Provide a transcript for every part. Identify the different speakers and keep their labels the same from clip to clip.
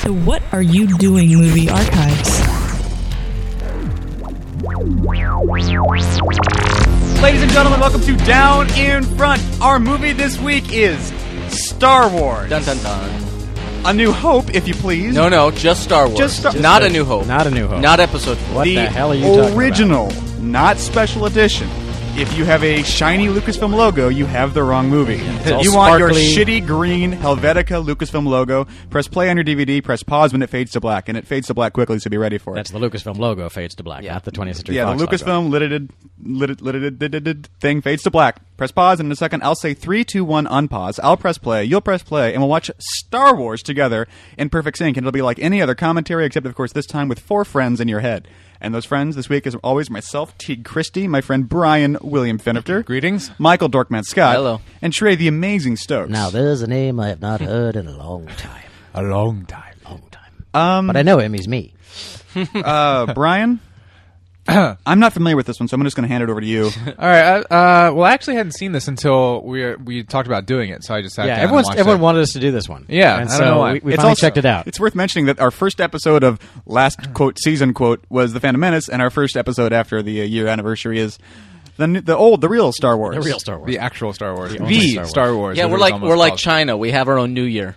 Speaker 1: to What Are You Doing Movie Archives.
Speaker 2: Ladies and gentlemen, welcome to Down in Front. Our movie this week is Star Wars:
Speaker 3: Dun dun dun.
Speaker 2: A New Hope, if you please.
Speaker 3: No, no, just Star Wars.
Speaker 2: Just Star-
Speaker 3: not
Speaker 4: Just
Speaker 3: a New Hope.
Speaker 4: Not a New Hope.
Speaker 3: Not episode four.
Speaker 4: What
Speaker 2: the,
Speaker 4: the hell are you talking about?
Speaker 2: original, not special edition. If you have a shiny Lucasfilm logo, you have the wrong movie.
Speaker 4: all
Speaker 2: you want your
Speaker 4: sparkly.
Speaker 2: shitty green Helvetica Lucasfilm logo. Press play on your DVD. Press pause when it fades to black, and it fades to black quickly, so be ready for it.
Speaker 4: That's the Lucasfilm logo fades to black, not the 20th Century
Speaker 2: yeah,
Speaker 4: Fox
Speaker 2: the
Speaker 4: logo.
Speaker 2: Lucasfilm limited, limited, limited thing fades to black. Press pause, and in a second, I'll say three, two, one, unpause. I'll press play. You'll press play, and we'll watch Star Wars together in perfect sync. And it'll be like any other commentary, except of course this time with four friends in your head. And those friends this week is always myself, Teague Christie, my friend Brian William Finifter,
Speaker 5: Greetings.
Speaker 2: Michael Dorkman Scott,
Speaker 3: Hello.
Speaker 2: and Trey the Amazing Stokes.
Speaker 6: Now there's a name I have not heard in a long time,
Speaker 5: A long time.
Speaker 6: long time.
Speaker 2: Um,
Speaker 6: but I know him. He's me.
Speaker 2: uh, Brian. I'm not familiar with this one, so I'm just going to hand it over to you.
Speaker 5: All right. I, uh, well, I actually hadn't seen this until we we talked about doing it, so I just sat
Speaker 4: Yeah,
Speaker 5: down and
Speaker 4: everyone's,
Speaker 5: watched
Speaker 4: everyone
Speaker 5: it.
Speaker 4: wanted us to do this one.
Speaker 5: Yeah,
Speaker 4: and
Speaker 5: I
Speaker 4: so
Speaker 5: don't know why.
Speaker 4: we, we
Speaker 5: It's
Speaker 4: finally
Speaker 2: also-
Speaker 4: checked it out.
Speaker 2: It's worth mentioning that our first episode of last quote season quote was the Phantom Menace, and our first episode after the uh, year anniversary is the n- the old the real Star Wars.
Speaker 4: The real Star Wars.
Speaker 5: the actual Star Wars, the,
Speaker 4: only
Speaker 5: Star
Speaker 4: Star
Speaker 5: Wars.
Speaker 4: Wars.
Speaker 3: Yeah,
Speaker 5: as
Speaker 3: we're
Speaker 5: it was
Speaker 3: like
Speaker 5: almost
Speaker 3: we're like
Speaker 5: called.
Speaker 3: China. We have our own New Year.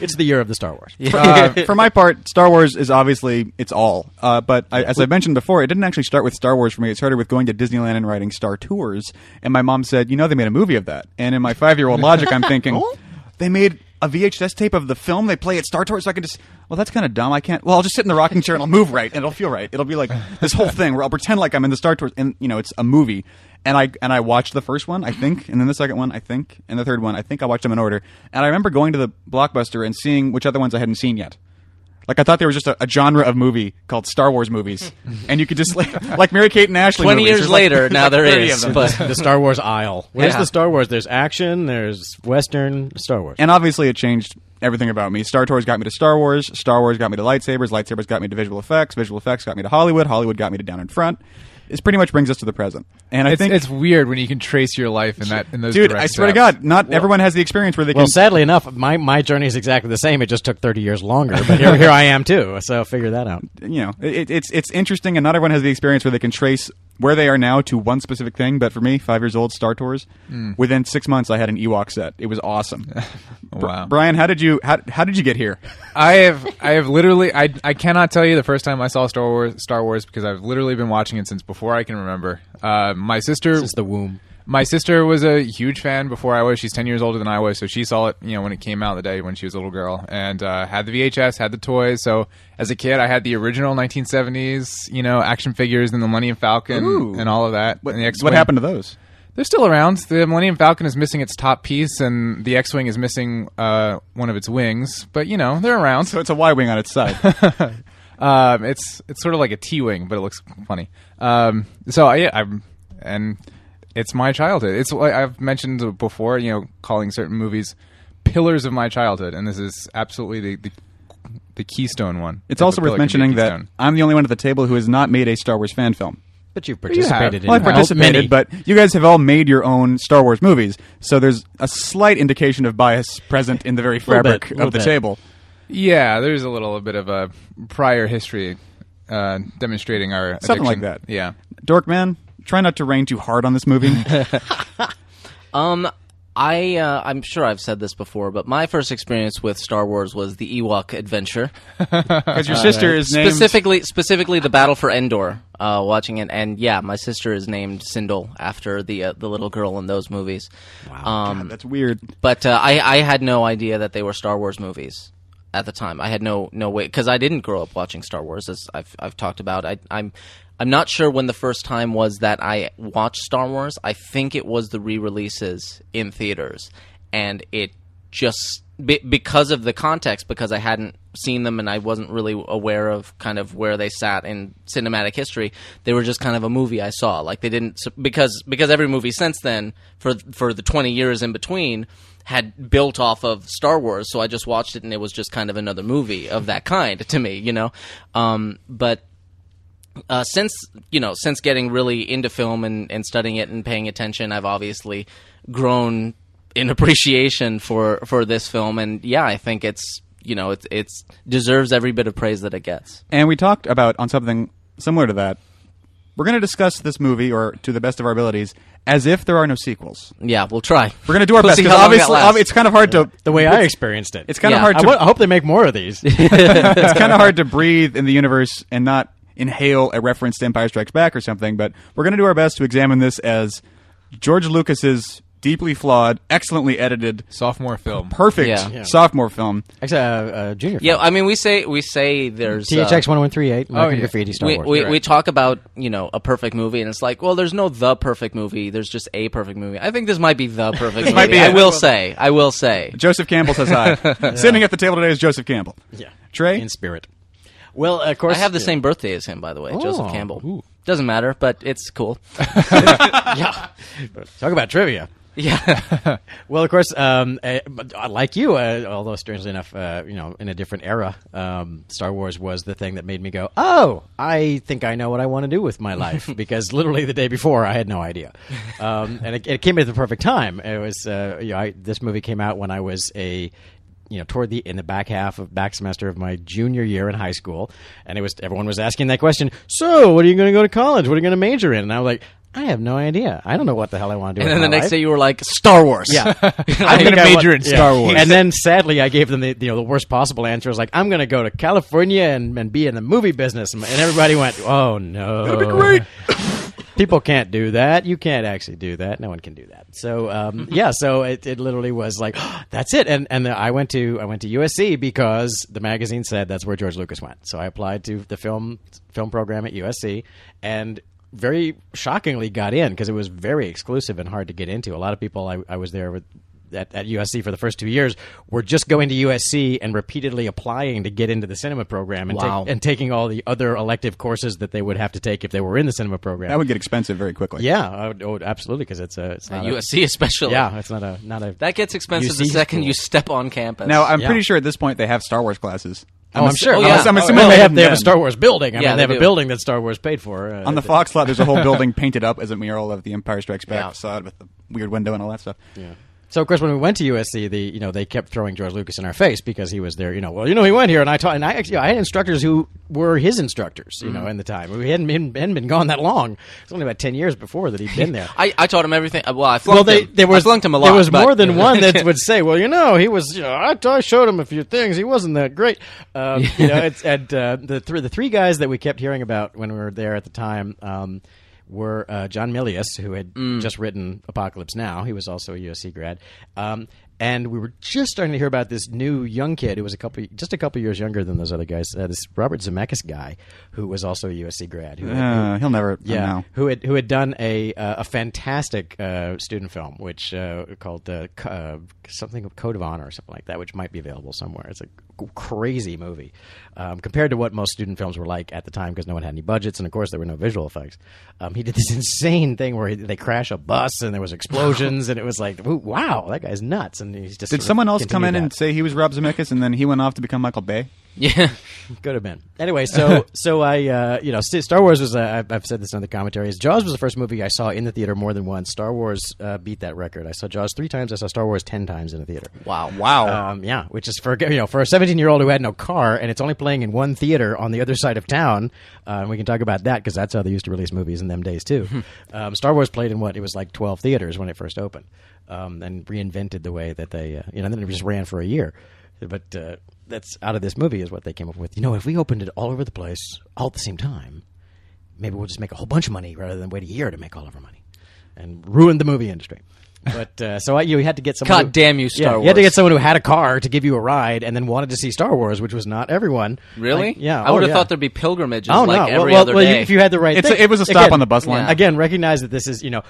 Speaker 4: It's the year of the Star Wars.
Speaker 2: Uh, for my part, Star Wars is obviously it's all. Uh, but I, as I mentioned before, it didn't actually start with Star Wars for me. It started with going to Disneyland and writing Star Tours. And my mom said, "You know, they made a movie of that." And in my five-year-old logic, I'm thinking, "They made." A VHS tape of the film they play at Star Tours, so I can just. Well, that's kind of dumb. I can't. Well, I'll just sit in the rocking chair and I'll move right, and it'll feel right. It'll be like this whole thing where I'll pretend like I'm in the Star Tours, and you know, it's a movie. And I and I watched the first one, I think, and then the second one, I think, and the third one, I think. I watched them in order, and I remember going to the blockbuster and seeing which other ones I hadn't seen yet. Like I thought there was just a, a genre of movie called Star Wars movies, and you could just like, like Mary Kate and Ashley.
Speaker 3: Twenty
Speaker 2: movies.
Speaker 3: years
Speaker 2: There's like-
Speaker 3: later, now
Speaker 2: like
Speaker 3: there
Speaker 2: 30
Speaker 3: is.
Speaker 2: of them.
Speaker 3: But
Speaker 4: the Star Wars aisle. Where's
Speaker 3: Yeah.
Speaker 4: the Star Wars? There's action. There's Western Star Wars.
Speaker 2: and obviously, it changed everything about me. Star Tours got me to Star Wars. Star Wars got me to lightsabers. Lightsabers got me to visual effects. Visual effects got me to Hollywood. Hollywood got me to Down in Front. This pretty much brings us to the present, and I
Speaker 5: It's,
Speaker 2: think
Speaker 5: it's weird when you can trace your life in that in those.
Speaker 2: dude,
Speaker 5: direct
Speaker 2: I swear to
Speaker 5: steps.
Speaker 2: God, not everyone has the experience where they
Speaker 4: well,
Speaker 2: can.
Speaker 4: sadly enough, my, my journey is exactly the same. It just took 30 years longer, but here, here I am too. So figure that out.
Speaker 2: you know, it, it's it's interesting, and not everyone has the experience where they can trace where they are now to one specific thing. But for me, five years old, Star Tours. Within six months, I had an Ewok set. It was awesome. Br-
Speaker 5: Wow.
Speaker 2: Brian, how did you how, how did you get here?
Speaker 5: I have I have literally I I cannot tell you the first time I saw Star Wars Star Wars because I've literally been watching it since before I can remember. Uh, my sister
Speaker 4: This is the womb.
Speaker 5: My sister was a huge fan before I was. She's ten years older than I was, so she saw it, you know, when it came out the day when she was a little girl, and uh, had the VHS, had the toys. So as a kid, I had the original 1970s, you know, action figures and the Millennium Falcon
Speaker 2: Ooh.
Speaker 5: and all of that.
Speaker 2: What,
Speaker 5: and the
Speaker 2: what happened to those?
Speaker 5: They're still around. The Millennium Falcon is missing its top piece, and the X-wing is missing uh, one of its wings. But you know, they're around.
Speaker 2: So it's a Y wing on its side.
Speaker 5: Um, it's it's sort of like a T wing, but it looks funny. Um, so I, I'm and it's my childhood. It's like I've mentioned before, you know, calling certain movies pillars of my childhood, and this is absolutely the the, the keystone one. If
Speaker 2: it's
Speaker 5: a
Speaker 2: also
Speaker 5: pillar
Speaker 2: worth
Speaker 5: can be a
Speaker 2: mentioning that
Speaker 5: keystone.
Speaker 2: I'm the only one at the table who has not made a Star Wars fan film.
Speaker 4: But you've
Speaker 5: you have.
Speaker 4: participated
Speaker 2: Well, I
Speaker 4: in how many?
Speaker 2: participated, but you guys have all made your own Star Wars movies, so there's a slight indication of bias present in the very
Speaker 4: Little bit,
Speaker 2: fabric
Speaker 4: little
Speaker 2: of the
Speaker 4: bit.
Speaker 2: table.
Speaker 5: yeah, there's a little bit of a prior history uh, demonstrating our
Speaker 2: Something like
Speaker 5: addiction.
Speaker 2: that.
Speaker 5: Yeah.
Speaker 2: Dorkman, try not to rain too hard on this movie.
Speaker 3: um, I uh, I'm sure I've said this before, but my first experience with Star Wars was the Ewok adventure.
Speaker 2: Because your sister is named.
Speaker 3: specifically specifically the battle for Endor. Uh, watching it, and yeah, my sister is named Sindel after the uh, the little girl in those movies. Wow. Um,
Speaker 2: That's weird.
Speaker 3: But uh, I, I had no idea that they were Star Wars movies at the time. I had no no way because I didn't grow up watching Star Wars, as I've I've talked about. I, I'm I'm not sure when the first time was that I watched Star Wars. I think it was the re-releases in theaters, and it just be- because of the context, because I hadn't seen them and I wasn't really aware of kind of where they sat in cinematic history. They were just kind of a movie I saw. Like they didn't because because every movie since then for for the twenty years in between had built off of Star Wars. So I just watched it and it was just kind of another movie of that kind to me, you know. Um, but uh, since you know since getting really into film and, and studying it and paying attention i've obviously grown in appreciation for for this film and yeah i think it's you know, it's it's deserves every bit of praise that it gets.
Speaker 2: And we talked about on something similar to that. We're going to discuss this movie, or to the best of our abilities, as if there are no sequels.
Speaker 3: Yeah, we'll try.
Speaker 2: We're going to do our
Speaker 3: We'll
Speaker 2: best
Speaker 3: see
Speaker 2: because
Speaker 3: how long that
Speaker 2: obviously,
Speaker 3: lasts.
Speaker 2: ob- it's kind of hard to.
Speaker 4: the way I experienced it.
Speaker 2: It's kind of
Speaker 3: Yeah.
Speaker 2: hard
Speaker 4: I,
Speaker 2: to.
Speaker 4: wa- I hope they make more of these.
Speaker 2: it's kind of hard to breathe in the universe and not inhale a reference to Empire Strikes Back or something. But we're going to do our best to examine this as George Lucas's deeply flawed, excellently edited,
Speaker 5: Sophomore film.
Speaker 2: perfect
Speaker 3: Yeah.
Speaker 4: Yeah.
Speaker 2: sophomore film.
Speaker 4: Actually, uh, uh, junior.
Speaker 3: Yeah, I mean, we say we say there's uh,
Speaker 6: THX
Speaker 4: oh
Speaker 6: one one three eight.
Speaker 5: yeah.
Speaker 6: graffiti Star
Speaker 3: we,
Speaker 6: Wars.
Speaker 3: we, we talk about you know a perfect movie and it's like well there's no the perfect movie there's just a perfect movie i think this might be the perfect movie
Speaker 2: might be
Speaker 3: i
Speaker 2: it.
Speaker 3: will say i will say
Speaker 2: Joseph Campbell says hi. Sitting at the table today is Joseph Campbell.
Speaker 4: yeah.
Speaker 2: Trey?
Speaker 4: in spirit. Well, of course,
Speaker 3: i have the
Speaker 4: yeah.
Speaker 3: same birthday as him by the way joseph
Speaker 4: Oh,
Speaker 3: campbell
Speaker 4: ooh.
Speaker 3: doesn't matter but it's cool
Speaker 4: yeah. Talk about trivia.
Speaker 3: yeah
Speaker 4: Well, of course, um, uh, but, uh, like you, uh, although strangely enough, uh, you know, in a different era, um, Star Wars was the thing that made me go, "Oh, I think I know what I want to do with my life." because literally the day before, I had no idea, um, and it, it came at the perfect time. It was, uh, you know, I, this movie came out when I was a you know toward the in the back half of back semester of my junior year in high school and it was everyone was asking that question so what are you going to go to college what are you going to major in and i was like i have no idea i don't know what the hell i want to
Speaker 3: and
Speaker 4: do
Speaker 3: then
Speaker 4: with
Speaker 3: the
Speaker 4: my
Speaker 3: next
Speaker 4: life."
Speaker 3: day you were like star wars
Speaker 4: Yeah,
Speaker 5: I'm
Speaker 4: think
Speaker 5: gonna
Speaker 4: I wa-
Speaker 5: major in
Speaker 4: yeah.
Speaker 5: Star Wars.
Speaker 4: And then sadly, I gave them the you know the worst possible answer. I was like, I'm going to go to California and, and be in the movie business. And everybody went, Oh no, that'd be great. People can't do that. You can't actually do that. No one can do that. So um, yeah, so it, it literally was like that's it. And and I went to I went to USC because the magazine said that's where George Lucas went. So I applied to the film film program at USC and very shockingly got in because it was very exclusive and hard to get into. A lot of people I, I was there with at, at USC for the first two years were just going to USC and repeatedly applying to get into the cinema program and, ta-
Speaker 3: Wow.
Speaker 4: and taking all the other elective courses that they would have to take if they were in the cinema program.
Speaker 2: That would get expensive very quickly.
Speaker 4: yeah, I would, I would- absolutely because it's a it's
Speaker 3: At
Speaker 4: not a-
Speaker 3: usc especially
Speaker 4: yeah, it's not a not a
Speaker 3: that gets expensive the
Speaker 4: UC
Speaker 3: second
Speaker 4: school.
Speaker 3: you step on campus
Speaker 2: Now, I'm
Speaker 4: Yeah.
Speaker 2: pretty sure at this point they have Star Wars classes.
Speaker 4: Oh, I'm
Speaker 2: ass-
Speaker 4: sure.
Speaker 3: Oh,
Speaker 2: I'm,
Speaker 3: yeah.
Speaker 2: ass- I'm
Speaker 3: Oh,
Speaker 2: assuming
Speaker 4: well, they
Speaker 2: didn't
Speaker 4: have they have a
Speaker 2: then.
Speaker 4: Star Wars building. I
Speaker 3: Yeah, they
Speaker 4: mean, they have
Speaker 3: do.
Speaker 4: a building that Star Wars paid for. Uh,
Speaker 2: On the
Speaker 4: that-
Speaker 2: Fox lot, there's a whole building painted up as a mural of the Empire Strikes Back
Speaker 3: Yeah.
Speaker 2: facade with the weird window and all that stuff.
Speaker 4: Yeah. So of course, when we went to USC, the you know they kept throwing George Lucas in our face because he was there. You know, well, you know he went here, and I taught, and I actually I had instructors who were his instructors. You know,
Speaker 3: Mm-hmm.
Speaker 4: in the time we hadn't been, hadn't been gone that long. It's only about ten years before that he'd been there.
Speaker 3: I, I taught him everything. uh, Well, I flunked
Speaker 4: well, they
Speaker 3: him.
Speaker 4: there
Speaker 3: I
Speaker 4: was
Speaker 3: flunked him a lot.
Speaker 4: There was
Speaker 3: but-
Speaker 4: more than one that would say, "Well, you know, he was. You know, I, I showed him a few things. He wasn't that great." Um, You know, it's, and uh, the three the three guys that we kept hearing about when we were there at the time. Um, were uh, John Milius, who had
Speaker 3: Mm.
Speaker 4: just written Apocalypse Now. He was also a USC grad. Um, and we were just starting to hear about this new young kid who was a couple, just a couple years younger than those other guys. Uh, this Robert Zemeckis guy, who was also a USC grad, who, had- who
Speaker 2: Uh, he'll never.
Speaker 4: yeah,
Speaker 2: Yeah. Know.
Speaker 4: who had who had done a uh, a fantastic uh, student film, which uh, called uh, C- uh, something of Code of Honor or something like that, which might be available somewhere. It's a c- crazy movie um, compared to what most student films were like at the time, because no one had any budgets, and of course there were no visual effects. Um, he did this insane thing where he, they crash a bus and there was explosions, and it was like, "Ooh, wow, that guy's nuts. And he's just
Speaker 2: Did
Speaker 4: sort of
Speaker 2: someone else come in
Speaker 4: continued
Speaker 2: and
Speaker 4: that.
Speaker 2: say he was Rob Zemeckis and then he went off to become Michael Bay?
Speaker 3: Yeah.
Speaker 4: Could have been. Anyway, so so I uh, you know St- Star Wars was uh, I've- I've said this in the commentaries. Jaws was the first movie I saw in the theater more than once. Star Wars uh, beat that record. I saw Jaws three times. I saw Star Wars ten times in the theater.
Speaker 3: Wow.
Speaker 2: Wow.
Speaker 4: Um, yeah, which is for you know for a 17 year old who had no car and it's only playing in one theater on the other side of town. Uh, we can talk about that because that's how they used to release movies in them days too.
Speaker 3: Hmm.
Speaker 4: um, Star Wars played in what it was like 12 theaters when it first opened, um, and reinvented the way that they uh, you know and then it just ran for a year. But uh, that's out of this movie is what they came up with. You know, if we opened it all over the place all at the same time, maybe we'll just make a whole bunch of money rather than wait a year to make all of our money, and ruin the movie industry. But uh, so I, you had to get someone.
Speaker 3: God
Speaker 4: who-
Speaker 3: damn you, Star
Speaker 4: yeah, You had to
Speaker 3: Wars.
Speaker 4: get someone who had a car to give you a ride and then wanted to see Star Wars, which was not everyone.
Speaker 3: Really?
Speaker 4: Like, yeah.
Speaker 3: I would
Speaker 4: oh,
Speaker 3: have
Speaker 4: yeah.
Speaker 3: thought there'd be pilgrimages
Speaker 4: Oh
Speaker 3: like
Speaker 4: no!
Speaker 3: every
Speaker 4: well,
Speaker 3: other
Speaker 4: well,
Speaker 3: day.
Speaker 4: you, if you had the right,
Speaker 2: It's
Speaker 4: thing.
Speaker 2: a- it was a stop on the bus line.
Speaker 3: Yeah.
Speaker 4: Again, recognize that this is you know,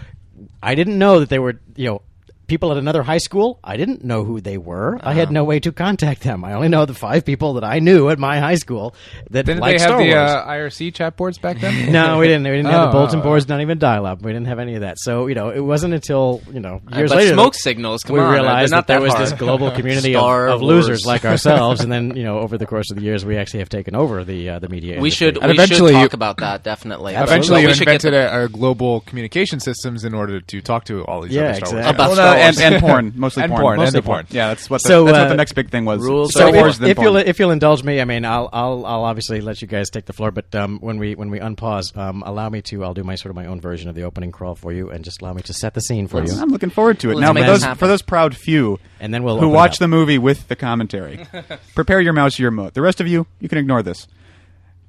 Speaker 4: I didn't know that they were you know people at another high school. I didn't know who they were. I had no way to contact them. I only know the five people that I knew at my high school that
Speaker 5: Didn't
Speaker 4: liked
Speaker 5: they have
Speaker 4: Star
Speaker 5: the
Speaker 4: Wars.
Speaker 5: uh, IRC chat boards back then?
Speaker 4: No, we didn't. We didn't have the
Speaker 5: Oh.
Speaker 4: bulletin boards, not even dial up. We didn't have any of that. So you know, it wasn't until you know years
Speaker 3: Uh, but
Speaker 4: later
Speaker 3: smoke
Speaker 4: that
Speaker 3: signals, come
Speaker 4: we
Speaker 3: on, they're
Speaker 4: realized
Speaker 3: not
Speaker 4: that there
Speaker 3: that
Speaker 4: was
Speaker 3: hard.
Speaker 4: this global community of,
Speaker 3: Star
Speaker 4: of
Speaker 3: Wars.
Speaker 4: losers like ourselves, and then you know, over the course of the years, we actually have taken over the uh, the media.
Speaker 3: we
Speaker 4: industry.
Speaker 3: should
Speaker 5: And
Speaker 3: we
Speaker 5: eventually
Speaker 3: should
Speaker 5: you-
Speaker 3: talk about that definitely.
Speaker 4: Absolutely.
Speaker 5: Eventually,
Speaker 3: But
Speaker 5: you
Speaker 3: we should get
Speaker 5: invented a, a global communication systems in order to talk to all these
Speaker 4: Yeah,
Speaker 5: other Star Wars.
Speaker 4: exactly.
Speaker 5: fans.
Speaker 3: About Star
Speaker 2: Oh, and, and porn, mostly
Speaker 5: And
Speaker 2: porn,
Speaker 5: porn, and
Speaker 2: mostly
Speaker 5: the porn.
Speaker 2: Yeah, that's what the,
Speaker 4: So,
Speaker 2: that's what
Speaker 4: uh,
Speaker 2: the next big thing was.
Speaker 3: rules
Speaker 2: Star
Speaker 3: are-
Speaker 4: if-
Speaker 2: Wars, then
Speaker 4: if
Speaker 2: porn.
Speaker 4: you'll if you'll indulge me, I mean, I'll I'll I'll obviously let you guys take the floor, but um, when we when we unpause, um, allow me to I'll do my sort of my own version of the opening crawl for you, and just allow me to set the scene for you,
Speaker 2: I'm looking forward to it.
Speaker 3: Let's
Speaker 2: now
Speaker 3: make
Speaker 2: for
Speaker 3: it
Speaker 2: those
Speaker 3: happen.
Speaker 2: for those proud few
Speaker 4: And then we'll
Speaker 2: who
Speaker 4: open it
Speaker 2: watch
Speaker 4: up.
Speaker 2: the movie with the commentary. prepare your mouse remote. The rest of you, you can ignore this.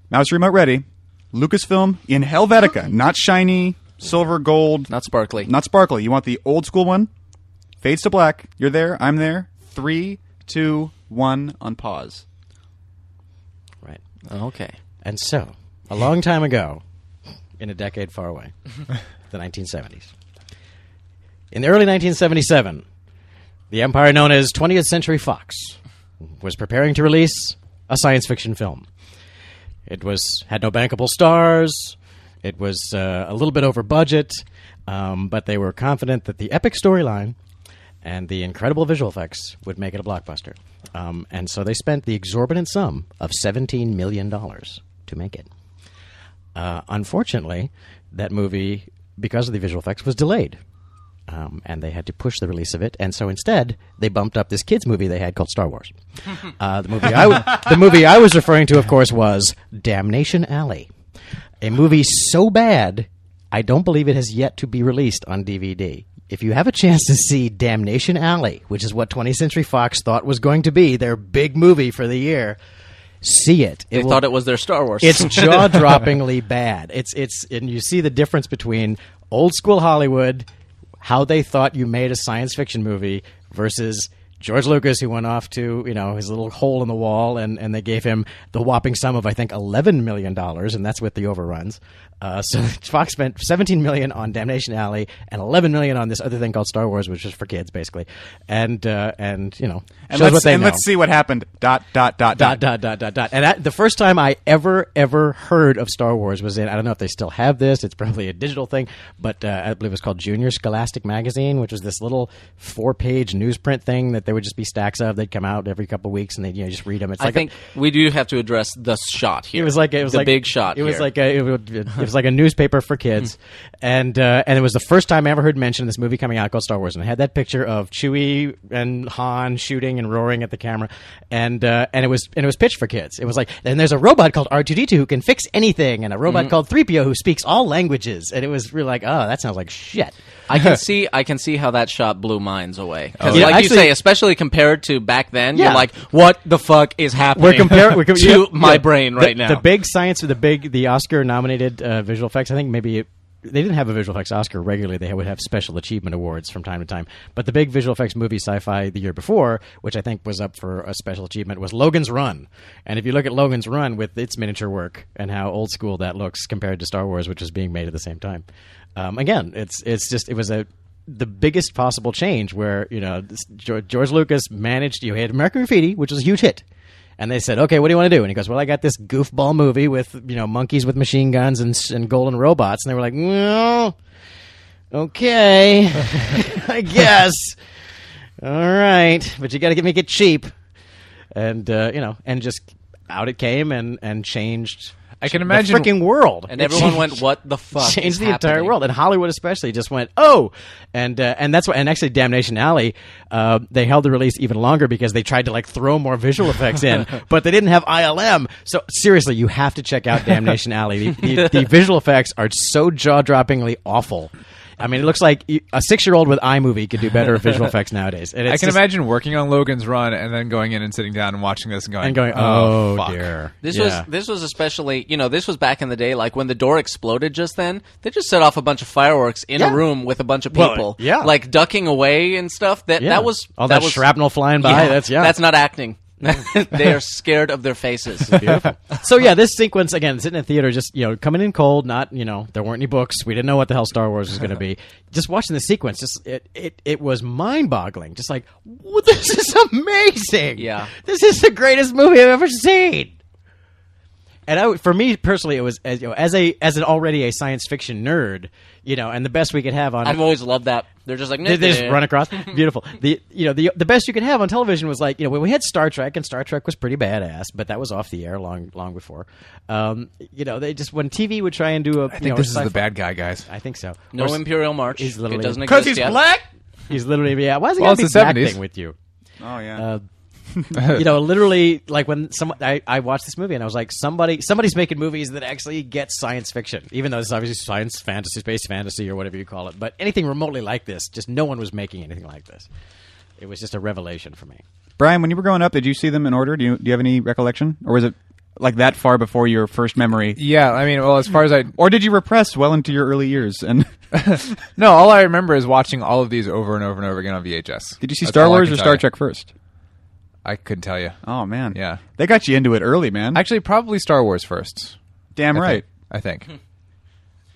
Speaker 2: Mouse remote ready. Lucasfilm in Helvetica, not shiny, silver, gold,
Speaker 3: Not sparkly.
Speaker 2: not sparkly. You want the old school one? Fades to black. You're there. I'm there. Three, two, one. On pause.
Speaker 4: right?
Speaker 3: Okay.
Speaker 4: And so, a long time ago, in a decade far away, the 1970s. In the early 1977, the empire known as 20th Century Fox was preparing to release a science fiction film. It was had no bankable stars. It was uh, a little bit over budget, um, but they were confident that the epic storyline and the incredible visual effects would make it a blockbuster. Um, and so they spent the exorbitant sum of seventeen million dollars to make it. Uh, unfortunately, that movie, because of the visual effects, was delayed. Um, and they had to push the release of it, and so instead they bumped up this kids movie they had called Star Wars. Uh, the movie I w- the movie I was referring to, of course, was Damnation Alley, a movie so bad I don't believe it has yet to be released on DVD. If you have a chance to see Damnation Alley, which is what 20th Century Fox thought was going to be their big movie for the year, see it.
Speaker 3: They thought it was their Star Wars.
Speaker 4: It's jaw droppingly bad. It's it's and you see the difference between old school Hollywood, how they thought you made a science fiction movie versus George Lucas, who went off to you know his little hole in the wall, and, and they gave him the whopping sum of I think eleven million dollars, and that's with the overruns. Uh, so Fox spent seventeen million on Damnation Alley and eleven million on this other thing called Star Wars, which is for kids basically, and uh, and you know
Speaker 2: And,
Speaker 4: shows
Speaker 2: let's,
Speaker 4: what they
Speaker 2: and
Speaker 4: know
Speaker 2: let's see what happened. Dot dot dot
Speaker 4: dot dot dot dot dot. And that, the first time I ever ever heard of Star Wars was in I don't know if they still have this. It's probably a digital thing, but uh, I believe it was called Junior Scholastic Magazine, which was this little four page newsprint thing that there would just be stacks of. They'd come out every couple of weeks and they would you know just read them. It's
Speaker 3: I
Speaker 4: like a-
Speaker 3: think we do have to address the shot here.
Speaker 4: it was like it was
Speaker 3: the
Speaker 4: like
Speaker 3: big shot.
Speaker 4: It was
Speaker 3: here. Mm-hmm.
Speaker 4: like a, it, would- it was like a newspaper for kids, and uh, and it was the first time I ever heard mention of this movie coming out called Star Wars, and it had that picture of Chewie and Han shooting and roaring at the camera, and uh, and it was and it was pitched for kids. It was like and there's a robot called R two D two who can fix anything, and a robot
Speaker 3: Mm-hmm.
Speaker 4: called three PO who speaks all languages, and it was really like oh that sounds like shit.
Speaker 3: I can see I can see how that shot blew minds away. Because
Speaker 4: Oh, yeah.
Speaker 3: like
Speaker 4: Actually-
Speaker 3: you say, especially compared to back then,
Speaker 4: Yeah.
Speaker 3: you're like, what the fuck is happening?
Speaker 4: We're comparing we're com-
Speaker 3: to
Speaker 4: yeah,
Speaker 3: my
Speaker 4: yeah.
Speaker 3: brain
Speaker 4: The-
Speaker 3: right now.
Speaker 4: The big science, the big, the Oscar-nominated uh, visual effects. I think maybe it, they didn't have a visual effects Oscar regularly. They would have special achievement awards from time to time. But the big visual effects movie, sci-fi, the year before, which I think was up for a special achievement, was Logan's Run. And if you look at Logan's Run with its miniature work and how old school that looks compared to Star Wars, which was being made at the same time, um, again, it's it's just it was a the biggest possible change where you know this, George, George Lucas managed you had American Graffiti, which was a huge hit. And they said, "Okay, what do you want to do?" And he goes, "Well, I got this goofball movie with you know monkeys with machine guns and s- and golden robots." And they were like, "Well, okay, I guess. All right, but you got to get make it cheap." And uh, you know, and just out it came and and changed.
Speaker 5: I can
Speaker 4: the
Speaker 5: imagine-
Speaker 4: freaking world.
Speaker 3: and
Speaker 4: It
Speaker 3: everyone went,
Speaker 4: changed-
Speaker 3: what the fuck?
Speaker 4: changed
Speaker 3: is
Speaker 4: the entire
Speaker 3: happening?"
Speaker 4: world, and Hollywood especially just went, oh, and uh, and that's why. And actually, Damnation Alley, uh, they held the release even longer because they tried to like throw more visual effects in, but they didn't have ILM. So seriously, you have to check out Damnation Alley. The, the, the visual effects are so jaw droppingly awful. I mean, it looks like you- a six year old with iMovie could do better visual effects nowadays. And it's
Speaker 5: I can
Speaker 4: just-
Speaker 5: imagine working on Logan's Run and then going in and sitting down and watching this and going
Speaker 4: and going,
Speaker 5: oh,
Speaker 4: oh,
Speaker 5: fuck.
Speaker 4: dear,
Speaker 3: This
Speaker 4: Yeah.
Speaker 3: was this was especially you know this was back in the day like when the door exploded just then they just set off a bunch of fireworks in
Speaker 4: Yeah.
Speaker 3: a room with a bunch of
Speaker 4: Well,
Speaker 3: people
Speaker 4: yeah.
Speaker 3: like ducking away and stuff that
Speaker 4: Yeah.
Speaker 3: that was
Speaker 4: all that,
Speaker 3: was,
Speaker 4: shrapnel flying by. that's yeah.
Speaker 3: that's not acting they are scared of their faces
Speaker 4: so yeah, this sequence again, sitting in the theater, just you know, coming in cold. Not you know, there weren't any books. We didn't know what the hell Star Wars was going to be. just watching the sequence, just it it, it was mind boggling. Just like "Whoa, this is amazing.
Speaker 3: Yeah.
Speaker 4: this is the greatest movie I've ever seen. And I, for me personally, it was as you know, as a as an already a science fiction nerd, you know, and the best we could have on
Speaker 3: I've always loved that they're just like
Speaker 4: they, they just
Speaker 3: "Nah."
Speaker 4: run across. Beautiful. The you know the the best you could have on television was like you know when we had Star Trek and Star Trek was pretty badass, but that was off the air long long before. Um, you know they just when TV would try and do a
Speaker 5: I think this is the bad guy, guys.
Speaker 4: I think so.
Speaker 3: no
Speaker 4: Or s-
Speaker 3: Imperial March
Speaker 4: is
Speaker 3: it
Speaker 4: literally-
Speaker 3: doesn't
Speaker 4: 'Cause
Speaker 3: exist yet.
Speaker 2: black.
Speaker 4: He's literally yeah. Why is he
Speaker 5: Well,
Speaker 4: got to be
Speaker 5: it's the 70s.
Speaker 4: acting with you?
Speaker 2: Oh yeah.
Speaker 4: Uh, you know, literally, like when some I, I watched this movie and I was like, somebody somebody's making movies that actually get science fiction, even though it's obviously science fantasy, space fantasy, or whatever you call it. But anything remotely like this, just no one was making anything like this. It was just a revelation for me.
Speaker 2: Brian, when you were growing up, did you see them in order? Do you do you have any recollection, or was it like that far before your first memory?
Speaker 5: Yeah, I mean, well, as far as I
Speaker 2: Or did you repress well into your early years? And
Speaker 5: no, all I remember is watching all of these over and over and over again on VHS.
Speaker 2: did you see
Speaker 5: That's
Speaker 2: Star
Speaker 5: all I
Speaker 2: Wars
Speaker 5: can
Speaker 2: or
Speaker 5: tell
Speaker 2: Star
Speaker 5: you.
Speaker 2: Trek first?
Speaker 5: I couldn't tell you.
Speaker 2: Oh man,
Speaker 5: Yeah.
Speaker 2: they got you into it early, man.
Speaker 5: Actually, probably Star Wars first.
Speaker 2: Damn right,
Speaker 5: I think.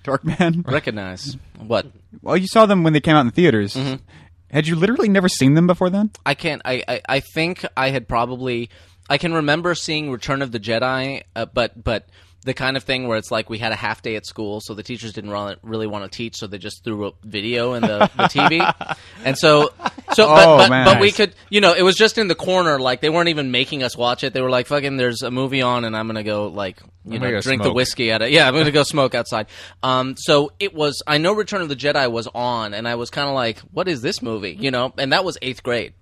Speaker 2: Dark Man.
Speaker 3: Recognize what
Speaker 2: Well, you saw them when they came out in theaters.
Speaker 4: Mm-hmm.
Speaker 2: Had you literally never seen them before then?
Speaker 3: I can't. I, I I think I had probably. I can remember seeing Return of the Jedi, uh, but but the kind of thing where it's like we had a half day at school, so the teachers didn't ro- really want to teach, so they just threw up video in the, the TV, and so so. But
Speaker 2: Oh,
Speaker 3: but,
Speaker 2: man.
Speaker 3: but we
Speaker 2: Nice.
Speaker 3: could, you know, it was just in the corner. Like they weren't even making us watch it. They were like, "Fucking, there's a movie on, and I'm gonna go like you
Speaker 5: gonna
Speaker 3: know
Speaker 5: go
Speaker 3: drink the
Speaker 5: smoke."
Speaker 3: whiskey." whiskey at it. Yeah, I'm gonna go smoke outside. Um, so it was. I know Return of the Jedi was on, and I was kind of like, "What is this movie?" You know, and that was eighth grade.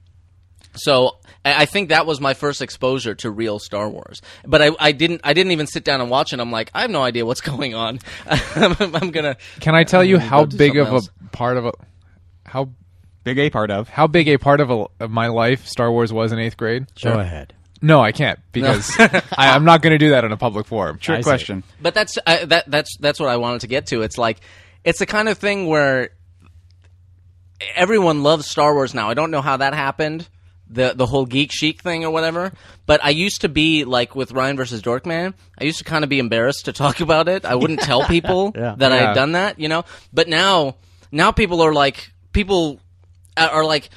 Speaker 3: So I I think that was my first exposure to real Star Wars, but I, I didn't I didn't even sit down and watch it. I'm like I have no idea what's going on. I'm, I'm gonna
Speaker 5: Can I tell you how
Speaker 3: go do
Speaker 5: big of
Speaker 3: something
Speaker 5: a part of a how
Speaker 2: Big A part of.
Speaker 5: how big a part of a, of my life Star Wars was in eighth grade?
Speaker 4: Go ahead.
Speaker 5: No, I can't because I, I'm not going to do that in a public forum.
Speaker 2: Trick
Speaker 4: I see.
Speaker 2: question.
Speaker 3: But that's I that that's that's what I wanted to get to. It's like it's the kind of thing where everyone loves Star Wars now. I don't know how that happened. The the whole geek chic thing or whatever. But I used to be like with Ryan versus Dorkman, I used to kind of be embarrassed to talk about it. I wouldn't tell people that I
Speaker 5: Yeah.
Speaker 3: had done that, you know? But now now people are like people are- are like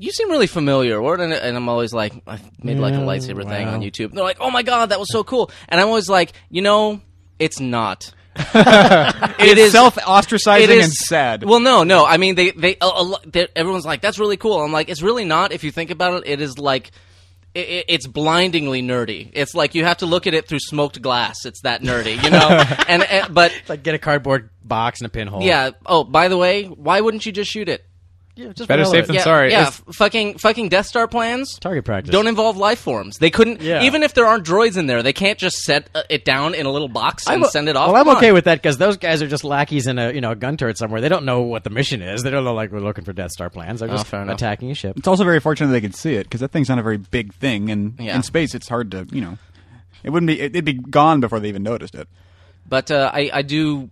Speaker 3: you seem really familiar. What- And and I'm always like, I made like a lightsaber thing on YouTube. they're like, oh my god, that was so cool. And I'm always like, you know, it's not. it is
Speaker 2: Self ostracizing
Speaker 3: it is
Speaker 2: and sad.
Speaker 3: Well, no, no. I mean, they they a, a, lo- they're- everyone's like, that's really cool. I'm like, it's really not. If you think about it, it is like. i- i it's blindingly nerdy. It's like you have to look at it through smoked glass. It's that nerdy, you know. and, and but
Speaker 4: Like get a cardboard box and a pinhole.
Speaker 3: yeah. Oh, by the way, why wouldn't you just shoot it?
Speaker 5: Better safe than
Speaker 3: yeah,
Speaker 5: sorry.
Speaker 3: Yeah,
Speaker 5: It's-
Speaker 3: f- fucking fucking Death Star plans.
Speaker 4: Target practice.
Speaker 3: Don't involve life forms. They couldn't.
Speaker 4: Yeah.
Speaker 3: Even if there aren't droids in there, they can't just set uh, it down in a little box and
Speaker 4: I'm-
Speaker 3: send it off.
Speaker 4: Well, I'm
Speaker 3: Come
Speaker 4: okay
Speaker 3: on.
Speaker 4: with that because those guys are just lackeys in a you know a gun turret somewhere. They don't know what the mission is. They don't know like we're looking for Death Star plans. They're
Speaker 3: Oh,
Speaker 4: just
Speaker 3: fair enough.
Speaker 4: attacking a ship.
Speaker 2: It's also very fortunate they could see it because that thing's not a very big thing, and
Speaker 3: Yeah.
Speaker 2: in space it's hard to you know. It wouldn't be. it- It'd be gone before they even noticed it.
Speaker 3: But uh, I, I do.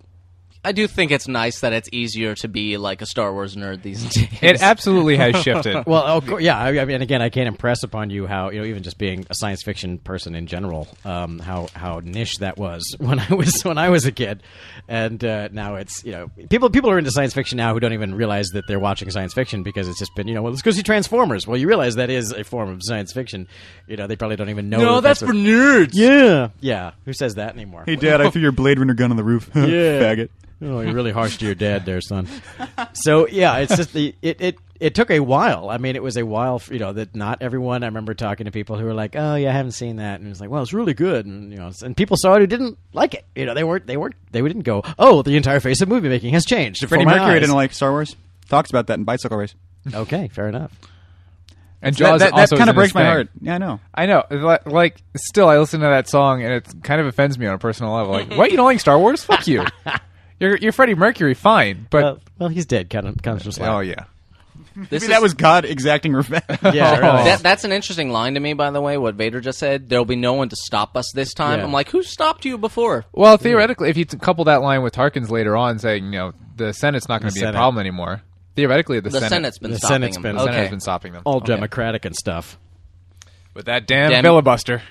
Speaker 3: I do think it's nice that it's easier to be like a Star Wars nerd these days.
Speaker 5: it absolutely has shifted.
Speaker 4: Well, of course, yeah. I, I mean, again, I can't impress upon you how you know even just being a science fiction person in general, um, how how niche that was when I was when I was a kid, and uh, now it's you know people people are into science fiction now who don't even realize that they're watching science fiction because it's just been you know well let's go see Transformers. Well, you realize that is a form of science fiction. You know, they probably don't even know.
Speaker 3: no,
Speaker 4: that
Speaker 3: that's for
Speaker 4: what-
Speaker 3: nerds.
Speaker 4: yeah yeah. Who says that anymore?
Speaker 2: Hey, Dad, I threw your Blade Runner gun on the roof. yeah. Faggot.
Speaker 4: Oh, you're really harsh to your dad there, son. So yeah, it's just the it, it it took a while. I mean, it was a while. f- You know that not everyone. I remember talking to people who were like, "Oh yeah, I haven't seen that," and it's like, "Well, it's really good." And you know, s- and people saw it who didn't like it. You know, they weren't they weren't they didn't go, "Oh, the entire face of movie making has changed."
Speaker 2: Freddie
Speaker 4: before my
Speaker 2: Mercury
Speaker 4: eyes."
Speaker 2: didn't like Star Wars. Talks about that in Bicycle Race.
Speaker 4: Okay, fair enough.
Speaker 5: And Jaws
Speaker 2: that
Speaker 5: also
Speaker 2: kind
Speaker 5: isn't
Speaker 2: of
Speaker 5: his
Speaker 2: breaks my
Speaker 5: thing.
Speaker 2: heart. Yeah, I know.
Speaker 5: I know. li- Like, still, I listen to that song and it kind of offends me on a personal level. Like, what? You don't like Star Wars? Fuck you. You're you're Freddie Mercury, fine, but
Speaker 4: Well, well, he's dead. Kind of comes from slack.
Speaker 5: oh yeah,
Speaker 3: This
Speaker 2: Maybe
Speaker 3: is,
Speaker 2: that was God exacting revenge.
Speaker 4: Yeah, really.
Speaker 3: that, that's an interesting line to me, by the way. What Vader just said: "There'll be no one to stop us this time."
Speaker 4: Yeah.
Speaker 3: I'm like, who stopped you before?
Speaker 5: Well, theoretically, if you t- couple that line with Tarkin's later on saying, you know, the Senate's not going to be
Speaker 4: Senate.
Speaker 5: a problem anymore. Theoretically, the,
Speaker 3: The
Speaker 5: Senate,
Speaker 3: Senate's been
Speaker 4: The
Speaker 3: stopping
Speaker 4: Senate's
Speaker 3: him.
Speaker 4: been-
Speaker 5: the
Speaker 3: okay.
Speaker 5: Senate has been stopping them.
Speaker 4: all democratic and stuff.
Speaker 5: With that damn,
Speaker 3: Damn-
Speaker 5: filibuster.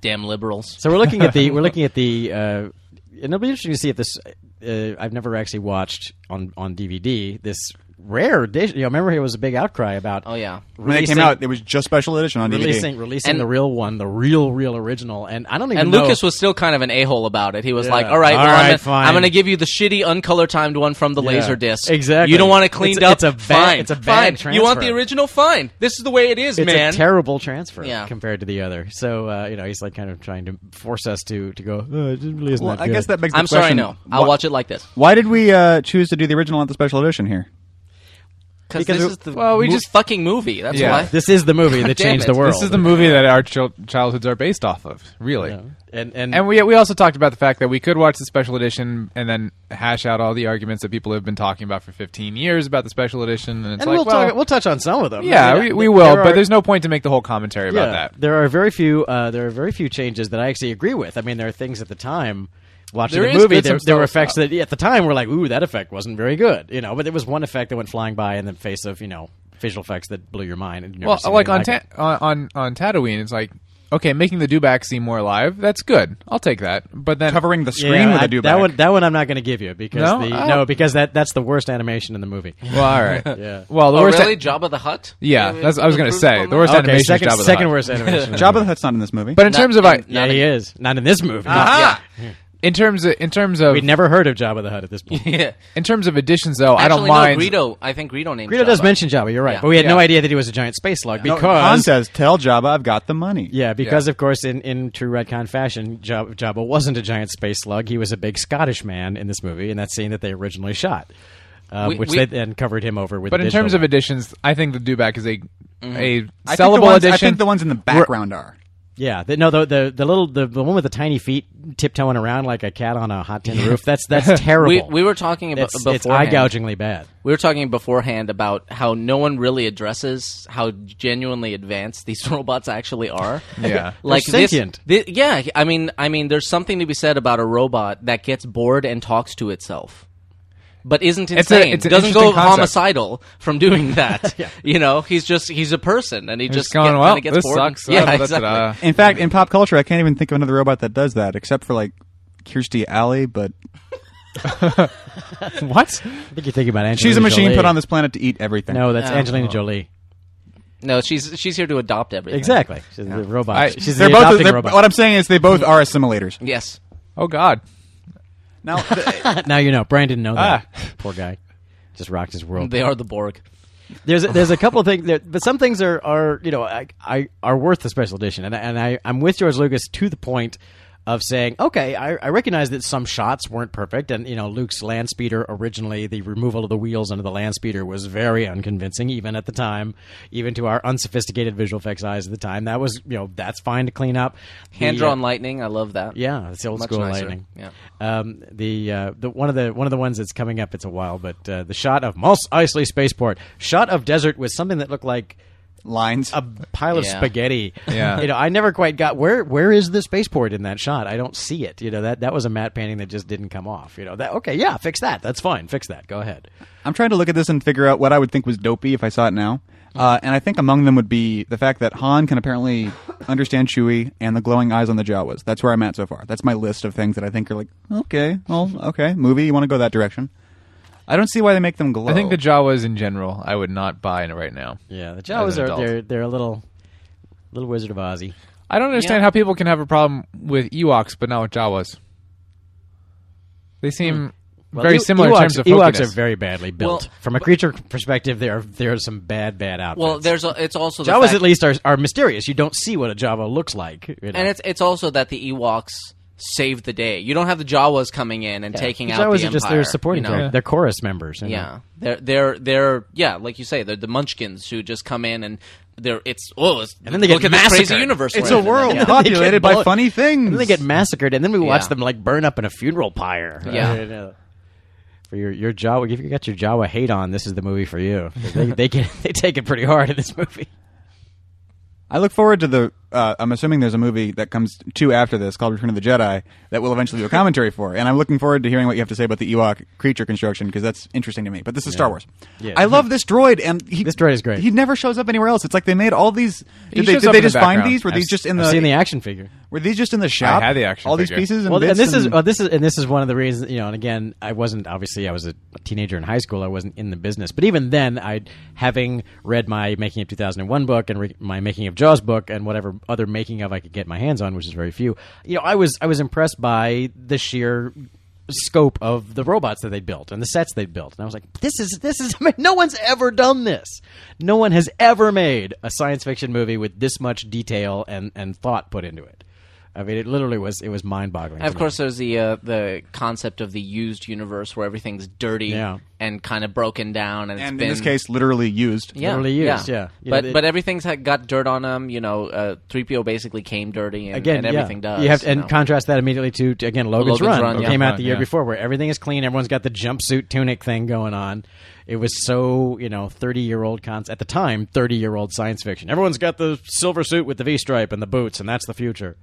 Speaker 3: Damn liberals.
Speaker 4: So we're looking at the we're looking at the, uh, and it'll be interesting to see if this. Uh, I've never actually watched on on DVD this rare edition. You know, remember it was a big outcry about.
Speaker 3: Oh yeah.
Speaker 2: when they came out, it was just special edition on
Speaker 4: releasing
Speaker 2: DVD.
Speaker 4: releasing
Speaker 3: And-
Speaker 4: the real one, the real real original, and I don't even
Speaker 3: And
Speaker 4: know.
Speaker 3: Lucas was still kind of an a hole about it. He was
Speaker 4: Yeah.
Speaker 3: like, "All right,
Speaker 4: All
Speaker 3: well,
Speaker 4: right,
Speaker 3: I'm, gonna,
Speaker 4: fine.
Speaker 3: I'm gonna give you the shitty, uncolor timed one from the laser disc.
Speaker 4: Exactly.
Speaker 3: You don't want it cleaned
Speaker 4: It's-
Speaker 3: up.
Speaker 4: it's a bad-
Speaker 3: fine.
Speaker 4: it's a bad
Speaker 3: fine. You want the
Speaker 4: transfer.
Speaker 3: original? Fine. This is the way it is,
Speaker 4: it's
Speaker 3: man.
Speaker 4: a terrible transfer
Speaker 3: Yeah.
Speaker 4: compared to the other. So uh, you know, he's like kind of trying to force us to to go. Oh, it really isn't
Speaker 2: Well,
Speaker 4: that
Speaker 2: I guess
Speaker 4: good."
Speaker 2: that makes. The
Speaker 3: I'm sorry.
Speaker 2: question,
Speaker 3: No, I'll
Speaker 2: why-
Speaker 3: watch it like this.
Speaker 2: Why did we uh, choose to do the original, not the special edition here?
Speaker 3: because
Speaker 4: Because
Speaker 3: this
Speaker 4: we-
Speaker 3: is the
Speaker 5: well, we
Speaker 3: mo-
Speaker 5: just-
Speaker 3: fucking movie. That's
Speaker 5: Yeah.
Speaker 3: why.
Speaker 4: This is the movie
Speaker 3: God
Speaker 4: that
Speaker 3: damn
Speaker 4: changed
Speaker 3: it.
Speaker 4: the world.
Speaker 5: This is the movie that our chil- childhoods are based off of, really.
Speaker 4: Yeah. And and,
Speaker 5: And we we also talked about the fact that we could watch the special edition and then hash out all the arguments that people have been talking about for 15 years about the special edition. And it's
Speaker 4: and
Speaker 5: like,
Speaker 4: we'll
Speaker 5: well,
Speaker 4: talk, we'll touch on some of them. I
Speaker 5: yeah,
Speaker 4: mean,
Speaker 5: we,
Speaker 4: I-
Speaker 5: we
Speaker 4: there
Speaker 5: will, but
Speaker 4: are-
Speaker 5: there's no point to make the whole commentary about
Speaker 4: yeah,
Speaker 5: that.
Speaker 4: There are very few. Uh, there are very few changes that I actually agree with. I mean, there are things at the time watching
Speaker 5: There
Speaker 4: the
Speaker 5: is
Speaker 4: movie.
Speaker 5: good
Speaker 4: There,
Speaker 5: some
Speaker 4: there were
Speaker 5: stuff. uh,
Speaker 4: effects that yeah, at the time were like, "Ooh, that effect wasn't very good," you know. But there was one effect that went flying by in the face of you know visual effects that blew your mind. And you'd never
Speaker 5: Well,
Speaker 4: seen
Speaker 5: like
Speaker 4: anything
Speaker 5: on, ta-
Speaker 4: it.
Speaker 5: on on on Tatooine, it's like okay, making the Dubak seem more alive. That's good. I'll take that. But then
Speaker 2: Covering the
Speaker 4: Yeah,
Speaker 2: screen with
Speaker 4: I-
Speaker 2: a do
Speaker 4: that one. That one I'm not going to give you because
Speaker 5: No?
Speaker 4: the,
Speaker 5: Oh.
Speaker 4: no because that that's the worst animation in the movie.
Speaker 5: Well, all right.
Speaker 4: Yeah.
Speaker 5: Well, the
Speaker 3: oh,
Speaker 5: worst.
Speaker 3: really? Jabba the Hutt?
Speaker 5: Yeah, that's I was gonna say the worst
Speaker 4: okay,
Speaker 5: animation.
Speaker 4: second
Speaker 5: is Jabba the
Speaker 4: second
Speaker 5: Hutt.
Speaker 4: worst animation.
Speaker 2: Jabba the Hutt's not in this movie.
Speaker 5: But in terms of I,
Speaker 4: Yeah, he is not in this movie.
Speaker 5: Ah! in terms of in terms of
Speaker 4: We'd never heard of Jabba the Hutt at this point.
Speaker 3: yeah.
Speaker 5: in terms of additions though, I
Speaker 3: Actually,
Speaker 5: don't mind.
Speaker 3: No, Greedo. I think Greedo named.
Speaker 4: Greedo does
Speaker 3: Jabba.
Speaker 4: mention Jabba. You're right,
Speaker 3: Yeah.
Speaker 4: but we had no
Speaker 5: Yeah.
Speaker 4: idea that he was a giant space slug
Speaker 2: No,
Speaker 4: because
Speaker 2: Han says, "Tell Jabba I've got the money."
Speaker 4: Yeah, because
Speaker 5: Yeah.
Speaker 4: of course, in, in true retcon fashion, Jab- Jabba wasn't a giant space slug. He was a big Scottish man in this movie, in that scene that they originally shot, uh,
Speaker 3: We-
Speaker 4: which
Speaker 3: we-
Speaker 4: they then covered him over with.
Speaker 5: But in
Speaker 4: digital
Speaker 5: terms of additions, I think the Dubak is a
Speaker 4: Mm-hmm.
Speaker 5: a
Speaker 2: I think, the
Speaker 5: sellable
Speaker 2: ones, I
Speaker 5: addition.
Speaker 2: think the ones in the background are.
Speaker 4: yeah, the, no, the, the the little the, the one with the tiny feet tiptoeing around like a cat on a hot tin roof. That's that's terrible.
Speaker 3: We, we were talking about
Speaker 4: it's, it's eye gougingly bad.
Speaker 3: We were talking beforehand about how no one really addresses how genuinely advanced these robots actually are.
Speaker 5: Yeah.
Speaker 3: like
Speaker 4: They're
Speaker 3: this-
Speaker 4: sentient.
Speaker 3: thi- yeah, I mean, I mean, there's something to be said about a robot that gets bored and talks to itself, but isn't
Speaker 5: It's a-
Speaker 3: insane.
Speaker 5: it's an
Speaker 3: doesn't go
Speaker 5: interesting concept.
Speaker 3: homicidal from doing that. You know, he's just he's a person, and he
Speaker 5: Just
Speaker 3: just
Speaker 5: going,
Speaker 3: get- kinda
Speaker 5: well,
Speaker 3: gets
Speaker 5: this
Speaker 3: bored. and-
Speaker 5: sucks.
Speaker 3: Yeah,
Speaker 5: Uh, that's,
Speaker 3: exactly.
Speaker 5: uh,
Speaker 2: In fact, in pop culture, I can't even think of another robot that does that, except for like Kirstie Alley. But
Speaker 5: what?
Speaker 4: I think you're thinking about Angelina.
Speaker 2: she's a machine
Speaker 4: Jolie.
Speaker 2: put on this planet to eat everything.
Speaker 4: No, that's
Speaker 3: No.
Speaker 4: Angelina Jolie.
Speaker 3: No, she's she's here to adopt everything.
Speaker 4: Exactly. She's the robot.
Speaker 5: I-
Speaker 4: she's
Speaker 2: they're
Speaker 4: the
Speaker 2: both.
Speaker 4: adopting
Speaker 2: they're-
Speaker 4: robot.
Speaker 2: What I'm saying is, they both are assimilators.
Speaker 3: Yes.
Speaker 5: Oh God.
Speaker 2: Now, the,
Speaker 4: now you know. Brian didn't know that. Poor guy. Just rocked his world.
Speaker 3: Ah. They are the Borg.
Speaker 4: There's a, there's a couple of things, there, but some things are are you know I, I are worth the special edition, and I- and I I'm with George Lucas to the point of saying okay I, I recognize that some shots weren't perfect and you know luke's land speeder originally the removal of the wheels under the land speeder was very unconvincing even at the time even to our unsophisticated visual effects eyes at the time that was you know that's fine to clean up The,
Speaker 3: Hand drawn
Speaker 4: uh,
Speaker 3: lightning. I love that.
Speaker 4: yeah, it's the old
Speaker 3: Much
Speaker 4: school
Speaker 3: nicer.
Speaker 4: lightning.
Speaker 3: Yeah.
Speaker 4: Um, the uh, the one of the one of the ones that's coming up. It's a while, but uh, the shot of Mos Eisley spaceport, shot of desert with something that looked like
Speaker 2: lines.
Speaker 4: a pile of
Speaker 3: Yeah.
Speaker 4: spaghetti.
Speaker 5: Yeah.
Speaker 4: you know, I never quite got where where is the spaceport in that shot. I don't see it. You know that that was a matte painting that just didn't come off. You know that okay, yeah, fix that. That's fine. Fix that. Go ahead.
Speaker 2: I'm trying to look at this and figure out what I would think was dopey if I saw it now. Uh, and I think among them would be the fact that Han can apparently understand Chewie and the glowing eyes on the Jawas. That's where I'm at so far. That's my list of things that I think are like, okay, well, okay, movie, you want to go that direction. I don't see why they make them glow.
Speaker 5: I think the
Speaker 4: Oh.
Speaker 5: Jawas in general, I would not buy in right now.
Speaker 4: Yeah, the
Speaker 5: As
Speaker 4: Jawas
Speaker 5: an
Speaker 4: are
Speaker 5: adult.
Speaker 4: they're they're a little little Wizard of Ozzy.
Speaker 5: I don't understand
Speaker 3: Yeah.
Speaker 5: how people can have a problem with Ewoks but not with Jawas. They seem very
Speaker 4: E-
Speaker 5: similar
Speaker 4: Ewoks,
Speaker 5: in terms of
Speaker 4: Ewoks
Speaker 5: hokiness.
Speaker 4: are very badly built.
Speaker 3: Well,
Speaker 4: From a creature perspective, there are there are some bad bad outfits.
Speaker 3: Well, there's a, it's also the
Speaker 4: Jawas
Speaker 3: fact-
Speaker 4: at least are, are mysterious. You don't see what a Jawa looks like. you know.
Speaker 3: and it's it's also that the Ewoks saved the day. You don't have the Jawas coming in and taking
Speaker 4: The
Speaker 3: out
Speaker 4: Jawas
Speaker 3: the
Speaker 4: are just
Speaker 3: Empire,
Speaker 4: their supporting
Speaker 3: you know?
Speaker 4: character. They're chorus members. you know.
Speaker 3: Yeah, they're they're they're yeah, like you say, they're the Munchkins who just come in and they're it's oh, it's,
Speaker 4: And then they get
Speaker 3: look at this crazy
Speaker 4: massacred.
Speaker 3: universe.
Speaker 2: it's
Speaker 3: we're
Speaker 2: a
Speaker 3: in.
Speaker 2: world
Speaker 3: Yeah.
Speaker 4: They
Speaker 2: populated
Speaker 4: get
Speaker 2: by
Speaker 4: bullet-
Speaker 2: funny things.
Speaker 4: And then they get massacred, and then we watch
Speaker 3: Yeah.
Speaker 4: them like burn up in a funeral pyre.
Speaker 3: Yeah.
Speaker 4: You know. For your your Jawa, if you got your Jawa hate on, this is the movie for you. 'Cause They they, can, they take it pretty hard in this movie.
Speaker 2: I look forward to the. Uh, I'm assuming there's a movie that comes two after this called Return of the Jedi that we'll eventually do a commentary for, and I'm looking forward to hearing what you have to say about the Ewok creature construction because that's interesting to me. But this is Star Wars.
Speaker 4: Yeah.
Speaker 2: I love this droid, and he,
Speaker 4: This droid is great.
Speaker 2: He never shows up anywhere else. It's like they made all these. Did they,
Speaker 5: shows
Speaker 2: did
Speaker 5: up
Speaker 2: they
Speaker 5: in the
Speaker 2: just find
Speaker 5: background.
Speaker 2: these? Were
Speaker 5: I've
Speaker 2: these just in the?
Speaker 4: I've seen the action figure.
Speaker 2: were these just in the shop?
Speaker 5: had the action
Speaker 2: All these
Speaker 5: figure.
Speaker 2: pieces and
Speaker 4: well,
Speaker 2: bits.
Speaker 4: and this is
Speaker 2: and-
Speaker 4: well, this is and this is one of the reasons you know. And again, I wasn't obviously I was a teenager in high school. I wasn't in the business, but even then, I having read my Making of 2001 book and re- my Making of Jaws book and whatever other making of I could get my hands on, which is very few. You know, I was I was impressed by the sheer scope of the robots that they built and the sets they built and i was like this is this is I mean, no one's ever done this no one has ever made a science fiction movie with this much detail and and thought put into it I mean, it literally was it was mind boggling.
Speaker 3: And of course, there's the uh, the concept of the used universe where everything's dirty
Speaker 4: Yeah.
Speaker 3: and kind of broken down, and, it's
Speaker 2: and
Speaker 3: been
Speaker 2: in this case, literally used.
Speaker 3: yeah,
Speaker 4: literally used, yeah. You know,
Speaker 3: but
Speaker 4: they-
Speaker 3: but everything's had, got dirt on them. You know, uh, three PO basically came dirty, and,
Speaker 4: again,
Speaker 3: and
Speaker 4: yeah.
Speaker 3: everything does.
Speaker 4: You have
Speaker 3: you
Speaker 4: and
Speaker 3: know.
Speaker 4: contrast that immediately to, to, again Logan's,
Speaker 3: Logan's
Speaker 4: Run,
Speaker 3: Run,
Speaker 4: it
Speaker 3: yeah.
Speaker 4: came out the year
Speaker 5: Yeah.
Speaker 4: before, where everything is clean, everyone's got the jumpsuit tunic thing going on. It was so you know thirty year old cons at the time thirty year old science fiction. Everyone's got the silver suit with the V stripe and the boots, and that's the future.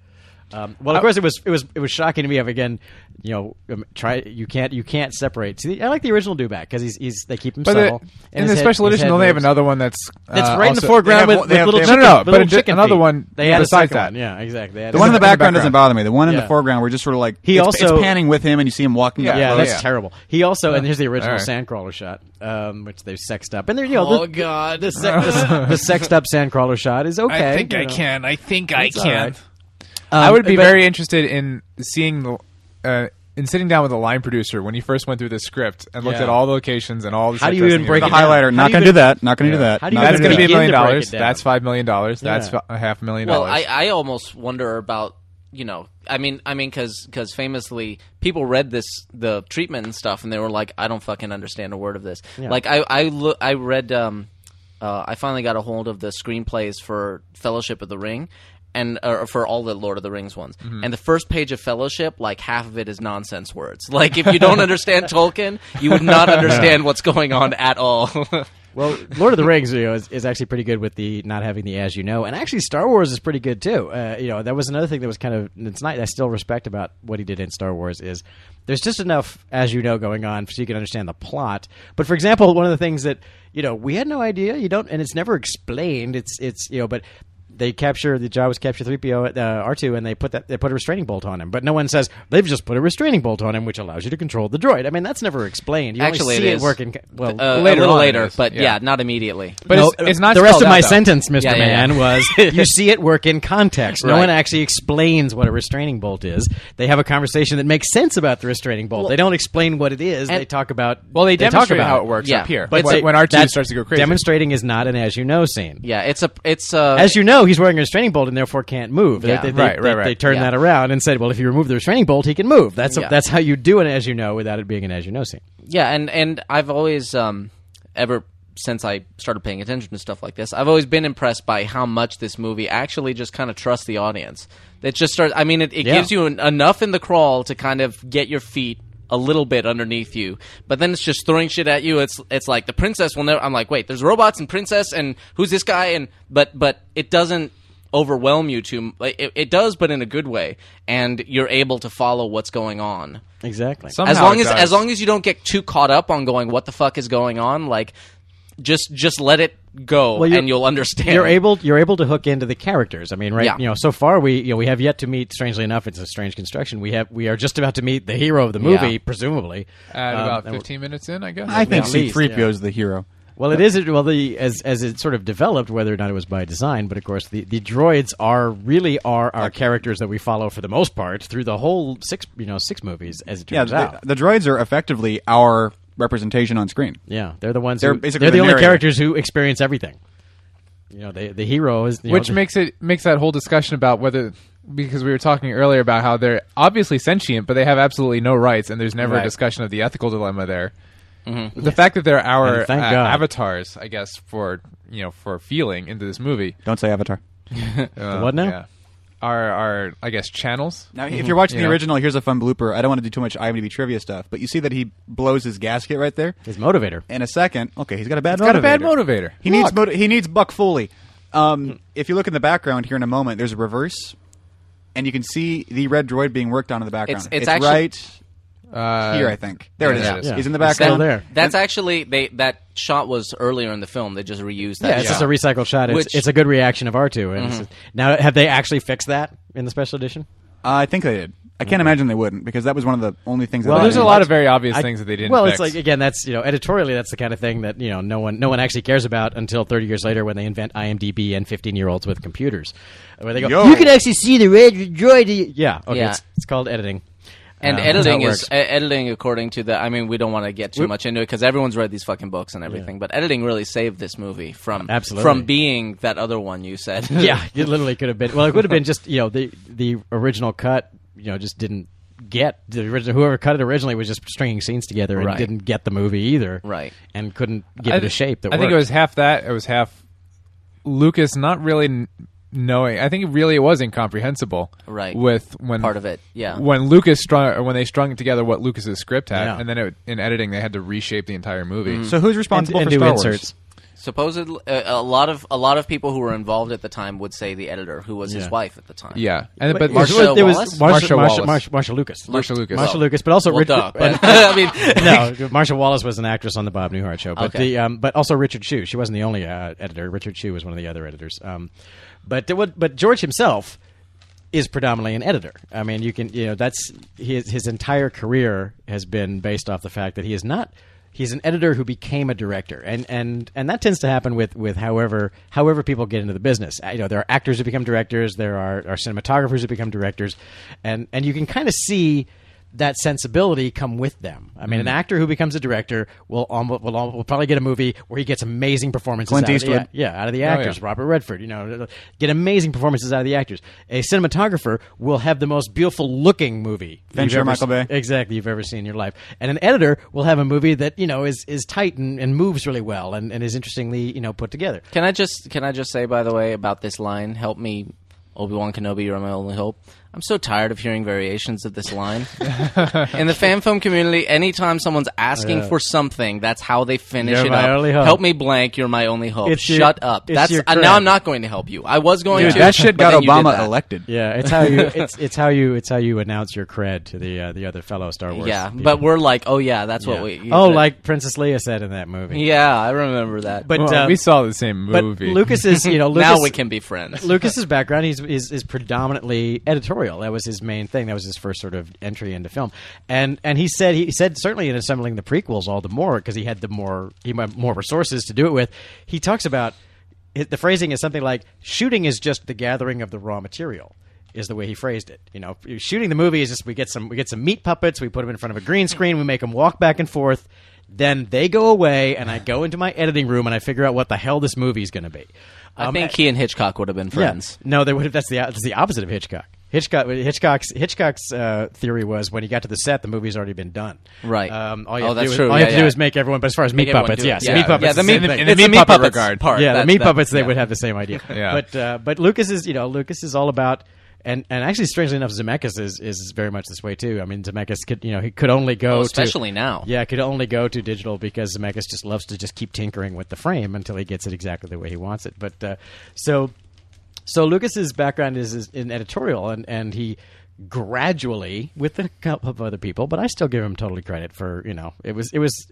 Speaker 4: Um, well, of course, it was it was it was shocking to me. Of again, you know, um, try you can't you can't separate. See, I like the original Dewback because he's he's they keep him
Speaker 5: But
Speaker 4: subtle.
Speaker 5: the,
Speaker 4: And
Speaker 5: in
Speaker 4: his
Speaker 5: the
Speaker 4: head-
Speaker 5: special
Speaker 4: his
Speaker 5: edition,
Speaker 4: head
Speaker 5: don't they have
Speaker 4: moves.
Speaker 5: another one that's
Speaker 4: That's
Speaker 5: uh,
Speaker 4: right in the
Speaker 5: also-
Speaker 4: foreground
Speaker 2: they have
Speaker 4: with,
Speaker 2: one- they
Speaker 4: with
Speaker 2: have-
Speaker 4: little
Speaker 2: they
Speaker 5: have-
Speaker 4: chicken,
Speaker 5: No, no, no, but
Speaker 4: little
Speaker 5: it did-
Speaker 4: chicken
Speaker 5: another
Speaker 4: feet.
Speaker 5: one
Speaker 4: They had a
Speaker 5: besides
Speaker 4: second
Speaker 5: that.
Speaker 4: one. Yeah, exactly. They had
Speaker 2: The
Speaker 4: a
Speaker 2: one in the
Speaker 4: second
Speaker 2: background doesn't bother me. The one in
Speaker 4: Yeah.
Speaker 2: the foreground, we're just sort of like
Speaker 4: He
Speaker 2: it's,
Speaker 4: also-
Speaker 2: it's panning with him, and you see him walking.
Speaker 5: Yeah,
Speaker 2: up
Speaker 4: Yeah,
Speaker 5: well,
Speaker 4: that's
Speaker 5: yeah.
Speaker 4: terrible. He also, and here's the original
Speaker 5: All right.
Speaker 4: sandcrawler shot, um, which they've sexed up. And there, you know,
Speaker 3: Oh
Speaker 4: the,
Speaker 3: God,
Speaker 4: the, sec- the, the sexed up sandcrawler shot is okay. you know.
Speaker 5: I think I
Speaker 4: It's all right.
Speaker 5: I
Speaker 4: Um,
Speaker 5: would be
Speaker 4: but-
Speaker 5: very interested in seeing the. Uh, in sitting down with a line producer when he first went through the script and looked
Speaker 4: Yeah.
Speaker 5: at all the locations and all the
Speaker 4: How do
Speaker 5: set
Speaker 4: you even
Speaker 5: dressing
Speaker 4: break
Speaker 5: and
Speaker 2: the
Speaker 4: it down?
Speaker 5: everything.
Speaker 2: highlighter.
Speaker 4: How
Speaker 2: Not
Speaker 4: do
Speaker 2: going to
Speaker 4: you
Speaker 2: do
Speaker 4: even-
Speaker 2: that. Not going to do that.
Speaker 4: How do you
Speaker 2: Not
Speaker 5: That's
Speaker 4: even
Speaker 2: gonna
Speaker 5: going to be a
Speaker 4: begin
Speaker 5: million
Speaker 4: to break
Speaker 5: dollars.
Speaker 4: it down?
Speaker 5: That's five million dollars. That's
Speaker 4: Yeah.
Speaker 5: fi- a half a million
Speaker 3: Well, I,
Speaker 5: dollars.
Speaker 3: I almost wonder about you know I mean I mean because famously people read this the treatment and stuff and they were like I don't fucking understand a word of this like I I look I read um uh, I finally got a hold of the screenplays for Fellowship of the Ring. And uh, for all the Lord of the Rings ones,
Speaker 5: Mm-hmm.
Speaker 3: and the first page of Fellowship, like half of it is nonsense words. Like if you don't understand Tolkien, you would not understand what's going on at all. Uh,
Speaker 4: Well, Lord of the Rings you know, is, is actually pretty good with the not having the as you know, and actually Star Wars is pretty good too. Uh, you know, that was another thing that was kind of it's not I still respect about what he did in Star Wars is there's just enough as you know going on so you can understand the plot. But for example, one of the things that you know we had no idea you don't, and it's never explained. It's it's you know, but they capture the Jawas capture three PO at uh, R two, and they put that they put a restraining bolt on him. But no one says they've just put a restraining bolt on him, which allows you to control the droid. I mean, that's never explained. You
Speaker 3: Actually,
Speaker 4: only see
Speaker 3: it is
Speaker 4: working. Well,
Speaker 3: Uh,
Speaker 5: later
Speaker 3: a little
Speaker 5: on it
Speaker 3: later,
Speaker 5: is,
Speaker 3: but
Speaker 5: yeah.
Speaker 3: yeah. not immediately.
Speaker 5: but
Speaker 4: no,
Speaker 5: it's, it's not
Speaker 4: the rest
Speaker 5: spelled
Speaker 4: of my
Speaker 5: out, though.
Speaker 4: sentence, Mr.
Speaker 3: Yeah, yeah,
Speaker 4: Man,
Speaker 3: yeah.
Speaker 4: was you see it work in context. No
Speaker 3: Right.
Speaker 4: one actually explains what a restraining bolt is. They have a conversation that makes sense about the restraining bolt. they don't explain what it is. They talk about
Speaker 5: Well, they,
Speaker 4: talk
Speaker 5: demonstrate
Speaker 4: about
Speaker 5: how it works
Speaker 3: Yeah.
Speaker 5: up here.
Speaker 3: But
Speaker 5: But
Speaker 4: they-
Speaker 5: when, when R two
Speaker 4: that's-
Speaker 5: starts to go crazy,
Speaker 4: demonstrating is not an as you know scene.
Speaker 3: Yeah, it's a it's a
Speaker 4: As you know, he's wearing a restraining bolt and therefore can't move. They-
Speaker 3: Yeah.
Speaker 4: they, they-
Speaker 5: Right, right,
Speaker 4: they-
Speaker 5: right.
Speaker 4: they turned
Speaker 3: Yeah.
Speaker 4: that around and said, "Well, if you remove the restraining bolt, he can move." That's
Speaker 3: Yeah.
Speaker 4: that's how you do an as you know without it being an as you know scene.
Speaker 3: Yeah, and and I've always um ever since I started paying attention to stuff like this, I've always been impressed by how much this movie actually just kind of trusts the audience. It just starts. I mean, it, it
Speaker 4: Yeah.
Speaker 3: gives you an, enough in the crawl to kind of get your feet a little bit underneath you, but then it's just throwing shit at you. It's it's like the princess will never. I'm like, wait, there's robots and princess, and who's this guy? And but but it doesn't overwhelm you too. like, It, it does, but in a good way, and you're able to follow what's going on
Speaker 4: Exactly.
Speaker 3: as
Speaker 5: Somehow
Speaker 3: long as
Speaker 5: it does.
Speaker 3: as long as you don't get too caught up on going what the fuck is going on like just just let it go
Speaker 4: you're-
Speaker 3: and you'll understand
Speaker 4: You're able you're able to hook into the characters. I mean, right?
Speaker 3: Yeah.
Speaker 4: You know, so far we you know we have yet to meet. Strangely enough, it's a strange construction. We have we are just about to meet the hero of the movie,
Speaker 3: Yeah.
Speaker 4: presumably.
Speaker 5: at
Speaker 4: Um,
Speaker 5: about
Speaker 4: and we're-
Speaker 5: fifteen minutes in, I guess.
Speaker 2: I think
Speaker 4: At least,
Speaker 2: C-3PO
Speaker 4: yeah.
Speaker 2: is the hero.
Speaker 4: Well, it is well the as as it sort of developed, whether or not it was by design. But of course, the, the droids are really are our characters that we follow for the most part through the whole six you know six movies as it
Speaker 2: Yeah,
Speaker 4: turns
Speaker 2: the,
Speaker 4: out.
Speaker 2: the droids are effectively our representation on screen.
Speaker 4: yeah, they're the ones.
Speaker 2: They're
Speaker 4: who,
Speaker 2: basically
Speaker 4: they're the,
Speaker 2: the
Speaker 4: only
Speaker 2: narrator.
Speaker 4: characters who experience everything. You know, the the hero is you know,
Speaker 5: which
Speaker 4: the-
Speaker 5: makes it makes that whole discussion about whether because we were talking earlier about how they're obviously sentient but they have absolutely no rights and there's never
Speaker 4: Right. Mm-hmm.
Speaker 5: a discussion of the ethical dilemma there the fact that they're our
Speaker 4: And thank
Speaker 5: uh,
Speaker 4: God.
Speaker 5: avatars i guess for you know for feeling into this movie
Speaker 2: Don't say Avatar.
Speaker 5: uh,
Speaker 4: what now?
Speaker 5: are are i guess channels
Speaker 2: Now, if you're watching
Speaker 5: Yeah.
Speaker 2: the original, here's a fun blooper. I don't want to do too much IMDb trivia stuff, but you see that he blows his gasket right there.
Speaker 4: his motivator.
Speaker 2: In a second, okay, he's got a bad motivator.
Speaker 5: got a bad motivator.
Speaker 2: He needs moti- he needs Buck Foley. Um, if you look in the background here in a moment, there's a reverse, and you can see the red droid being worked on in the background.
Speaker 3: It's- it's actually-
Speaker 2: right
Speaker 5: uh,
Speaker 2: here, I think. There it is.
Speaker 5: yeah.
Speaker 4: Yeah.
Speaker 2: He's in the
Speaker 4: It's
Speaker 2: background.
Speaker 4: still there.
Speaker 3: that's actually they that shot was earlier in the film they just reused that
Speaker 4: Yeah, it's
Speaker 3: shot.
Speaker 4: just a recycled shot. It's,
Speaker 3: Which-
Speaker 4: it's a good reaction of R2. And it's just- now, have they actually fixed that in the special edition?
Speaker 2: Uh, I think they did. I can't imagine they wouldn't because that was one of the only things.
Speaker 4: Well,
Speaker 2: that I
Speaker 5: there's a
Speaker 2: didn't
Speaker 5: lot
Speaker 2: like.
Speaker 5: of very obvious
Speaker 4: I-
Speaker 5: things that they didn't
Speaker 4: Well,
Speaker 5: fix.
Speaker 4: it's like again, that's you know, editorially, that's the kind of thing that you know, no one, no one actually cares about until 30 years later when they invent IMDb and 15 year olds with computers, where they go,
Speaker 2: Yo.
Speaker 4: you can actually see the red droid. Yeah, okay,
Speaker 3: Yeah.
Speaker 4: It's, it's called editing. Uh,
Speaker 3: and
Speaker 4: Yeah,
Speaker 3: editing
Speaker 4: that
Speaker 3: is
Speaker 4: works.
Speaker 3: e- editing according to the. I mean, we don't want to get too much into it because everyone's read these fucking books and everything. But editing really saved this movie from
Speaker 4: Absolutely.
Speaker 3: from being that other one you said.
Speaker 4: yeah, it literally could have been. Well, it would have been just you know the the original cut. You know, just didn't get the original. Whoever cut it originally was just stringing scenes together and
Speaker 3: Right.
Speaker 4: didn't get the movie either.
Speaker 3: Right.
Speaker 4: and couldn't give it a
Speaker 5: th-
Speaker 4: shape that
Speaker 5: I think it
Speaker 4: worked.
Speaker 5: was half that. It was half Lucas not really n- knowing. I think really it was incomprehensible.
Speaker 3: Right.
Speaker 5: With when
Speaker 3: Part of it, yeah.
Speaker 5: When Lucas strung or when they strung together what Lucas's script had,
Speaker 4: Yeah.
Speaker 5: and then it, in editing they had to reshape the entire movie.
Speaker 3: Mm-hmm.
Speaker 2: So who's
Speaker 4: and,
Speaker 2: responsible
Speaker 4: and
Speaker 2: for
Speaker 4: do
Speaker 2: Star
Speaker 4: inserts.
Speaker 3: Supposedly, uh, a lot of a lot of people who were involved at the time would say the editor, who was his
Speaker 4: Yeah.
Speaker 3: wife at the time.
Speaker 5: yeah, and but,
Speaker 4: It was-
Speaker 3: Marsha
Speaker 4: it was
Speaker 3: Wallace?
Speaker 4: Marsha,
Speaker 5: Marsha
Speaker 4: Marsha,
Speaker 5: Wallace.
Speaker 4: Marsha, Marsha Lucas.
Speaker 5: Marsha Lucas.
Speaker 4: Marsha
Speaker 5: Well-
Speaker 4: Lucas, but also
Speaker 3: Well,
Speaker 4: Richard.
Speaker 3: duh, but- I mean,
Speaker 4: no, Marsha Wallace was an actress on the Bob Newhart show, but
Speaker 3: Okay.
Speaker 4: the um, but also Richard Shue. She wasn't the only uh, editor. Richard Shue was one of the other editors. Um, but there would- but George himself is predominantly an editor. I mean, you can you know that's his his entire career has been based off the fact that he is not. He's an editor who became a director, and, and, and that tends to happen with, with however however people get into the business. Uh, You know, there are actors who become directors, there are, are cinematographers who become directors, and, and you can kind of see that sensibility come with them. I mean, an actor who becomes a director will almost will, almo- will probably get a movie where he gets amazing performances.
Speaker 2: Clint
Speaker 4: out of the-
Speaker 2: Eastwood.
Speaker 4: Oh, yeah, out of the actors. Robert Redford, you know, get amazing performances out of the actors. A cinematographer will have the most beautiful looking movie.
Speaker 2: Fincher,
Speaker 4: you've ever
Speaker 2: Michael
Speaker 4: se-
Speaker 2: Bay.
Speaker 4: exactly you've ever seen in your life. And an editor will have a movie that you know is is tight and, and moves really well and, and is interestingly you know put together.
Speaker 3: Can I just can I just say by the way about this line? Help me, Obi Wan Kenobi, you're my only hope. I'm so tired of hearing variations of this line in the fan film community. Anytime someone's asking for something, that's how they finish
Speaker 4: You're
Speaker 3: it
Speaker 4: my
Speaker 3: up.
Speaker 4: only hope.
Speaker 3: Help me, blank. You're my only hope.
Speaker 4: It's your-
Speaker 3: Shut up.
Speaker 4: it's
Speaker 3: That's
Speaker 4: your
Speaker 3: uh,
Speaker 4: crap.
Speaker 3: now. I'm not going to help you. I was going
Speaker 2: Dude,
Speaker 3: to.
Speaker 2: that shit
Speaker 3: but
Speaker 2: got
Speaker 3: then you did
Speaker 2: Obama
Speaker 3: that.
Speaker 2: elected.
Speaker 4: Yeah, it's how you it's it's how you it's how you announce your cred to the uh, the other fellow Star Wars.
Speaker 3: Yeah,
Speaker 4: people.
Speaker 3: but we're like, oh yeah, that's
Speaker 4: Yeah.
Speaker 3: what we.
Speaker 4: oh, like Princess Leia said in that movie.
Speaker 3: yeah, I remember that.
Speaker 4: But
Speaker 5: Well,
Speaker 4: uh,
Speaker 5: we saw the same
Speaker 4: but
Speaker 5: movie.
Speaker 4: Lucas is you know Lucas,
Speaker 3: now we can be friends.
Speaker 4: Lucas's background is, is is predominantly editorial. That was his main thing. That was his first sort of entry into film. And and he said he said certainly in assembling the prequels all the more because he had the more he had more resources to do it with. He talks about it- the phrasing is something like shooting is just the gathering of the raw material is the way he phrased it. You know, shooting the movie is just we get some we get some meat puppets, we put them in front of a green screen, we make them walk back and forth. Then they go away, and I go into my editing room and I figure out what the hell this movie is going to be.
Speaker 3: I
Speaker 4: Um,
Speaker 3: think he and Hitchcock would have been friends.
Speaker 4: yeah. No, they would have. That's the that's the opposite of Hitchcock. Hitchcock Hitchcock's Hitchcock's uh, theory was when he got to the set, the movie's already been done.
Speaker 3: Right.
Speaker 4: Um, all you
Speaker 3: Oh,
Speaker 4: have to
Speaker 3: that's
Speaker 4: do is,
Speaker 3: true.
Speaker 4: all
Speaker 3: Yeah,
Speaker 4: you have to
Speaker 3: yeah.
Speaker 4: do is make everyone. But as far as meat
Speaker 3: everyone
Speaker 4: puppets,
Speaker 3: do it.
Speaker 4: yes,
Speaker 3: Yeah.
Speaker 4: meat puppets.
Speaker 3: Yeah,
Speaker 4: is
Speaker 3: the meat-
Speaker 4: same thing.
Speaker 3: in the
Speaker 4: It's a
Speaker 3: meat puppets part.
Speaker 4: Yeah, the
Speaker 3: That-
Speaker 4: meat
Speaker 3: that-
Speaker 4: puppets. They
Speaker 3: yeah.
Speaker 4: would have the same idea.
Speaker 5: Yeah.
Speaker 4: But uh, but Lucas is you know Lucas is all about. And, and actually, strangely enough, Zemeckis is, is very much this way too. I mean, Zemeckis could you know he could only go
Speaker 3: Oh,
Speaker 4: to-
Speaker 3: especially now.
Speaker 4: Yeah, it could only go to digital because Zemeckis just loves to just keep tinkering with the frame until he gets it exactly the way he wants it. But uh, so so Lucas's background is, is in editorial, and, and he gradually, with the help of other people, but I still give him totally credit for you know it was it was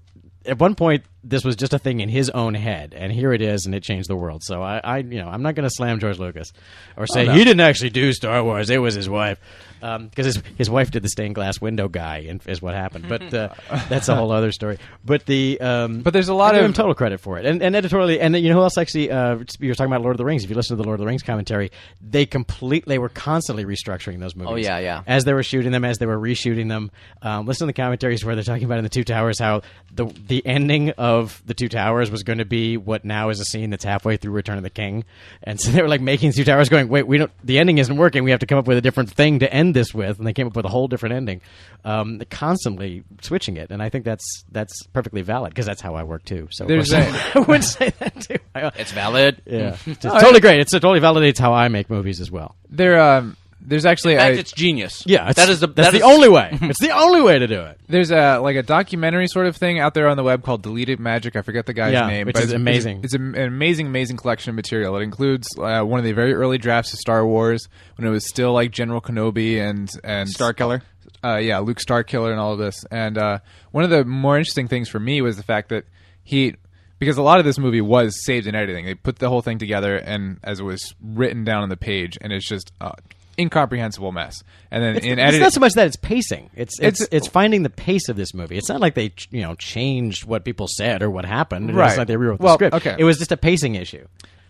Speaker 4: at one point this was just a thing in his own head, and here it is, and it changed the world. So I, I you know I'm not going to slam George Lucas or say
Speaker 5: Oh,
Speaker 4: he didn't actually do Star Wars; it was his wife, because his his wife did the stained glass window guy, and is what happened. But uh, that's a whole other story. But the um,
Speaker 5: But there's a lot
Speaker 4: I give
Speaker 5: of-
Speaker 4: him total credit for it, and, and editorially, and you know who else actually? Uh, you were talking about Lord of the Rings. If you listen to the Lord of the Rings commentary, they complete they were constantly restructuring those movies.
Speaker 3: Oh, yeah, yeah.
Speaker 4: As they were shooting them, as they were reshooting them. Um, listen to the commentaries where they're talking about in the Two Towers how the the ending of the Two Towers was going to be what now is a scene that's halfway through Return of the King, and so they were like making Two Towers, going, wait, we don't. The ending isn't working. We have to come up with a different thing to end this with, and they came up with a whole different ending, um, constantly switching it. And I think that's that's perfectly valid because that's how I work too. So of
Speaker 5: There's
Speaker 4: course,
Speaker 5: that-
Speaker 4: I wouldn't say that too. I-
Speaker 3: It's valid.
Speaker 4: yeah, it's totally great. It's, it totally validates how I make movies as well.
Speaker 5: there, um, there's actually
Speaker 3: In fact,
Speaker 5: a-
Speaker 3: it's genius.
Speaker 4: Yeah, it's,
Speaker 3: that is the
Speaker 4: that's
Speaker 3: that
Speaker 4: the
Speaker 3: is-
Speaker 4: only way. it's the only way to do it.
Speaker 5: There's a like a documentary sort of thing out there on the web called Deleted Magic. I forget the guy's
Speaker 4: Yeah,
Speaker 5: name,
Speaker 4: which
Speaker 5: but
Speaker 4: is
Speaker 5: it's-
Speaker 4: amazing.
Speaker 5: It's, an amazing, amazing collection of material. It includes uh, one of the very early drafts of Star Wars when it was still like General Kenobi and and
Speaker 2: Starkiller.
Speaker 5: Uh, yeah, Luke Starkiller and all of this. And uh, one of the more interesting things for me was the fact that he. Because a lot of this movie was saved in editing, they put the whole thing together, and as it was written down on the page, and it's just uh, incomprehensible mess. And then in
Speaker 4: it's
Speaker 5: editing,
Speaker 4: not so much that it's pacing. It's it's, it's
Speaker 5: It's-
Speaker 4: finding the pace of this movie. It's not like they ch- you know changed what people said or what happened. It's
Speaker 5: Right.
Speaker 4: like they rewrote the
Speaker 5: Well,
Speaker 4: script.
Speaker 5: okay.
Speaker 4: It was just a pacing issue.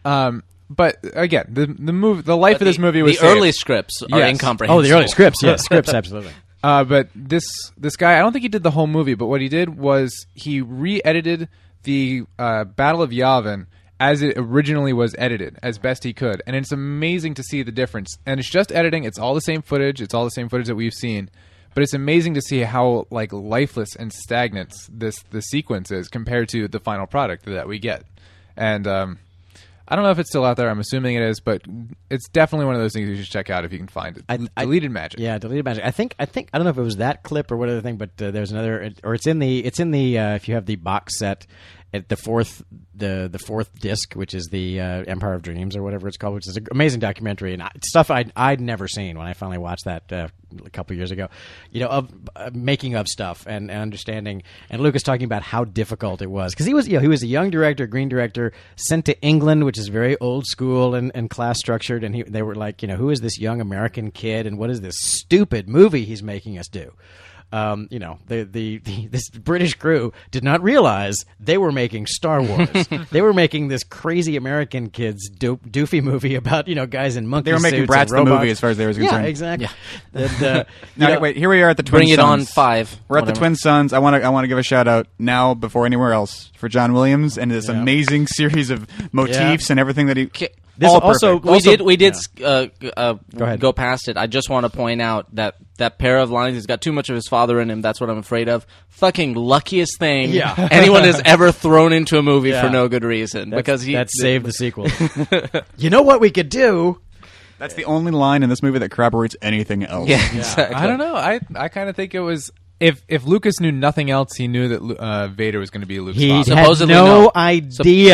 Speaker 5: Um, but again, the the move, the life
Speaker 3: but
Speaker 5: of this
Speaker 3: the-
Speaker 5: movie was
Speaker 3: the early
Speaker 5: saved.
Speaker 3: scripts are
Speaker 5: Yes.
Speaker 3: incomprehensible.
Speaker 4: Oh, the early scripts. Yeah, scripts absolutely.
Speaker 5: Uh, but this this guy, I don't think he did the whole movie, but what he did was he re-edited the uh, Battle of Yavin as it originally was edited as best he could, and it's amazing to see the difference. And it's just editing; it's all the same footage, it's all the same footage that we've seen, but it's amazing to see how like lifeless and stagnant this the sequence is compared to the final product that we get. And um, I don't know if it's still out there. I'm assuming it is, but it's definitely one of those things you should check out if you can find it. Deleted Magic.
Speaker 4: Yeah, deleted magic. I think I think I don't know if it was that clip or what other thing, but uh, there's another, or it's in the it's in the uh, if you have the box set at the fourth the the fourth disc, which is the uh, Empire of Dreams or whatever it's called, which is an amazing documentary and I- stuff I'd I'd never seen when I finally watched that uh, a couple years ago. You know, of uh, making of stuff and, and understanding and Lucas talking about how difficult it was because he was you know he was a young director, green director, sent to England, which is very old school and, and class structured, and he they were like you know who is this young American kid and what is this stupid movie he's making us do um, you know, the, the, the this British crew did not realize they were making Star Wars. they were making this crazy American kids do- doofy movie about you know guys in monkey
Speaker 2: They were making
Speaker 4: suits
Speaker 2: Bratz
Speaker 4: and
Speaker 2: the
Speaker 4: robots.
Speaker 2: movie, as far as they was concerned.
Speaker 4: Yeah, exactly. And, uh,
Speaker 2: Now,
Speaker 4: you know,
Speaker 2: wait, here we are at the Twin
Speaker 3: Bring it on
Speaker 2: Sons.
Speaker 3: five.
Speaker 2: We're at the
Speaker 3: whatever.
Speaker 2: Twin Sons. I want to I want to give a shout out now before anywhere else for John Williams and this amazing series of motifs and everything that he.
Speaker 4: This
Speaker 2: all
Speaker 4: also-
Speaker 2: perfect.
Speaker 3: we
Speaker 4: Also-
Speaker 3: did we did
Speaker 4: Yeah.
Speaker 3: uh, uh,
Speaker 4: Go ahead.
Speaker 3: go past it. I just want to point out that that pair of lines has got too much of his father in him. That's what I'm afraid of. Fucking luckiest thing
Speaker 4: Yeah.
Speaker 3: anyone has ever thrown into a movie
Speaker 4: Yeah.
Speaker 3: for no good reason because he
Speaker 4: that saved the sequel. you know what we could do?
Speaker 2: That's the only line in this movie that corroborates anything else.
Speaker 3: Yeah, exactly.
Speaker 5: I don't know. I I kind of think it was if if Lucas knew nothing else, he knew that Lu- uh, Vader was going to be Luke's
Speaker 4: He
Speaker 5: father.
Speaker 4: had
Speaker 3: Supposedly
Speaker 4: no,
Speaker 3: no.
Speaker 4: idea.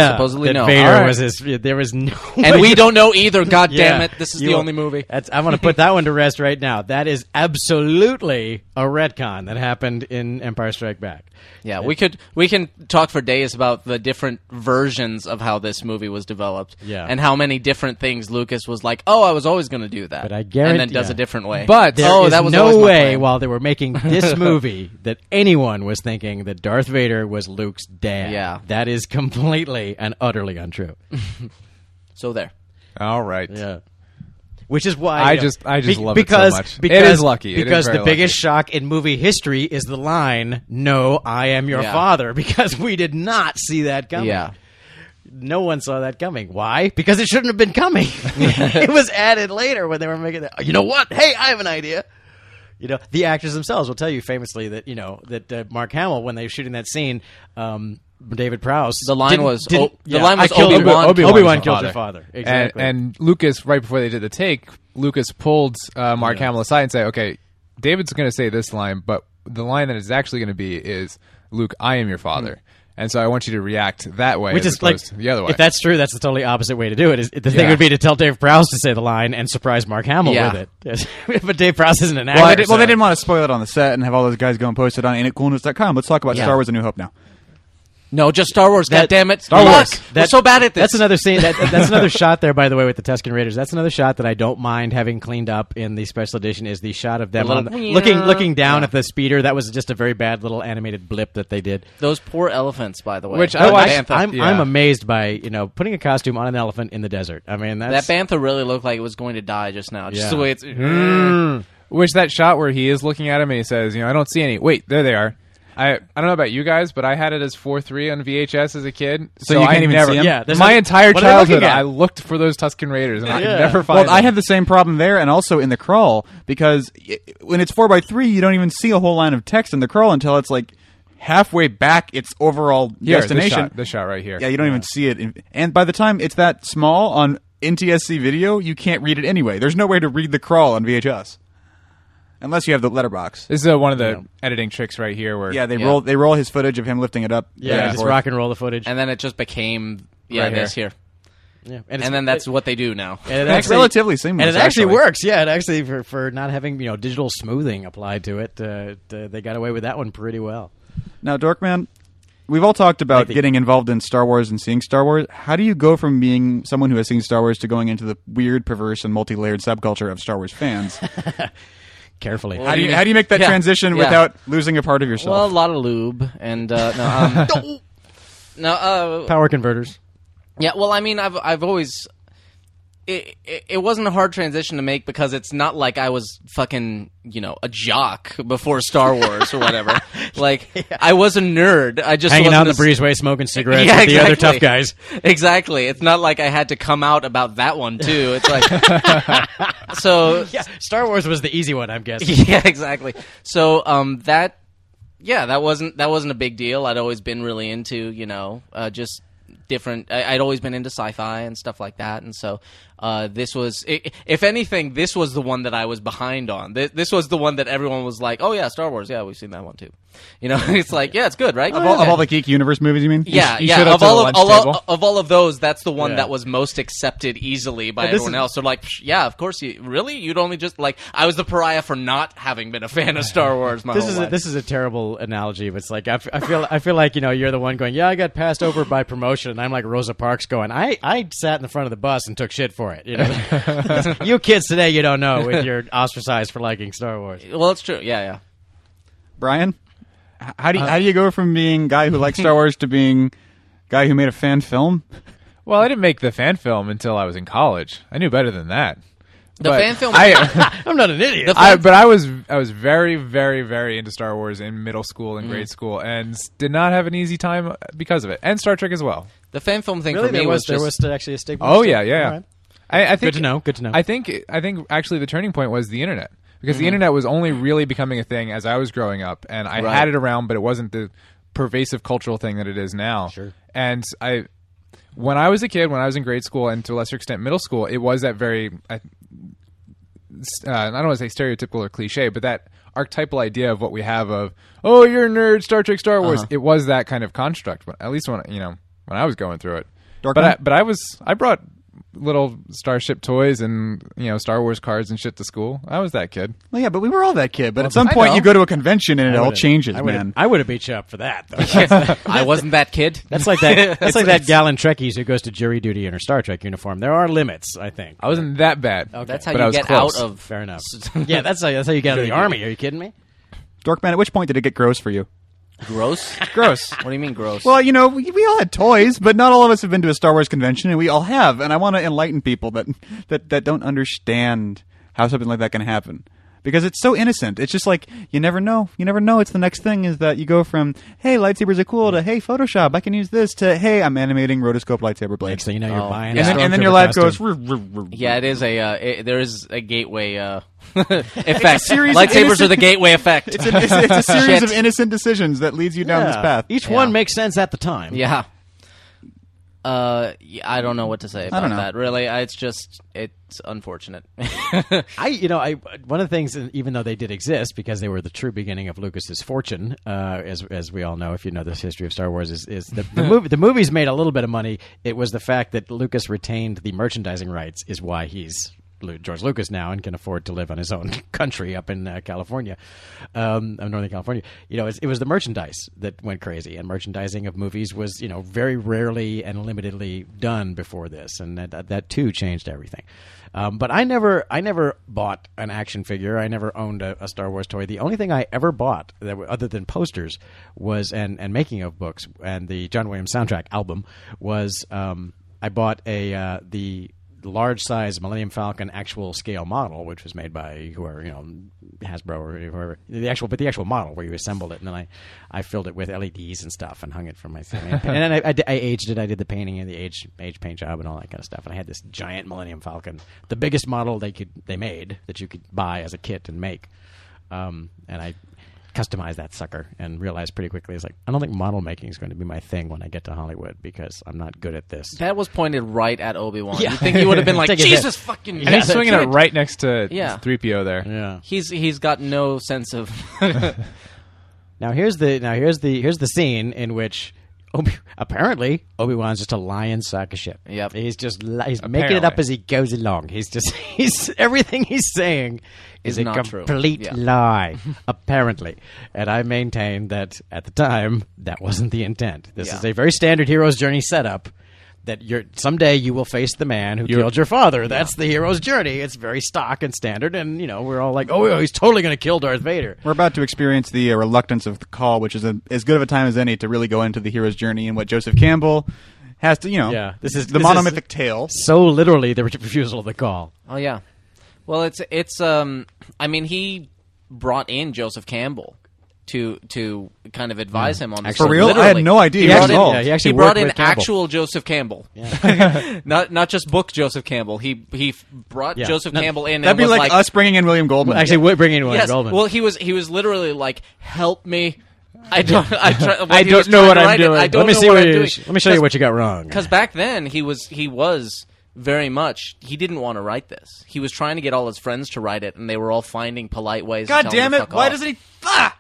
Speaker 3: Sup- supposedly
Speaker 4: that
Speaker 3: no.
Speaker 4: Vader
Speaker 5: All right.
Speaker 4: was his. There was no.
Speaker 3: And
Speaker 4: way-
Speaker 3: we don't know either. God
Speaker 4: Yeah.
Speaker 3: damn it! This is
Speaker 4: You-
Speaker 3: the only movie.
Speaker 4: That's, I'm going to put that one to rest right now. That is absolutely a retcon that happened in Empire Strike Back.
Speaker 3: Yeah, we could we can talk for days about the different versions of how this movie was developed.
Speaker 4: Yeah.
Speaker 3: and how many different things Lucas was like, "Oh, I was always going to do that,"
Speaker 4: But I
Speaker 3: and then
Speaker 4: guarantee-
Speaker 3: does
Speaker 4: yeah.
Speaker 3: a different way.
Speaker 4: But there
Speaker 3: oh,
Speaker 4: is
Speaker 3: that was always
Speaker 4: no
Speaker 3: my
Speaker 4: way
Speaker 3: plan.
Speaker 4: while they were making this movie that anyone was thinking that Darth Vader was Luke's dad.
Speaker 3: Yeah.
Speaker 4: that is completely and utterly untrue.
Speaker 3: so there.
Speaker 5: All right.
Speaker 4: Yeah. Which is why
Speaker 5: I
Speaker 4: you know,
Speaker 5: just- I just love it so
Speaker 4: because,
Speaker 5: much. It
Speaker 4: Because,
Speaker 5: is lucky. It is
Speaker 4: because
Speaker 5: very
Speaker 4: the biggest
Speaker 5: lucky.
Speaker 4: shock in movie history is the line, "No, I am your
Speaker 3: Yeah.
Speaker 4: father," because we did not see that coming.
Speaker 3: Yeah.
Speaker 4: no one saw that coming. Why? Because it shouldn't have been coming. it was added later when they were making that. You know what? Hey, I have an idea. You know, the actors themselves will tell you famously that you know that uh, Mark Hamill when they were shooting that scene, um, David Prowse.
Speaker 3: The line
Speaker 4: didn't-
Speaker 3: was,
Speaker 4: didn't-
Speaker 3: oh, the line was
Speaker 4: I killed
Speaker 3: Obi-Wan
Speaker 4: Obi
Speaker 3: killed
Speaker 4: Wan
Speaker 3: his
Speaker 4: killed your father. Exactly.
Speaker 5: And, and Lucas, right before they did the take, Lucas pulled uh, Mark Hamill aside and said, "Okay, David's going to say this line, but the line that it's actually going to be is Luke, I am your father." And so I want you to react that way,
Speaker 4: Hmm. which
Speaker 5: as
Speaker 4: is like
Speaker 5: opposed to the other way.
Speaker 4: If that's true, that's the totally opposite way to do it. Is the thing
Speaker 5: Yeah.
Speaker 4: would be to tell Dave Prowse to say the line and surprise Mark Hamill
Speaker 3: Yeah.
Speaker 4: with it. Yes. but Dave Prowse isn't an actor.
Speaker 2: Well, they, did, well,
Speaker 4: so-
Speaker 2: they didn't
Speaker 3: uh,
Speaker 2: want to spoil it on the set and have all those guys go and post it on ainitcoolness.com. Let's talk about
Speaker 3: Yeah.
Speaker 2: Star Wars: A New Hope now.
Speaker 3: No, just Star Wars.
Speaker 4: That-
Speaker 3: God damn it!
Speaker 4: Star
Speaker 3: Fuck!
Speaker 4: Wars.
Speaker 3: We're
Speaker 4: That-
Speaker 3: so bad at this.
Speaker 4: That's another scene. That, that's another shot there, by the way, with the Tuscan Raiders. That's another shot that I don't mind having cleaned up in the special edition. Is the shot of them
Speaker 3: The
Speaker 4: on
Speaker 3: little-
Speaker 4: the- looking looking down at the speeder. That was just a very bad little animated blip that they did.
Speaker 3: Those poor elephants, by the way.
Speaker 5: Which I
Speaker 3: that
Speaker 5: watched-
Speaker 4: I,
Speaker 3: bantha,
Speaker 4: I'm,
Speaker 5: yeah.
Speaker 4: I'm amazed by you know putting a costume on an elephant in the desert. I mean that's
Speaker 3: that bantha really looked like it was going to die just now. Just
Speaker 4: Yeah. Mm.
Speaker 3: the way it's.
Speaker 5: Mm. Which that shot where he is looking at him and he says, "You know, I don't see any." Wait, there they are. I I don't know about you guys, but I had it as four three on VHS as a kid,
Speaker 2: So you
Speaker 5: I
Speaker 2: can't even
Speaker 5: never,
Speaker 2: see 'em?
Speaker 4: Yeah, there's
Speaker 5: my
Speaker 4: nothing-
Speaker 5: entire
Speaker 4: what are they looking
Speaker 5: childhood,
Speaker 4: at?
Speaker 5: I looked for those Tuscan Raiders, and I
Speaker 4: Yeah.
Speaker 5: could never find.
Speaker 2: Well, I
Speaker 5: them.
Speaker 2: had the same problem there, and also in the crawl because i when it's four by three, you don't even see a whole line of text in the crawl until it's like halfway back its overall
Speaker 5: Here, this
Speaker 2: destination.
Speaker 5: shot- This shot, right here.
Speaker 2: Yeah, you don't even see it. In, and by the time it's that small on NTSC video, you can't read it anyway. There's no way to read the crawl on VHS unless you have the letterbox.
Speaker 5: This is uh, one of the editing tricks right here, where
Speaker 2: Yeah, they
Speaker 3: Yeah.
Speaker 2: roll they roll his footage of him lifting it up.
Speaker 4: yeah,
Speaker 2: back and
Speaker 4: just
Speaker 2: forth.
Speaker 4: rock and roll the footage.
Speaker 3: And then it just became yeah
Speaker 5: Right here.
Speaker 3: this here,
Speaker 4: Yeah. it's-
Speaker 3: and then that's what they do now.
Speaker 4: And it
Speaker 2: It's
Speaker 4: actually,
Speaker 2: relatively seamless,
Speaker 4: And it actually,
Speaker 2: actually.
Speaker 4: works. Yeah, it actually for, for not having you know digital smoothing applied to it, uh, t- they got away with that one pretty well.
Speaker 2: Now, Dorkman, we've all talked about
Speaker 4: the-
Speaker 2: getting involved in Star Wars and seeing Star Wars. How do you go from being someone who has seen Star Wars to going into the weird, perverse, and multi-layered subculture of Star Wars fans?
Speaker 4: Carefully,
Speaker 2: how do you
Speaker 3: Yeah.
Speaker 2: how do you make that
Speaker 3: Yeah.
Speaker 2: transition
Speaker 3: Yeah.
Speaker 2: without losing a part of
Speaker 3: Well, a
Speaker 2: yourself?
Speaker 3: lot of lube and uh, no, um, no, uh,
Speaker 4: power converters.
Speaker 3: yeah. Well, I mean, I've I've always it, it, it wasn't a hard transition to make because it's not like I was fucking, you know, a jock before Star Wars or whatever. Like, I was a nerd. I just
Speaker 4: Hanging
Speaker 3: wasn't
Speaker 4: out in
Speaker 3: a
Speaker 4: the breezeway, smoking cigarettes
Speaker 3: Yeah,
Speaker 4: with the other
Speaker 3: exactly.
Speaker 4: tough guys.
Speaker 3: Exactly. It's not like I had to come out about that one too. It's like so
Speaker 4: Yeah, Star Wars was the easy one, I'm guessing.
Speaker 3: yeah, exactly. So um that yeah, that wasn't that wasn't a big deal. I'd always been really into, you know, uh just different I, I'd always been into sci-fi and stuff like that and so uh this was i if anything this was the one that I was behind on. This, this was the one that everyone was like, "Oh yeah, Star Wars. Yeah, we've seen that one too." You know, it's like, "Yeah, it's good, right?"
Speaker 2: Of all, of all the geek universe movies, you mean?
Speaker 3: yeah,
Speaker 5: you showed
Speaker 3: yeah.
Speaker 5: up
Speaker 3: Of
Speaker 5: to the
Speaker 3: all of,
Speaker 5: lunch
Speaker 3: of all,
Speaker 5: table.
Speaker 3: of all of those, that's the one
Speaker 4: Yeah.
Speaker 3: that was most accepted easily by
Speaker 5: this
Speaker 3: everyone
Speaker 5: is-
Speaker 3: else. So like, psh, yeah, of course you. Really, you'd only just like I was the pariah for not having been a fan of Star Wars. My
Speaker 4: This
Speaker 3: whole
Speaker 4: is a,
Speaker 3: life.
Speaker 4: this is a terrible analogy, but it's like I, f- I feel I feel like you know you're the one going yeah I got passed over by promotion and I'm like Rosa Parks going I, I sat in the front of the bus and took shit for it you know you kids today you don't know if you're ostracized for liking Star Wars
Speaker 3: Well, it's true. Yeah, yeah.
Speaker 2: Brian, h- how do you, how do you go from being guy who likes Star Wars to being guy who made a fan film?
Speaker 5: Well, I didn't make the fan film until I was in college. I knew better than that.
Speaker 3: The fan film-
Speaker 5: I,
Speaker 4: I'm not an idiot
Speaker 3: The
Speaker 5: I,
Speaker 3: fan-
Speaker 5: but I was I was very very very into Star Wars in middle school
Speaker 3: Mm.
Speaker 5: and grade school, and s- did not have an easy time because of it, and Star Trek as well.
Speaker 3: the fan film thing
Speaker 4: really
Speaker 3: for me
Speaker 4: there was, there
Speaker 3: just
Speaker 4: was actually a stigma
Speaker 5: Oh
Speaker 4: still?
Speaker 5: yeah, yeah.
Speaker 4: All right.
Speaker 5: I, I think
Speaker 4: Good to know, good to know.
Speaker 5: I think I think actually the turning point was the internet because
Speaker 3: Mm-hmm.
Speaker 5: the internet was only really becoming a thing as I was growing up, and I
Speaker 3: Right.
Speaker 5: had it around, but it wasn't the pervasive cultural thing that it is now. Sure. And I, when I was a kid, when I was in grade school, and to a lesser extent middle school, it was that very. I, s- uh, I don't want to say stereotypical or cliche, but that archetypal idea of what we have of oh you're a nerd Star Trek Star
Speaker 2: Uh-huh.
Speaker 5: Wars it was that kind of construct but at least when you know when I was going through it but I, but I was I brought little starship toys and you know Star Wars cards and shit to school I was that kid
Speaker 2: Well, yeah, but we were all that kid. But at some
Speaker 5: I
Speaker 2: point,
Speaker 5: know.
Speaker 2: you go to a convention and it all
Speaker 4: would've-
Speaker 2: changes,
Speaker 4: I would've-
Speaker 2: man.
Speaker 4: I would have beat you up for that though
Speaker 3: I wasn't that kid.
Speaker 4: That's like that. That's
Speaker 3: It's-
Speaker 4: like that
Speaker 3: it's-
Speaker 4: gal in Trekkies who goes to jury duty in her Star Trek uniform. There are limits, I think.
Speaker 5: I wasn't that bad
Speaker 3: That's how
Speaker 5: but I
Speaker 3: you
Speaker 5: was
Speaker 3: get
Speaker 5: close.
Speaker 3: out of
Speaker 4: Fair enough. yeah, that's how, that's how you get out of the army. Are you kidding me?
Speaker 2: Dorkman, at which point did it get gross for you?
Speaker 3: gross.
Speaker 2: Gross.
Speaker 3: What do you mean gross?
Speaker 2: Well, you know, we, we all had toys, but not all of us have been to a Star Wars convention, and we all have. And I want to enlighten people that, that that don't understand how something like that can happen because it's so innocent. It's just like you never know. You never know. It's the next thing is that you go from hey, lightsabers are cool to hey, Photoshop, I can use this to hey, I'm animating rotoscope lightsaber blades.
Speaker 4: Next thing you know, you're
Speaker 3: Oh.
Speaker 4: buying.
Speaker 2: and,
Speaker 4: a
Speaker 2: then, and then
Speaker 4: Stormtrooper
Speaker 2: your life
Speaker 4: costume.
Speaker 2: goes. "Roo, roo, roo, roo."
Speaker 3: yeah, it is a uh, it, there is a gateway uh, effect.
Speaker 2: series of
Speaker 3: Lightsabers are the
Speaker 2: innocent-
Speaker 3: gateway effect.
Speaker 2: It's, an, it's, it's a series
Speaker 3: Shit.
Speaker 2: of innocent decisions that leads you down this
Speaker 4: Yeah.
Speaker 2: path.
Speaker 4: Each
Speaker 3: Yeah.
Speaker 4: one makes sense at the time.
Speaker 3: Yeah. Uh, yeah, I don't know what to say about
Speaker 2: don't know.
Speaker 3: that. Really, I, it's just it's unfortunate.
Speaker 4: I, you know, I one of the things, and even though they did exist because they were the true beginning of Lucas's fortune, uh, as as we all know, if you know this history of Star Wars, is is the, the movie the movies made a little bit of money. It was the fact that Lucas retained the merchandising rights is why he's. Lu- George Lucas now and can afford to live on his own country up in uh, California, um, uh, Northern California. You know, it's, it was the merchandise that went crazy, and merchandising of movies was you know very rarely and limitedly done before this, and that that, that too changed everything. Um, but I never, I never bought an action figure. I never owned a, a Star Wars toy. The only thing I ever bought, that were, other than posters, was and and making of books and the John Williams soundtrack album was. Um, I bought a uh, the large size Millennium Falcon actual scale model, which was made by whoever you know Hasbro or whoever the actual, but the actual model where you assembled it, and then I, I filled it with LEDs and stuff and hung it from my ceiling. and then I, I, di- I aged it. I did the painting and the age age paint job and all that kind of stuff. And I had this giant Millennium Falcon, the biggest model they could they made that you could buy as a kit and make, um, and I. customized that sucker and realized pretty quickly it's like I don't think model making is going to be my thing when I get to Hollywood because I'm not good at this.
Speaker 3: that was pointed right at Obi Wan.
Speaker 4: Yeah.
Speaker 3: You think he would have been like
Speaker 4: Take it there.
Speaker 3: Jesus fucking?
Speaker 5: and he's swinging it right next to
Speaker 3: Yeah.
Speaker 5: three PO there
Speaker 4: Yeah.
Speaker 3: He's he's got no sense of.
Speaker 4: Now here's the now here's the here's the scene in which Obi- apparently Obi Wan's just a lion sack of shit.
Speaker 3: Yep.
Speaker 4: he's just li- he's making it up
Speaker 5: Apparently.
Speaker 4: as he goes along. He's just he's everything he's saying is,
Speaker 3: Is
Speaker 4: a
Speaker 3: not true.
Speaker 4: complete
Speaker 3: Yeah.
Speaker 4: lie, apparently. And I maintain that at the time that wasn't the intent. This
Speaker 3: Yeah.
Speaker 4: is a very standard hero's journey setup. That you're someday you will face the man who killed your father. That's the hero's journey. It's very stock and standard, and you know we're all like, oh, yeah, he's totally going to kill Darth Vader.
Speaker 2: We're about to experience the uh, reluctance of the call, which is a, as good of a time as any to really go into the hero's journey and what Joseph Campbell has to, you know,
Speaker 4: Yeah, this is-
Speaker 2: the
Speaker 4: this is-
Speaker 2: monomythic tale.
Speaker 4: So literally, the re- refusal of the call.
Speaker 3: Oh yeah. Well, it's it's um I mean he brought in Joseph Campbell to to kind of advise him on this.
Speaker 2: For real? I had
Speaker 3: Literally.
Speaker 2: no idea
Speaker 3: He
Speaker 2: he
Speaker 3: brought
Speaker 2: was
Speaker 3: in-
Speaker 2: involved.
Speaker 4: Yeah, he actually
Speaker 3: he brought
Speaker 4: worked
Speaker 3: in
Speaker 4: with Campbell.
Speaker 3: actual Joseph Campbell. not not just book Joseph Campbell. He he f- brought
Speaker 4: Yeah.
Speaker 3: Joseph
Speaker 4: No,
Speaker 3: Campbell in
Speaker 2: That'd
Speaker 3: and
Speaker 2: be
Speaker 3: was
Speaker 2: like, us bringing in William Goldman.
Speaker 4: Actually, we're bringing in William
Speaker 3: Yes.
Speaker 4: Goldman.
Speaker 3: Well, he was he was literally like, "Help me." I don't. I, try, when
Speaker 4: I
Speaker 3: he
Speaker 4: don't
Speaker 3: was
Speaker 4: know
Speaker 3: trying
Speaker 4: what
Speaker 3: to
Speaker 4: I'm
Speaker 3: write it,
Speaker 4: doing.
Speaker 3: I don't
Speaker 4: Let me
Speaker 3: know
Speaker 4: see
Speaker 3: what
Speaker 4: what
Speaker 3: I'm
Speaker 4: you-
Speaker 3: doing.
Speaker 4: let me show you what you got wrong.
Speaker 3: Because back then he was he was very much he didn't want to write this. He was trying to get all his friends to write it, and they were all finding polite ways. to
Speaker 2: God
Speaker 3: tell
Speaker 2: damn
Speaker 3: him to
Speaker 2: it!
Speaker 3: fuck
Speaker 2: Why
Speaker 3: off.
Speaker 2: doesn't he? Ah!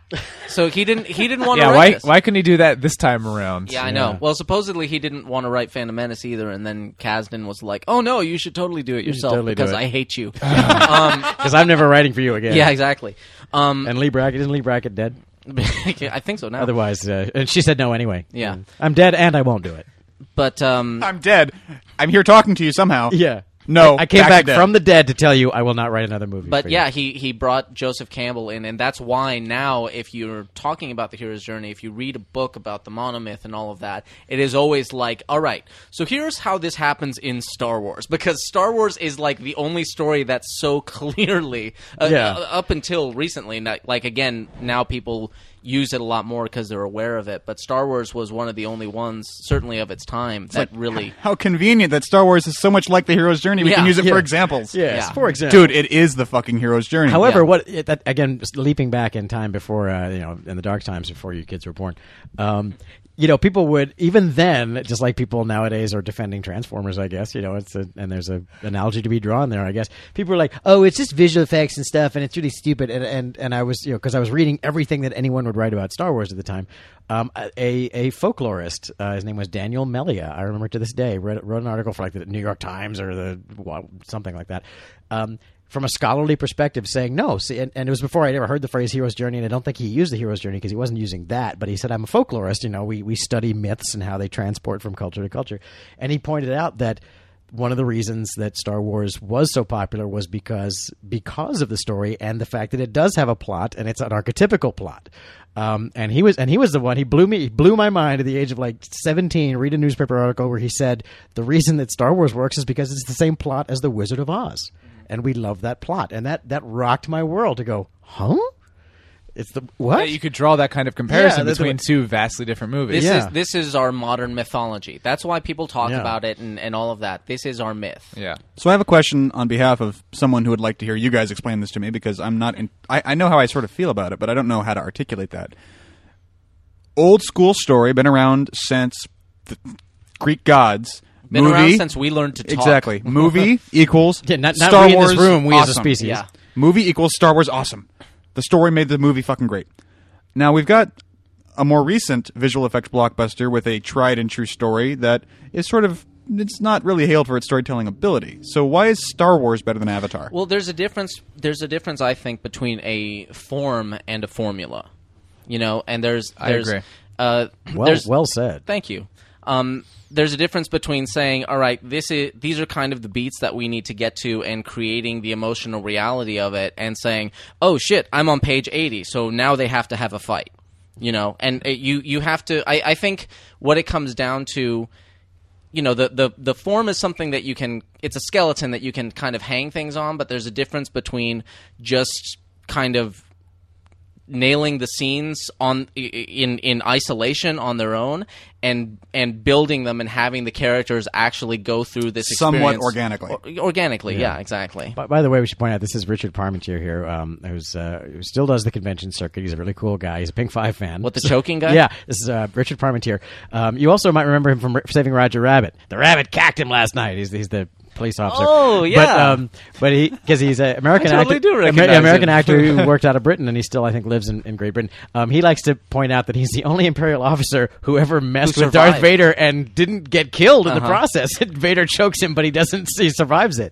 Speaker 3: So he didn't. He didn't want
Speaker 5: yeah,
Speaker 3: to write
Speaker 5: why
Speaker 3: this.
Speaker 5: why couldn't he do that this time around?
Speaker 3: Yeah, I know. Well, supposedly he didn't want to write Phantom Menace either, and then Kasdan was like, "Oh no, you should totally do it yourself
Speaker 4: totally do
Speaker 3: because
Speaker 4: it."
Speaker 3: I hate you." um,
Speaker 4: Because I'm never writing for you again.
Speaker 3: yeah, exactly. Um,
Speaker 4: And Lee Brackett isn't Lee Brackett dead?
Speaker 3: I think so now.
Speaker 4: Otherwise, uh, and she said no anyway. Mm.
Speaker 3: Yeah.
Speaker 4: I'm dead, and I won't do it.
Speaker 3: But um,
Speaker 2: I'm dead. I'm here talking to you somehow.
Speaker 4: Yeah.
Speaker 2: No,
Speaker 4: I came
Speaker 2: back to
Speaker 4: back,
Speaker 2: death.
Speaker 4: from the dead to tell you I will not write another movie. for
Speaker 3: But
Speaker 4: you.
Speaker 3: yeah, he, he brought Joseph Campbell in, and that's why now, if you're talking about the hero's journey, if you read a book about the monomyth and all of that, it is always like, all right, so here's how this happens in Star Wars, because Star Wars is like the only story that's so clearly, uh,
Speaker 4: Yeah.
Speaker 3: uh, up until recently, not- like again, now people use it a lot more because they're aware of it. But Star Wars was one of the only ones, certainly of its time, that really.
Speaker 2: How convenient that Star Wars is so much like the hero's journey. We
Speaker 3: Yeah.
Speaker 2: can use it
Speaker 4: Yeah.
Speaker 2: for examples.
Speaker 4: Yes,
Speaker 3: Yeah.
Speaker 4: for example.
Speaker 2: Dude, it is the fucking hero's journey.
Speaker 4: However,
Speaker 3: Yeah.
Speaker 4: what it- that again, just leaping back in time before uh, you know, in the dark times before your kids were born, um, you know, people would even then, just like people nowadays are defending Transformers. I guess you know, it's a, and there's a analogy to be drawn there. I guess people are like, oh, it's just visual effects and stuff, and it's really stupid. And and, and I was you know because I was reading everything that anyone would write about Star Wars at the time. Um, a a folklorist, uh, his name was Daniel Melia. I remember to this day read, wrote an article for like the New York Times or the well, something like that. Um, from a scholarly perspective saying no see and, and it was before i'd ever heard the phrase hero's journey and i don't think he used the hero's journey because he wasn't using that but he said i'm a folklorist you know we, we study myths and how they transport from culture to culture and he pointed out that one of the reasons that star wars was so popular was because because of the story and the fact that it does have a plot and it's an archetypical plot um, and he was and he was the one he blew me he blew my mind at the age of like 17 read a newspaper article where he said the reason that star wars works is because it's the same plot as the wizard of oz and we love that plot and that that rocked my world to go huh it's the what
Speaker 5: That you could draw that kind of comparison
Speaker 4: that's
Speaker 5: between
Speaker 4: what-
Speaker 5: two vastly different movies.
Speaker 3: This
Speaker 4: Yeah.
Speaker 3: is this is our modern mythology. That's why people talk
Speaker 4: Yeah.
Speaker 3: about it and, and all of that. This is our myth.
Speaker 5: yeah.
Speaker 2: So I have a question on behalf of someone who would like to hear you guys explain this to me because I'm not. In, I, I know how I sort of feel about it, but I don't know how to articulate that. Old school story, been around since the Greek gods.
Speaker 3: Been
Speaker 2: movie,
Speaker 3: around since we learned to talk.
Speaker 2: Exactly. Movie equals
Speaker 4: Yeah, not- not
Speaker 2: Star
Speaker 4: we in
Speaker 2: Wars.
Speaker 4: this room, we as a
Speaker 2: awesome.
Speaker 4: species.
Speaker 3: Yeah.
Speaker 2: Movie equals Star Wars. Awesome. The story made the movie fucking great. Now we've got a more recent visual effects blockbuster with a tried and true story that is sort of it's not really hailed for its storytelling ability. So why is Star Wars better than Avatar?
Speaker 3: Well, there's a difference. There's a difference, I think, between a form and a formula. You know, and there's there's
Speaker 5: agree.
Speaker 3: Uh,
Speaker 4: well
Speaker 3: there's,
Speaker 4: well said
Speaker 3: Thank you. Um, there's a difference between saying, "All right, this is these are kind of the beats that we need to get to," and creating the emotional reality of it, and saying, "Oh shit, I'm on page 80, so now they have to have a fight," you know. And uh you you have to. I, I think what it comes down to, you know, the, the the form is something that you can. It's a skeleton that you can kind of hang things on, but there's a difference between just kind of nailing the scenes on i- i- in in isolation on their own and and building them and having the characters actually go through this
Speaker 2: Somewhat
Speaker 3: experience.
Speaker 2: organically.
Speaker 3: Or- organically yeah, exactly
Speaker 4: By, by the way, we should point out this is Richard Parmentier here, um, who's uh, who still does the convention circuit. He's a really cool guy. He's a Pink Five fan.
Speaker 3: What, the choking guy?
Speaker 4: Yeah, this is uh, Richard Parmentier. Um, you also might remember him from R- Saving Roger Rabbit. The rabbit cacked him last night. He's, he's the police officer.
Speaker 3: Oh,
Speaker 4: but,
Speaker 3: yeah.
Speaker 4: um, but he because he's an American
Speaker 3: totally
Speaker 4: actor,
Speaker 3: do
Speaker 4: Amer-
Speaker 3: recognize
Speaker 4: American
Speaker 3: him.
Speaker 4: actor who worked out of Britain and he still I think lives in, in Great Britain. Um, he likes to point out that he's the only Imperial officer who ever messed
Speaker 3: Who
Speaker 4: with Darth
Speaker 3: survived. Uh-huh.
Speaker 4: Vader and didn't get killed in the process. Vader chokes him, but he doesn't. He survives it.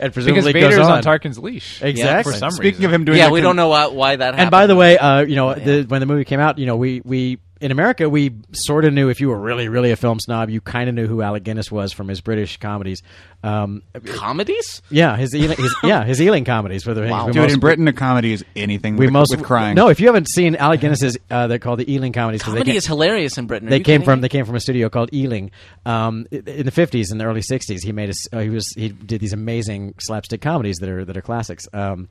Speaker 4: And
Speaker 5: Because
Speaker 4: presumably
Speaker 5: Vader's
Speaker 4: goes on.
Speaker 5: on Tarkin's leash.
Speaker 4: Exactly.
Speaker 5: For some
Speaker 2: Speaking
Speaker 5: reason.
Speaker 2: of him doing,
Speaker 3: yeah
Speaker 2: the
Speaker 3: we
Speaker 2: con-
Speaker 3: don't know why, why that happened
Speaker 4: and by the way, uh, you know, the, when the movie came out, you know, we we in America, we sort of knew if you were really, really a film snob, you kind of knew who Alec Guinness was from his British comedies. Um,
Speaker 3: Comedies?
Speaker 4: yeah, his, Ealing, his yeah his Ealing comedies. Whether
Speaker 3: Wow.
Speaker 2: Dude, in Britain, a comedy is anything
Speaker 4: we
Speaker 2: with,
Speaker 4: most
Speaker 2: with crying.
Speaker 4: No, if you haven't seen Alec Guinness's, uh, they're called the Ealing comedies. 'cause
Speaker 3: Comedy
Speaker 4: they,
Speaker 3: is hilarious in Britain. Are
Speaker 4: they
Speaker 3: you
Speaker 4: came
Speaker 3: kidding
Speaker 4: from
Speaker 3: me?
Speaker 4: they came from a studio called Ealing um, i- in the fifties and the early sixties. He made a, s- uh, he was he did these amazing slapstick comedies that are that are classics. Um,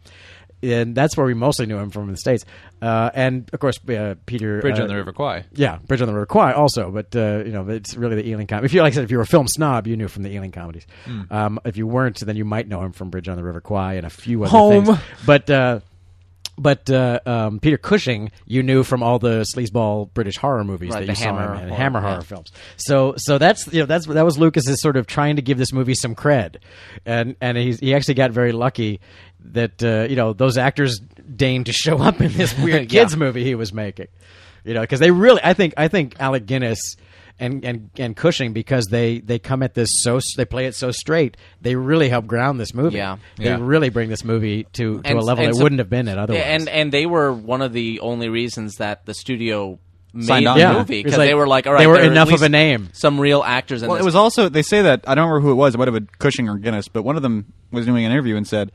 Speaker 4: and that's where we mostly knew him from in the states. Uh, and of course, uh, Peter
Speaker 5: Bridge
Speaker 4: uh,
Speaker 5: on the River Kwai.
Speaker 4: Yeah, Bridge on the River Kwai also, but uh, you know it's really the Ealing comedy. If you like I said, if you were a film snob, you knew from the Ealing comedies.
Speaker 3: Hmm.
Speaker 4: Um, if you weren't, then you might know him from Bridge on the River Kwai and a few other
Speaker 5: Home.
Speaker 4: things. But uh, but uh, um, Peter Cushing, you knew from all the sleazeball British horror movies
Speaker 3: Right,
Speaker 4: that
Speaker 3: the
Speaker 4: you saw
Speaker 3: Hammer
Speaker 4: him in,
Speaker 3: horror,
Speaker 4: Hammer
Speaker 3: yeah.
Speaker 4: horror films. So so that's you know that's that was Lucas's sort of trying to give this movie some cred, and and he's, he actually got very lucky that uh, you know those actors deigned to show up in this weird
Speaker 3: Yeah.
Speaker 4: kids movie he was making, you know because they really I think I think Alec Guinness. And, and and Cushing because they they come at this so they play it so straight they really help ground this movie
Speaker 3: Yeah.
Speaker 4: they
Speaker 5: Yeah.
Speaker 4: really bring this movie to, to a level
Speaker 3: and
Speaker 4: it
Speaker 3: so-
Speaker 4: wouldn't have been at otherwise
Speaker 3: And and they were one of the only reasons that the studio made
Speaker 2: Signed on.
Speaker 3: the
Speaker 2: Yeah.
Speaker 3: movie
Speaker 4: It's
Speaker 3: because
Speaker 4: like
Speaker 3: they were like, all right,
Speaker 4: they were
Speaker 3: there are at
Speaker 4: enough of
Speaker 3: least
Speaker 4: a name.
Speaker 3: Some real actors in
Speaker 2: Well,
Speaker 3: this.
Speaker 2: it was also they say that I don't remember who it was. It might have been Cushing or Guinness, but one of them was doing an interview and said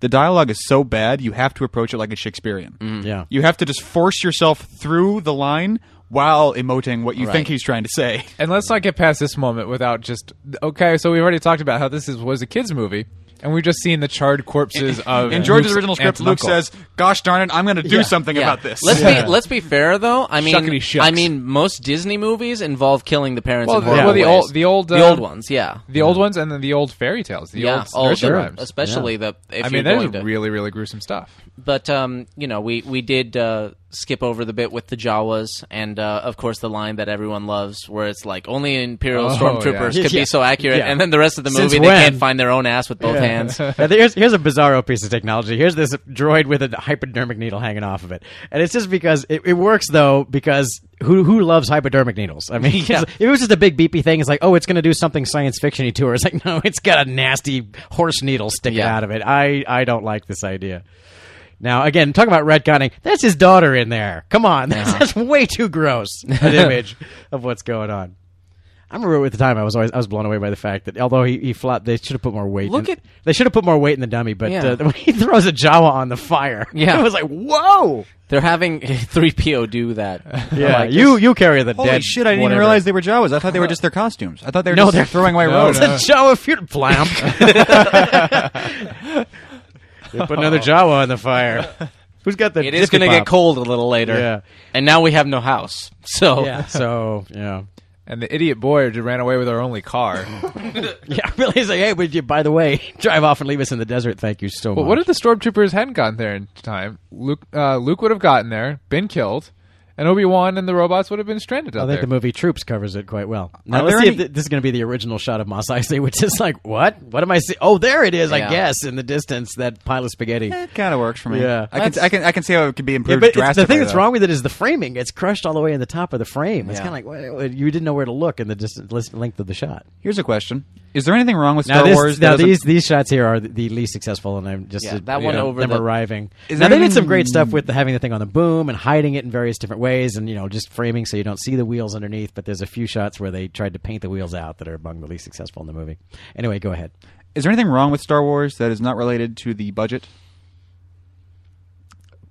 Speaker 2: the dialogue is so bad you have to approach it like a Shakespearean.
Speaker 4: Yeah.
Speaker 2: you have to just force yourself through the line while emoting what you
Speaker 3: Right.
Speaker 2: think he's trying to say.
Speaker 5: And let's not get past this moment without just okay. So we've already talked about how this is was a kids movie, and we've just seen the charred corpses of.
Speaker 2: In George's
Speaker 5: Luke's
Speaker 2: original script,
Speaker 5: aunts and
Speaker 2: Luke
Speaker 5: uncles.
Speaker 2: says, "Gosh darn it, I'm going to do
Speaker 4: Yeah.
Speaker 2: something
Speaker 3: Yeah.
Speaker 2: about this."
Speaker 3: Let's
Speaker 4: Yeah.
Speaker 3: be let's be fair though. I mean,
Speaker 5: Shuckety shucks.
Speaker 3: I mean, most Disney movies involve killing the parents.
Speaker 5: Well,
Speaker 3: in
Speaker 5: the-
Speaker 3: horrible
Speaker 5: well, the
Speaker 3: ways.
Speaker 5: old- the old,
Speaker 3: the
Speaker 5: uh,
Speaker 3: old ones, yeah,
Speaker 5: the old ones, and then the old fairy tales, the
Speaker 3: yeah,
Speaker 5: old
Speaker 3: Oh,
Speaker 5: nursery
Speaker 3: the-
Speaker 5: rhymes.
Speaker 3: especially the. If
Speaker 5: I
Speaker 3: you're
Speaker 5: mean, that
Speaker 3: going to,
Speaker 5: is really really gruesome stuff.
Speaker 3: But um, you know, we we did uh, skip over the bit with the Jawas, and uh, of course the line that everyone loves, where it's like only Imperial
Speaker 5: Oh,
Speaker 3: stormtroopers
Speaker 5: yeah.
Speaker 3: could
Speaker 4: Yeah.
Speaker 3: be so accurate,
Speaker 4: Yeah.
Speaker 3: and then the rest of the
Speaker 4: Since
Speaker 3: movie they
Speaker 4: when?
Speaker 3: can't find their own ass with both hands.
Speaker 4: Now, here's here's a bizarro piece of technology. Here's this droid with a hypodermic needle hanging off of it, and it's just because it, it works though. Because who who loves hypodermic needles? I mean,
Speaker 3: Yeah.
Speaker 4: if it was just a big beepy thing, it's like oh, it's going to do something science fictiony to her. It's like no, it's got a nasty horse needle sticking
Speaker 3: Yeah.
Speaker 4: out of it. I I don't like this idea. Now again, talking about retconning, that's his daughter in there. Come on, that's, that's way too gross an image of what's going on. I remember at the time I was always I was blown away by the fact that although he, he flopped, they should have put more weight.
Speaker 3: Look
Speaker 4: in,
Speaker 3: at-
Speaker 4: they should have put more weight in the dummy, but
Speaker 3: Yeah.
Speaker 4: uh, when he throws a Jawa on the fire,
Speaker 3: Yeah.
Speaker 4: I was like, whoa,
Speaker 3: They're having three PO do that.
Speaker 4: yeah, you you carry the
Speaker 2: Holy
Speaker 4: dead.
Speaker 2: shit! I didn't
Speaker 4: whatever.
Speaker 2: even realize they were Jawas. I thought they were just their costumes. I thought they were
Speaker 4: No,
Speaker 2: just
Speaker 4: they're-
Speaker 2: throwing away
Speaker 5: No,
Speaker 2: robes.
Speaker 5: no.
Speaker 4: It's a Jawa feud flam. they put another Jawa on the fire. Who's got the?
Speaker 3: It is
Speaker 4: zippy
Speaker 3: going to get
Speaker 4: pop?
Speaker 3: cold a little later,
Speaker 4: Yeah.
Speaker 3: and now we have no house. So
Speaker 4: Yeah. So yeah.
Speaker 5: And the idiot boy just ran away with our only car.
Speaker 4: Yeah, really. He's like, hey, would you, by the way, drive off and leave us in the desert? Thank you so
Speaker 5: But
Speaker 4: much.
Speaker 5: what if the stormtroopers hadn't gotten there in time? Luke, uh, Luke would have gotten there, been killed, and Obi Wan and the robots would have been stranded out
Speaker 4: I think
Speaker 5: there.
Speaker 4: the movie Troops covers it quite well. Now
Speaker 2: Are
Speaker 4: let's
Speaker 2: there
Speaker 4: see if
Speaker 2: any-
Speaker 4: th- this is going to be the original shot of Mos Eisley, which is like, what? What am I seeing? Oh, there it is, I
Speaker 3: Yeah.
Speaker 4: guess, in the distance, that pile of spaghetti.
Speaker 2: It kind of works for me.
Speaker 4: Yeah.
Speaker 2: I can, I can, I can see how it could be
Speaker 4: Yeah,
Speaker 2: improved.
Speaker 4: but it's-
Speaker 2: drastically,
Speaker 4: the thing that's
Speaker 2: though.
Speaker 4: wrong with it is the framing. It's crushed all the way in the top of the frame. It's
Speaker 3: Yeah.
Speaker 4: kind of like well, you didn't know where to look in the distance, lis- length of the shot.
Speaker 2: Here's a question: Is there anything wrong with
Speaker 4: Now,
Speaker 2: Star
Speaker 4: this-
Speaker 2: Wars? that
Speaker 4: now
Speaker 2: doesn't-
Speaker 4: these these shots here are the, the least successful, and I'm just
Speaker 3: Yeah,
Speaker 4: uh,
Speaker 3: that
Speaker 4: you
Speaker 3: one
Speaker 4: know,
Speaker 3: over
Speaker 4: them
Speaker 3: the-
Speaker 4: arriving.
Speaker 2: Is
Speaker 4: now
Speaker 2: there
Speaker 4: they did some
Speaker 2: any-
Speaker 4: great stuff with having the thing on the boom and hiding it in various different ways, and you know just framing so you don't see the wheels underneath. But there's a few shots where they tried to paint the wheels out that are among the least successful in the movie. Anyway, go ahead.
Speaker 2: Is there anything wrong with Star Wars that is not related to the budget?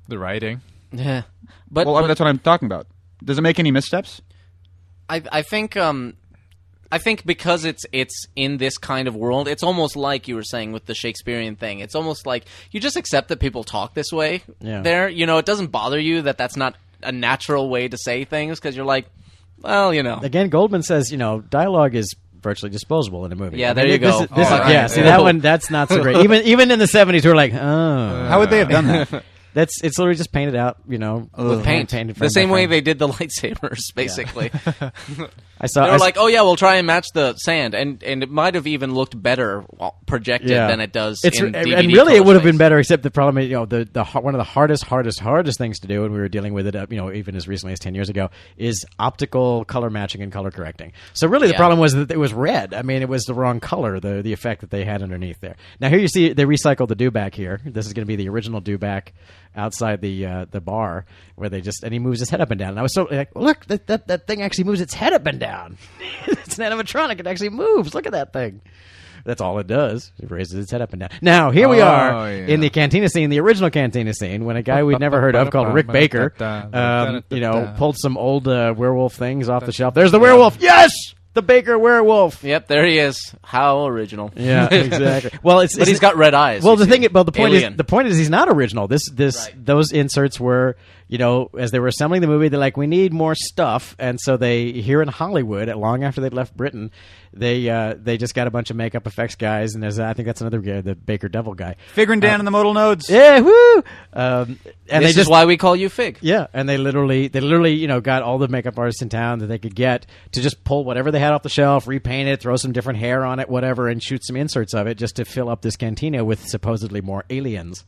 Speaker 5: the writing.
Speaker 3: yeah. But,
Speaker 2: Well, I mean, that's what I'm talking about. Does it make any missteps?
Speaker 3: I I think um I think because it's it's in this kind of world, it's almost like you were saying with the Shakespearean thing. It's almost like you just accept that people talk this way.
Speaker 4: Yeah.
Speaker 3: There, you know, it doesn't bother you that that's not a natural way to say things because you're like, well, you know,
Speaker 4: Again, Goldman says you know dialogue is virtually disposable in a movie.
Speaker 3: Yeah,
Speaker 4: I mean,
Speaker 3: there you
Speaker 4: this
Speaker 3: go. Oh,
Speaker 4: is- this is-
Speaker 5: All right.
Speaker 4: yeah, see
Speaker 5: Yeah.
Speaker 4: that one that's not so great. Even even in the '70s, we we're like, oh,
Speaker 2: How
Speaker 5: Uh,
Speaker 2: would they have done that?
Speaker 4: that's it's literally just painted out, you know,
Speaker 3: with paint,
Speaker 4: painted frame
Speaker 3: the same
Speaker 4: by
Speaker 3: way
Speaker 4: frame.
Speaker 3: they did the lightsabers, basically.
Speaker 4: I saw.
Speaker 3: they
Speaker 4: I
Speaker 3: were
Speaker 4: s-
Speaker 3: like, oh yeah, we'll try and match the sand, and and it might have even looked better well, projected than it does.
Speaker 4: It's-
Speaker 3: in
Speaker 4: and-
Speaker 3: DVD
Speaker 4: and really, it
Speaker 3: color
Speaker 4: would have been
Speaker 3: space.
Speaker 4: better. Except the problem, is, you know, the, the har- one of the hardest, hardest, hardest things to do, and we were dealing with it, uh, you know, even as recently as ten years ago, is optical color matching and color correcting. So really, the
Speaker 3: Yeah.
Speaker 4: problem was that it was red. I mean, it was the wrong color. The the effect that they had underneath there. Now here you see they recycled the dewback here. This is going to be the original dewback. outside the uh, the bar where they just and he moves his head up and down. And I was so like, look, that that, that thing actually moves its head up and down. it's an animatronic. It actually moves. Look at that thing. That's all it does. It raises its head up and down. Now here we
Speaker 5: Oh,
Speaker 4: are
Speaker 5: yeah.
Speaker 4: in the cantina scene, the original cantina scene, when a guy we'd never heard of called Rick Baker, um, you know, pulled some old uh, werewolf things off the shelf. There's the werewolf. Yes, the Baker werewolf.
Speaker 3: Yep, there he is. How original.
Speaker 4: Yeah, exactly. Well, it's,
Speaker 3: But
Speaker 4: it's-
Speaker 3: he's got red eyes.
Speaker 4: Well,
Speaker 3: you
Speaker 4: the
Speaker 3: see.
Speaker 4: thing, well, the point
Speaker 3: Alien.
Speaker 4: is, the point is, he's not original. This, this,
Speaker 3: Right.
Speaker 4: those inserts were, you know, as they were assembling the movie, they're like, we need more stuff, and so they here in Hollywood, at long after they'd left Britain, they uh, they just got a bunch of makeup effects guys, and there's I think that's another guy, the Baker Devil guy.
Speaker 2: Figuring down in the modal nodes.
Speaker 4: Yeah, woo! Um, and
Speaker 3: this
Speaker 4: they
Speaker 3: is
Speaker 4: just
Speaker 3: why we call you Fig.
Speaker 4: yeah, and they literally, they literally, you know, got all the makeup artists in town that they could get to just pull whatever they had off the shelf, repaint it, throw some different hair on it, whatever, and shoot some inserts of it just to fill up this cantina with supposedly more aliens.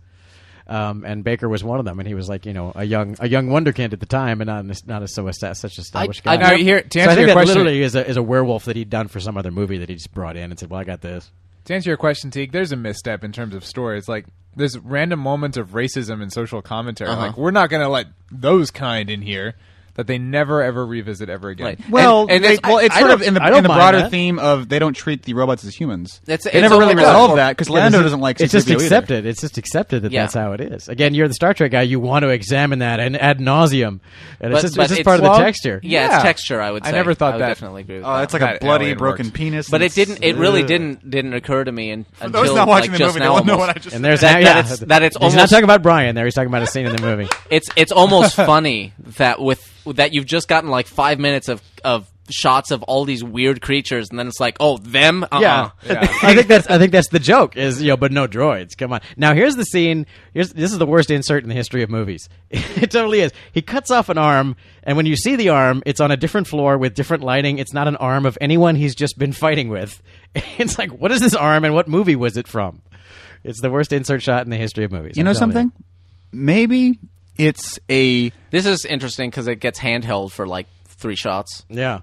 Speaker 4: Um, and Baker was one of them, and he was like, you know, a young, a young wonder kid at the time, and not as- not as so esta- such a established
Speaker 3: I-
Speaker 4: guy.
Speaker 5: Now, here, to
Speaker 4: so I
Speaker 5: answer
Speaker 4: think
Speaker 5: your
Speaker 4: that
Speaker 5: question,
Speaker 4: literally is a, is a werewolf that he'd done for some other movie that he just brought in and said, "Well, I got this."
Speaker 5: To answer your question, Teague, there's a misstep in terms of story. It's like there's random moments of racism and social commentary.
Speaker 4: Uh-huh.
Speaker 5: Like we're not going to let those kind in here that they never ever revisit ever again.
Speaker 3: Right.
Speaker 2: Well,
Speaker 3: And- and
Speaker 2: they-
Speaker 3: it's-
Speaker 2: well, it's
Speaker 4: I- I
Speaker 2: sort of
Speaker 4: don't-
Speaker 2: in the,
Speaker 4: I don't
Speaker 2: in the
Speaker 4: mind
Speaker 2: broader
Speaker 4: that.
Speaker 2: theme of they don't treat the robots as humans.
Speaker 3: It's-
Speaker 2: they
Speaker 3: it's
Speaker 2: never really
Speaker 3: all about-
Speaker 2: resolve that because Lando
Speaker 4: it's-
Speaker 2: doesn't like.
Speaker 4: It's just
Speaker 2: C-3PO either.
Speaker 4: accepted. It's just accepted that
Speaker 3: Yeah.
Speaker 4: that's how it is. Again, you're the Star Trek guy. You want to examine that and ad nauseum, and
Speaker 3: But-
Speaker 4: it's just,
Speaker 3: but
Speaker 4: it's just
Speaker 3: it's-
Speaker 4: part of
Speaker 3: well,
Speaker 4: the texture.
Speaker 3: Yeah,
Speaker 5: Yeah.
Speaker 3: it's texture. I would.
Speaker 5: I
Speaker 3: say.
Speaker 5: never thought
Speaker 3: I would
Speaker 5: that.
Speaker 3: Definitely agree with
Speaker 2: Oh,
Speaker 3: that.
Speaker 2: it's like a
Speaker 5: That
Speaker 2: bloody
Speaker 5: alien
Speaker 2: broken
Speaker 5: worked.
Speaker 2: penis.
Speaker 3: but
Speaker 2: and
Speaker 3: it didn't. It
Speaker 2: it's-
Speaker 3: really
Speaker 2: Ugh.
Speaker 3: didn't didn't occur to me and, until
Speaker 2: Those not watching the
Speaker 3: like, just
Speaker 2: movie
Speaker 3: now.
Speaker 2: don't know what
Speaker 3: almost.
Speaker 2: I just.
Speaker 4: And there's
Speaker 3: That-
Speaker 4: yeah,
Speaker 3: that it's- that it's
Speaker 4: he's not
Speaker 3: almost-
Speaker 4: talking about Brian there. He's talking about a scene in the movie.
Speaker 3: It's it's almost funny that with that you've just gotten like five minutes of of shots of all these weird creatures, and then it's like, oh, them. Uh-uh.
Speaker 4: I think that's I think that's the joke is you know, but no droids. Come on. Now here's the scene. Here's this is the worst insert in the history of movies. It totally is. He cuts off an arm, and when you see the arm, it's on a different floor with different lighting. It's not an arm of anyone he's just been fighting with. It's like, what is this arm, and what movie was it from? It's the worst insert shot in the history of movies.
Speaker 2: You
Speaker 4: I'm
Speaker 2: know
Speaker 4: telling
Speaker 2: something? Maybe it's a
Speaker 3: This is interesting because it gets handheld for like three shots.
Speaker 4: Yeah,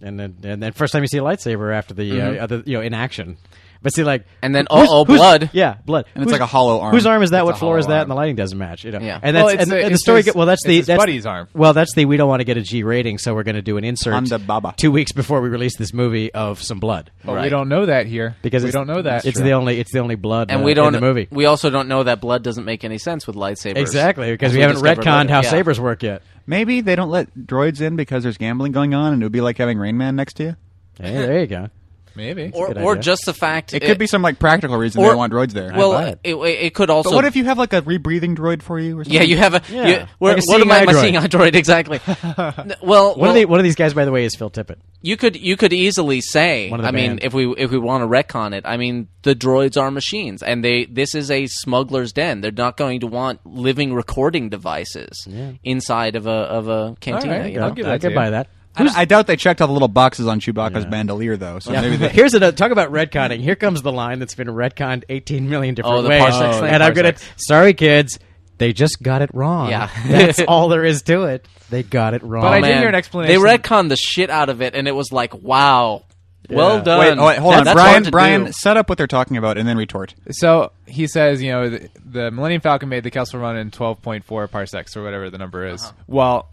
Speaker 4: and then and then first time you see a lightsaber after the
Speaker 5: Mm-hmm.
Speaker 4: uh, other you know in action, but see like
Speaker 3: And then,
Speaker 4: who's-
Speaker 3: uh-oh,
Speaker 4: who's-
Speaker 3: blood.
Speaker 4: yeah, blood,
Speaker 2: And it's like
Speaker 4: Whose-
Speaker 2: a hollow arm.
Speaker 4: Whose arm is that?
Speaker 2: It's
Speaker 4: what
Speaker 2: a
Speaker 4: floor is
Speaker 2: hollow
Speaker 4: that?
Speaker 2: arm.
Speaker 4: And the lighting doesn't match, you know.
Speaker 3: Yeah.
Speaker 4: and that's
Speaker 5: Well, it's
Speaker 4: and,
Speaker 5: a-
Speaker 4: and the
Speaker 5: it's
Speaker 4: story.
Speaker 5: his-
Speaker 4: get- well, that's
Speaker 5: it's
Speaker 4: the
Speaker 5: his
Speaker 4: that's,
Speaker 5: buddy's arm.
Speaker 4: Well, that's the we don't want to get a G rating, so we're going to do an insert
Speaker 2: On the baba.
Speaker 4: two weeks before we release this movie of some blood
Speaker 5: But we don't know that here
Speaker 4: because
Speaker 5: Oh, we
Speaker 4: it's-
Speaker 5: don't know that.
Speaker 4: it's the only it's the only blood
Speaker 3: And
Speaker 4: uh,
Speaker 3: we don't.
Speaker 4: in the movie
Speaker 3: We also don't know that blood doesn't make any sense with lightsabers.
Speaker 4: exactly because
Speaker 3: As
Speaker 4: we, haven't
Speaker 3: discovered
Speaker 4: retconned
Speaker 3: later.
Speaker 4: how
Speaker 3: Yeah.
Speaker 4: sabers work yet.
Speaker 2: Maybe they don't let droids in because there's gambling going on, and it would be like having Rain Man next to you.
Speaker 4: Hey, there you go.
Speaker 5: maybe.
Speaker 3: Or,
Speaker 4: Good
Speaker 3: or
Speaker 4: idea.
Speaker 3: just the fact
Speaker 2: It, could be some like practical reason
Speaker 3: Eh, or-
Speaker 2: they want droids there.
Speaker 3: Well,
Speaker 4: buy
Speaker 3: it,
Speaker 4: it.
Speaker 3: it, it could also.
Speaker 2: but what if you have like a rebreathing droid for you? Or something?
Speaker 3: Yeah, you have a.
Speaker 4: Yeah.
Speaker 3: You,
Speaker 4: Like
Speaker 3: where,
Speaker 4: a
Speaker 3: what
Speaker 4: seeing
Speaker 3: am I,
Speaker 4: eye
Speaker 3: am I
Speaker 4: droid.
Speaker 3: seeing eye droid exactly? N- well,
Speaker 4: One
Speaker 3: well,
Speaker 4: of the one of these guys, by the way, is Phil Tippett.
Speaker 3: you could you could easily say.
Speaker 4: One of the
Speaker 3: I mean,
Speaker 4: band.
Speaker 3: if we if we want to retcon it, I mean, the droids are machines, and they this is a smuggler's den. They're not going to want living recording devices inside of a of a cantina.
Speaker 5: right,
Speaker 3: you
Speaker 5: I'll
Speaker 3: know?
Speaker 5: give
Speaker 4: I
Speaker 5: that to
Speaker 4: could
Speaker 5: you.
Speaker 4: buy that.
Speaker 2: I, I doubt they checked all the little boxes on Chewbacca's bandolier, though. So maybe they,
Speaker 4: Here's a talk about retconning. Here comes the line that's been retconned 18 million different
Speaker 3: Oh, the
Speaker 4: ways.
Speaker 3: parsecs Oh, thing?
Speaker 4: and I'm gonna.
Speaker 5: parsecs.
Speaker 4: Sorry, kids. They just got it wrong.
Speaker 3: Yeah.
Speaker 4: that's all there is to it. They got it wrong.
Speaker 5: But I did
Speaker 3: Oh, Man,
Speaker 5: hear an explanation.
Speaker 3: They retconned the shit out of it, and it was like, wow, well done.
Speaker 2: wait, oh, wait, hold on,
Speaker 3: That's hard
Speaker 2: Brian.
Speaker 3: to
Speaker 2: Brian,
Speaker 3: do.
Speaker 2: set up what they're talking about and then retort.
Speaker 5: So he says, you know, the, the Millennium Falcon made the Kessel Run in 12.4 parsecs or whatever the number
Speaker 4: Uh-huh.
Speaker 5: is. Well,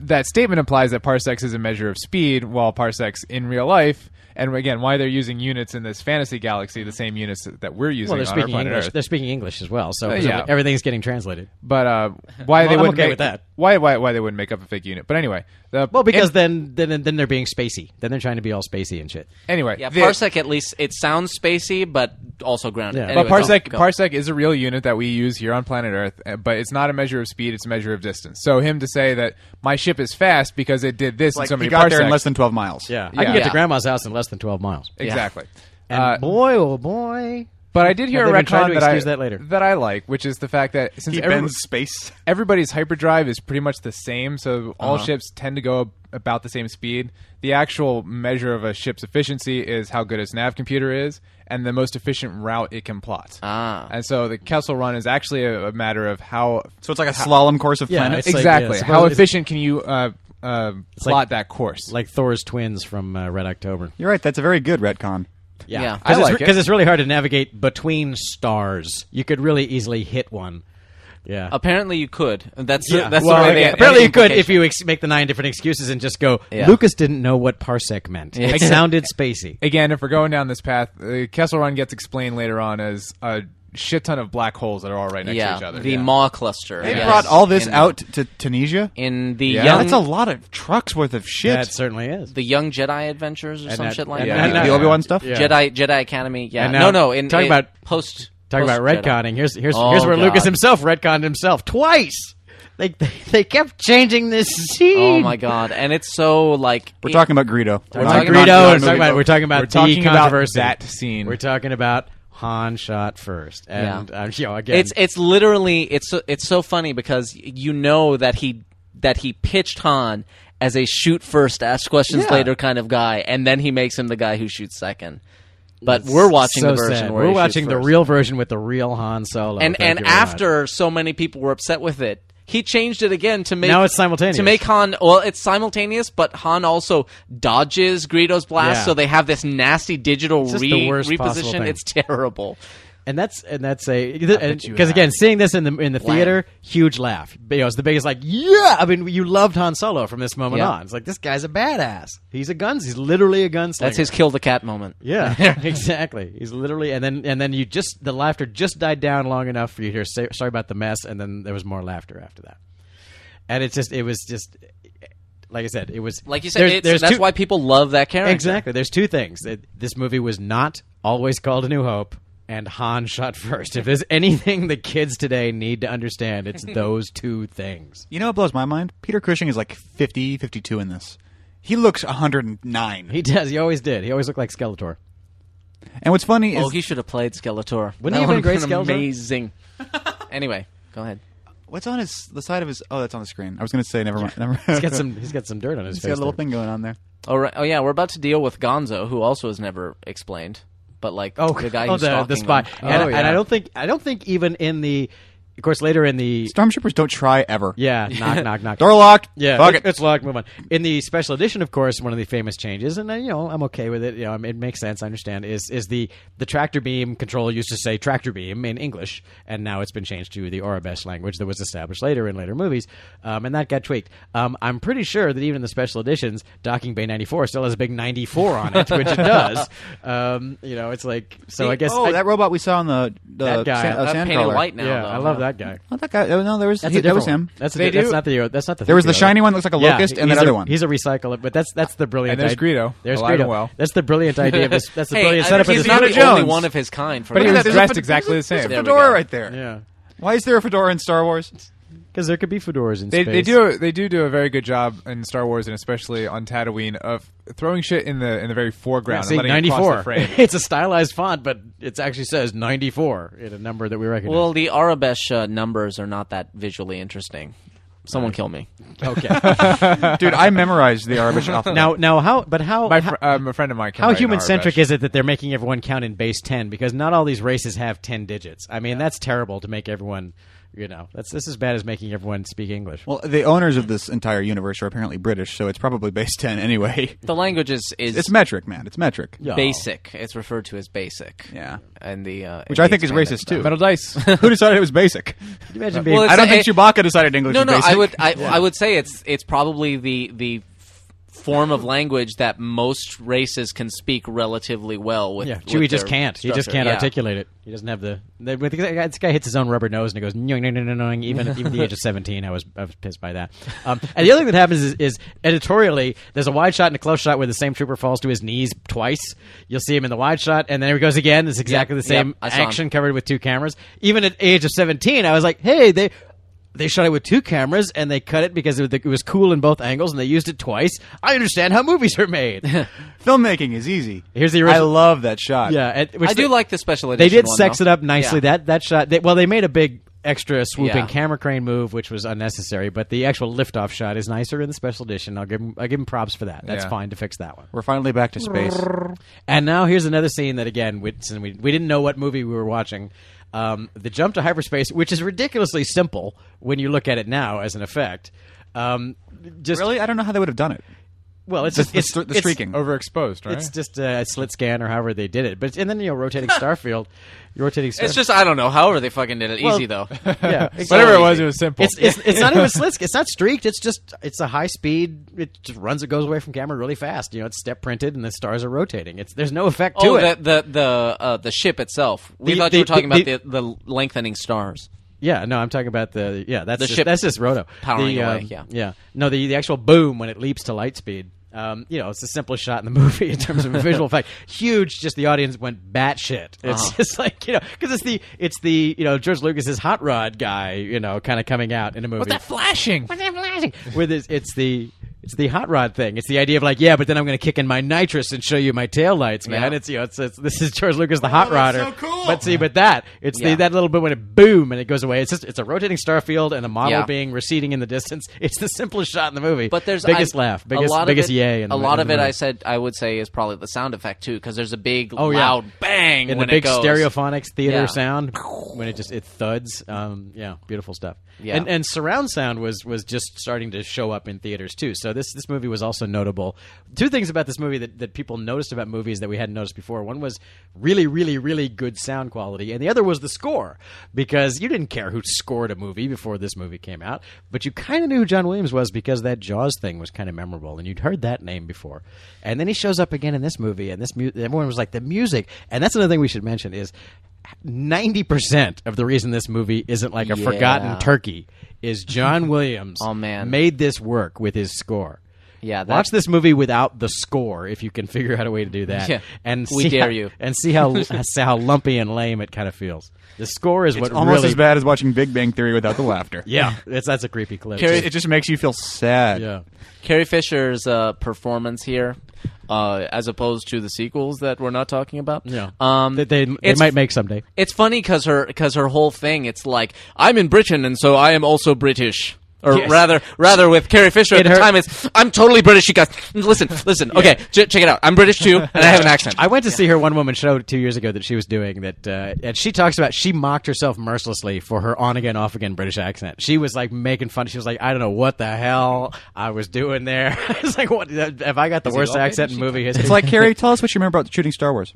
Speaker 5: that statement implies that parsecs is a measure of speed, while parsecs in real life, and again, why they're using units in this fantasy galaxy, the same units that we're using
Speaker 4: well, they're
Speaker 5: on our
Speaker 4: speaking
Speaker 5: planet
Speaker 4: English.
Speaker 5: Earth.
Speaker 4: They're speaking English as well, so
Speaker 5: Uh, yeah.
Speaker 4: everything's getting translated.
Speaker 5: But uh, why they
Speaker 4: I'm
Speaker 5: wouldn't
Speaker 4: okay
Speaker 5: make,
Speaker 4: with that.
Speaker 5: Why, why why they wouldn't make up a fake unit? But anyway, the,
Speaker 4: Well, because
Speaker 5: an-
Speaker 4: then, then then they're being spacey. Then they're trying to be all spacey and shit.
Speaker 5: anyway,
Speaker 3: Yeah,
Speaker 5: the-
Speaker 3: parsec at least it sounds spacey, but also grounded.
Speaker 4: Yeah.
Speaker 3: Anyway,
Speaker 5: but parsec
Speaker 3: go, go.
Speaker 5: parsec is a real unit that we use here on planet Earth, uh, but it's not a measure of speed; it's a measure of distance. So him to say that my ship is fast because it did this in
Speaker 2: Like
Speaker 5: so
Speaker 2: he
Speaker 5: many
Speaker 2: got there in
Speaker 5: parsecs-
Speaker 2: less than twelve miles.
Speaker 4: I can
Speaker 5: Yeah.
Speaker 4: get to grandma's house in less than 12 miles.
Speaker 5: exactly.
Speaker 4: And
Speaker 5: Uh,
Speaker 4: boy, oh boy.
Speaker 5: but I did hear
Speaker 4: Well,
Speaker 5: a
Speaker 4: they've been trying to
Speaker 5: retcon that I
Speaker 4: excuse that later.
Speaker 5: that I like, which is the fact that since
Speaker 2: He
Speaker 5: every-
Speaker 2: bends space.
Speaker 5: everybody's hyperdrive is pretty much the same, so all
Speaker 2: Uh-huh.
Speaker 5: ships tend to go ab- about the same speed. The actual measure of a ship's efficiency is how good its nav computer is and the most efficient route it can plot.
Speaker 3: Ah.
Speaker 5: And so the Kessel Run is actually a, a matter of how
Speaker 2: So it's like a slalom course of
Speaker 4: Yeah,
Speaker 2: planets.
Speaker 4: it's like-
Speaker 5: exactly
Speaker 4: yeah,
Speaker 5: how
Speaker 4: suppose it's-
Speaker 5: efficient can you uh, uh, plot
Speaker 4: like-
Speaker 5: that course?
Speaker 4: Like Thor's twins from uh, Red October.
Speaker 2: You're right. That's a very good retcon.
Speaker 4: Yeah,
Speaker 3: Yeah.
Speaker 5: I
Speaker 4: because
Speaker 5: like it.
Speaker 4: it's, really hard to navigate between stars. You could really easily hit one. Yeah.
Speaker 3: Apparently, you could. That's that's
Speaker 4: Well,
Speaker 3: the way
Speaker 4: yeah,
Speaker 3: they,
Speaker 4: apparently you could if you ex- make the nine different excuses and just go.
Speaker 3: Yeah.
Speaker 4: Lucas didn't know what parsec meant.
Speaker 3: Yeah.
Speaker 4: It sounded spacey.
Speaker 5: Again, if we're going down this path, uh, Kessel Run gets explained later on as a shit ton of black holes that are all right next to
Speaker 3: yeah,
Speaker 5: each other.
Speaker 3: the
Speaker 5: Yeah.
Speaker 3: Maw cluster.
Speaker 2: They
Speaker 3: yes.
Speaker 2: brought all this
Speaker 3: In-
Speaker 2: out to Tunisia.
Speaker 3: in the
Speaker 5: Yeah.
Speaker 2: yeah,
Speaker 3: young
Speaker 2: that's a lot of trucks worth of shit.
Speaker 4: That certainly is.
Speaker 3: the Young Jedi Adventures or some
Speaker 4: that-
Speaker 3: shit like
Speaker 4: and
Speaker 3: that.
Speaker 5: that-
Speaker 2: the
Speaker 5: Yeah.
Speaker 2: Obi Wan stuff.
Speaker 4: Yeah.
Speaker 3: Jedi Jedi Academy. Yeah.
Speaker 4: And now-
Speaker 3: no, no. In,
Speaker 4: talking
Speaker 3: in-
Speaker 4: about-
Speaker 3: post.
Speaker 4: Talking about
Speaker 3: post-Jedi.
Speaker 4: retconning. Here's here's
Speaker 3: Oh,
Speaker 4: here's where Lucas
Speaker 3: God.
Speaker 4: himself retconned himself twice. They they, they kept changing this
Speaker 3: Oh
Speaker 4: scene.
Speaker 3: my god! And it's so like
Speaker 2: We're
Speaker 3: it-
Speaker 2: talking about Greedo.
Speaker 3: We're
Speaker 4: Not
Speaker 3: talking
Speaker 4: Greedo,
Speaker 3: about-
Speaker 4: we're talking about we're talking about
Speaker 5: We're
Speaker 4: the
Speaker 5: talking about
Speaker 4: controversy.
Speaker 5: that scene.
Speaker 4: We're talking about Han shot first, and
Speaker 3: Yeah.
Speaker 4: um, you know, again,
Speaker 3: It's it's literally it's so, it's so funny because you know that he that he pitched Han as a shoot first, ask questions
Speaker 4: Yeah.
Speaker 3: later kind of guy, and then he makes him the guy who shoots second. But we're watching
Speaker 4: so
Speaker 3: the version
Speaker 4: sad.
Speaker 3: where
Speaker 4: we're
Speaker 3: he shoots
Speaker 4: watching the
Speaker 3: first.
Speaker 4: real version with the real Han Solo,
Speaker 3: and
Speaker 4: Thank you
Speaker 3: and
Speaker 4: very much.
Speaker 3: after so many people were upset with it he changed it again to make
Speaker 4: Now it's simultaneous.
Speaker 3: to make han well it's simultaneous but han also dodges greedo's blast
Speaker 4: Yeah.
Speaker 3: so they have this nasty digital
Speaker 4: It's just
Speaker 3: re-
Speaker 4: the worst possible
Speaker 3: reposition
Speaker 4: thing.
Speaker 3: it's terrible
Speaker 4: and that's and that's a because
Speaker 3: had
Speaker 4: again, seeing this in the in the theater, huge laugh. You know, it's the biggest like yeah. I mean, you loved Han Solo from this moment
Speaker 3: Yeah.
Speaker 4: on. It's like this guy's a badass. He's a guns. He's literally a gunslinger.
Speaker 3: that's his kill the cat moment
Speaker 4: Yeah, exactly. He's literally, and then and then you just the laughter just died down long enough for you to hear "Say- "Sorry about the mess," and then there was more laughter after that. And it's just, it was just, like I said, it was
Speaker 3: like you said it's, that's
Speaker 4: two-
Speaker 3: why people love that character
Speaker 4: exactly. There's two things that this movie was not always called A New Hope, and Han shot first. If there's anything the kids today need to understand, it's those two things.
Speaker 2: You know what blows my mind? Peter Cushing is like 50, 52 in this. He looks 109.
Speaker 4: He does. He always did. He always looked like Skeletor.
Speaker 2: and what's funny is
Speaker 3: oh he should have played skeletor
Speaker 4: Wouldn't he
Speaker 3: That would've
Speaker 4: have been great Skeletor?
Speaker 3: amazing anyway go ahead
Speaker 2: what's on his the side of his oh that's on the screen. I was going to say never mind. Never mind.
Speaker 4: He's got some. He's got some dirt on his
Speaker 2: He's
Speaker 4: face.
Speaker 2: got a little
Speaker 4: there.
Speaker 2: thing going on there.
Speaker 3: all right oh yeah we're about to deal with gonzo who also is never explained but like the guy
Speaker 4: oh,
Speaker 3: who's
Speaker 4: the,
Speaker 3: stalking
Speaker 4: the spy,
Speaker 3: them.
Speaker 4: and,
Speaker 3: Oh,
Speaker 4: and I don't think I don't think even in the, of course, later in the
Speaker 2: Stormtroopers don't try ever.
Speaker 4: yeah, knock knock knock
Speaker 2: Door locked.
Speaker 4: Yeah,
Speaker 2: Fuck
Speaker 4: it's,
Speaker 2: it.
Speaker 4: it's locked. Move on. In the special edition, of course, one of the famous changes, and uh, you know I'm okay with it. You know, I mean, it makes sense. I understand. Is is the the tractor beam control used to say tractor beam in English, and now it's been changed to the Orabesh language that was established later in later movies, um, and that got tweaked. Um, I'm pretty sure that even in the special editions, Docking Bay 94 still has a big 94 on it, which it does. Um, you know, it's like so. I guess
Speaker 2: oh
Speaker 4: I-
Speaker 2: that robot we saw on the the
Speaker 4: That guy.
Speaker 2: sand, uh,
Speaker 3: Uh, painted
Speaker 2: sandcrawler.
Speaker 3: white now
Speaker 4: yeah,
Speaker 3: though,
Speaker 4: I love
Speaker 3: yeah.
Speaker 4: that guy.
Speaker 2: Not that guy. Oh, no, there was
Speaker 4: That's
Speaker 2: he,
Speaker 4: a
Speaker 2: that was
Speaker 4: different
Speaker 2: him.
Speaker 4: one. That's a,
Speaker 5: They
Speaker 4: di- that's
Speaker 5: do-
Speaker 4: not the that's not the.
Speaker 2: There was the
Speaker 4: Thupio.
Speaker 2: shiny one that looks like a locust, and
Speaker 4: he's
Speaker 2: that other
Speaker 4: a-
Speaker 2: one.
Speaker 4: He's a recycler, but that's that's the brilliant.
Speaker 5: And there's
Speaker 4: idea.
Speaker 5: Greedo,
Speaker 4: There's
Speaker 5: alive
Speaker 4: Greedo.
Speaker 5: and well.
Speaker 4: That's the brilliant idea. Of this, that's the
Speaker 3: Hey,
Speaker 4: brilliant
Speaker 3: I-
Speaker 4: setup of
Speaker 3: he's
Speaker 4: this
Speaker 3: not
Speaker 4: movie.
Speaker 3: the only one of his kind. For
Speaker 5: But he
Speaker 3: that.
Speaker 5: was
Speaker 2: there's a
Speaker 5: dressed
Speaker 2: fed-
Speaker 5: exactly
Speaker 2: There's
Speaker 5: the same.
Speaker 2: a
Speaker 3: There we
Speaker 2: fedora
Speaker 3: go.
Speaker 2: right there.
Speaker 4: Yeah,
Speaker 2: Why is there a fedora in Star Wars?
Speaker 4: because there could be fedoras in
Speaker 5: They,
Speaker 4: space.
Speaker 5: they do they do do a very good job in Star Wars and especially on Tatooine of throwing shit in the in the very foreground.
Speaker 4: See,
Speaker 5: and letting it cross the
Speaker 4: 94.
Speaker 5: frame.
Speaker 4: it's a stylized font, but it actually says 94 in a number that we recognize.
Speaker 3: Well, the Arabesh uh, numbers are not that visually interesting. Someone kill me.
Speaker 4: okay.
Speaker 2: Dude, I memorized the Arabic alphabet.
Speaker 4: now, now, how? But how?
Speaker 5: My
Speaker 4: how,
Speaker 5: fr- um, a friend of mine. can
Speaker 4: how
Speaker 5: write an
Speaker 4: human centric
Speaker 5: Arabesh.
Speaker 4: is it that they're making everyone count in base 10 because not all these races have 10 digits i mean that's terrible to make everyone you know that's this as bad as making everyone speak english
Speaker 2: well, the owners of this entire universe are apparently British, so it's probably base ten anyway.
Speaker 3: The language is, is
Speaker 2: It's metric, man. It's metric.
Speaker 3: basic. It's referred to as basic.
Speaker 2: Yeah.
Speaker 3: and the uh,
Speaker 2: Which
Speaker 3: in
Speaker 2: I
Speaker 3: the
Speaker 2: think is
Speaker 3: expanded
Speaker 2: racist
Speaker 3: stuff.
Speaker 2: too.
Speaker 5: Metal dice.
Speaker 2: Who decided it was basic?
Speaker 4: Could you imagine being
Speaker 3: well,
Speaker 2: I don't think
Speaker 4: eh,
Speaker 3: it-
Speaker 2: Chewbacca decided English
Speaker 3: No,
Speaker 2: was
Speaker 3: no.
Speaker 2: basic.
Speaker 3: I would I, I would say it's it's probably the the f- form of language that most races can speak relatively well with.
Speaker 4: yeah
Speaker 3: with
Speaker 4: chewie just
Speaker 3: their
Speaker 4: can't he just
Speaker 3: structure.
Speaker 4: can't
Speaker 3: Yeah.
Speaker 4: articulate it he doesn't have the the- with- this guy- this guy hits his own rubber nose and he goes "Nyong, nyong, nyong, nyong, nyong." even even at the age of 17 i was i was pissed by that um, and the other thing that happens is, is editorially there's a wide shot and a close shot where the same trooper falls to his knees twice you'll see him in the wide shot and then he goes again it's exactly the same
Speaker 3: yep, I saw him.
Speaker 4: action covered with two cameras. Even at age of seventeen, I was like, "Hey, they they shot it with two cameras and they cut it because it was- it was cool in both angles and they used it twice." I understand how movies are made.
Speaker 2: Filmmaking is easy.
Speaker 4: Here's the original-
Speaker 2: I love that shot.
Speaker 4: yeah, and- which
Speaker 3: I do
Speaker 4: they-
Speaker 3: like the special
Speaker 4: They
Speaker 3: edition.
Speaker 4: did
Speaker 3: one,
Speaker 4: sex
Speaker 3: though.
Speaker 4: it up nicely.
Speaker 3: Yeah.
Speaker 4: That that shot. They, well, they made a big extra swooping
Speaker 3: Yeah.
Speaker 4: camera crane move, which was unnecessary. But the actual liftoff shot is nicer in the special edition. I'll give 'em- I'll give him props for that. That's
Speaker 5: Yeah.
Speaker 4: fine to fix that one.
Speaker 2: We're finally back to space.
Speaker 4: And now here's another scene that again, we, since we we didn't know what movie we were watching. Um, the jump to hyperspace, which is ridiculously simple when you look at it now as an effect. Um, just
Speaker 2: really? I don't know how they would have done it.
Speaker 4: Well, it's
Speaker 2: The-
Speaker 4: just
Speaker 2: the
Speaker 4: it's
Speaker 2: str- the
Speaker 4: it's-
Speaker 2: streaking.
Speaker 5: Overexposed, right?
Speaker 4: It's just a slit scan or however they did it. But and then you know rotating starfield, you're rotating. Starfield.
Speaker 3: It's just I don't know. However, they fucking did it.
Speaker 4: Well-
Speaker 3: Easy though.
Speaker 4: yeah,
Speaker 5: Whatever it
Speaker 4: exactly.
Speaker 5: was, it was simple.
Speaker 4: It's, it's, it's not even slit. It's not streaked. It's just it's a high speed. It just runs. It goes away from camera really fast. You know, it's step printed and the stars are rotating. It's there's no effect to
Speaker 3: oh,
Speaker 4: it.
Speaker 3: the the the, uh, the ship itself. We
Speaker 4: The-
Speaker 3: thought
Speaker 4: the-
Speaker 3: you were talking
Speaker 4: the-
Speaker 3: about the, the lengthening stars.
Speaker 4: Yeah, no, I'm talking about the yeah. That's
Speaker 3: The
Speaker 4: just,
Speaker 3: ship
Speaker 4: That's just roto
Speaker 3: powering
Speaker 4: the,
Speaker 3: away,
Speaker 4: um,
Speaker 3: yeah.
Speaker 4: yeah. No, the the actual boom when it leaps to light speed. Um, you know, it's the simplest shot in the movie in terms of visual effect. Huge, just the audience went batshit. It's
Speaker 3: Uh-huh.
Speaker 4: just like you know, because it's the it's the you know George Lucas's hot rod guy, you know, kind of coming out in a movie.
Speaker 5: flashing?
Speaker 4: What's that flashing? With it's, it's the it's the hot rod thing. It's the idea of like, yeah, but then I'm going to kick in my nitrous and show you my tail lights, man.
Speaker 3: Yeah.
Speaker 4: It's you know, it's, it's this is George Lucas the hot rodder.
Speaker 2: Oh, so cool.
Speaker 4: But see, but that it's
Speaker 3: Yeah.
Speaker 4: the that little bit when it boom and it goes away. It's just it's a rotating star field and a model
Speaker 3: Yeah.
Speaker 4: being receding in the distance. It's the simplest shot in the movie.
Speaker 3: But there's
Speaker 4: biggest
Speaker 3: I-
Speaker 4: laugh, biggest
Speaker 3: a lot
Speaker 4: biggest
Speaker 3: of it,
Speaker 4: yay. In the,
Speaker 3: a lot
Speaker 4: in
Speaker 3: of
Speaker 4: the
Speaker 3: it,
Speaker 4: movie.
Speaker 3: I said, I would say, is probably the sound effect too, because there's a big,
Speaker 4: Oh, yeah.
Speaker 3: loud bang
Speaker 4: in the
Speaker 3: when it
Speaker 4: big
Speaker 3: goes.
Speaker 4: stereophonics theater
Speaker 3: Yeah.
Speaker 4: sound when it just it thuds. Um, yeah, beautiful stuff.
Speaker 3: Yeah.
Speaker 4: And and surround sound was was just starting to show up in theaters too. So this this movie was also notable. Two things about this movie that, that people noticed about movies that we hadn't noticed before. One was really really really good sound quality, and the other was the score because you didn't care who scored a movie before this movie came out, but you kind of knew who John Williams was because that Jaws thing was kind of memorable, and you'd heard that name before. And then he shows up again in this movie, and this mu- everyone was like the music. And that's another thing we should mention is. 90% of the reason this movie isn't like a
Speaker 3: Yeah.
Speaker 4: forgotten turkey is John Williams
Speaker 3: Oh, man.
Speaker 4: made this work with his score.
Speaker 3: Yeah, that-
Speaker 4: Watch this movie without the score if you can figure out a way to do that.
Speaker 3: Yeah.
Speaker 4: And
Speaker 3: We
Speaker 4: see
Speaker 3: dare
Speaker 4: how,
Speaker 3: you.
Speaker 4: And see how see how lumpy and lame it kind of feels. The score is what
Speaker 2: Almost
Speaker 4: really
Speaker 2: as bad as watching Big Bang Theory without the laughter.
Speaker 4: Yeah, it's, that's a creepy clip.
Speaker 2: It, it just makes you feel sad.
Speaker 4: yeah.
Speaker 3: Carrie Fisher's uh, performance here, uh, as opposed to the sequels that we're not talking about.
Speaker 4: Yeah.
Speaker 3: um,
Speaker 4: that they, they
Speaker 3: it's-
Speaker 4: might make someday.
Speaker 3: It's funny because her because her whole thing. It's like I'm in Britain, and so I am also British. Or
Speaker 4: Yes.
Speaker 3: rather, rather with Carrie Fisher at
Speaker 4: In
Speaker 3: the
Speaker 4: her-
Speaker 3: time, it's I'm totally British. You guys, listen, listen. Okay, ch- check it out. I'm British too, and I have an accent.
Speaker 4: I went to see her one woman show two years ago that she was doing that, uh, and she talks about she mocked herself mercilessly for her on again, off again British accent. She was like making fun. She was like, I don't know what the hell I was doing there. it's like, what uh, have I got the worst
Speaker 5: all
Speaker 4: accent in movie history?
Speaker 2: It's like Carrie, tell us what you remember about shooting Star Wars.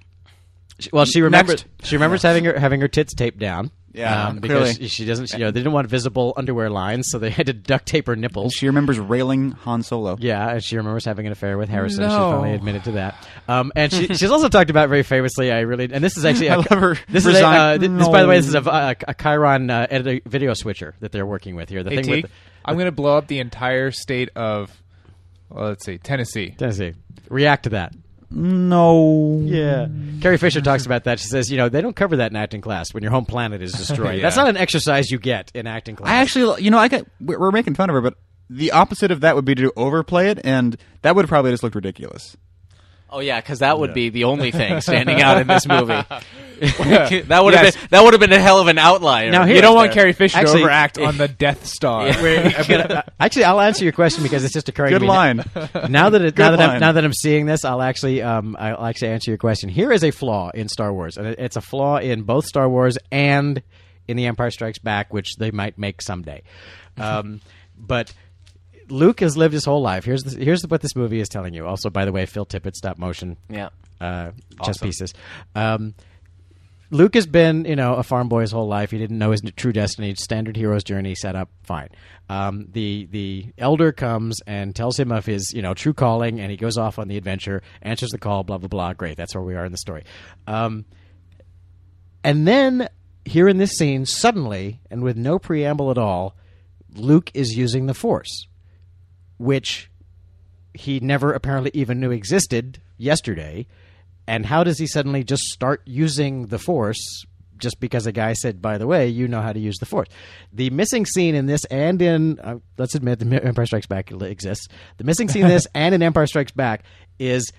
Speaker 4: well, she remembers
Speaker 2: Next.
Speaker 4: she remembers having her having her tits taped down. Um,
Speaker 2: Yeah,
Speaker 4: because
Speaker 2: clearly.
Speaker 4: she doesn't. You know, they didn't want visible underwear lines, so they had to duct tape her nipples.
Speaker 2: She remembers railing Han Solo.
Speaker 4: Yeah, and she remembers having an affair with Harrison. She
Speaker 5: No.
Speaker 4: finally admitted to that. Um, and she, she's also talked about very famously. I really and this is actually a-
Speaker 2: I love her
Speaker 4: This is a,
Speaker 2: resign-
Speaker 4: uh, thi- this by the way,
Speaker 2: No.
Speaker 4: this is a, a, a Chiron uh, editor, video switcher that they're working with here. The
Speaker 5: Hey,
Speaker 4: thing
Speaker 5: Teague,
Speaker 4: with
Speaker 5: I'm going to blow up the entire state of, well, let's see, Tennessee.
Speaker 4: Tennessee react to that.
Speaker 2: No.
Speaker 4: Yeah, Carrie Fisher talks about that. She says, you know, they don't cover that in acting class when your home planet is destroyed.
Speaker 5: Yeah.
Speaker 4: That's not an exercise you get in acting class.
Speaker 2: I actually, you know, I got, we're we're making fun of her, but the opposite of that would be to overplay it, and that would probably just look ridiculous.
Speaker 3: Oh yeah, because that would be the only thing standing out in this movie. that would
Speaker 5: Yes.
Speaker 3: have been that would have been a hell of an outlier.
Speaker 4: Now here-
Speaker 5: You don't want
Speaker 4: There.
Speaker 5: Carrie Fisher
Speaker 4: Actually-
Speaker 5: to overact on the Death Star.
Speaker 4: I'm gonna- actually, I'll answer your question because it's just occurring.
Speaker 2: Good
Speaker 4: to me now-
Speaker 2: line.
Speaker 4: Now that it, now
Speaker 2: Good
Speaker 4: that I'm,
Speaker 2: line.
Speaker 4: now that I'm seeing this, I'll actually um, I'll actually answer your question. Here is a flaw in Star Wars, and it- it's a flaw in both Star Wars and in The Empire Strikes Back, which they might make someday. Um, but Luke has lived his whole life. Here's the, here's what this movie is telling you. Also, by the way, Phil Tippett stop motion
Speaker 3: yeah,
Speaker 4: uh, chess pieces. Um, Luke has been, you know, a farm boy his whole life. He didn't know his true destiny. Standard hero's journey set up fine. Um, the the elder comes and tells him of his, you know, true calling, and he goes off on the adventure. Answers the call. Blah blah blah. Great. That's where we are in the story. Um, and then here in this scene, suddenly and with no preamble at all, Luke is using the Force, which he never apparently even knew existed yesterday. And how does he suddenly just start using the force just because a guy said, by the way, you know how to use the force? The missing scene in this and in, uh, let's admit, the Mi- Empire Strikes Back exists. The missing scene in this and in Empire Strikes Back is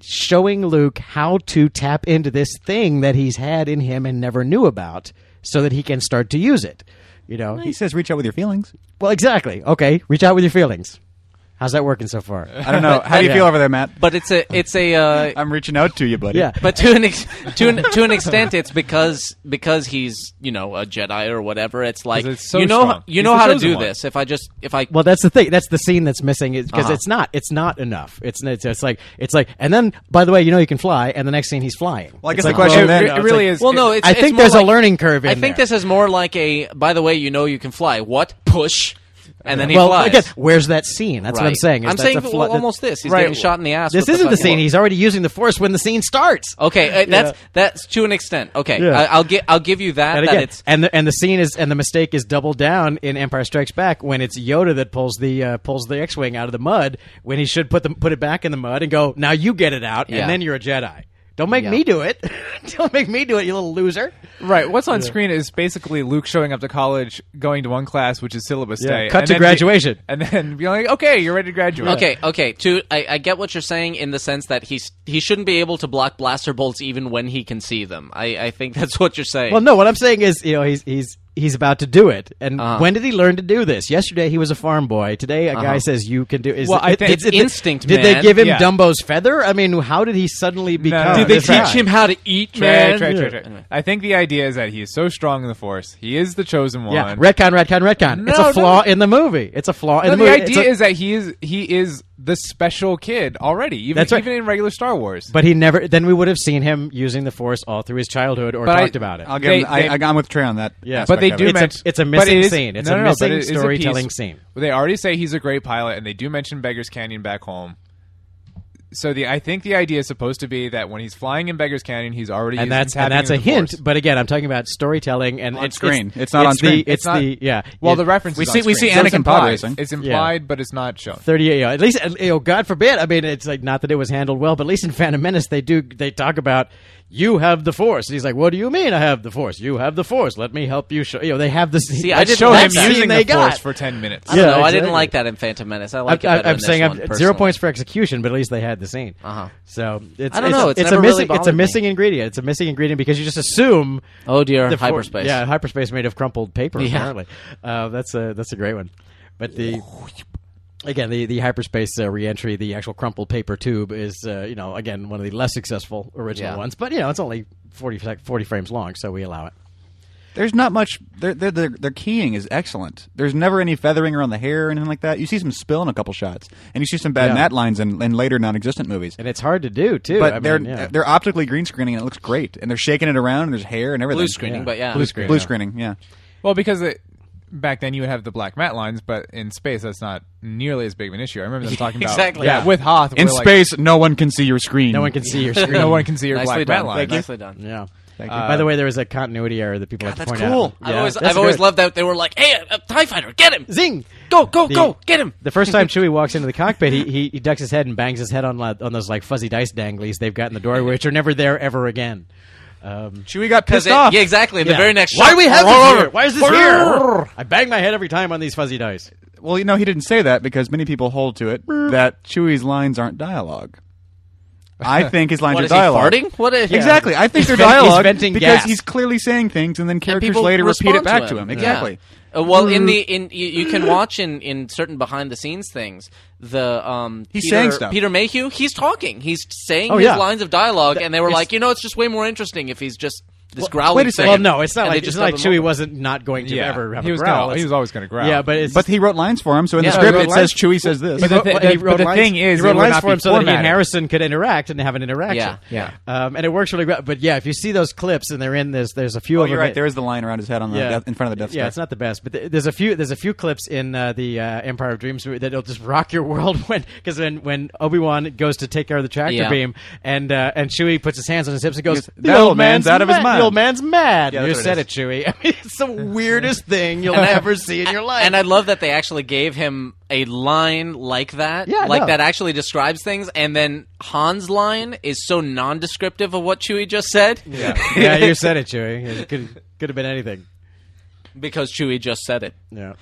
Speaker 4: showing Luke how to tap into this thing that he's had in him and never knew about so that he can start to use it. You know,
Speaker 2: He says, reach out with your feelings.
Speaker 4: well, exactly. Okay, reach out with your feelings. How's that working so far?
Speaker 3: Uh,
Speaker 2: I don't know. How do you
Speaker 4: Yeah.
Speaker 2: feel over there, Matt?
Speaker 3: But it's a it's a uh,
Speaker 2: I'm reaching out to you, buddy.
Speaker 4: Yeah.
Speaker 3: but to an ex- to an, to an extent, it's because because he's you know a Jedi or whatever. It's like
Speaker 5: 'Cause it's so
Speaker 3: you know
Speaker 5: strong.
Speaker 3: you
Speaker 5: He's
Speaker 3: know
Speaker 5: the
Speaker 3: how to
Speaker 5: chosen
Speaker 3: do
Speaker 5: one.
Speaker 3: this. If I just if I
Speaker 4: Well, that's the thing. That's the scene that's missing because
Speaker 3: Uh-huh.
Speaker 4: it's not. It's not enough. It's, it's it's like it's like. And then, by the way, you know he can fly, and the next scene he's flying.
Speaker 2: Well, I
Speaker 4: It's
Speaker 2: guess
Speaker 4: like,
Speaker 2: the question
Speaker 4: oh,
Speaker 2: then-
Speaker 4: you know,
Speaker 5: it
Speaker 4: it's
Speaker 5: really
Speaker 4: like-
Speaker 5: is.
Speaker 3: well no,
Speaker 5: it-
Speaker 3: it's,
Speaker 4: I
Speaker 3: it's
Speaker 4: think
Speaker 3: more
Speaker 4: there's a
Speaker 3: like-
Speaker 4: learning curve
Speaker 3: I
Speaker 4: in
Speaker 3: think
Speaker 4: there.
Speaker 3: this is more like a. By the way, you know you can fly. What push? And then he
Speaker 4: Well,
Speaker 3: flies.
Speaker 4: again, where's that scene? That's what I'm
Speaker 3: Right.
Speaker 4: saying. is
Speaker 3: I'm
Speaker 4: that's
Speaker 3: saying
Speaker 4: a fla- that-
Speaker 3: almost this. He's
Speaker 4: Right.
Speaker 3: getting shot in the ass.
Speaker 4: This
Speaker 3: with
Speaker 4: isn't the
Speaker 3: fucking
Speaker 4: scene.
Speaker 3: book.
Speaker 4: He's already using the force when the scene starts.
Speaker 3: Okay, uh, that's that's to an extent. Okay,
Speaker 4: Yeah.
Speaker 3: I, I'll give I'll give you that.
Speaker 4: And
Speaker 3: that
Speaker 4: again,
Speaker 3: it's
Speaker 4: and the and the scene is and the mistake is doubled down in Empire Strikes Back when it's Yoda that pulls the uh, pulls the X-wing out of the mud when he should put the put it back in the mud and go now you get it out
Speaker 3: Yeah.
Speaker 4: and then you're a Jedi. Don't make
Speaker 3: Yeah.
Speaker 4: me do it. Don't make me do it, you little loser.
Speaker 5: Right. What's on screen is basically Luke showing up to college, going to one class, which is syllabus day.
Speaker 4: Cut
Speaker 5: and
Speaker 4: to
Speaker 5: then be-
Speaker 4: graduation.
Speaker 5: and then being like, okay, you're ready to graduate.
Speaker 3: okay, okay. To I, I get what you're saying in the sense that he's he shouldn't be able to block blaster bolts even when he can see them. I, I think that's what you're saying.
Speaker 4: Well, no, what I'm saying is, you know, he's he's he's about to do it. And
Speaker 3: Uh-huh.
Speaker 4: when did he learn to do this? Yesterday he was a farm boy. Today a guy says you can do. Is
Speaker 5: Well, I
Speaker 4: it-
Speaker 5: think-
Speaker 4: did-
Speaker 5: It's
Speaker 4: did they-
Speaker 3: instinct, man.
Speaker 4: Did they give him
Speaker 5: Yeah.
Speaker 4: Dumbo's feather? I mean, how did he suddenly become?
Speaker 5: no,
Speaker 3: Did they
Speaker 5: that's
Speaker 4: this
Speaker 3: teach
Speaker 4: guy?
Speaker 5: right.
Speaker 3: him how to eat,
Speaker 5: Try,
Speaker 3: man?
Speaker 5: try, try, try. I think the idea is that he is so strong in the Force. He is the chosen one.
Speaker 4: Yeah, retcon, retcon, retcon. it's
Speaker 5: No,
Speaker 4: a
Speaker 5: no.
Speaker 4: flaw in the movie. It's a flaw in
Speaker 5: No,
Speaker 4: the
Speaker 5: the
Speaker 4: movie. It's
Speaker 5: idea
Speaker 4: a-
Speaker 5: is that he is he is the special kid already, even
Speaker 4: That's right.
Speaker 5: even in regular Star Wars.
Speaker 4: but he never. Then we would have seen him using the Force all through his childhood or
Speaker 5: But I-
Speaker 4: talked about it.
Speaker 2: I'll give
Speaker 5: They-
Speaker 2: him, I,
Speaker 5: they-
Speaker 2: I, I'm with Trey on that.
Speaker 4: Yeah.
Speaker 5: but
Speaker 2: aspect
Speaker 5: they
Speaker 2: of
Speaker 5: do
Speaker 2: it.
Speaker 4: It's a-
Speaker 5: mention
Speaker 4: it's a
Speaker 5: but
Speaker 4: missing
Speaker 5: it is-
Speaker 4: scene. It's
Speaker 5: no,
Speaker 4: a
Speaker 5: no, no, but
Speaker 4: missing
Speaker 5: it is a piece.
Speaker 4: storytelling scene.
Speaker 5: They already say he's a great pilot, and they do mention Beggar's Canyon back home. So the I think the idea is supposed to be that when he's flying in Beggar's Canyon, he's already
Speaker 4: and
Speaker 5: using-
Speaker 4: that's and
Speaker 5: tapping
Speaker 4: that's a
Speaker 5: into the
Speaker 4: hint.
Speaker 5: Force.
Speaker 4: But again, I'm talking about storytelling and
Speaker 2: On
Speaker 4: it's,
Speaker 2: screen.
Speaker 4: It's,
Speaker 2: It's not on
Speaker 4: the,
Speaker 2: screen.
Speaker 4: It's,
Speaker 5: It's not-
Speaker 4: the yeah.
Speaker 5: well,
Speaker 4: it-
Speaker 5: the reference
Speaker 2: we
Speaker 5: is
Speaker 2: see-
Speaker 5: on
Speaker 2: we
Speaker 5: screen.
Speaker 2: see
Speaker 5: So it's
Speaker 2: Anakin
Speaker 5: implied.
Speaker 2: pod racing.
Speaker 5: It's implied, but it's not shown.
Speaker 4: 38 you know, at least uh, you know, god forbid i mean it's like not that it was handled well but at least in phantom menace they do they talk about you have the force and he's like what do you mean i have the force you have the force let me help you show you know they have this
Speaker 3: See, I didn't
Speaker 5: Show him
Speaker 3: like
Speaker 4: that's
Speaker 3: that.
Speaker 4: the
Speaker 5: using
Speaker 4: scene
Speaker 5: the
Speaker 4: they
Speaker 5: Force
Speaker 4: got
Speaker 5: for ten minutes.
Speaker 3: I don't
Speaker 4: Yeah,
Speaker 3: know. I didn't
Speaker 4: exactly.
Speaker 3: like that in Phantom Menace. I like it
Speaker 4: I,
Speaker 3: better
Speaker 4: am
Speaker 3: in this
Speaker 4: saying
Speaker 3: one,
Speaker 4: I'm, zero
Speaker 3: personally.
Speaker 4: points for execution, but at least they had the scene.
Speaker 3: Uh-huh.
Speaker 4: So it's,
Speaker 3: I don't
Speaker 4: it's,
Speaker 3: know. It's
Speaker 4: a
Speaker 3: never really
Speaker 4: missing it's a
Speaker 3: bothered me.
Speaker 4: missing ingredient. It's a missing ingredient because you just assume
Speaker 3: Oh dear,
Speaker 4: the for-
Speaker 3: hyperspace.
Speaker 4: Yeah, hyperspace made of crumpled paper.
Speaker 3: Yeah.
Speaker 4: Apparently, uh, that's a that's a great one. But the again the the hyperspace uh, reentry, the actual crumpled paper tube is uh, you know again one of the less successful original
Speaker 3: Yeah.
Speaker 4: ones. But you know it's only 40, sec- 40 frames long, so we allow it.
Speaker 2: There's not much. Their their their their keying is excellent. There's never any feathering around the hair or anything like that. You see some spill in a couple shots, and you see some bad
Speaker 4: Yeah.
Speaker 2: matte lines in, in later non-existent movies.
Speaker 4: And it's hard to do too.
Speaker 2: but
Speaker 4: I mean,
Speaker 2: they're
Speaker 4: yeah.
Speaker 2: they're optically green screening, and it looks great. And they're shaking it around, and there's hair and everything.
Speaker 3: Blue screening, but yeah.
Speaker 4: Blue
Speaker 2: blue,
Speaker 4: screen,
Speaker 2: blue
Speaker 4: yeah.
Speaker 2: screening. Yeah.
Speaker 5: Well, because it, back then you would have the black matte lines, but in space that's not nearly as big of an issue. I remember them talking about
Speaker 3: Exactly.
Speaker 5: Yeah,
Speaker 4: Yeah.
Speaker 5: with Hoth
Speaker 2: In
Speaker 5: we're like,
Speaker 2: space, no one can see your screen.
Speaker 4: no one can see your screen.
Speaker 5: no one can see your
Speaker 3: Nicely
Speaker 5: black matte
Speaker 3: done.
Speaker 5: lines.
Speaker 3: Nicely done.
Speaker 4: Yeah.
Speaker 2: you.
Speaker 4: By the way, there was a continuity error that people have to
Speaker 3: That's
Speaker 4: point
Speaker 3: cool.
Speaker 4: out.
Speaker 3: I've
Speaker 4: Yeah,
Speaker 3: always,
Speaker 4: that's
Speaker 3: I've always
Speaker 4: great.
Speaker 3: loved that they were like, "Hey, a, a Tie Fighter, get him!
Speaker 4: Zing!
Speaker 3: Go, go,
Speaker 4: The-
Speaker 3: go, get him!"
Speaker 4: The first time Chewie walks into the cockpit, he, he he ducks his head and bangs his head on la- on those like fuzzy dice danglies they've got in the door, which are never there ever again. Um,
Speaker 2: Chewie got
Speaker 3: 'Cause
Speaker 2: pissed
Speaker 3: it-
Speaker 2: off.
Speaker 3: yeah, exactly. In
Speaker 4: yeah.
Speaker 3: the very next
Speaker 4: Why
Speaker 3: shot,
Speaker 4: do we have
Speaker 3: "Roar,
Speaker 4: this here? Why is this
Speaker 3: roar, roar."
Speaker 4: here? I bang my head every time on these fuzzy dice.
Speaker 2: Well, you know, he didn't say that because many people hold to it that Chewie's lines aren't dialogue. I think his lines
Speaker 3: What
Speaker 2: are
Speaker 3: is he
Speaker 2: dialogue.
Speaker 3: farting? What is
Speaker 2: Exactly. I think they're
Speaker 4: ven- he's
Speaker 2: dialogue
Speaker 4: venting
Speaker 2: because
Speaker 4: gas.
Speaker 2: he's clearly saying things, and then
Speaker 3: And
Speaker 2: characters
Speaker 3: people
Speaker 2: later repeat it
Speaker 3: respond
Speaker 2: back to him. Exactly.
Speaker 3: Yeah. Uh, well,
Speaker 4: Mm-hmm.
Speaker 3: in the in you, you can watch in in certain behind the scenes things the um
Speaker 2: He's
Speaker 3: Peter,
Speaker 2: saying stuff.
Speaker 3: Peter Mayhew he's talking he's saying
Speaker 4: Oh,
Speaker 3: his
Speaker 4: yeah.
Speaker 3: lines of dialogue and they were
Speaker 4: it's-
Speaker 3: like you know it's just way more interesting if he's just this growling.
Speaker 2: wait a
Speaker 3: thing."
Speaker 2: second.
Speaker 4: Well, no, it's not
Speaker 3: And they
Speaker 4: like it's
Speaker 3: just
Speaker 4: not like
Speaker 3: dub him
Speaker 4: Chewie
Speaker 3: over.
Speaker 4: wasn't not going to
Speaker 5: Yeah.
Speaker 4: ever have
Speaker 5: He
Speaker 4: a
Speaker 5: was
Speaker 4: growl.
Speaker 5: gonna- he
Speaker 4: It's-
Speaker 5: was always gonna growl.
Speaker 4: Yeah, but it's
Speaker 2: But he wrote lines for him, so in
Speaker 5: Yeah.
Speaker 2: the script
Speaker 5: No, he
Speaker 2: it
Speaker 5: wrote
Speaker 2: says
Speaker 5: lines-
Speaker 2: Chewie says this.
Speaker 5: But the,
Speaker 4: Well,
Speaker 5: thi- the, the thing is,
Speaker 4: he wrote
Speaker 5: it would
Speaker 4: lines
Speaker 5: not
Speaker 4: for
Speaker 5: be
Speaker 4: him so that he and
Speaker 5: formatted.
Speaker 4: Harrison could interact and have an interaction.
Speaker 3: Yeah,
Speaker 4: yeah. Um, and it works really well. But yeah, if you see those clips and they're in this, there's a few
Speaker 2: Oh,
Speaker 4: of them.
Speaker 2: you're right.
Speaker 4: that-
Speaker 2: There is the line around his head on the death, in front of the Death
Speaker 4: Yeah,
Speaker 2: Star.
Speaker 4: it's not the best, but th- there's a few there's a few clips in uh, the uh, Empire of Dreams movie that'll just rock your world when because when when Obi Wan goes to take care of the tractor
Speaker 3: Yeah.
Speaker 4: beam and uh, and Chewie puts his hands on his hips and goes,
Speaker 2: Yes,
Speaker 4: "The
Speaker 2: that
Speaker 4: old
Speaker 2: old man's out of his
Speaker 4: mad-
Speaker 2: mind."
Speaker 4: The old man's mad.
Speaker 2: Yeah,
Speaker 4: you
Speaker 2: that's what
Speaker 4: said
Speaker 2: it
Speaker 4: it, Chewie. I mean, it's the weirdest thing you'll
Speaker 3: And I-
Speaker 4: ever see in your life.
Speaker 3: And I love that they actually gave him a line like that.
Speaker 4: Yeah,
Speaker 3: like
Speaker 4: no.
Speaker 3: that actually describes things. And then Han's line is so non-descriptive of what Chewie just said
Speaker 4: yeah, you said it, Chewie. It could could have been anything.
Speaker 3: because Chewie just said it.
Speaker 4: Yeah.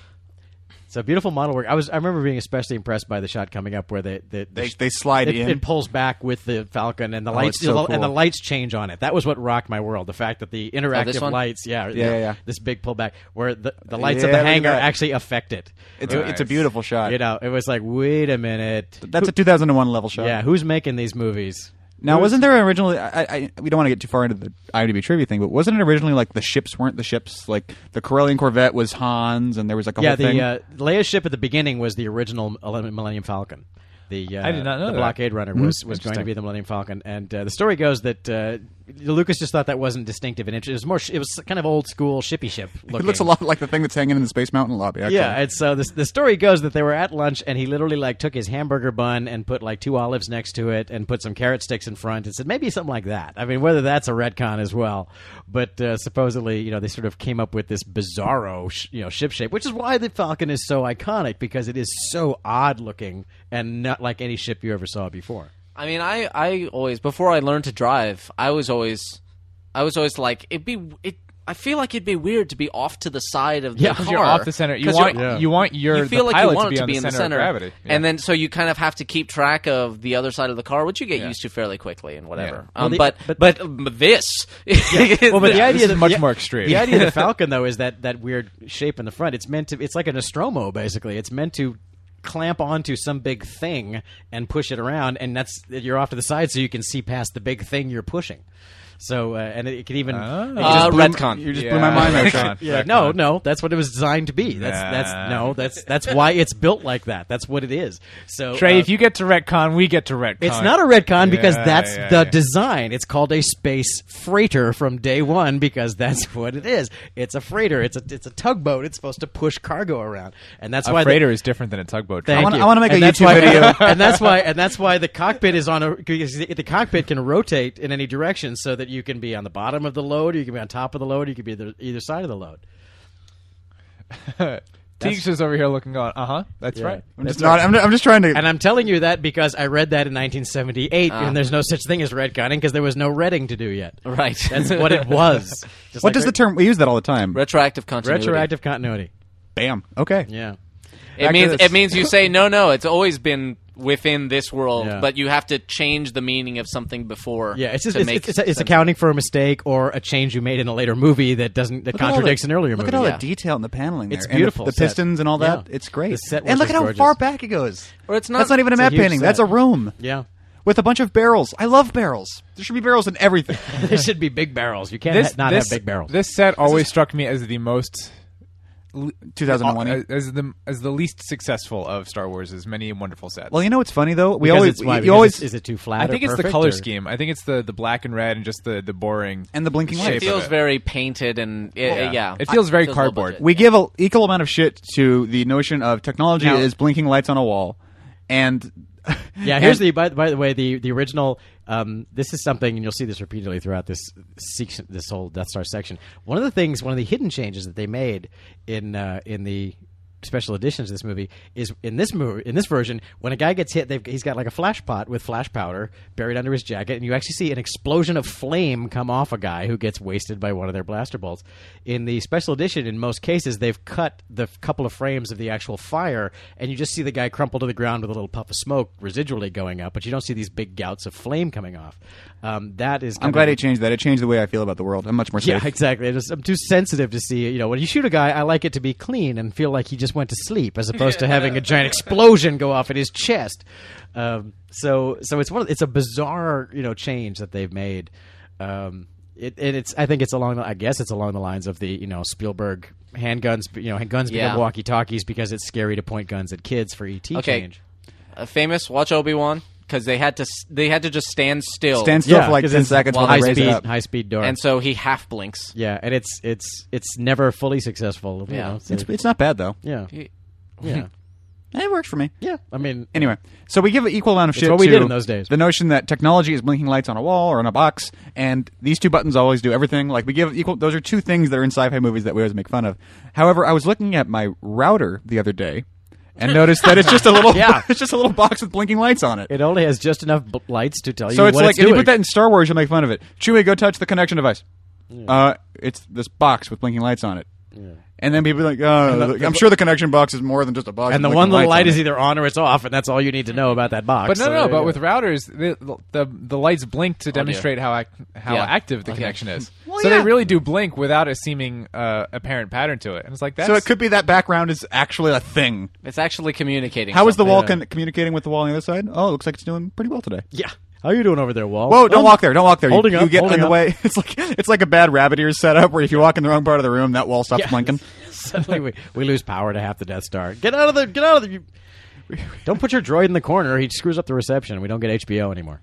Speaker 4: So beautiful model work. I was I remember being especially impressed by the shot coming up where they they,
Speaker 2: They- they slide
Speaker 4: it,
Speaker 2: in. Oh,
Speaker 4: It pulls back with the Falcon and the lights
Speaker 2: it's so
Speaker 4: and the- and the
Speaker 2: cool. Oh,
Speaker 4: lights change on it. That was what rocked my world. The fact that the interactive
Speaker 3: one?
Speaker 4: lights, yeah, yeah,
Speaker 2: yeah, yeah.
Speaker 4: this big pullback where the, the lights
Speaker 2: Yeah,
Speaker 4: of the
Speaker 2: look at
Speaker 4: hangar
Speaker 2: that.
Speaker 4: actually affect it.
Speaker 2: It's,
Speaker 4: It-
Speaker 2: a, it's a beautiful shot.
Speaker 4: you know, it was like, wait a minute,
Speaker 2: That's a 2001 level shot.
Speaker 4: yeah, who's making these movies?
Speaker 2: Now, wasn't there originally? I, I we don't want to get too far into the IMDb trivia thing, but wasn't it originally like the ships weren't the ships? Like the Corellian Corvette was Hans, and there was like a
Speaker 4: yeah,
Speaker 2: whole thing.
Speaker 4: the uh, Leia's ship at the beginning was the original Millennium Falcon. The uh,
Speaker 5: I did not know
Speaker 4: the
Speaker 5: that.
Speaker 4: blockade runner
Speaker 2: Mm-hmm.
Speaker 4: was, was going to be the Millennium Falcon, and uh, the story goes that uh, Lucas just thought that wasn't distinctive and interesting. It was more, sh- it was kind of old school shippy ship.
Speaker 2: it looks a lot like the thing that's hanging in the Space Mountain lobby. Actually.
Speaker 4: Yeah, and so this, the story goes that they were at lunch, and he literally like took his hamburger bun and put like two olives next to it, and put some carrot sticks in front, and said maybe something like that. I mean, whether that's a retcon as well, but uh, supposedly you know they sort of came up with this bizarro sh- you know ship shape, which is why the Falcon is so iconic because it is so odd looking and not like any ship you ever saw before.
Speaker 3: I mean, I, I always before I learned to drive, I was always, I was always like, it'd be it. I feel like it'd be weird to be off to the side of the
Speaker 4: Yeah, 'cause
Speaker 3: car.
Speaker 4: you're
Speaker 5: you're off the center. You
Speaker 3: 'Cause
Speaker 5: want
Speaker 3: you're-
Speaker 5: you want your
Speaker 3: you feel
Speaker 5: the
Speaker 3: like you
Speaker 5: pilot
Speaker 3: want it
Speaker 5: to be, on the center, of gravity, Yeah.
Speaker 3: and then so you kind of have to keep track of the other side of the car, which you get used to fairly quickly and whatever.
Speaker 4: Well,
Speaker 3: Um,
Speaker 4: the-
Speaker 3: but,
Speaker 4: but-
Speaker 3: but but this,
Speaker 4: well, but the
Speaker 5: Yeah,
Speaker 4: idea
Speaker 5: this is
Speaker 4: that-
Speaker 5: much
Speaker 4: the-
Speaker 5: more extreme.
Speaker 4: The idea of the Falcon though is that that weird shape in the front. It's meant to. It's like an Nostromo basically. It's meant to clamp onto some big thing and push it around, and that's you're off to the side so you can see past the big thing you're pushing. So uh, and it, it can even.
Speaker 5: Ah,
Speaker 4: it can
Speaker 3: uh,
Speaker 4: just-
Speaker 3: retcon.
Speaker 2: you just blew my mind. there, Sean.
Speaker 4: yeah, no, no, that's what it was designed to be. That's
Speaker 5: Nah.
Speaker 4: that's no, that's that's why it's built like that. That's what it is. So
Speaker 5: Trey,
Speaker 4: uh,
Speaker 5: if you get to retcon, we get to retcon.
Speaker 4: it's not a retcon because
Speaker 5: Yeah,
Speaker 4: that's
Speaker 5: yeah,
Speaker 4: the
Speaker 5: yeah.
Speaker 4: design. It's called a space freighter from day one because that's what it is. It's a freighter. It's a it's a tugboat. It's supposed to push cargo around, and that's why
Speaker 5: a
Speaker 4: the-
Speaker 5: freighter is different than a tugboat.
Speaker 4: Thank
Speaker 5: Sean.
Speaker 2: wanna-
Speaker 4: you.
Speaker 2: I wanna make
Speaker 4: And
Speaker 2: a
Speaker 4: that's
Speaker 2: YouTube
Speaker 4: why-
Speaker 2: video.
Speaker 4: and that's why and that's why the cockpit is on a because the the cockpit can rotate in any direction so that you can be on the bottom of the load, or you can be on top of the load, or you can be the, either side of the load.
Speaker 5: Teague's just over here looking on. Uh huh. That's right.
Speaker 2: I'm just not. I'm, I'm just trying to.
Speaker 4: And I'm telling you that because I read that in 1978,
Speaker 5: Ah.
Speaker 4: and there's no such thing as retconning because there was no redding to do yet.
Speaker 3: Right.
Speaker 4: That's what it was. Just
Speaker 2: what
Speaker 4: like
Speaker 2: does the term? We use that all the time.
Speaker 3: retroactive continuity.
Speaker 4: retroactive continuity?
Speaker 2: Bam. Okay.
Speaker 4: Yeah.
Speaker 3: It
Speaker 2: Back to
Speaker 3: means
Speaker 2: this.
Speaker 3: it means you say no, no. It's always been within this world,
Speaker 4: Yeah.
Speaker 3: but you have to change the meaning of something before.
Speaker 4: Yeah, it's just
Speaker 3: to
Speaker 4: it's,
Speaker 3: make
Speaker 4: it's, it's
Speaker 3: sense.
Speaker 4: accounting for a mistake or a change you made in a later movie that doesn't that
Speaker 2: Look at all
Speaker 4: contradicts
Speaker 2: the-
Speaker 4: an earlier
Speaker 2: Look
Speaker 4: movie.
Speaker 2: at all
Speaker 4: Yeah.
Speaker 2: the detail in the paneling. There.
Speaker 4: It's
Speaker 2: And the-
Speaker 4: beautiful
Speaker 2: the,
Speaker 4: set.
Speaker 2: pistons and all that.
Speaker 4: Yeah.
Speaker 2: It's great.
Speaker 4: The set
Speaker 2: and
Speaker 4: work
Speaker 2: look
Speaker 4: is
Speaker 2: at how
Speaker 4: gorgeous.
Speaker 2: far back it goes.
Speaker 3: Or it's
Speaker 2: That's
Speaker 3: not-
Speaker 2: not even a
Speaker 4: it's a
Speaker 2: map
Speaker 4: huge
Speaker 2: painting.
Speaker 4: set.
Speaker 2: That's a room.
Speaker 4: Yeah.
Speaker 2: With a bunch of barrels. I love barrels. There should be barrels in everything.
Speaker 4: there should be big barrels. You can't
Speaker 5: This
Speaker 4: ha- not
Speaker 5: this,
Speaker 4: have big barrels.
Speaker 5: This set always struck me as the most uh,
Speaker 2: 2001.
Speaker 4: Uh,
Speaker 5: as the as the least successful of Star Wars' many wonderful sets.
Speaker 2: Well, you know what's funny though? We
Speaker 4: Because
Speaker 2: always
Speaker 4: it's why,
Speaker 2: you
Speaker 4: because
Speaker 2: always
Speaker 4: it's- is it too flat?
Speaker 5: I
Speaker 4: or
Speaker 5: think it's the
Speaker 4: perfect,
Speaker 5: color
Speaker 4: or-
Speaker 5: scheme. I think it's the the black and red and just the the boring
Speaker 2: And the blinking
Speaker 5: shape
Speaker 2: lights.
Speaker 5: of
Speaker 3: It feels
Speaker 5: it.
Speaker 3: very painted and it, yeah.
Speaker 5: It feels very
Speaker 3: low
Speaker 5: cardboard.
Speaker 3: budget.
Speaker 2: we give a equal amount of shit to the notion of technology
Speaker 4: Now-
Speaker 2: is blinking lights on a wall, and
Speaker 4: Yeah, here's the by, by the way the the original. Um, this is something, and you'll see this repeatedly throughout this section, this whole Death Star section. One of the things, one of the hidden changes that they made in uh, in the special editions of this movie is in this movie in this version when a guy gets hit they've, he's got like a flash pot with flash powder buried under his jacket and you actually see an explosion of flame come off a guy who gets wasted by one of their blaster bolts in the special edition in most cases they've cut the f- couple of frames of the actual fire and you just see the guy crumple to the ground with a little puff of smoke residually going up but you don't see these big gouts of flame coming off um, that is
Speaker 2: I'm
Speaker 4: kind
Speaker 2: glad
Speaker 4: of-
Speaker 2: it changed that. It changed the way I feel about the world. I'm much more
Speaker 4: yeah,
Speaker 2: safe.
Speaker 4: exactly. I just, I'm too sensitive to see. You know, when you shoot a guy, I like it to be clean and feel like he just went to sleep, as opposed to having a giant explosion go off in his chest. Um, so, so it's one. Of, it's a bizarre, you know, change that they've made. Um, it, and it's. I think it's along. The, I guess it's along the lines of the you know Spielberg handguns. You know, guns
Speaker 3: Yeah.
Speaker 4: become walkie talkies because it's scary to point guns at kids for ET
Speaker 3: Okay.
Speaker 4: change.
Speaker 3: Uh, famous watch Obi Wan because they had to s- they had to just stand still.
Speaker 2: Stand still
Speaker 4: Yeah,
Speaker 2: for like
Speaker 4: 'cause
Speaker 2: ten
Speaker 4: it's
Speaker 2: seconds
Speaker 3: well,
Speaker 2: while they
Speaker 4: high
Speaker 2: raise
Speaker 4: speed,
Speaker 2: it up.
Speaker 4: high speed door.
Speaker 3: and so he half blinks.
Speaker 4: yeah, and it's it's it's never fully successful. you
Speaker 3: Yeah.
Speaker 4: know, so-
Speaker 2: It's, it's not bad though.
Speaker 4: yeah, yeah,
Speaker 2: It works for me.
Speaker 4: yeah. I mean,
Speaker 2: Anyway, so we give an equal amount of shit
Speaker 4: what we
Speaker 2: to
Speaker 4: did in those days.
Speaker 2: the notion that technology is blinking lights on a wall or on a box, and these two buttons always do everything. Like we give equal; those are two things that are in sci-fi movies that we always make fun of. However, I was looking at my router the other day and noticed that it's just a little,
Speaker 4: Yeah.
Speaker 2: it's just a little box with blinking lights on it.
Speaker 4: It only has just enough b- lights to tell you
Speaker 2: so it's
Speaker 4: what
Speaker 2: like
Speaker 4: it's
Speaker 2: if you
Speaker 4: doing.
Speaker 2: put that in Star Wars, you'll make fun of it. Chewie, go touch the connection device. Uh, it's this box with blinking lights on it. And then people are like, oh, look, I'm sure the connection box is more than just a box.
Speaker 4: And the
Speaker 2: with
Speaker 4: one little
Speaker 2: lights
Speaker 4: light
Speaker 2: on
Speaker 4: is
Speaker 2: it.
Speaker 4: either on or it's off, and that's all you need to know about that box.
Speaker 5: But no,
Speaker 4: So
Speaker 5: no.
Speaker 4: there
Speaker 5: But
Speaker 4: you
Speaker 5: with
Speaker 4: go.
Speaker 5: routers, the the, the lights blink
Speaker 2: Oh,
Speaker 5: to demonstrate how ac- how
Speaker 3: Yeah.
Speaker 5: active the
Speaker 3: Okay.
Speaker 5: connection is. so they really do blink without a seeming uh, apparent pattern to it. And it's like that's
Speaker 2: So it could be that background is actually a thing.
Speaker 3: It's actually communicating.
Speaker 2: How is the
Speaker 3: something.
Speaker 2: wall con- communicating with the wall on the other side? Oh, it looks like it's doing pretty well today.
Speaker 4: yeah. How are you doing over there, Wall?
Speaker 2: Whoa! Don't
Speaker 4: Oh,
Speaker 2: walk there. Don't walk there. You,
Speaker 4: holding
Speaker 2: you
Speaker 4: up,
Speaker 2: get in
Speaker 4: holding
Speaker 2: the
Speaker 4: up.
Speaker 2: way. It's like it's like a bad rabbit ear setup where if you walk in the wrong part of the room, that wall stops
Speaker 4: Yeah.
Speaker 2: blinking.
Speaker 4: Suddenly we, we lose power to half the Death Star. Get out of the get out of the. You, don't put your droid in the corner. He screws up the reception. and We don't get HBO anymore.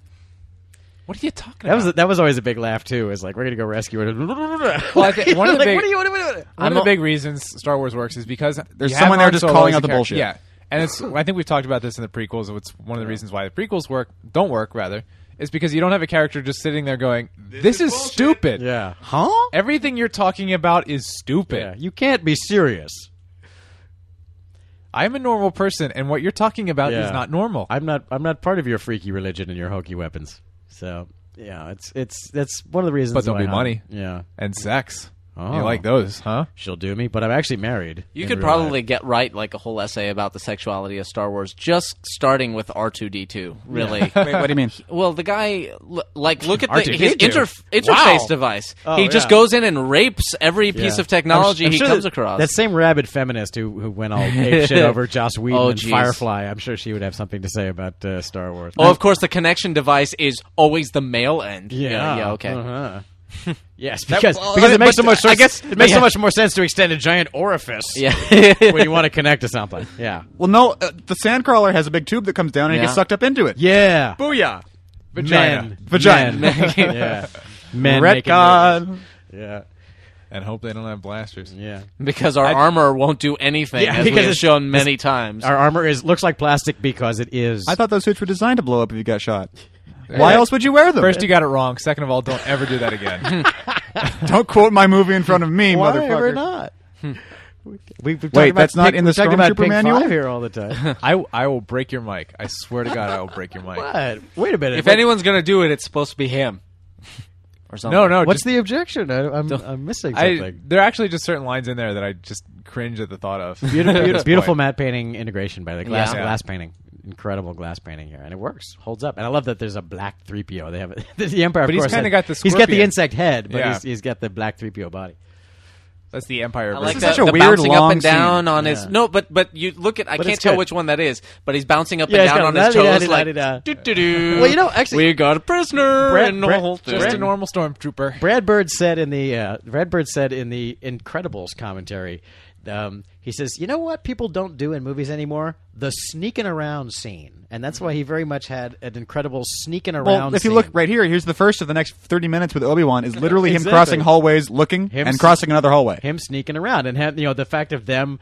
Speaker 5: What are you talking
Speaker 4: That
Speaker 5: about?
Speaker 4: was that was always a big laugh too. Is like we're gonna go rescue it.
Speaker 5: Well, I think one of the
Speaker 4: like,
Speaker 5: big-
Speaker 4: what are you? What are you? What are you-
Speaker 5: One
Speaker 3: I'm
Speaker 5: of
Speaker 3: al-
Speaker 5: the big reasons Star Wars works is because
Speaker 2: There's
Speaker 5: you have
Speaker 2: someone there
Speaker 5: Han
Speaker 2: just
Speaker 5: Solo
Speaker 2: calling
Speaker 5: as a
Speaker 2: out the
Speaker 5: character-
Speaker 2: bullshit.
Speaker 5: Yeah, and it's I think we've talked about this in the prequels. It's one of the reasons why the prequels work don't work rather is because you don't have a character just sitting there going, "This, is, stupid."
Speaker 4: Yeah. Huh?
Speaker 5: Everything you're talking about is stupid.
Speaker 4: Yeah. You can't be serious.
Speaker 5: I'm a normal person, and what you're talking about
Speaker 4: Yeah.
Speaker 5: is not normal.
Speaker 4: I'm not. I'm not part of your freaky religion and your hokey weapons. So yeah, it's it's that's one of the reasons.
Speaker 5: But there'll
Speaker 4: why
Speaker 5: be
Speaker 4: I'm-
Speaker 5: money.
Speaker 4: Yeah.
Speaker 5: and sex.
Speaker 4: Oh.
Speaker 5: You like those, huh?
Speaker 4: She'll do me, but I'm actually married.
Speaker 3: You
Speaker 4: in
Speaker 3: could
Speaker 4: real life.
Speaker 3: probably get right like a whole essay about the sexuality of Star Wars, just starting with R two D two. Really.
Speaker 2: Wait, what do you mean?
Speaker 3: Well, the guy, l- like, look at the,
Speaker 4: R2D2.
Speaker 3: his interf- interface
Speaker 4: Wow.
Speaker 3: device.
Speaker 4: Oh,
Speaker 3: he just
Speaker 4: yeah.
Speaker 3: goes in and rapes every piece
Speaker 4: Yeah.
Speaker 3: of technology
Speaker 4: I'm
Speaker 3: he
Speaker 4: sure
Speaker 3: comes
Speaker 4: that-
Speaker 3: across.
Speaker 4: That same rabid feminist who, who went all ape shit over Joss Whedon
Speaker 3: Oh,
Speaker 4: and
Speaker 3: jeez.
Speaker 4: Firefly. I'm sure she would have something to say about uh, Star Wars.
Speaker 3: oh, of course, the connection device is always the male end.
Speaker 4: yeah,
Speaker 3: yeah, okay.
Speaker 4: uh-huh. yes, because,
Speaker 3: well,
Speaker 4: because it
Speaker 3: but
Speaker 4: makes so much.
Speaker 3: I
Speaker 4: Sense,
Speaker 3: guess-
Speaker 4: it makes
Speaker 3: yeah.
Speaker 4: so much more sense to extend a giant orifice.
Speaker 3: Yeah.
Speaker 4: when you want to connect to something. Yeah,
Speaker 2: Well, no. Uh, the sandcrawler has a big tube that comes down and it
Speaker 3: Yeah.
Speaker 2: gets sucked up into it.
Speaker 4: yeah.
Speaker 2: Booyah!
Speaker 4: Men,
Speaker 2: Vagina.
Speaker 4: Men. yeah, men. making movies.
Speaker 2: Retcon.
Speaker 4: Yeah,
Speaker 5: And hope they don't have blasters.
Speaker 4: yeah.
Speaker 3: because our armor won't do anything,
Speaker 4: Yeah,
Speaker 3: as we
Speaker 4: because
Speaker 3: have
Speaker 4: it's-
Speaker 3: shown many times.
Speaker 4: Our armor is looks like plastic because it is.
Speaker 2: I thought those suits were designed to blow up if you got shot. Why else would you wear them?
Speaker 5: First, you got it wrong. Second of all, don't ever do that again.
Speaker 2: don't quote my movie in front of me,
Speaker 4: Why
Speaker 2: motherfucker.
Speaker 4: ever not? We, we've
Speaker 2: Wait, that's not in the Stormtrooper manual?
Speaker 4: here all the time.
Speaker 5: I, I will break your mic. I swear to God, I will break your mic.
Speaker 4: what? Wait a minute.
Speaker 3: if
Speaker 4: What-
Speaker 3: anyone's gonna do it, it's supposed to be him. Or something.
Speaker 5: No, no.
Speaker 4: what's
Speaker 5: just,
Speaker 4: the objection? I, I'm, I'm missing
Speaker 5: I,
Speaker 4: something.
Speaker 5: there are actually just certain lines in there that I just cringe at the thought of.
Speaker 4: beautiful,
Speaker 5: At this
Speaker 4: beautiful
Speaker 5: point.
Speaker 4: matte painting integration by the glass
Speaker 3: Yeah.
Speaker 4: glass painting. Incredible glass painting here, and it works, holds up, and I love that there's a black three PO. They have the Empire,
Speaker 5: But he's
Speaker 4: kind
Speaker 5: kinda
Speaker 4: of
Speaker 5: got the
Speaker 4: he's got the
Speaker 5: scorpion.
Speaker 4: insect head, but
Speaker 5: Yeah.
Speaker 4: he's, he's got the black three PO body.
Speaker 5: That's the Empire.
Speaker 3: I
Speaker 5: version.
Speaker 3: like
Speaker 2: is
Speaker 3: that,
Speaker 2: such a
Speaker 3: the
Speaker 2: weird,
Speaker 3: bouncing up
Speaker 2: long
Speaker 3: and down
Speaker 2: scene.
Speaker 3: on his
Speaker 4: Yeah.
Speaker 3: no, but but you look at I
Speaker 4: But
Speaker 3: can't
Speaker 4: it's
Speaker 3: tell
Speaker 4: good.
Speaker 3: which one that is, but he's bouncing up
Speaker 4: Yeah,
Speaker 3: and
Speaker 4: he's
Speaker 3: down on
Speaker 4: got
Speaker 3: his toes like
Speaker 4: la-di-da-di-da-di-da.
Speaker 3: doo-doo-doo.
Speaker 4: Well, you know, actually-
Speaker 3: we got a prisoner
Speaker 4: Brett-
Speaker 3: and a
Speaker 4: Brett-
Speaker 3: whole
Speaker 5: Just a
Speaker 3: thing.
Speaker 5: normal stormtrooper.
Speaker 4: Brad Bird said in the uh, Brad Bird said in the Incredibles commentary, um, he says, "You know what people don't do in movies anymore? The sneaking around scene." And that's why he very much had an incredible sneaking around.
Speaker 2: Well, if you
Speaker 4: scene.
Speaker 2: look right here, here's the first of the next 30 minutes with Obi Wan is literally
Speaker 4: Exactly.
Speaker 2: him crossing hallways, looking,
Speaker 4: Him
Speaker 2: and
Speaker 4: s-
Speaker 2: crossing another hallway.
Speaker 4: him sneaking around and had, you know the fact of them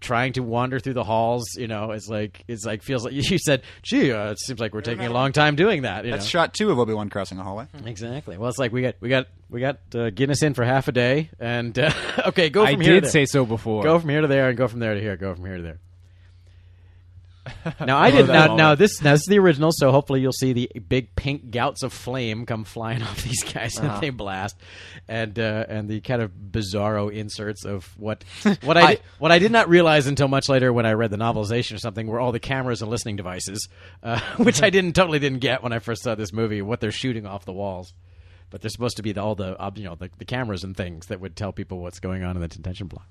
Speaker 4: trying to wander through the halls, you know, it's like it's like feels like you said, "Gee, uh, it seems like we're taking a long time doing that." You
Speaker 2: That's
Speaker 4: know?
Speaker 2: shot two of Obi Wan crossing a hallway.
Speaker 4: Exactly. Well, it's like we got we got we got uh, Guinness in for half a day, and uh, okay, go
Speaker 5: I
Speaker 4: from here. to
Speaker 5: did
Speaker 4: there.
Speaker 5: say so before.
Speaker 4: Go from here to there, and go from there to here. Go from here to there. Now I did not. Now this now this is the original, so hopefully you'll see the big pink gouts of flame come flying off these guys and they blast, and uh, and the kind of bizarro inserts of what what I,
Speaker 3: I-
Speaker 4: did, what I did not realize until much later when I read the novelization or something were all the cameras and listening devices, uh, which I didn't totally didn't get when I first saw this movie what they're shooting off the walls, but they're supposed to be the, all the ob- you know the, the cameras and things that would tell people what's going on in the detention block.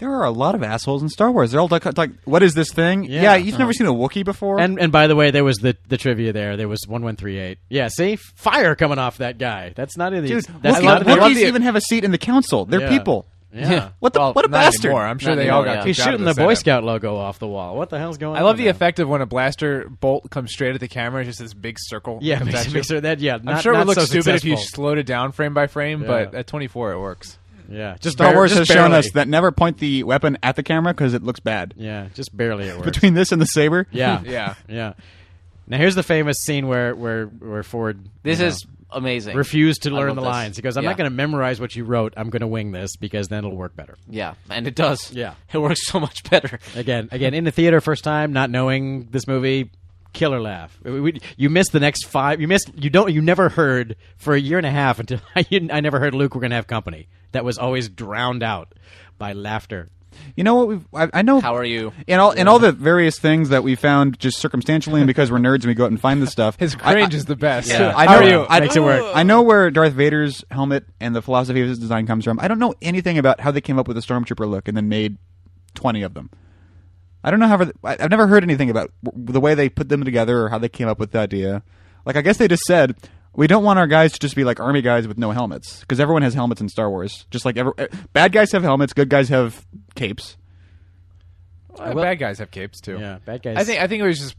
Speaker 2: There are a lot of assholes in Star Wars. They're all like, like what is this thing?
Speaker 4: Yeah.
Speaker 2: Yeah, you've never seen a Wookiee before.
Speaker 4: And and by the way, there was the, the trivia there. There was one one three eight. Yeah, see, fire coming off that guy. That's not in the.
Speaker 2: Dude,
Speaker 4: that's
Speaker 2: Wookiee,
Speaker 4: not in the-
Speaker 5: I love
Speaker 2: Wookiees
Speaker 5: the-
Speaker 2: even have a seat in the council. They're
Speaker 4: Yeah.
Speaker 2: people.
Speaker 4: Yeah.
Speaker 2: What the,
Speaker 5: Well,
Speaker 2: what a
Speaker 5: not
Speaker 2: bastard!
Speaker 5: anymore. I'm sure
Speaker 3: Not
Speaker 5: they all
Speaker 3: anymore,
Speaker 5: got.
Speaker 3: yeah.
Speaker 4: He's
Speaker 5: kicked out of
Speaker 4: shooting the Boy
Speaker 5: setup.
Speaker 4: Scout logo off the wall. What the hell's going on?
Speaker 5: I love the
Speaker 4: now?
Speaker 5: effect of when a blaster bolt comes straight at the camera, just this big circle.
Speaker 4: Yeah,
Speaker 5: comes
Speaker 4: makes,
Speaker 5: at you.
Speaker 4: makes sure that. Yeah,
Speaker 5: I'm
Speaker 4: not-
Speaker 5: sure it
Speaker 4: not
Speaker 5: would look
Speaker 4: so
Speaker 5: stupid
Speaker 4: successful.
Speaker 5: if you slowed it down frame by frame, but
Speaker 4: Yeah.
Speaker 5: at 24 it works.
Speaker 4: yeah, just
Speaker 2: Star
Speaker 4: bar-
Speaker 2: Wars
Speaker 4: just
Speaker 2: has shown
Speaker 4: barely.
Speaker 2: us that never point the weapon at the camera because it looks bad.
Speaker 4: Yeah, just barely it works.
Speaker 2: Between this and the saber,
Speaker 4: yeah,
Speaker 5: Yeah.
Speaker 4: yeah. Now here's the famous scene where where where Ford.
Speaker 3: This
Speaker 4: you know,
Speaker 3: is amazing.
Speaker 4: refused to
Speaker 3: I
Speaker 4: learn
Speaker 3: love
Speaker 4: the
Speaker 3: this.
Speaker 4: lines. He goes, "I'm
Speaker 3: Yeah.
Speaker 4: not going to memorize what you wrote. I'm going to wing this because then it'll work better."
Speaker 3: Yeah, and it does.
Speaker 4: Yeah.
Speaker 3: it works so much better.
Speaker 4: again, again in the theater first time, not knowing this movie, killer laugh. We- we- you missed the next five. You missed. You don't. You never heard for a year and a half until I, didn't- I never heard Luke. We're gonna have company. That was always drowned out by laughter.
Speaker 2: You know what? We've, I, I know.
Speaker 3: How are you?
Speaker 2: And all and all the various things that we found just circumstantially, and because we're nerds and we go out and find this stuff.
Speaker 5: His
Speaker 2: I-
Speaker 5: cringe is the best.
Speaker 3: Yeah.
Speaker 2: I
Speaker 5: How are
Speaker 2: know-
Speaker 5: you?
Speaker 2: I,
Speaker 4: Makes it work.
Speaker 2: I know where Darth Vader's helmet and the philosophy of his design comes from. I don't know anything about how they came up with the stormtrooper look and then made twenty of them. I don't know how. I- I've never heard anything about w- the way they put them together or how they came up with the idea. Like, I guess they just said we don't want our guys to just be like army guys with no helmets because everyone has helmets in Star Wars. Just like every, eh, bad guys have helmets, good guys have capes.
Speaker 5: Uh, bad guys have capes too.
Speaker 4: Yeah, bad guys.
Speaker 5: I think I think it was just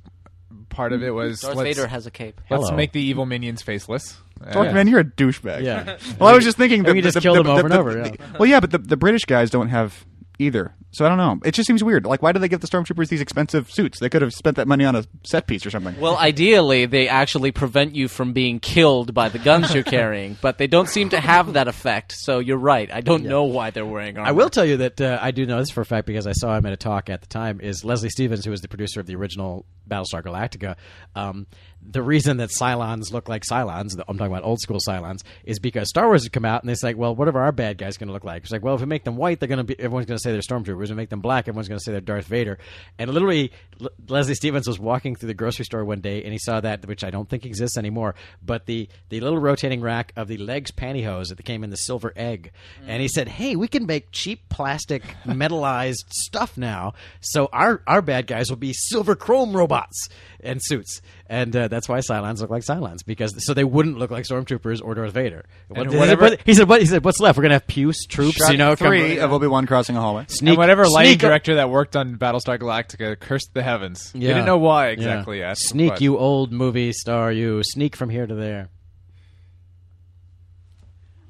Speaker 5: part of it was
Speaker 3: Darth
Speaker 5: let's,
Speaker 3: Vader has a cape.
Speaker 5: let's
Speaker 4: Hello.
Speaker 5: make the evil minions faceless.
Speaker 2: Darth
Speaker 5: Yeah.
Speaker 2: Man, you're a douchebag.
Speaker 4: Yeah.
Speaker 2: well, I was just thinking that
Speaker 4: we just
Speaker 2: the,
Speaker 4: kill
Speaker 2: the-
Speaker 4: them
Speaker 2: the-
Speaker 4: over and
Speaker 2: the-
Speaker 4: over,
Speaker 2: the-
Speaker 4: yeah.
Speaker 2: well, yeah, but the, the British guys don't have either. So I don't know. It just seems weird. Like, why do they give the stormtroopers these expensive suits? They could have spent that money on a set piece or something.
Speaker 3: Well, ideally, they actually prevent you from being killed by the guns you're carrying, but they don't seem to have that effect. So you're right. I don't know why they're wearing armor.
Speaker 4: I will tell you that uh, I do know this for a fact because I saw him at a talk at the time. Is Leslie Stevens, who was the producer of the original Battlestar Galactica, um, the reason that Cylons look like Cylons? the- I'm talking about old school Cylons, is because Star Wars had come out and they said, "Well, what are our bad guys going to look like?" It's like, "Well, if we make them white, they're going to be everyone's going to say they're stormtroopers. If we make them black, everyone's going to say they're Darth Vader." And literally, L- Leslie Stevens was walking through the grocery store one day and he saw that, which I don't think exists anymore, but the the little rotating rack of the legs pantyhose that came in the silver egg, and he said, "Hey, we can make cheap plastic metallized stuff now, so our our bad guys will be silver chrome robots and suits, and uh, that's why Cylons look like Cylons because so they wouldn't look like stormtroopers or Darth Vader." What- he, said,
Speaker 5: whatever-
Speaker 4: what- he said, "What?" He said, "What's left? We're gonna have puce troops,
Speaker 2: Shot
Speaker 4: you know, come-
Speaker 2: three of Obi Wan crossing a hallway.
Speaker 4: sneak-
Speaker 5: and whatever lighting
Speaker 4: sneak up-
Speaker 5: director that worked on Battlestar Galactica cursed the heavens. They
Speaker 4: Yeah.
Speaker 5: didn't know why
Speaker 4: Yeah.
Speaker 5: exactly yet.
Speaker 4: Sneak
Speaker 5: but-
Speaker 4: you old movie star, you sneak from here to there."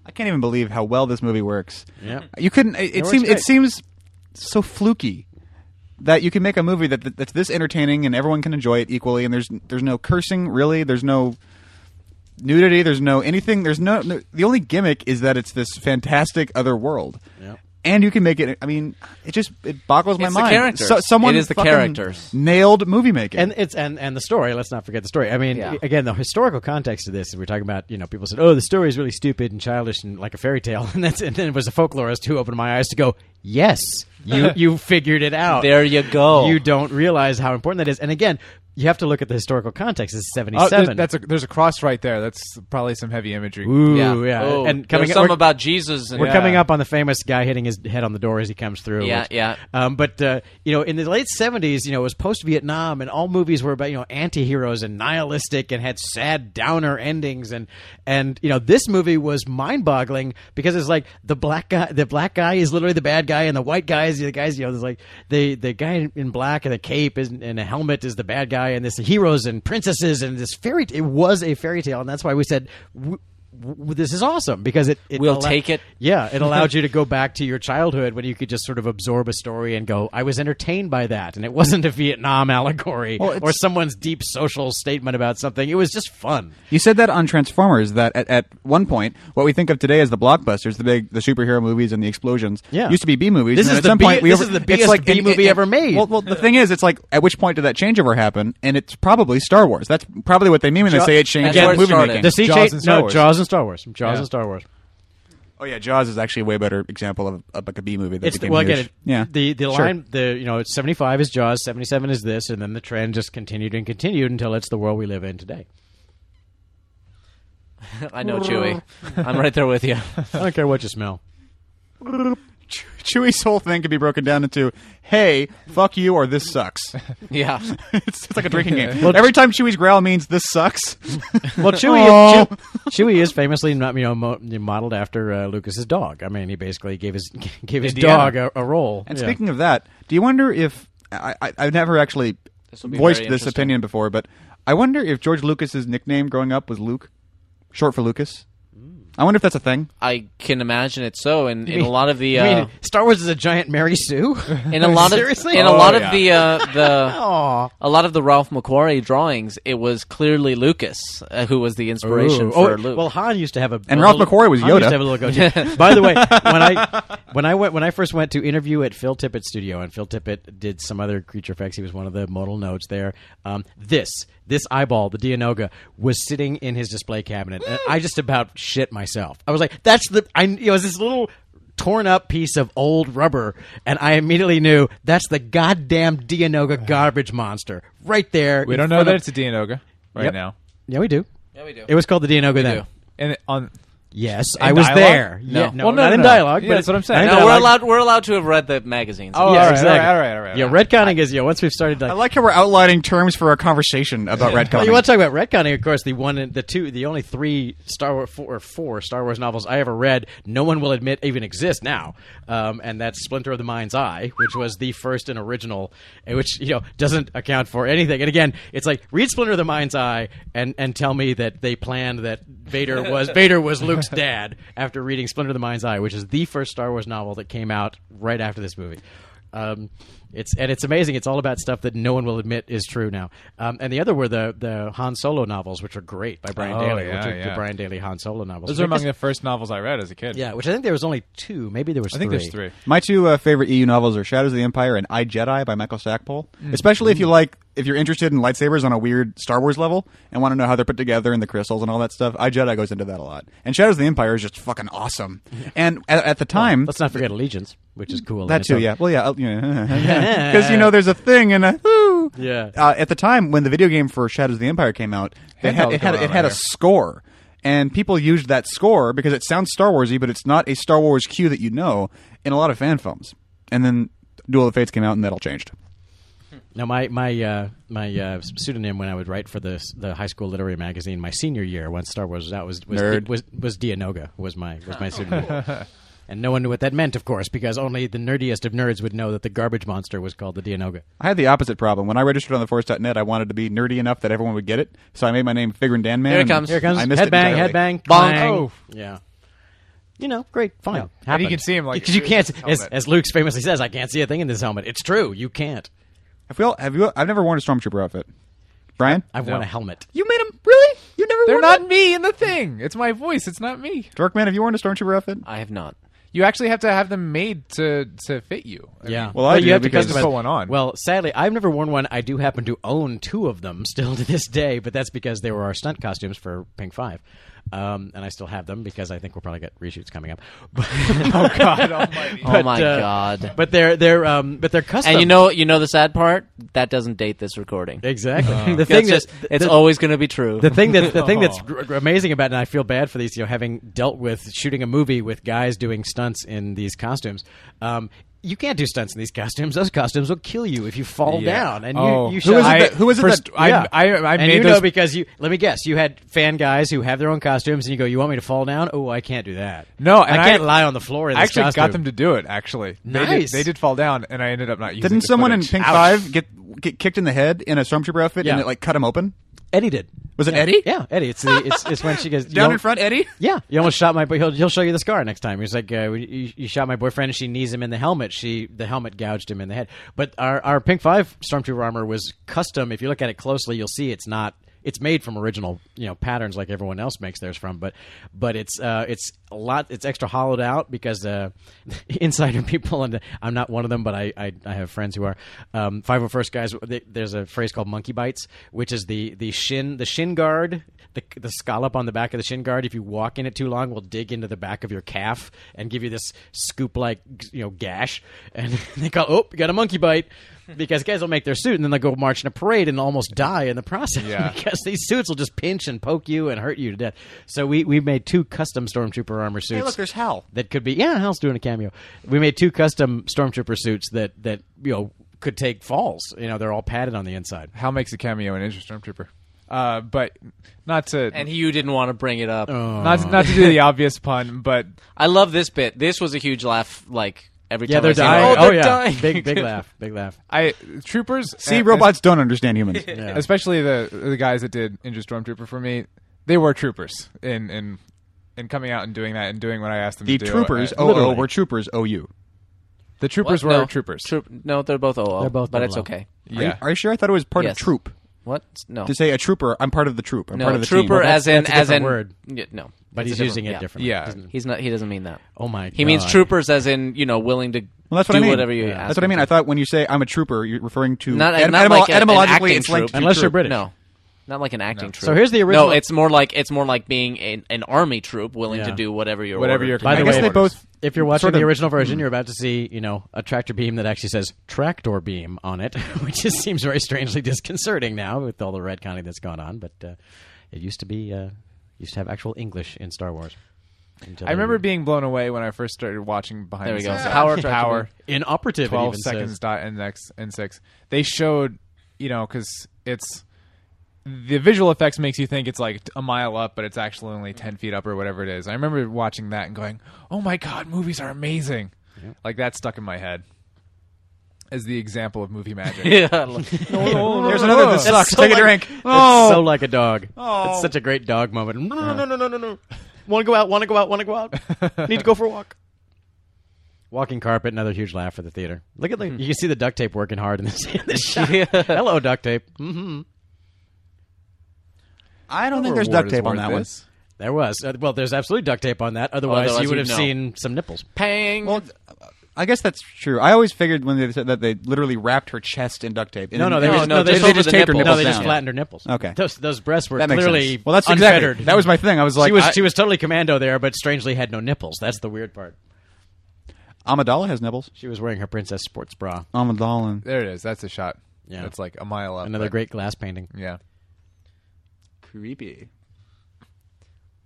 Speaker 2: I can't even believe how well this movie works.
Speaker 4: Yeah.
Speaker 2: You couldn't. It, it
Speaker 4: works
Speaker 2: seems. It
Speaker 4: great.
Speaker 2: seems so fluky that you can make a movie that, that that's this entertaining and everyone can enjoy it equally. And there's there's no cursing really. There's no nudity. There's no anything. There's no. no the only gimmick is that it's this fantastic other world.
Speaker 4: Yep.
Speaker 2: And you can make it. I mean, it just it boggles my
Speaker 3: It's the
Speaker 2: mind.
Speaker 3: characters.
Speaker 2: So, someone
Speaker 3: It is the
Speaker 2: fucking
Speaker 3: characters.
Speaker 2: nailed movie making.
Speaker 4: and it's and and the story. Let's not forget the story. I mean,
Speaker 3: Yeah.
Speaker 4: again, the historical context of this. We're talking about you know people said, oh, the story is really stupid and childish and like a fairy tale, and that's and then it was a folklorist who opened my eyes to go, yes, you you figured it out.
Speaker 3: There you go.
Speaker 4: You don't realize how important that is. And again, you have to look at the historical context. It's seventy
Speaker 5: Oh,
Speaker 4: seven.
Speaker 5: there's, that's a, there's a cross right there. That's probably some heavy imagery.
Speaker 4: Ooh,
Speaker 3: Yeah.
Speaker 4: yeah.
Speaker 3: Oh,
Speaker 4: and
Speaker 3: there's
Speaker 4: coming up,
Speaker 3: something
Speaker 4: we're-
Speaker 3: about Jesus. And
Speaker 4: We're
Speaker 3: yeah.
Speaker 4: coming up on the famous guy hitting his head on the door as he comes through.
Speaker 3: Yeah,
Speaker 4: which-
Speaker 3: yeah.
Speaker 4: Um, but uh, you know, in the late seventies, you know, it was post Vietnam, and all movies were about you know anti-heroes and nihilistic and had sad downer endings, and and you know this movie was mind-boggling because it's like the black guy, the black guy is literally the bad guy, and the white guy is the guys you know, there's like the the guy in black and a cape is, and a helmet is the bad guy, and this heroes and princesses and this fairy. It was a fairy tale, and that's why we said. W- w- this is awesome because it, it
Speaker 3: We'll
Speaker 4: allo-
Speaker 3: take it.
Speaker 4: yeah, it allowed you to go back to your childhood when you could just sort of absorb a story and go, I was entertained by that. And it wasn't a Vietnam allegory or someone's deep social statement about something. It was just fun.
Speaker 2: You said that on Transformers that at, at one point, what we think of today as the blockbusters, the big, the superhero movies and the explosions,
Speaker 4: Yeah.
Speaker 2: used to be B movies.
Speaker 4: This
Speaker 2: and
Speaker 4: is
Speaker 2: at
Speaker 4: the
Speaker 2: some
Speaker 4: B-
Speaker 2: point we
Speaker 4: this
Speaker 2: over-
Speaker 4: is the
Speaker 2: it's
Speaker 4: biggest
Speaker 2: like,
Speaker 4: B
Speaker 2: and-
Speaker 4: movie
Speaker 2: and-
Speaker 4: ever made.
Speaker 2: Well, well, the thing is, it's like at which point did that changeover happen? And it's probably Star Wars. That's probably what they mean when they
Speaker 4: Jaw-
Speaker 2: say it changed
Speaker 3: That's where it
Speaker 2: movie
Speaker 3: started.
Speaker 2: making.
Speaker 4: The sea
Speaker 5: Jaws
Speaker 4: change-
Speaker 5: and Star
Speaker 4: no,
Speaker 5: Wars.
Speaker 4: Jaws and Star Wars. Jaws
Speaker 5: Yeah.
Speaker 4: and Star Wars.
Speaker 2: oh yeah, Jaws is actually a way better example of, of like a B movie. That
Speaker 4: It's the,
Speaker 2: became
Speaker 4: well,
Speaker 2: huge.
Speaker 4: again, it-
Speaker 2: yeah.
Speaker 4: The the
Speaker 2: Sure.
Speaker 4: line, the you know, seventy five is Jaws, seventy seven is this, and then the trend just continued and continued until it's the world we live in today.
Speaker 3: I know, Chewie. I'm right there with you.
Speaker 4: I don't care what you smell.
Speaker 2: Chewie's whole thing could be broken down into, "Hey, fuck you," or "This sucks."
Speaker 3: Yeah.
Speaker 2: it's, it's like a drinking game. Every time Chewie's growl means "This sucks."
Speaker 4: Well,
Speaker 2: Oh.
Speaker 4: Chewie, Chew- Chewie is famously not you know mo- modeled after uh, Lucas's dog. I mean, he basically gave his gave his
Speaker 5: Indiana.
Speaker 4: dog a, a role.
Speaker 2: And
Speaker 4: Yeah.
Speaker 2: speaking of that, do you wonder if I, I, I've never actually
Speaker 3: will be
Speaker 2: voiced
Speaker 3: very
Speaker 2: this
Speaker 3: interesting.
Speaker 2: opinion before, but I wonder if George Lucas's nickname growing up was Luke, short for Lucas. I wonder if that's a thing.
Speaker 3: I can imagine it so. And in
Speaker 4: mean-
Speaker 3: a lot of the.
Speaker 4: You
Speaker 3: Uh,
Speaker 4: mean, Star Wars is a giant Mary Sue.
Speaker 3: in a lot of
Speaker 4: seriously,
Speaker 3: in a
Speaker 5: Oh,
Speaker 3: lot
Speaker 5: yeah.
Speaker 3: of the uh, the a lot of the Ralph McQuarrie drawings, it was clearly Lucas uh, who was the inspiration
Speaker 4: Ooh.
Speaker 3: for
Speaker 4: Oh,
Speaker 3: Luke.
Speaker 4: Well, Han used to have a
Speaker 2: And
Speaker 4: a
Speaker 2: Ralph
Speaker 4: little-
Speaker 2: McQuarrie was
Speaker 4: Han used
Speaker 2: Yoda.
Speaker 4: to have a little goatee. By the way, when I when I went when I first went to interview at Phil Tippett's studio, and Phil Tippett did some other creature effects. He was one of the modal nodes there. Um, this this eyeball, the Dianoga, was sitting in his display cabinet, and I just about shit myself. I was like, "That's the I." It was this little torn up piece of old rubber, and I immediately knew that's the goddamn Dianoga garbage monster right there.
Speaker 5: We
Speaker 4: in
Speaker 5: don't know
Speaker 4: front
Speaker 5: that
Speaker 4: of-
Speaker 5: it's a Dianoga right
Speaker 4: Yep.
Speaker 5: now.
Speaker 4: Yeah, we do.
Speaker 3: Yeah, we do.
Speaker 4: It was called the Dianoga then.
Speaker 3: do.
Speaker 5: And on
Speaker 4: Yes,
Speaker 5: In
Speaker 4: I was
Speaker 5: dialogue?
Speaker 4: there.
Speaker 5: No.
Speaker 4: Yeah, no,
Speaker 5: Well, no,
Speaker 4: not
Speaker 5: no,
Speaker 4: in
Speaker 5: no.
Speaker 4: dialogue.
Speaker 5: Yeah,
Speaker 4: but
Speaker 5: that's what I'm
Speaker 4: not
Speaker 5: saying.
Speaker 4: in
Speaker 5: No,
Speaker 3: No, we're
Speaker 4: dialogue.
Speaker 3: allowed. We're allowed to have read the magazines.
Speaker 5: Oh,
Speaker 4: yeah,
Speaker 5: all right,
Speaker 4: exactly.
Speaker 5: all right, all right, all right,
Speaker 4: Yeah,
Speaker 5: all right.
Speaker 4: retconning is yeah. Once we've started,
Speaker 2: I like how we're outlining terms for our conversation about
Speaker 4: Well,
Speaker 2: retconning.
Speaker 4: you want to talk about retconning? Of course, the one, and the two, the only three Star Wars four, or four Star Wars novels I ever read. No one will admit even exist now, um, and that's Splinter of the Mind's Eye, which was the first and original, and which you know doesn't account for anything. And again, it's like read Splinter of the Mind's Eye and and tell me that they planned that Vader was Vader was Luke's dad after reading Splinter of the Mind's Eye, which is the first Star Wars novel that came out right after this movie. Um, it's and it's amazing. It's all about stuff that no one will admit is true now. Um, and the other were the the Han Solo novels, which are great by Brian
Speaker 5: Oh,
Speaker 4: Daley,
Speaker 5: yeah,
Speaker 4: which are the
Speaker 5: yeah.
Speaker 4: Brian Daley Han Solo novels.
Speaker 5: Those are among the first novels I read as a kid.
Speaker 4: yeah, which I think there was only two. Maybe there was.
Speaker 5: I think
Speaker 4: three.
Speaker 5: there's three.
Speaker 2: My two uh, favorite EU novels are Shadows of the Empire and I Jedi by Michael Stackpole. Especially if you like, if you're interested in lightsabers on a weird Star Wars level and want to know how they're put together and the crystals and all that stuff. I Jedi goes into that a lot, and Shadows of the Empire is just fucking awesome. And at, at the time,
Speaker 4: Let's not forget Allegiance, which is cool. in
Speaker 2: that
Speaker 4: its
Speaker 2: too,
Speaker 4: own-
Speaker 2: yeah. Well, yeah, because you know there's a thing and a whoo.
Speaker 4: Yeah.
Speaker 2: Uh, at the time when the video game for Shadows of the Empire came out, they had,
Speaker 5: Handheld
Speaker 2: it had
Speaker 5: going
Speaker 2: it
Speaker 5: on
Speaker 2: had a
Speaker 5: right here.
Speaker 2: score, and people used that score because it sounds Star Warsy, but it's not a Star Wars cue that you know in a lot of fan films. And then Duel of the Fates came out, and that all changed.
Speaker 4: Now, my my uh, my uh, pseudonym when I would write for the the high school literary magazine, my senior year, once Star Wars was out, was was
Speaker 2: Nerd.
Speaker 4: was, was Dianoga was my was my pseudonym. And no one knew what that meant, of course, because only the nerdiest of nerds would know that the garbage monster was called the Dianoga.
Speaker 2: I had the opposite problem when I registered on the force.net. I wanted to be nerdy enough that everyone would get it, so I made my name Figurin Dan Man.
Speaker 3: Here it
Speaker 2: and
Speaker 3: comes. Here it
Speaker 4: comes
Speaker 2: I missed it
Speaker 4: headbang,
Speaker 2: entirely.
Speaker 4: headbang,
Speaker 3: Bonk.
Speaker 4: clang.
Speaker 5: Oh.
Speaker 4: yeah. You know, great, fine.
Speaker 5: And you
Speaker 4: Happens.
Speaker 5: can see him, like,
Speaker 4: because you
Speaker 5: through
Speaker 4: can't,
Speaker 5: his
Speaker 4: as,
Speaker 5: helmet.
Speaker 4: as Luke famously says, "I can't see a thing in this helmet." It's true, you can't.
Speaker 2: Have we all? Have you? I've never worn a stormtrooper outfit. Brian,
Speaker 4: I've worn a helmet.
Speaker 2: you made them really? You never?
Speaker 5: They're
Speaker 2: worn
Speaker 5: not
Speaker 2: one?
Speaker 5: me in the thing. It's my voice. It's not me.
Speaker 2: Dorkman, have you worn a stormtrooper outfit?
Speaker 3: I have not.
Speaker 5: You actually have to have them made to to fit you. I
Speaker 4: Yeah.
Speaker 5: mean,
Speaker 2: Well, I do
Speaker 4: you have to
Speaker 2: because-
Speaker 4: customize.
Speaker 5: Put one on.
Speaker 4: Well, sadly, I've never worn one. I do happen to own two of them still to this day, but that's because they were our stunt costumes for Pink Five. Um, and I still have them because I think we'll probably get reshoots coming up. But, oh God Almighty!
Speaker 3: oh my God.
Speaker 4: But they're they're um, but they're custom.
Speaker 3: And you know, you know the sad part that doesn't date this recording.
Speaker 4: exactly
Speaker 5: Uh,
Speaker 4: the
Speaker 3: That's
Speaker 4: thing that's
Speaker 3: just, it's always going to be true.
Speaker 4: the thing that the thing
Speaker 5: Oh.
Speaker 4: that's gr- gr- amazing about it, and I feel bad for these, you know, having dealt with shooting a movie with guys doing stunts in these costumes. Um, you can't do stunts in these costumes. Those costumes will kill you if you fall
Speaker 5: Yeah.
Speaker 4: down. And
Speaker 5: Oh.
Speaker 4: you, you
Speaker 5: Who
Speaker 4: shot-
Speaker 5: is it that- who is it
Speaker 4: first-
Speaker 5: that- I-
Speaker 4: yeah.
Speaker 5: I- I
Speaker 4: and
Speaker 5: made
Speaker 4: you
Speaker 5: those-
Speaker 4: know because you. Let me guess. You had fan guys who have their own costumes, and you go, "You want me to fall down? Oh, I can't do that.
Speaker 5: No,
Speaker 4: I
Speaker 5: and
Speaker 4: can't
Speaker 5: I-
Speaker 4: lie on the floor." In
Speaker 5: I
Speaker 4: this
Speaker 5: actually
Speaker 4: costume.
Speaker 5: got them to do it. Actually, They did-
Speaker 4: Nice.
Speaker 5: They did, fall down, and I ended up not using.
Speaker 2: Didn't
Speaker 5: the
Speaker 2: someone in
Speaker 5: footage.
Speaker 2: Pink
Speaker 5: Ouch.
Speaker 2: Five get get kicked in the head in a stormtrooper outfit and
Speaker 4: Yeah.
Speaker 2: it like cut him open?
Speaker 4: Eddie did.
Speaker 2: Was it
Speaker 4: Yeah.
Speaker 2: Eddie?
Speaker 4: Yeah, Eddie. It's the, it's it's when she goes
Speaker 2: Down
Speaker 4: "Yo-
Speaker 2: in front, Eddie.
Speaker 4: Yeah, you almost shot my. But he'll he'll show you the scar next time. He's like, uh, you, you shot my boyfriend, and she knees him in the helmet. She the helmet gouged him in the head. But our our Pink Five Stormtrooper armor was custom. If you look at it closely, you'll see it's not. It's made from original, you know, patterns like everyone else makes theirs from, but but it's uh, it's a lot. It's extra hollowed out because uh, insider people, and I'm not one of them, but I I, I have friends who are um, 501st guys. They, there's a phrase called monkey bites, which is the the shin the shin guard the, the scallop on the back of the shin guard, if you walk in it too long, will dig into the back of your calf and give you this scoop like you know gash. And they call, oh, you got a monkey bite, because guys will make their suit and then they will go march in a parade and almost die in the process
Speaker 5: Yeah.
Speaker 4: because these suits will just pinch and poke you and hurt you to death. So we we made two custom stormtrooper armor suits.
Speaker 2: look, there's Hal.
Speaker 4: That could be yeah, Hal's doing a cameo. We made two custom stormtrooper suits that that you know could take falls. You know they're all padded on the inside.
Speaker 5: Hal makes a cameo in Ninja Stormtrooper, uh, but not to
Speaker 3: and you didn't want to bring it up.
Speaker 4: Oh.
Speaker 5: not not to do the obvious pun, but
Speaker 3: I love this bit. This was a huge laugh. Like every
Speaker 4: Yeah,
Speaker 3: time
Speaker 4: they're
Speaker 3: I see it.
Speaker 4: dying.
Speaker 3: Oh, they're
Speaker 4: yeah,
Speaker 3: dying.
Speaker 4: big big laugh, big laugh.
Speaker 5: I troopers
Speaker 2: See,
Speaker 5: and-
Speaker 2: robots don't understand humans.
Speaker 4: Yeah.
Speaker 5: especially the the guys that did Ninja Stormtrooper for me, they were troopers in in in coming out and doing that and doing what I asked them
Speaker 2: The
Speaker 5: to do.
Speaker 2: troopers,
Speaker 5: I-
Speaker 2: oh,
Speaker 4: Literally.
Speaker 2: were troopers, oh, you.
Speaker 5: the troopers
Speaker 3: What?
Speaker 5: were
Speaker 3: No.
Speaker 5: troopers.
Speaker 3: Troop, no, they're both OO.
Speaker 4: They're both
Speaker 3: but it's
Speaker 4: OO.
Speaker 3: okay.
Speaker 2: Are, you,
Speaker 5: yeah,
Speaker 2: are you sure? I thought it was part
Speaker 3: Yes.
Speaker 2: of troop.
Speaker 3: What? No.
Speaker 2: To say a trooper, I'm part of the troop. I'm
Speaker 3: no,
Speaker 2: part of the
Speaker 3: trooper
Speaker 2: team.
Speaker 3: as in
Speaker 4: that's a
Speaker 3: as
Speaker 4: different
Speaker 3: in
Speaker 4: word.
Speaker 3: Yeah, no.
Speaker 4: But
Speaker 3: It's
Speaker 4: he's
Speaker 3: a
Speaker 4: using it
Speaker 3: yeah.
Speaker 4: differently.
Speaker 5: yeah.
Speaker 3: He's not. He doesn't mean that.
Speaker 4: Oh my.
Speaker 3: He means troopers as in you know willing to
Speaker 2: Well, that's what
Speaker 3: do
Speaker 2: I mean.
Speaker 3: whatever you ask.
Speaker 2: that's what I
Speaker 3: him
Speaker 2: mean.
Speaker 3: to.
Speaker 2: I thought when you say I'm a trooper, you're referring to
Speaker 3: Not-
Speaker 2: etym-
Speaker 3: not
Speaker 2: etymolo-
Speaker 3: like a- an
Speaker 2: etymologically,
Speaker 3: acting
Speaker 2: it's linked
Speaker 3: troop.
Speaker 2: to
Speaker 4: Unless you're
Speaker 2: troop.
Speaker 4: British.
Speaker 3: No. Not like an acting troop.
Speaker 4: So here's the original-
Speaker 3: No, it's more like it's more like being an, an army troop willing
Speaker 4: Yeah.
Speaker 3: to do whatever you're
Speaker 5: Whatever
Speaker 3: ordered
Speaker 5: you're
Speaker 3: to
Speaker 4: By
Speaker 5: I
Speaker 4: the
Speaker 5: guess
Speaker 4: way,
Speaker 5: they
Speaker 2: both
Speaker 4: if you're watching
Speaker 2: sort
Speaker 4: the
Speaker 2: of-
Speaker 4: original version, you're about to see, you know, a tractor beam that actually says tractor beam on it, which just seems very strangely disconcerting now with all the red counting that's gone on. But uh, it used to be, uh, used to have actual English in Star Wars. Until
Speaker 5: I
Speaker 4: they
Speaker 5: remember
Speaker 4: were
Speaker 5: being blown away when I first started watching behind.
Speaker 3: There we
Speaker 5: the
Speaker 3: go.
Speaker 5: Scenes.
Speaker 3: Yeah.
Speaker 5: Power,
Speaker 3: Tractor
Speaker 5: power.
Speaker 3: beam.
Speaker 4: inoperative. it
Speaker 5: 12
Speaker 4: even
Speaker 5: seconds
Speaker 4: says.
Speaker 5: dot index and six they showed you know because it's the visual effects makes you think it's like a mile up but it's actually only 10 feet up or whatever it is i remember watching that and going oh my god movies are amazing like that stuck in my head as the example of movie magic
Speaker 3: yeah.
Speaker 2: There's another that sucks.
Speaker 4: Oh, so
Speaker 2: Take
Speaker 4: like-
Speaker 2: a drink.
Speaker 4: It's
Speaker 2: Oh,
Speaker 4: so like a dog.
Speaker 2: Oh. Uh-huh.
Speaker 4: It's such a great dog moment. No, no, no, no, no, no, no. Want to go out? Want to go out? Want to go out? Need to go for a walk. Walking carpet, another huge laugh for the theater. Look at the, you can see the duct tape working hard in this, in this shot. Hello, duct tape. Mm-hmm.
Speaker 2: I don't think
Speaker 5: Reward
Speaker 2: there's duct
Speaker 5: is
Speaker 2: tape on
Speaker 5: worth
Speaker 2: that one.
Speaker 5: this.
Speaker 4: There was uh, well, there's absolutely duct tape on that. Otherwise,
Speaker 3: Otherwise
Speaker 4: you would
Speaker 3: you'd
Speaker 4: have
Speaker 3: know.
Speaker 4: seen some nipples.
Speaker 3: Pang.
Speaker 2: Well, I guess that's true. I always figured when they said that they literally wrapped her chest in duct tape.
Speaker 4: No, no, they
Speaker 3: No,
Speaker 4: were just,
Speaker 3: no,
Speaker 4: they,
Speaker 3: just
Speaker 4: they
Speaker 3: over
Speaker 4: just
Speaker 3: the
Speaker 4: taped her
Speaker 3: nipples
Speaker 4: No, they
Speaker 3: down.
Speaker 4: just flattened her nipples.
Speaker 2: Okay.
Speaker 4: those those breasts were
Speaker 2: that makes
Speaker 4: clearly
Speaker 2: sense. Well, that's
Speaker 4: unfettered.
Speaker 2: exactly. That was my thing. I was like,
Speaker 4: she was
Speaker 2: I-
Speaker 4: she was totally commando there, but strangely had no nipples. That's the weird part.
Speaker 2: Amidala has nipples.
Speaker 4: She was wearing her princess sports bra.
Speaker 2: Amidala.
Speaker 5: there it is that's a shot
Speaker 4: Yeah.
Speaker 5: it's like a mile up
Speaker 4: Another
Speaker 5: but-
Speaker 4: great glass painting.
Speaker 5: yeah
Speaker 2: Creepy.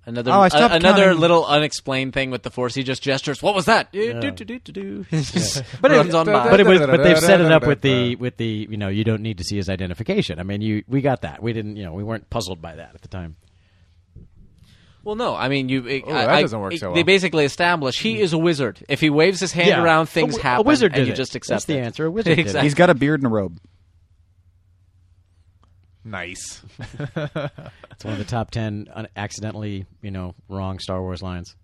Speaker 3: Another
Speaker 2: Oh, I
Speaker 3: a-
Speaker 2: stopped
Speaker 3: another
Speaker 2: counting.
Speaker 3: little unexplained thing with the force. He just gestures. What was that? But
Speaker 4: it-
Speaker 3: it runs on by.
Speaker 4: But it was, but they've set it up with the with the you know you don't need to see his identification. I mean, you we got that. We didn't you know we weren't puzzled by that at the time.
Speaker 3: well, no, I mean you. It,
Speaker 5: Oh,
Speaker 3: I,
Speaker 5: that
Speaker 3: I-
Speaker 5: doesn't work
Speaker 3: it-
Speaker 5: so
Speaker 3: They
Speaker 5: well. Hmm.
Speaker 3: basically establish he is a wizard. If he waves his hand
Speaker 4: Yeah.
Speaker 3: around, things
Speaker 4: A wi- a
Speaker 3: happen.
Speaker 4: wizard
Speaker 3: and
Speaker 4: did
Speaker 3: you
Speaker 4: it.
Speaker 3: just accept.
Speaker 4: That's the
Speaker 3: it.
Speaker 4: answer. A wizard did it.
Speaker 3: exactly.
Speaker 2: He's got a beard and a robe.
Speaker 5: nice
Speaker 4: It's one of the top ten un- accidentally you know wrong Star Wars lines,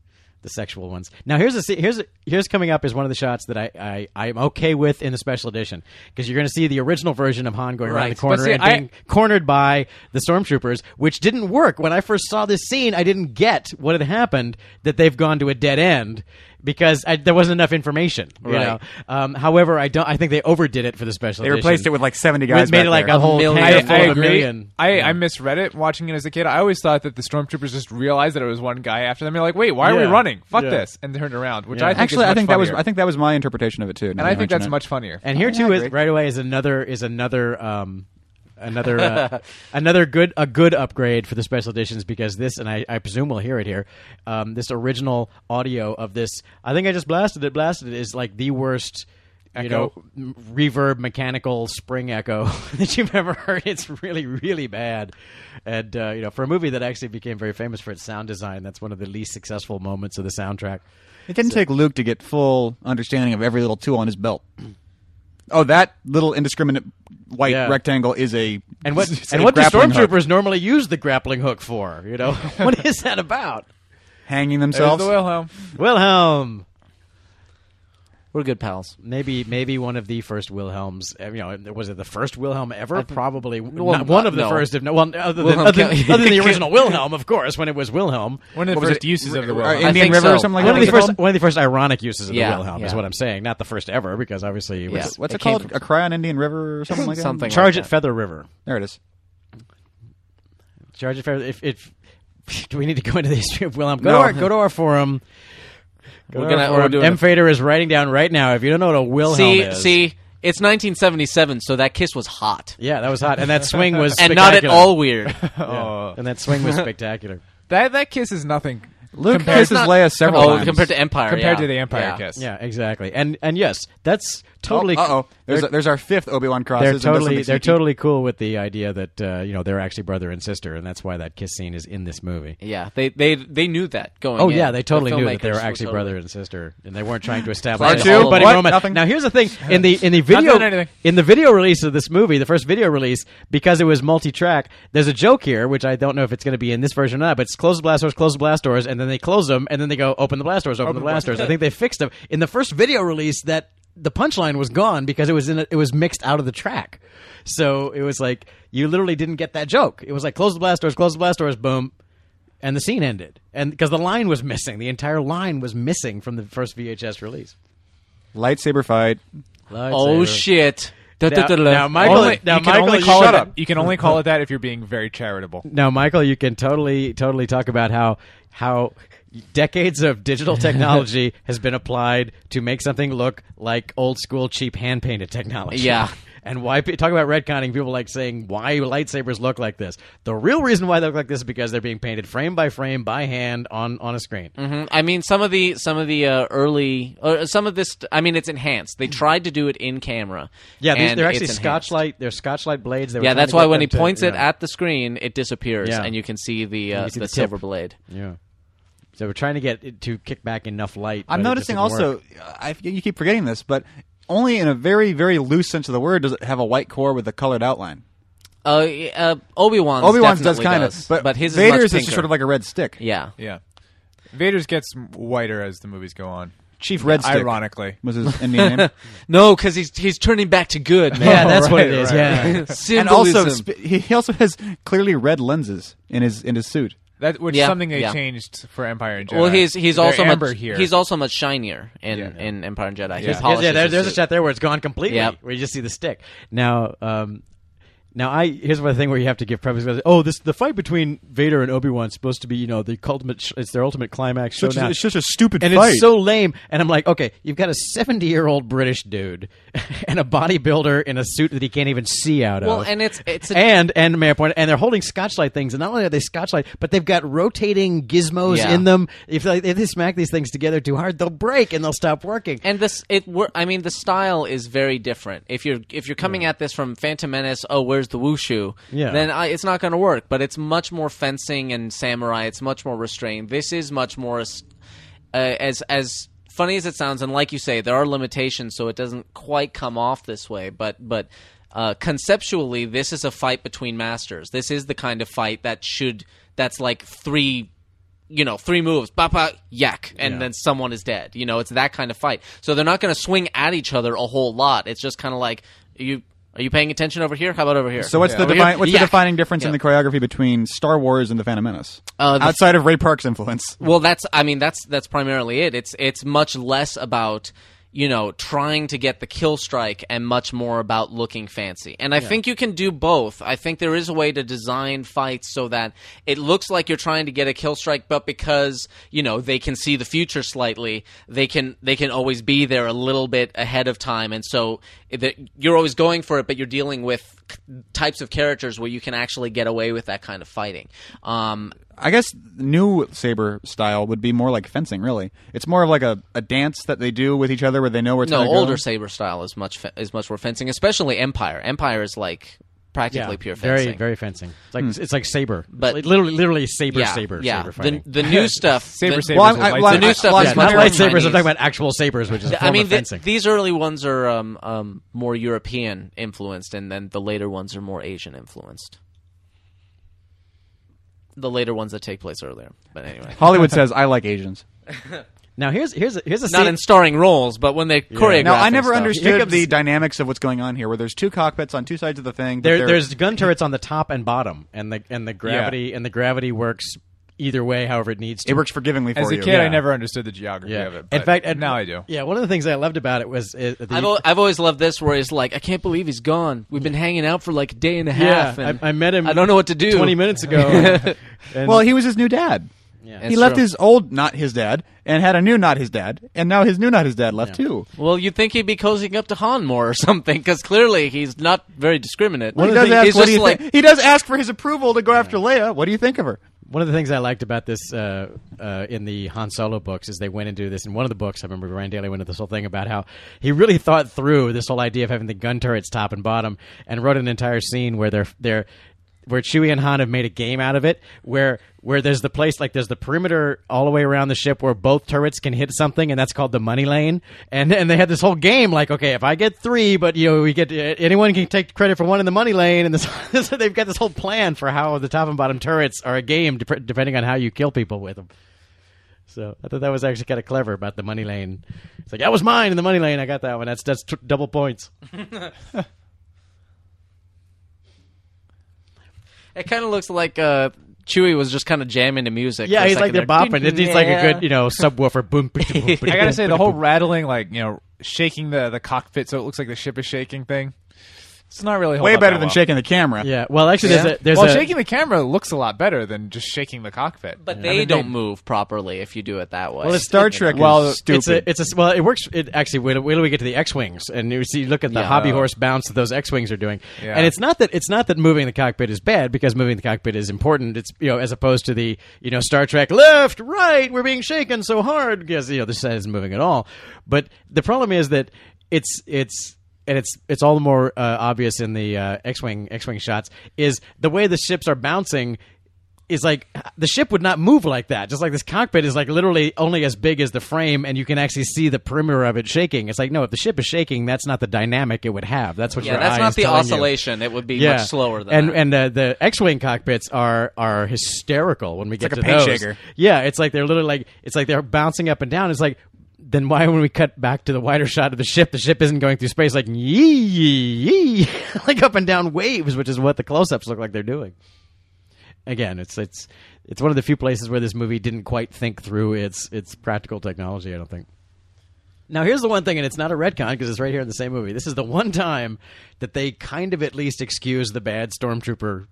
Speaker 4: the sexual ones. Now here's a se- here's a, here's coming up is one of the shots that I I I am okay with in the special edition because you're going to see the original version of Han going around
Speaker 3: Right. But
Speaker 4: the corner
Speaker 5: see,
Speaker 4: and
Speaker 5: I-
Speaker 4: being cornered by the stormtroopers, which didn't work when I first saw this scene. I didn't get what had happened that they've gone to a dead end because I, there wasn't enough information. You
Speaker 3: Right.
Speaker 4: know? um, however, I don't. I think they overdid it for the special.
Speaker 2: They replaced it with like 70 guys.
Speaker 4: made
Speaker 2: back
Speaker 4: it like
Speaker 2: there.
Speaker 4: a whole
Speaker 3: million.
Speaker 4: handful
Speaker 5: I
Speaker 4: of a
Speaker 5: agree.
Speaker 4: million.
Speaker 5: I, I misread it watching it as a kid. I always thought that the stormtroopers just realized that it was one guy after them. They're like, wait, why are
Speaker 4: Yeah.
Speaker 5: we running? Fuck
Speaker 4: Yeah.
Speaker 5: this. And turned around, which
Speaker 4: Yeah.
Speaker 5: I think
Speaker 2: Actually,
Speaker 5: is much
Speaker 2: I think that was
Speaker 5: funnier.
Speaker 2: I think that was my interpretation of it too.
Speaker 5: and I think that's much funnier.
Speaker 4: And here
Speaker 2: Yeah,
Speaker 4: too
Speaker 2: I
Speaker 4: is
Speaker 2: agree.
Speaker 4: right away is another is another um, another uh, another good a good upgrade for the special editions because this and I, I presume we'll hear it here um, this original audio of this I think I just blasted it blasted it is like the worst. You know,
Speaker 5: Echo.
Speaker 4: m- reverb, mechanical spring echo that you've ever heard. It's really, really bad. And uh, you know, for a movie that actually became very famous for its sound design, that's one of the least successful moments of the soundtrack.
Speaker 2: It didn't take Luke to get full understanding of every little tool on his belt. Oh, that little indiscriminate white
Speaker 4: Yeah.
Speaker 2: rectangle is a
Speaker 4: And what
Speaker 2: is
Speaker 4: and
Speaker 2: a
Speaker 4: what do
Speaker 2: grappling hook.
Speaker 4: stormtroopers normally use the grappling hook for? You know, what is that about?
Speaker 2: hanging
Speaker 5: There's
Speaker 2: themselves?
Speaker 5: the Wilhelm.
Speaker 4: Wilhelm,
Speaker 3: We're good pals.
Speaker 4: maybe maybe one of the first Wilhelms. uh, You know, was it the first Wilhelm ever? Probably
Speaker 3: well,
Speaker 4: not one of the
Speaker 3: no.
Speaker 4: first, if no one other than,
Speaker 3: Wilhelm
Speaker 4: other, than,
Speaker 3: Kelly.
Speaker 4: other than the original Wilhelm, of course, when it was Wilhelm.
Speaker 5: One of the
Speaker 2: What was
Speaker 5: first
Speaker 2: it?
Speaker 5: uses of the
Speaker 2: Or
Speaker 5: Wilhelm.
Speaker 3: I
Speaker 2: Indian
Speaker 3: think
Speaker 2: River or
Speaker 3: so.
Speaker 2: something like
Speaker 4: One
Speaker 2: that.
Speaker 4: of the
Speaker 2: What's it
Speaker 4: first, one of the first ironic uses of
Speaker 3: Yeah,
Speaker 4: the Wilhelm is
Speaker 3: yeah.
Speaker 4: what I'm saying. Not the first ever, because obviously, it was-
Speaker 3: Yeah.
Speaker 2: called? What's
Speaker 3: It
Speaker 2: it called?
Speaker 3: came from-
Speaker 2: A cry on Indian River or something like that.
Speaker 3: Something.
Speaker 4: charge
Speaker 3: like
Speaker 4: at
Speaker 3: that.
Speaker 4: Feather River.
Speaker 2: There it is.
Speaker 4: Charge it fair. If, if do we need to go into the history of Wilhelm? Go
Speaker 2: No.
Speaker 4: to our go to our forum. Go
Speaker 3: We're
Speaker 4: to our
Speaker 3: gonna- we're
Speaker 4: forum.
Speaker 3: doing
Speaker 4: M
Speaker 3: a-
Speaker 4: Fader is writing down right now. If you don't know what a Wilhelm
Speaker 3: See,
Speaker 4: is,
Speaker 3: see, it's 1977, so that kiss was hot
Speaker 4: yeah, that was hot, and that swing was
Speaker 3: and not at
Speaker 4: spectacular.
Speaker 3: all Oh. weird.
Speaker 4: Yeah. And that swing was spectacular.
Speaker 5: That that kiss is nothing
Speaker 2: Luke
Speaker 5: compared,
Speaker 2: kisses Leia several
Speaker 3: oh,
Speaker 2: times.
Speaker 3: compared to Empire.
Speaker 5: compared
Speaker 3: yeah.
Speaker 5: to the Empire
Speaker 3: Yeah.
Speaker 5: kiss.
Speaker 4: yeah, exactly. And and yes, that's
Speaker 2: Oh,
Speaker 4: totally.
Speaker 2: uh-oh. There's,
Speaker 4: they're-
Speaker 2: there's our fifth Obi Wan crosses.
Speaker 4: they're
Speaker 2: and does
Speaker 4: totally
Speaker 2: something
Speaker 4: they're
Speaker 2: sneaky.
Speaker 4: totally cool with the idea that uh, you know they're actually brother and sister, and that's why that kiss scene is in this movie.
Speaker 3: Yeah, they they they knew that going.
Speaker 4: Oh
Speaker 3: in.
Speaker 4: yeah, they
Speaker 3: The
Speaker 4: totally knew that
Speaker 3: filmmakers
Speaker 4: they were
Speaker 3: were
Speaker 4: actually
Speaker 3: totally-
Speaker 4: brother and sister, and they weren't trying to establish
Speaker 3: Part
Speaker 4: a
Speaker 3: two?
Speaker 4: whole buddy
Speaker 2: What?
Speaker 4: moment.
Speaker 2: Nothing.
Speaker 4: Now here's the thing: in the in the video
Speaker 5: doing anything.
Speaker 4: in the video release of this movie, the first video release, because it was multi-track, there's a joke here, which I don't know if it's going to be in this version or not. But it's close the blast doors, close the blast doors, and then they close them, and then they go open the blast doors, open, the blast doors. I think they fixed them in the first video release that. The punchline was gone because it was in a, it was mixed out of the track, so it was like you literally didn't get that joke. It was like close the blast doors, close the blast doors, boom, and the scene ended and because the line was missing the entire line was missing from the first vhs release Oh,
Speaker 2: lightsaber fight.
Speaker 3: Oh shit!
Speaker 4: now Michael-
Speaker 5: Only-
Speaker 4: now
Speaker 5: you can only
Speaker 4: Michael,
Speaker 5: call
Speaker 4: you
Speaker 5: it
Speaker 4: shut
Speaker 5: that.
Speaker 4: up.
Speaker 5: You can only call it that if you're being very charitable.
Speaker 4: Now, Michael, you can totally, totally talk about how how decades of digital technology has been applied to make something look like old school, cheap hand painted technology.
Speaker 3: Yeah.
Speaker 4: And why pe- talk about retconning? People like saying why lightsabers look like this. The real reason why they look like this is because they're being painted frame by frame by hand on on a screen.
Speaker 3: I mean, some of the some of the uh, early uh, some of this. I mean, it's enhanced. They tried to do it in camera.
Speaker 4: Yeah, these,
Speaker 3: and
Speaker 4: they're actually
Speaker 3: it's enhanced.
Speaker 4: Scotch light. They're Scotch light blades. They were
Speaker 3: Yeah,
Speaker 4: trying
Speaker 3: that's
Speaker 4: to
Speaker 3: why
Speaker 4: get
Speaker 3: when
Speaker 4: them
Speaker 3: he
Speaker 4: to-
Speaker 3: points it
Speaker 4: yeah.
Speaker 3: at the screen, it disappears,
Speaker 4: Yeah.
Speaker 3: and you can see the uh,
Speaker 4: can see
Speaker 3: the,
Speaker 4: the tip.
Speaker 3: silver blade.
Speaker 4: yeah. So we're trying to get it to kick back enough light.
Speaker 2: I'm
Speaker 4: but it just
Speaker 2: noticing
Speaker 4: didn't work.
Speaker 2: also, I, you keep forgetting this, but only in a very, very loose sense of the word does it have a white core with a colored outline.
Speaker 3: Uh, y- uh, Obi Wan.
Speaker 2: Obi Wan's does kind
Speaker 3: does,
Speaker 2: of, but,
Speaker 3: his
Speaker 2: Vader's
Speaker 3: is, much
Speaker 2: just
Speaker 3: pinker.
Speaker 2: sort of like a red stick.
Speaker 3: yeah.
Speaker 5: Yeah, Vader's gets whiter as the movies go on.
Speaker 2: Chief Red Stick.
Speaker 5: Ironically,
Speaker 2: was his Indian name.
Speaker 3: No, because he's he's turning back to good,
Speaker 4: Yeah,
Speaker 3: man.
Speaker 4: that's what
Speaker 5: right,
Speaker 4: it is.
Speaker 5: right,
Speaker 4: yeah.
Speaker 2: and also, sp- he he also has clearly red lenses in his in his suit.
Speaker 5: that which
Speaker 3: Yeah,
Speaker 5: is something they
Speaker 3: yeah.
Speaker 5: changed for Empire and Jedi.
Speaker 3: well, he's he's
Speaker 5: They're
Speaker 3: also
Speaker 5: amber
Speaker 3: much
Speaker 5: here.
Speaker 3: he's also much shinier in,
Speaker 5: Yeah.
Speaker 3: in Empire and Jedi. He
Speaker 5: Yeah. Yeah,
Speaker 4: Yeah,
Speaker 3: polishes
Speaker 4: yeah, there-
Speaker 3: his
Speaker 4: there's a
Speaker 3: suit.
Speaker 4: shot there where it's gone completely,
Speaker 3: Yep.
Speaker 4: where you just see the stick. Now, um, now I here's one thing where you have to give preface. Oh, this the fight between Vader and Obi Wan is supposed to be, you know, the ultimate. Sh- it's their ultimate climax
Speaker 2: Such
Speaker 4: showdown.
Speaker 2: a- it's such a stupid
Speaker 4: and
Speaker 2: fight.
Speaker 4: it's so lame. And I'm like, okay, you've got a 70 year old British dude and a bodybuilder in a suit that he can't even see out
Speaker 3: Well,
Speaker 4: of.
Speaker 3: and it's- it's a-
Speaker 4: and and may I point, and they're holding Scotchlight things, and not only are they Scotchlight, but they've got rotating gizmos
Speaker 3: Yeah.
Speaker 4: in them. If they, if they smack these things together too hard, they'll break and they'll stop working.
Speaker 3: And this, it. wor- I mean, the style is very different. If you're if you're coming at this from Phantom Menace, oh, where's the wushu?
Speaker 4: Yeah.
Speaker 3: Then I, it's not going to work. But it's much more fencing and samurai. It's much more restrained. This is much more as uh, as as funny as it sounds. And like you say, there are limitations, so it doesn't quite come off this way. But but. Uh, conceptually, this is a fight between masters. This is the kind of fight that should that's like three you know, three moves, papa, yak, and then someone is dead. You know, it's that kind of fight. So they're not going to swing at each other a whole lot. It's just kind of like are you are you paying attention over here? How about over here?
Speaker 2: So what's the
Speaker 3: Over
Speaker 2: defi-
Speaker 3: here?
Speaker 2: what's
Speaker 3: Yak.
Speaker 2: the defining difference
Speaker 3: Yeah.
Speaker 2: in the choreography between Star Wars and the Phantom Menace?
Speaker 3: Uh, the-
Speaker 2: Outside of Ray Park's influence,
Speaker 3: Well, that's I mean that's that's primarily it. It's it's much less about you know trying to get the kill strike and much more about looking fancy. And I think you can do both. I think there is a way to design fights so that it looks like you're trying to get a kill strike, but because you know they can see the future slightly, they can they can always be there a little bit ahead of time, and so that you're always going for it, but you're dealing with types of characters where you can actually get away with that kind of fighting. Um,
Speaker 2: I guess new saber style would be more like fencing. Really, it's more of like a, a dance that they do with each other, where they know where it's
Speaker 3: no
Speaker 2: gonna go.
Speaker 3: older saber style is much fe- is much more fencing, especially Empire. Empire is like practically pure fencing.
Speaker 4: Very, very fencing. It's like it's like saber,
Speaker 3: But-
Speaker 4: but literally, literally saber,
Speaker 3: yeah,
Speaker 4: saber,
Speaker 3: yeah.
Speaker 4: saber
Speaker 3: the,
Speaker 4: fighting.
Speaker 3: the new stuff,
Speaker 5: Saber
Speaker 3: the-
Speaker 5: sabers
Speaker 2: Well,
Speaker 5: with
Speaker 2: I'm- I-
Speaker 5: lightsabers.
Speaker 2: well, I'm-
Speaker 3: The new stuff
Speaker 2: well,
Speaker 3: is
Speaker 4: yeah,
Speaker 3: much
Speaker 4: not
Speaker 3: more
Speaker 4: lightsabers. I'm
Speaker 3: Chinese.
Speaker 4: talking about actual sabers, which is a form
Speaker 3: I mean,
Speaker 4: of
Speaker 3: th-
Speaker 4: fencing.
Speaker 3: these early ones are um, um, more European influenced, and then the later ones are more Asian influenced. The later ones that take place earlier, but anyway,
Speaker 2: Hollywood says I like Asians.
Speaker 4: now here's here's a, here's a
Speaker 3: not
Speaker 4: scene.
Speaker 3: in starring roles, but when they choreograph.
Speaker 2: Now I never
Speaker 3: stuff.
Speaker 2: understood
Speaker 4: comes-
Speaker 2: the dynamics of what's going on here, where there's two cockpits on two sides of the thing. but
Speaker 4: there,
Speaker 2: they're-
Speaker 4: there's gun turrets on the top and bottom, and the and the gravity and the gravity works either way, however it needs to.
Speaker 2: it works forgivingly for
Speaker 5: As a
Speaker 2: you.
Speaker 5: kid, I
Speaker 4: Yeah.
Speaker 5: never understood the geography
Speaker 4: Yeah.
Speaker 5: of it.
Speaker 4: in
Speaker 5: but
Speaker 4: fact, and-
Speaker 5: now I do.
Speaker 4: Yeah, one of the things I loved about it was uh, the,
Speaker 3: I've, al- I've always loved this where he's like, I can't believe he's gone. We've been hanging out for like a day and a half.
Speaker 4: yeah.
Speaker 3: and
Speaker 4: I, I met him.
Speaker 3: I don't know what to do.
Speaker 4: Twenty minutes ago.
Speaker 2: Well, he was his new dad. he
Speaker 3: That's
Speaker 2: left
Speaker 3: true.
Speaker 2: his old not his dad and had a new not his dad, and now his new not his dad left too.
Speaker 3: Well, you'd think he'd be cozying up to Han more or something, because clearly he's not very discriminate.
Speaker 2: He does, ask,
Speaker 3: he's
Speaker 2: what
Speaker 3: just
Speaker 2: do you
Speaker 3: like,
Speaker 2: think? he does ask for his approval to go after Leia. What do you think of her?
Speaker 4: One of the things I liked about this uh, uh, in the Han Solo books is they went into this. In one of the books, I remember Ryan Daly went into this whole thing about how he really thought through this whole idea of having the gun turrets top and bottom, and wrote an entire scene where they're they're where Chewie and Han have made a game out of it, where where there's the place like there's the perimeter all the way around the ship where both turrets can hit something, and that's called the money lane. And and they had this whole game like, okay, if I get three, but you know we get uh, anyone can take credit for one in the money lane, and this, so they've got this whole plan for how the top and bottom turrets are a game dep- depending on how you kill people with them. So I thought that was actually kind of clever about the money lane. It's like that was mine in the money lane. I got that one. That's that's tr- double points.
Speaker 3: it kind of looks like uh, Chewie was just kind of jamming to music.
Speaker 4: Yeah,
Speaker 3: for a
Speaker 4: he's like
Speaker 3: second
Speaker 4: they're
Speaker 3: there.
Speaker 4: bopping. It needs like a good you know subwoofer boom.
Speaker 5: I gotta say, the whole rattling, like you know, shaking the the cockpit so it looks like the ship is shaking thing. It's not really a whole
Speaker 2: Way
Speaker 5: lot
Speaker 2: better
Speaker 5: that
Speaker 2: than
Speaker 5: well.
Speaker 2: shaking the camera.
Speaker 4: Yeah. Well, actually,
Speaker 5: Yeah.
Speaker 4: there's a there's
Speaker 5: well,
Speaker 4: a
Speaker 5: shaking the camera looks a lot better than just shaking the cockpit.
Speaker 3: But they don't move properly if you do it that way.
Speaker 4: Well, it's
Speaker 2: Star Trek
Speaker 4: well,
Speaker 2: is stupid.
Speaker 4: it's a it's a well, it works. It actually wait, till- wait till we get to the X wings and you see look at the
Speaker 3: Yeah.
Speaker 4: hobby horse bounce that those X wings are doing.
Speaker 5: Yeah.
Speaker 4: And it's not that it's not that moving the cockpit is bad because moving the cockpit is important. It's you know as opposed to the you know Star Trek left right we're being shaken so hard because you know the set isn't moving at all. But the problem is that it's it's. And it's it's all the more uh, obvious in the uh, X-wing X-wing shots is the way the ships are bouncing is like the ship would not move like that. Just like this cockpit is like literally only as big as the frame, and you can actually see the perimeter of it shaking. It's like no, if the ship is shaking, that's not the dynamic it would have. That's what
Speaker 3: yeah,
Speaker 4: your eye
Speaker 3: that's
Speaker 4: is
Speaker 3: not the
Speaker 4: telling you.
Speaker 3: oscillation. It would be
Speaker 4: Yeah,
Speaker 3: much slower than
Speaker 4: and
Speaker 3: that.
Speaker 4: and uh, the X-wing cockpits are are hysterical when we get
Speaker 2: like a
Speaker 4: to
Speaker 2: paint
Speaker 4: those.
Speaker 2: shaker.
Speaker 4: Yeah, it's like they're literally like it's like they're bouncing up and down. It's like then why when we cut back to the wider shot of the ship, the ship isn't going through space like yee yee yee like up and down waves, which is what the close-ups look like they're doing. Again, it's it's it's one of the few places where this movie didn't quite think through its its practical technology. I don't think. Now, here's the one thing, and it's not a retcon because it's right here in the same movie. This is the one time that they kind of at least excuse the bad stormtrooper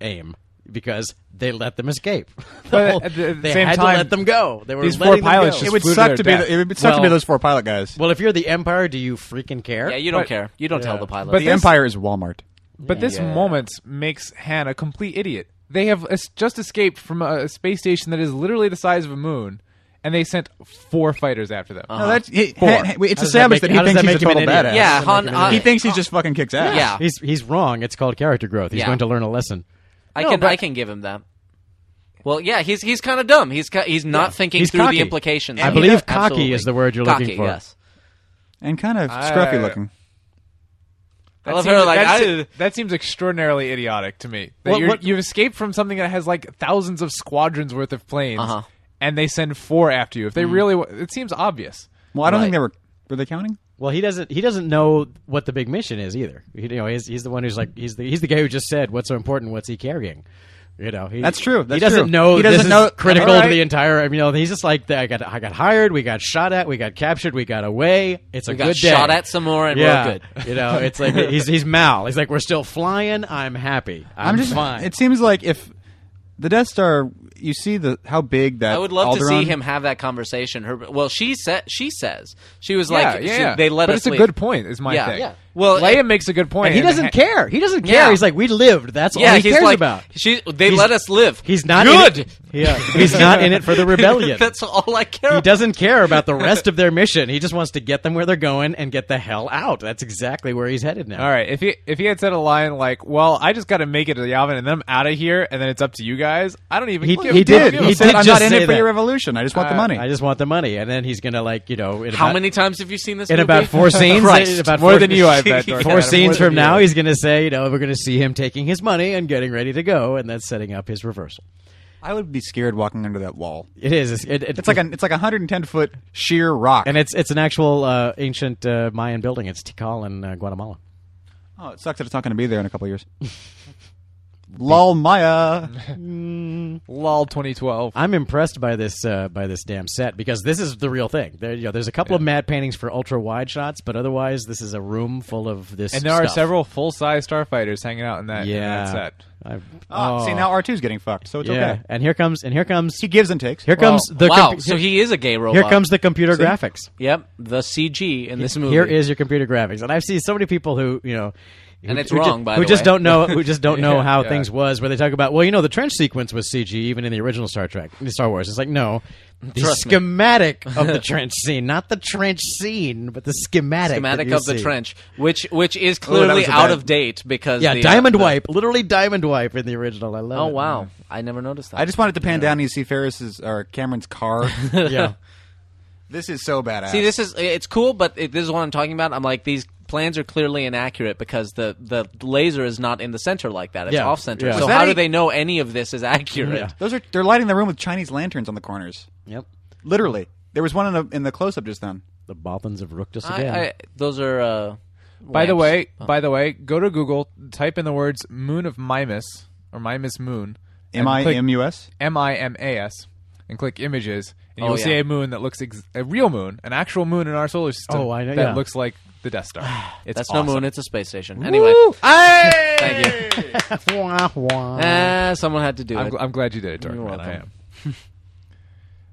Speaker 4: aim because they let them escape. The
Speaker 5: But
Speaker 4: whole-
Speaker 5: at the- at the
Speaker 4: they
Speaker 5: same
Speaker 4: had
Speaker 5: time,
Speaker 4: to let them go. They were
Speaker 5: these four
Speaker 4: letting them
Speaker 5: pilots
Speaker 4: go.
Speaker 5: just
Speaker 2: it would
Speaker 5: flew to
Speaker 2: suck
Speaker 5: their
Speaker 2: to be.
Speaker 5: death.
Speaker 2: The, it would suck to be
Speaker 4: Well-
Speaker 2: those four pilot guys.
Speaker 4: well, if you're the Empire, do you freaking care?
Speaker 3: yeah, you don't
Speaker 5: but-
Speaker 3: care. You don't tell the pilot.
Speaker 2: but the Empire is Walmart.
Speaker 5: But this moment makes Han a complete idiot. They have es- just escaped from a a space station that is literally the size of a moon, and they sent four fighters after them.
Speaker 2: No, that's he,
Speaker 5: Four.
Speaker 2: Han- he- it's
Speaker 4: How does that
Speaker 2: established
Speaker 4: make-
Speaker 2: that,
Speaker 4: how does
Speaker 2: he
Speaker 4: that
Speaker 2: thinks
Speaker 4: make
Speaker 2: he's a
Speaker 4: him an
Speaker 2: total
Speaker 4: idiot?
Speaker 2: badass.
Speaker 3: yeah, Han, Han-
Speaker 2: he thinks he just fucking kicks ass.
Speaker 3: Yeah.
Speaker 4: He's he's wrong. It's called character growth. He's
Speaker 3: Yeah.
Speaker 4: going to learn a lesson.
Speaker 3: I
Speaker 4: No,
Speaker 3: can
Speaker 4: but-
Speaker 3: I can give him that. Well, yeah, he's he's kind of dumb. He's ki- he's not thinking
Speaker 4: He's
Speaker 3: through
Speaker 4: cocky.
Speaker 3: the implications.
Speaker 4: I
Speaker 3: of
Speaker 4: believe
Speaker 3: it.
Speaker 4: cocky
Speaker 3: Absolutely.
Speaker 4: is the word you're
Speaker 3: Cocky,
Speaker 4: looking for.
Speaker 3: Yes.
Speaker 2: and kind of
Speaker 5: I-
Speaker 2: scruffy looking.
Speaker 3: I love her like
Speaker 5: that,
Speaker 3: I,
Speaker 5: se- that seems extraordinarily idiotic to me. That
Speaker 4: What-
Speaker 5: you're,
Speaker 4: what-
Speaker 5: you've escaped from something that has like thousands of squadrons worth of planes,
Speaker 3: Uh-huh.
Speaker 5: and they send four after you. If they
Speaker 4: Mm.
Speaker 5: really, wa- it seems obvious.
Speaker 2: Well, I don't think
Speaker 4: Right.
Speaker 2: they were. Were they counting?
Speaker 4: Well, he doesn't. He doesn't know what the big mission is either. He, you know, he's, he's the one who's like he's the he's the guy who just said what's so important. What's he carrying? You know, he,
Speaker 2: That's true.
Speaker 4: he
Speaker 2: That's
Speaker 4: doesn't
Speaker 2: true.
Speaker 4: know.
Speaker 2: He
Speaker 4: this
Speaker 2: doesn't
Speaker 4: is
Speaker 2: know-
Speaker 4: critical
Speaker 5: All
Speaker 4: to
Speaker 5: right.
Speaker 4: the entire. I mean, you know, he's just like I got I got hired. We got shot at. We got captured. We got away. It's a
Speaker 3: we
Speaker 4: good
Speaker 3: got
Speaker 4: day.
Speaker 3: shot at some more and
Speaker 4: yeah,
Speaker 3: we're good.
Speaker 4: you know, it's like he's he's Mal. He's like we're still flying. I'm happy. I'm,
Speaker 2: just.
Speaker 4: fine.
Speaker 2: It seems like if the Death Star, you see the how big that.
Speaker 3: I would love to
Speaker 2: Alderaan-
Speaker 3: see him have that conversation. Her well, she said she says she was
Speaker 5: yeah,
Speaker 3: like
Speaker 5: yeah,
Speaker 3: she-
Speaker 5: yeah.
Speaker 3: they let
Speaker 5: but
Speaker 3: us.
Speaker 5: it's a
Speaker 3: leave.
Speaker 5: good point. Is my
Speaker 3: Yeah,
Speaker 5: thing.
Speaker 3: yeah. Well,
Speaker 5: Leia
Speaker 3: it-
Speaker 5: makes a good point,
Speaker 4: and he
Speaker 5: and
Speaker 4: doesn't
Speaker 5: Ha-
Speaker 4: care. He doesn't care.
Speaker 3: Yeah.
Speaker 4: He's like we lived. That's
Speaker 3: Yeah,
Speaker 4: all he
Speaker 3: he's
Speaker 4: cares
Speaker 3: like,
Speaker 4: about.
Speaker 3: She, they
Speaker 4: He's-
Speaker 3: let us live.
Speaker 4: He's not
Speaker 3: good.
Speaker 4: In it. Yeah, he's not in it for the rebellion.
Speaker 3: That's all I care.
Speaker 4: he
Speaker 3: about.
Speaker 4: doesn't care about the rest of their mission. He just wants to get them where they're going and get the hell out. That's exactly where he's headed now.
Speaker 5: All right, if he if he had said a line like, "Well, I just got to make it to the oven and then I'm out of here, and then it's up to you guys," I don't even.
Speaker 4: He-
Speaker 5: give
Speaker 4: he
Speaker 5: a
Speaker 4: did.
Speaker 5: damn.
Speaker 4: He
Speaker 2: He said,
Speaker 4: did
Speaker 2: "I'm
Speaker 4: just
Speaker 2: not in
Speaker 4: say
Speaker 2: it for
Speaker 4: that.
Speaker 2: your revolution. I just want the money."
Speaker 4: I just want the money, and then he's gonna like you know in
Speaker 3: How
Speaker 4: about,
Speaker 3: many times have you seen this?
Speaker 4: in
Speaker 3: movie?
Speaker 4: about four scenes
Speaker 3: Christ.
Speaker 4: in about
Speaker 5: More
Speaker 4: four-
Speaker 5: than you, I bet, Dorcas. More
Speaker 4: Four scenes
Speaker 5: than
Speaker 4: from
Speaker 5: you.
Speaker 4: now, he's gonna say you know we're gonna see him taking his money and getting ready to go, and that's setting up his reversal.
Speaker 2: I would be scared walking under that wall.
Speaker 4: It is. It's, it, it-
Speaker 2: It's like a it's like a hundred and ten foot sheer rock.
Speaker 4: and it's it's an actual uh, ancient uh, Mayan building. It's Tikal in uh, Guatemala.
Speaker 2: oh, it sucks that it's not going to be there in a couple of years. Lol, Maya.
Speaker 5: Lol, 2012.
Speaker 4: I'm impressed by this uh, by this damn set because this is the real thing. There, you know, there's a couple of matte paintings for ultra wide shots, but otherwise, this is a room full of this.
Speaker 5: and there are
Speaker 4: stuff.
Speaker 5: several full size starfighters hanging out in that, in
Speaker 4: Yeah.
Speaker 5: that set.
Speaker 4: I-
Speaker 2: Ah,
Speaker 4: oh,
Speaker 2: See now R 2s getting fucked, so it's
Speaker 4: yeah.
Speaker 2: okay.
Speaker 4: And here comes and here comes
Speaker 2: He gives and takes.
Speaker 4: here comes the
Speaker 3: wow.
Speaker 4: compu-
Speaker 3: so he is a gay robot.
Speaker 4: here comes the computer graphics.
Speaker 3: Yep, the CG in this movie.
Speaker 4: Here is your computer graphics, and I've seen so many people who you know. who-
Speaker 3: And it's
Speaker 4: who ju-
Speaker 3: wrong, by
Speaker 4: who
Speaker 3: the
Speaker 4: just
Speaker 3: way.
Speaker 4: don't know who just don't know
Speaker 5: Yeah,
Speaker 4: how
Speaker 5: yeah.
Speaker 4: things was where they talk about well you know the trench sequence was CG even in the original Star Trek Star Wars it's like no the
Speaker 3: Trust me.
Speaker 4: schematic of the trench scene not the trench scene but the schematic
Speaker 3: schematic
Speaker 4: that you
Speaker 3: of the
Speaker 4: see.
Speaker 3: trench, which which is
Speaker 2: Oh, that
Speaker 3: clearly
Speaker 2: was a
Speaker 3: out
Speaker 2: bad-
Speaker 3: of date because
Speaker 4: yeah
Speaker 3: the, uh,
Speaker 4: diamond
Speaker 3: the-
Speaker 4: wipe literally diamond wipe in the original I love
Speaker 3: Oh
Speaker 4: it.
Speaker 3: wow, I never noticed that.
Speaker 2: I just wanted to pan down and you see Ferris's or Cameron's car.
Speaker 4: yeah
Speaker 2: this is so badass.
Speaker 3: see this is it's cool, but it, this is what I'm talking about. I'm like these plans are clearly inaccurate because the the laser is not in the center like that. It's
Speaker 4: Yeah,
Speaker 3: off center.
Speaker 4: yeah.
Speaker 3: So
Speaker 4: Was
Speaker 2: that
Speaker 3: how
Speaker 2: a-
Speaker 3: do they know any of this is accurate?
Speaker 4: Yeah.
Speaker 2: Those are they're lighting the room with Chinese lanterns on the corners.
Speaker 4: yep
Speaker 2: Literally, there was one in the in the close up just then.
Speaker 4: the Bothans of Rookdus
Speaker 3: I,
Speaker 4: again
Speaker 3: I, those are. Uh,
Speaker 5: By the
Speaker 3: lamps.
Speaker 5: way, by the way, go to Google, type in the words "Moon of Mimas" or "Mimas Moon," and
Speaker 2: M I
Speaker 5: click
Speaker 2: M U S.
Speaker 5: M I M A S, and click images, and
Speaker 3: Oh,
Speaker 5: you'll see
Speaker 3: yeah.
Speaker 5: a moon that looks ex- a real moon, an actual moon in our solar system.
Speaker 4: Oh, I know,
Speaker 5: that
Speaker 4: yeah.
Speaker 5: looks like the Death Star. It's
Speaker 3: That's
Speaker 5: awesome.
Speaker 3: no moon. It's a space station. Anyway, thank you.
Speaker 4: Wah, wah.
Speaker 3: Ah, someone had to do
Speaker 5: I'm,
Speaker 3: it.
Speaker 5: gl- I'm glad you did it, Dark
Speaker 3: You're
Speaker 5: Man. I am.
Speaker 3: welcome.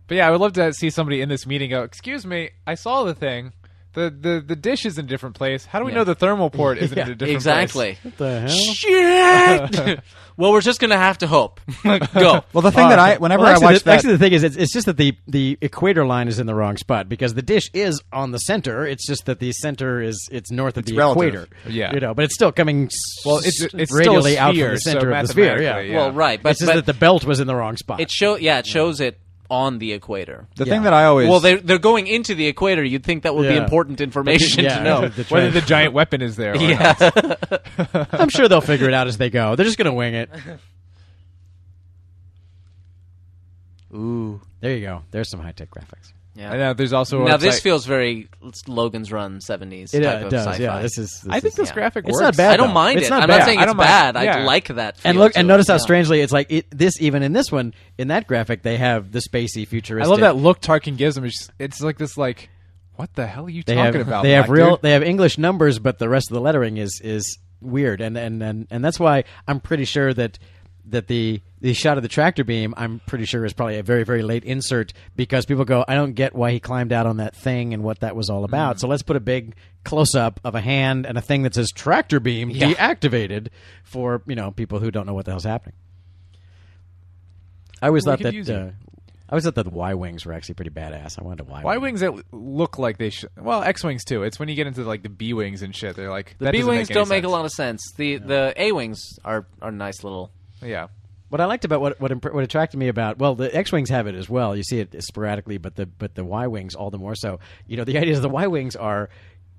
Speaker 5: but yeah, I would love to see somebody in this meeting go, "Excuse me, I saw the thing. The the, the dish is in a different place. How do we
Speaker 3: Yeah.
Speaker 5: know the thermal port isn't in a different place?"
Speaker 3: exactly.
Speaker 4: What the hell?
Speaker 3: Shit. well, we're just gonna have to hope. Go.
Speaker 2: Well, the thing that I whenever
Speaker 4: Well,
Speaker 2: I
Speaker 4: actually,
Speaker 2: watch
Speaker 4: the,
Speaker 2: that,
Speaker 4: actually, the thing is, it's, it's just that the, the equator line is in the wrong spot because the dish is on the center. It's just that the center is it's north of the
Speaker 2: relative.
Speaker 4: equator.
Speaker 5: Yeah.
Speaker 4: you know, but it's still coming. s-
Speaker 5: Well, it's- it's still a
Speaker 4: radially out from
Speaker 5: sphere,
Speaker 4: the
Speaker 5: so
Speaker 4: center of the sphere. Yeah.
Speaker 5: mathematically,
Speaker 3: Well,
Speaker 5: Yeah.
Speaker 3: right, but,
Speaker 4: it's just
Speaker 3: but
Speaker 4: that the belt was in the wrong spot.
Speaker 3: it show yeah, it shows it on the equator.
Speaker 2: the
Speaker 4: yeah.
Speaker 2: thing that I always
Speaker 3: well, they're they're going into the equator. You'd think that would be
Speaker 4: Yeah.
Speaker 3: important information
Speaker 4: yeah,
Speaker 3: to know.
Speaker 4: the
Speaker 5: Whether the
Speaker 4: trash.
Speaker 5: giant weapon is there. Or
Speaker 3: Yeah.
Speaker 5: not.
Speaker 4: I'm sure they'll figure it out as they go. They're just going to wing it.
Speaker 3: Ooh.
Speaker 4: There you go. There's some high tech graphics.
Speaker 3: Yeah.
Speaker 5: I know. There's also a
Speaker 3: Now this
Speaker 5: website-
Speaker 3: feels very Logan's Run seventies
Speaker 4: It,
Speaker 3: type
Speaker 4: uh,
Speaker 3: of
Speaker 4: does.
Speaker 3: sci-fi.
Speaker 4: Yeah, this is. This
Speaker 5: I think
Speaker 4: is-
Speaker 5: this
Speaker 3: yeah.
Speaker 5: graphic
Speaker 4: It's
Speaker 5: works.
Speaker 4: not bad.
Speaker 3: I don't
Speaker 4: though.
Speaker 3: mind
Speaker 4: It's
Speaker 3: it.
Speaker 4: not
Speaker 3: I'm
Speaker 4: bad.
Speaker 3: not saying
Speaker 5: I
Speaker 3: it's
Speaker 5: don't mind.
Speaker 3: bad. I
Speaker 5: Yeah.
Speaker 3: like that.
Speaker 4: And
Speaker 3: feel
Speaker 4: look,
Speaker 3: to
Speaker 4: and
Speaker 3: it.
Speaker 4: notice how
Speaker 3: Yeah.
Speaker 4: strangely it's like it, this. Even in this one, in that graphic, they have the spacey
Speaker 5: I
Speaker 4: futuristic.
Speaker 5: love that look Tarkin gives him. It's, just- it's like this, like, what the hell are you
Speaker 4: They
Speaker 5: talking
Speaker 4: have
Speaker 5: about?
Speaker 4: they have
Speaker 5: black
Speaker 4: real
Speaker 5: dude?
Speaker 4: they have English numbers, but the rest of the lettering is is weird, and and and, and that's why I'm pretty sure that. That the, the shot of the tractor beam, I'm pretty sure, is probably a very very late insert because people go, I don't get why he climbed out on that thing and what that was all
Speaker 5: Mm.
Speaker 4: about. So let's put a big close up of a hand and a thing that says tractor beam deactivated for you know people who don't know what the hell's happening. I always
Speaker 5: Well, we
Speaker 4: thought
Speaker 5: could use
Speaker 4: that
Speaker 5: it.
Speaker 4: uh, I always thought that the Y wings were actually pretty badass. I wanted a Y.
Speaker 5: Y wings that look like they should. Well, X wings too. It's when you get into like the B wings and shit. They're like
Speaker 3: The B wings don't make a lot of sense. The the A wings are are nice little.
Speaker 5: Of- yeah,
Speaker 4: What I liked about what what, impre- what attracted me about well, the X wings have it as well. You see it sporadically, but the but the Y wings all the more so. You know, the idea is the Y wings are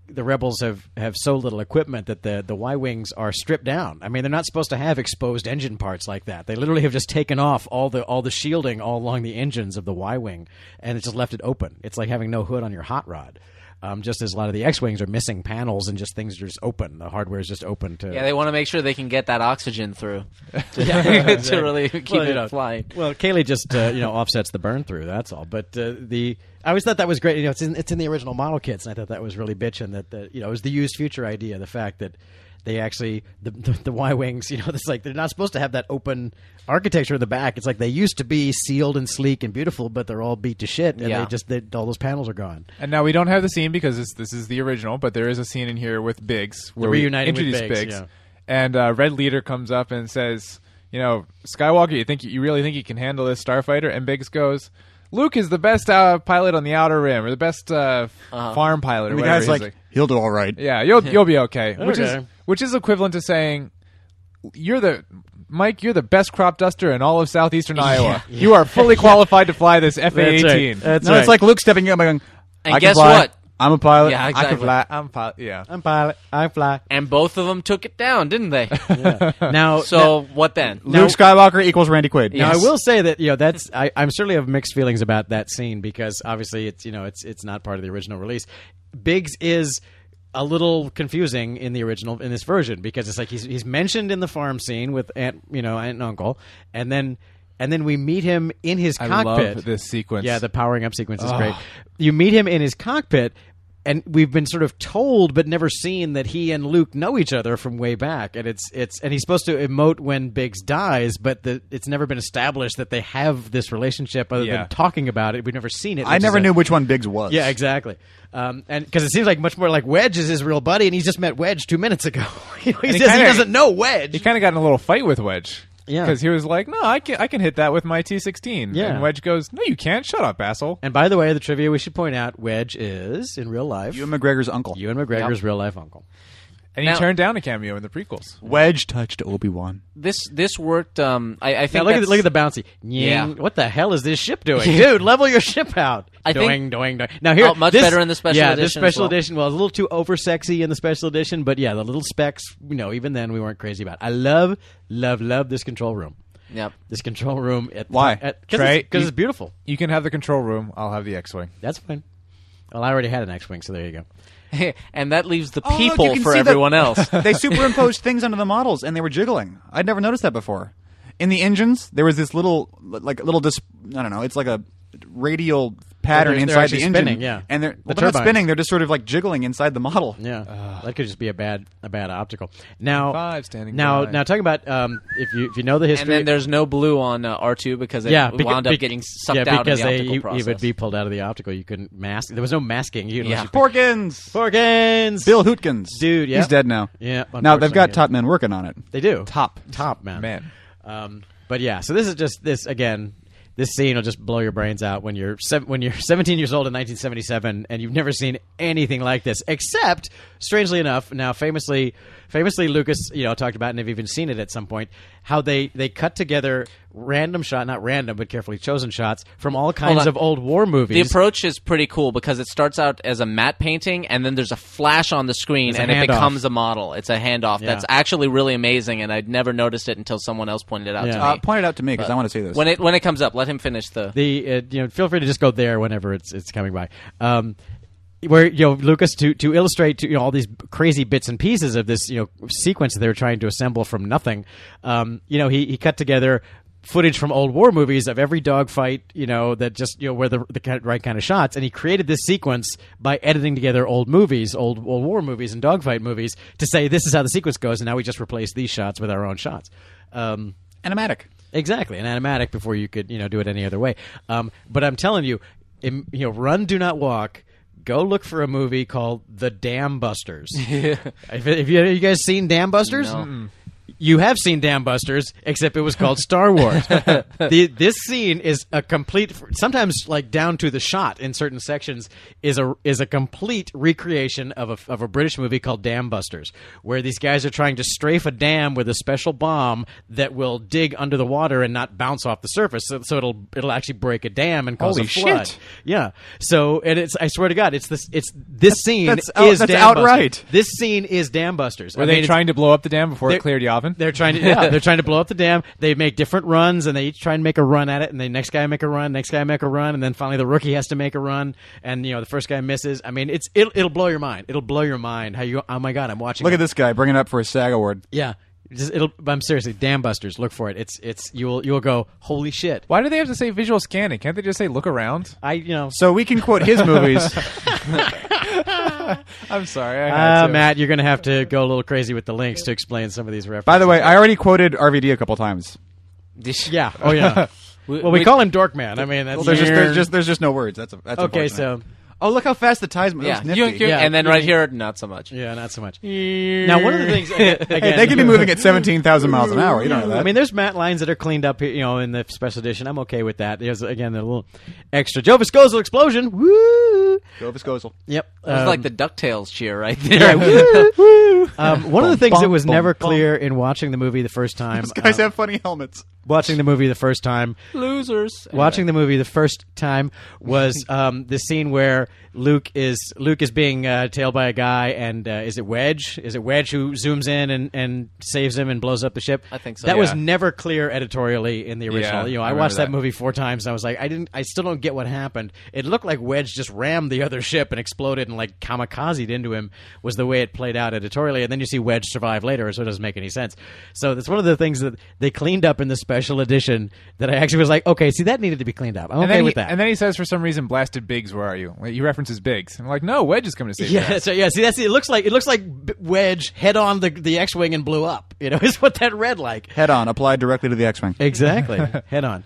Speaker 4: the rebels have have so little equipment that the the Y wings are stripped down. I mean, they're not supposed to have exposed engine parts like that. They literally have just taken off all the all the shielding all along the engines of the Y wing, and it's just left it open. It's like having no hood on your hot rod. Um, just as a lot of the X wings are missing panels and just things are just open. The hardware is just open to
Speaker 3: Yeah, they want to make sure they can get that oxygen through to, to really keep
Speaker 4: Well,
Speaker 3: it
Speaker 4: you know,
Speaker 3: flying.
Speaker 4: Well, Kaylee just uh, you know offsets the burn through. That's all. But uh, the I always thought that was great. You know, it's in it's in the original model kits, and I thought that was really bitching. That the you know it was the used future idea. The fact that they actually the the, the Y wings. You know, it's like they're not supposed to have that open architecture in the back. It's like they used to be sealed and sleek and beautiful, but they're all beat to shit, and
Speaker 3: Yeah.
Speaker 4: they just they, all those panels are gone.
Speaker 5: and now we don't have the scene because this this is the original. But there is a scene in here with Biggs where we
Speaker 4: reuniting with
Speaker 5: introduce
Speaker 4: Biggs, yeah.
Speaker 5: and uh, Red Leader comes up and says, "You know, Skywalker, you think you really think you can handle this starfighter?" And Biggs goes. Luke is the best uh, pilot on the Outer Rim, or the best uh, farm pilot, or
Speaker 2: the
Speaker 5: whatever.
Speaker 2: guy's
Speaker 5: he's
Speaker 2: like, he'll do all right.
Speaker 5: Yeah, you'll you'll be okay. Which is
Speaker 4: Okay.
Speaker 5: which is equivalent to saying you're the Mike, you're the best crop duster in all of southeastern Iowa. You are fully qualified to fly this FA eighteen.
Speaker 2: no, it's like Luke stepping up and going.
Speaker 3: And
Speaker 2: I can
Speaker 3: guess
Speaker 2: fly.
Speaker 3: what?
Speaker 2: I'm a pilot.
Speaker 3: Yeah,
Speaker 2: I can
Speaker 3: exactly.
Speaker 2: fly.
Speaker 5: I'm po- yeah.
Speaker 4: I'm pilot. I fly.
Speaker 3: And both of them took it down, didn't they?
Speaker 4: Now,
Speaker 3: so what then?
Speaker 2: Luke Skywalker equals Randy Quaid.
Speaker 3: Yeah.
Speaker 4: Now
Speaker 3: Yes.
Speaker 4: I will say that you know that's I, I'm certainly of mixed feelings about that scene because obviously it's you know it's it's not part of the original release. Biggs is a little confusing in the original in this version because it's like he's he's mentioned in the farm scene with aunt you know aunt and uncle and then and then we meet him in his
Speaker 5: I
Speaker 4: cockpit.
Speaker 5: love this sequence.
Speaker 4: Yeah, the powering up sequence is great. You meet him in his cockpit, and we've been sort of told but never seen that he and Luke know each other from way back. And it's it's and he's supposed to emote when Biggs dies, but the, it's never been established that they have this relationship other
Speaker 5: Yeah.
Speaker 4: than talking about it. We've never seen it.
Speaker 2: I
Speaker 4: which is
Speaker 2: never
Speaker 4: a-
Speaker 2: knew which one Biggs was.
Speaker 4: Yeah, exactly. Um, and because it seems like much more like Wedge is his real buddy, and he's just met Wedge two minutes ago. You know, he
Speaker 5: he
Speaker 4: says he
Speaker 5: kinda-
Speaker 4: doesn't know Wedge.
Speaker 5: he kind of got in a little fight with Wedge.
Speaker 4: Yeah.
Speaker 5: because he was like, "No, I can I can hit that with my T 16
Speaker 4: Yeah.
Speaker 5: and Wedge goes, "No, you can't. Shut up, asshole."
Speaker 4: and by the way, the trivia we should point out: Wedge is in real life
Speaker 2: Ewan McGregor's uncle.
Speaker 4: Ewan McGregor's real life uncle.
Speaker 5: And he
Speaker 3: Now-
Speaker 5: turned down a cameo in the prequels.
Speaker 2: Wedge touched Obi Wan.
Speaker 3: This this worked. Um, I, I
Speaker 4: Now
Speaker 3: think.
Speaker 4: look at the,
Speaker 3: that's-
Speaker 4: look at the bouncy.
Speaker 3: Yeah.
Speaker 4: Yeah. What the hell is this ship doing, dude? Level your ship out.
Speaker 3: I
Speaker 4: doing,
Speaker 3: think-
Speaker 4: doing, doing. Now here,
Speaker 3: Oh, much
Speaker 4: this-
Speaker 3: better in the special
Speaker 4: yeah,
Speaker 3: edition
Speaker 4: this
Speaker 3: as
Speaker 4: special
Speaker 3: well.
Speaker 4: edition. Well, it's a little too over sexy in the special edition, but yeah, the little specs. You know, even then we weren't crazy about. I love, love, love this control room.
Speaker 3: Yep.
Speaker 4: This control room. At,
Speaker 2: Why?
Speaker 4: Because
Speaker 5: Trey,
Speaker 4: it's, 'cause
Speaker 5: you-
Speaker 4: it's beautiful.
Speaker 5: You can have the control room. I'll have the X wing.
Speaker 4: That's fine. Well, I already had an X-wing, so there you go.
Speaker 3: and that leaves the
Speaker 2: Oh, look, you
Speaker 3: people
Speaker 2: can
Speaker 3: for
Speaker 2: see the-
Speaker 3: everyone else.
Speaker 2: they superimposed things onto the models, and they were jiggling. I'd never noticed that before. In the engines, there was this little, like little dis. I don't know. It's like a radial pattern
Speaker 4: They're- they're
Speaker 2: inside
Speaker 4: actually
Speaker 2: the engine.
Speaker 4: spinning, yeah.
Speaker 2: and they're,
Speaker 4: The
Speaker 2: well, they're not
Speaker 4: turbines.
Speaker 2: spinning; they're just sort of like jiggling inside the model.
Speaker 4: Yeah, that could just be a bad a bad optical. Now
Speaker 5: Five standing
Speaker 4: Now
Speaker 5: by.
Speaker 4: now talking about um, if you if you know the history.
Speaker 3: And then there's no blue on uh, R2 because it
Speaker 4: yeah, beca-
Speaker 3: wound up
Speaker 4: bec-
Speaker 3: getting sucked
Speaker 4: yeah,
Speaker 3: out of
Speaker 4: because
Speaker 3: the
Speaker 4: they,
Speaker 3: optical
Speaker 4: you,
Speaker 3: process.
Speaker 4: you would be pulled out of the optical. You couldn't mask. There was no masking. You
Speaker 3: Yeah.
Speaker 4: unless you
Speaker 2: Porkins,
Speaker 4: Porkins.
Speaker 2: Bill Hootkins,
Speaker 4: Dude, yeah.
Speaker 2: he's dead now.
Speaker 4: Yeah,
Speaker 2: now they've got
Speaker 4: unfortunately.
Speaker 2: top men working on it.
Speaker 4: They do
Speaker 5: Top.
Speaker 4: top man.
Speaker 5: Man.
Speaker 4: Um, but yeah, so this is just this again. This scene will just blow your brains out when you're sev- when you're 17 years old in 1977 and you've never seen anything like this. Except, strangely enough, now famously, famously Lucas, you know, talked about and they've even seen it at some point. How they they cut together random shot, not random, but carefully chosen shots from all kinds
Speaker 3: on.
Speaker 4: of old war
Speaker 3: the
Speaker 4: movies.
Speaker 3: approach is pretty cool because it starts out as a matte painting and then there's a flash on the screen
Speaker 4: It's a
Speaker 3: and it
Speaker 4: handoff.
Speaker 3: becomes a model. It's a handoff
Speaker 4: Yeah.
Speaker 3: that's actually really amazing and I'd never noticed it until someone else pointed it out
Speaker 4: Yeah.
Speaker 3: to me.
Speaker 2: Uh, point it out to me because I want to see this.
Speaker 3: when it when it comes up, let him finish the
Speaker 4: the uh, you know feel free to just go there whenever it's it's coming by. Um, where you know Lucas to to illustrate to, you know, all these crazy bits and pieces of this you know sequence that they were trying to assemble from nothing. Um, you know he he cut together footage from old war movies of every dogfight you know that just you know where the, the kind- right kind of shots and he created this sequence by editing together old movies old, old war movies and dogfight movies to say this is how the sequence goes and now we just replace these shots with our own shots um,
Speaker 2: Animatic.
Speaker 4: Exactly, an animatic before you could you know do it any other way. Um, but I'm telling you, im you know, run, do not walk. Go look for a movie called The Dam Busters. if, if you, you guys seen Dam Busters? You have seen Dam Busters, except it was called Star Wars. the, this scene is a complete, sometimes like down to the shot in certain sections, is a is a complete recreation of a, of a British movie called Dam Busters, where these guys are trying to strafe a dam with a special bomb that will dig under the water and not bounce off the surface, so, so it'll it'll actually break a dam and cause
Speaker 2: Holy
Speaker 4: a flood.
Speaker 2: shit.
Speaker 4: Yeah. So and it's I swear to God, it's this it's this scene
Speaker 2: that's out-
Speaker 4: is
Speaker 2: that's
Speaker 4: Dam
Speaker 2: outright.
Speaker 4: Busters. This scene is Dam Busters.
Speaker 5: Were
Speaker 4: I
Speaker 5: they
Speaker 4: mean, it's-
Speaker 5: trying to blow up the dam before
Speaker 4: they're-
Speaker 5: it cleared Yavin?
Speaker 4: they're trying to yeah, they're trying to blow up the dam. They make different runs and they each try and make a run at it and the next guy make a run, next guy make a run, and then finally the rookie has to make a run and you know the first guy misses. I mean, it's it'll, it'll blow your mind. It'll blow your mind how you oh my god, I'm watching
Speaker 2: Look
Speaker 4: it.
Speaker 2: at this guy bringing it up for a SAG award.
Speaker 4: Yeah. Just, it'll I'm seriously, Dam Busters, look for it. It's it's you'll you'll go, "Holy shit."
Speaker 5: Why do they have to say visual scanning? Can't they just say look around?
Speaker 4: I you know
Speaker 2: So we can quote his movies.
Speaker 5: I'm sorry. I had
Speaker 4: uh,
Speaker 5: to.
Speaker 4: Matt, you're going to have to go a little crazy with the links to explain some of these references.
Speaker 2: By the way, I already quoted RVD a couple times.
Speaker 4: yeah, oh yeah. well, we
Speaker 3: we-
Speaker 4: call him Dorkman. I mean, that's
Speaker 2: There's just, there's just there's just no words. That's, a, that's
Speaker 4: okay.
Speaker 2: unfortunate.
Speaker 4: So
Speaker 2: oh look how fast the ties move.
Speaker 3: yeah.
Speaker 2: Yeah,
Speaker 3: You- you-
Speaker 4: Yeah.
Speaker 3: and then right here, not so much.
Speaker 4: yeah, not so much. Now, one of the things again,
Speaker 2: hey, they could be moving at seventeen thousand miles an hour. You don't know that.
Speaker 4: I mean, there's Matt lines that are cleaned up, you know, in the special edition. I'm okay with that. There's again a little extra Jovis Gozel explosion. Woo!
Speaker 2: Jovis Gozel.
Speaker 4: Yep,
Speaker 3: It was
Speaker 4: um,
Speaker 3: like the DuckTales cheer right there.
Speaker 4: um, one of the things that was
Speaker 2: bum,
Speaker 4: never
Speaker 2: bum.
Speaker 4: clear in watching the movie the first time.
Speaker 2: These guys
Speaker 4: uh,
Speaker 2: have funny helmets.
Speaker 4: watching the movie the first time
Speaker 3: Losers.
Speaker 4: watching the movie the first time was um, the scene where Luke is Luke is being uh, tailed by a guy, and uh, is it Wedge? Is it Wedge who zooms in and, and saves him and blows up the ship?
Speaker 3: I think so,
Speaker 4: That was
Speaker 5: yeah.
Speaker 4: never clear editorially in the original.
Speaker 5: Yeah,
Speaker 4: you know, I,
Speaker 5: I remember
Speaker 4: watched that,
Speaker 5: that.
Speaker 4: movie four times, and I was like, I didn't, I still don't get what happened. It looked like Wedge just rammed the other ship and exploded and like kamikazed into him. Was the way it played out editorially, and then you see Wedge survive later, so it doesn't make any sense. So that's one of the things that they cleaned up in the special edition that I actually was like, okay, see that needed to be cleaned up. I'm
Speaker 5: and
Speaker 4: okay
Speaker 5: then
Speaker 4: with
Speaker 5: he,
Speaker 4: that.
Speaker 5: And then he says, for some reason, blasted Biggs, where are you? Like, he references Biggs. I'm like, no, Wedge is coming to save you.
Speaker 4: yeah, so yeah. See, that's it. Looks like it looks like B- Wedge head on the the X-wing and blew up. You know, is what that read like.
Speaker 2: Head on, applied directly to the X-wing.
Speaker 4: Exactly, head on.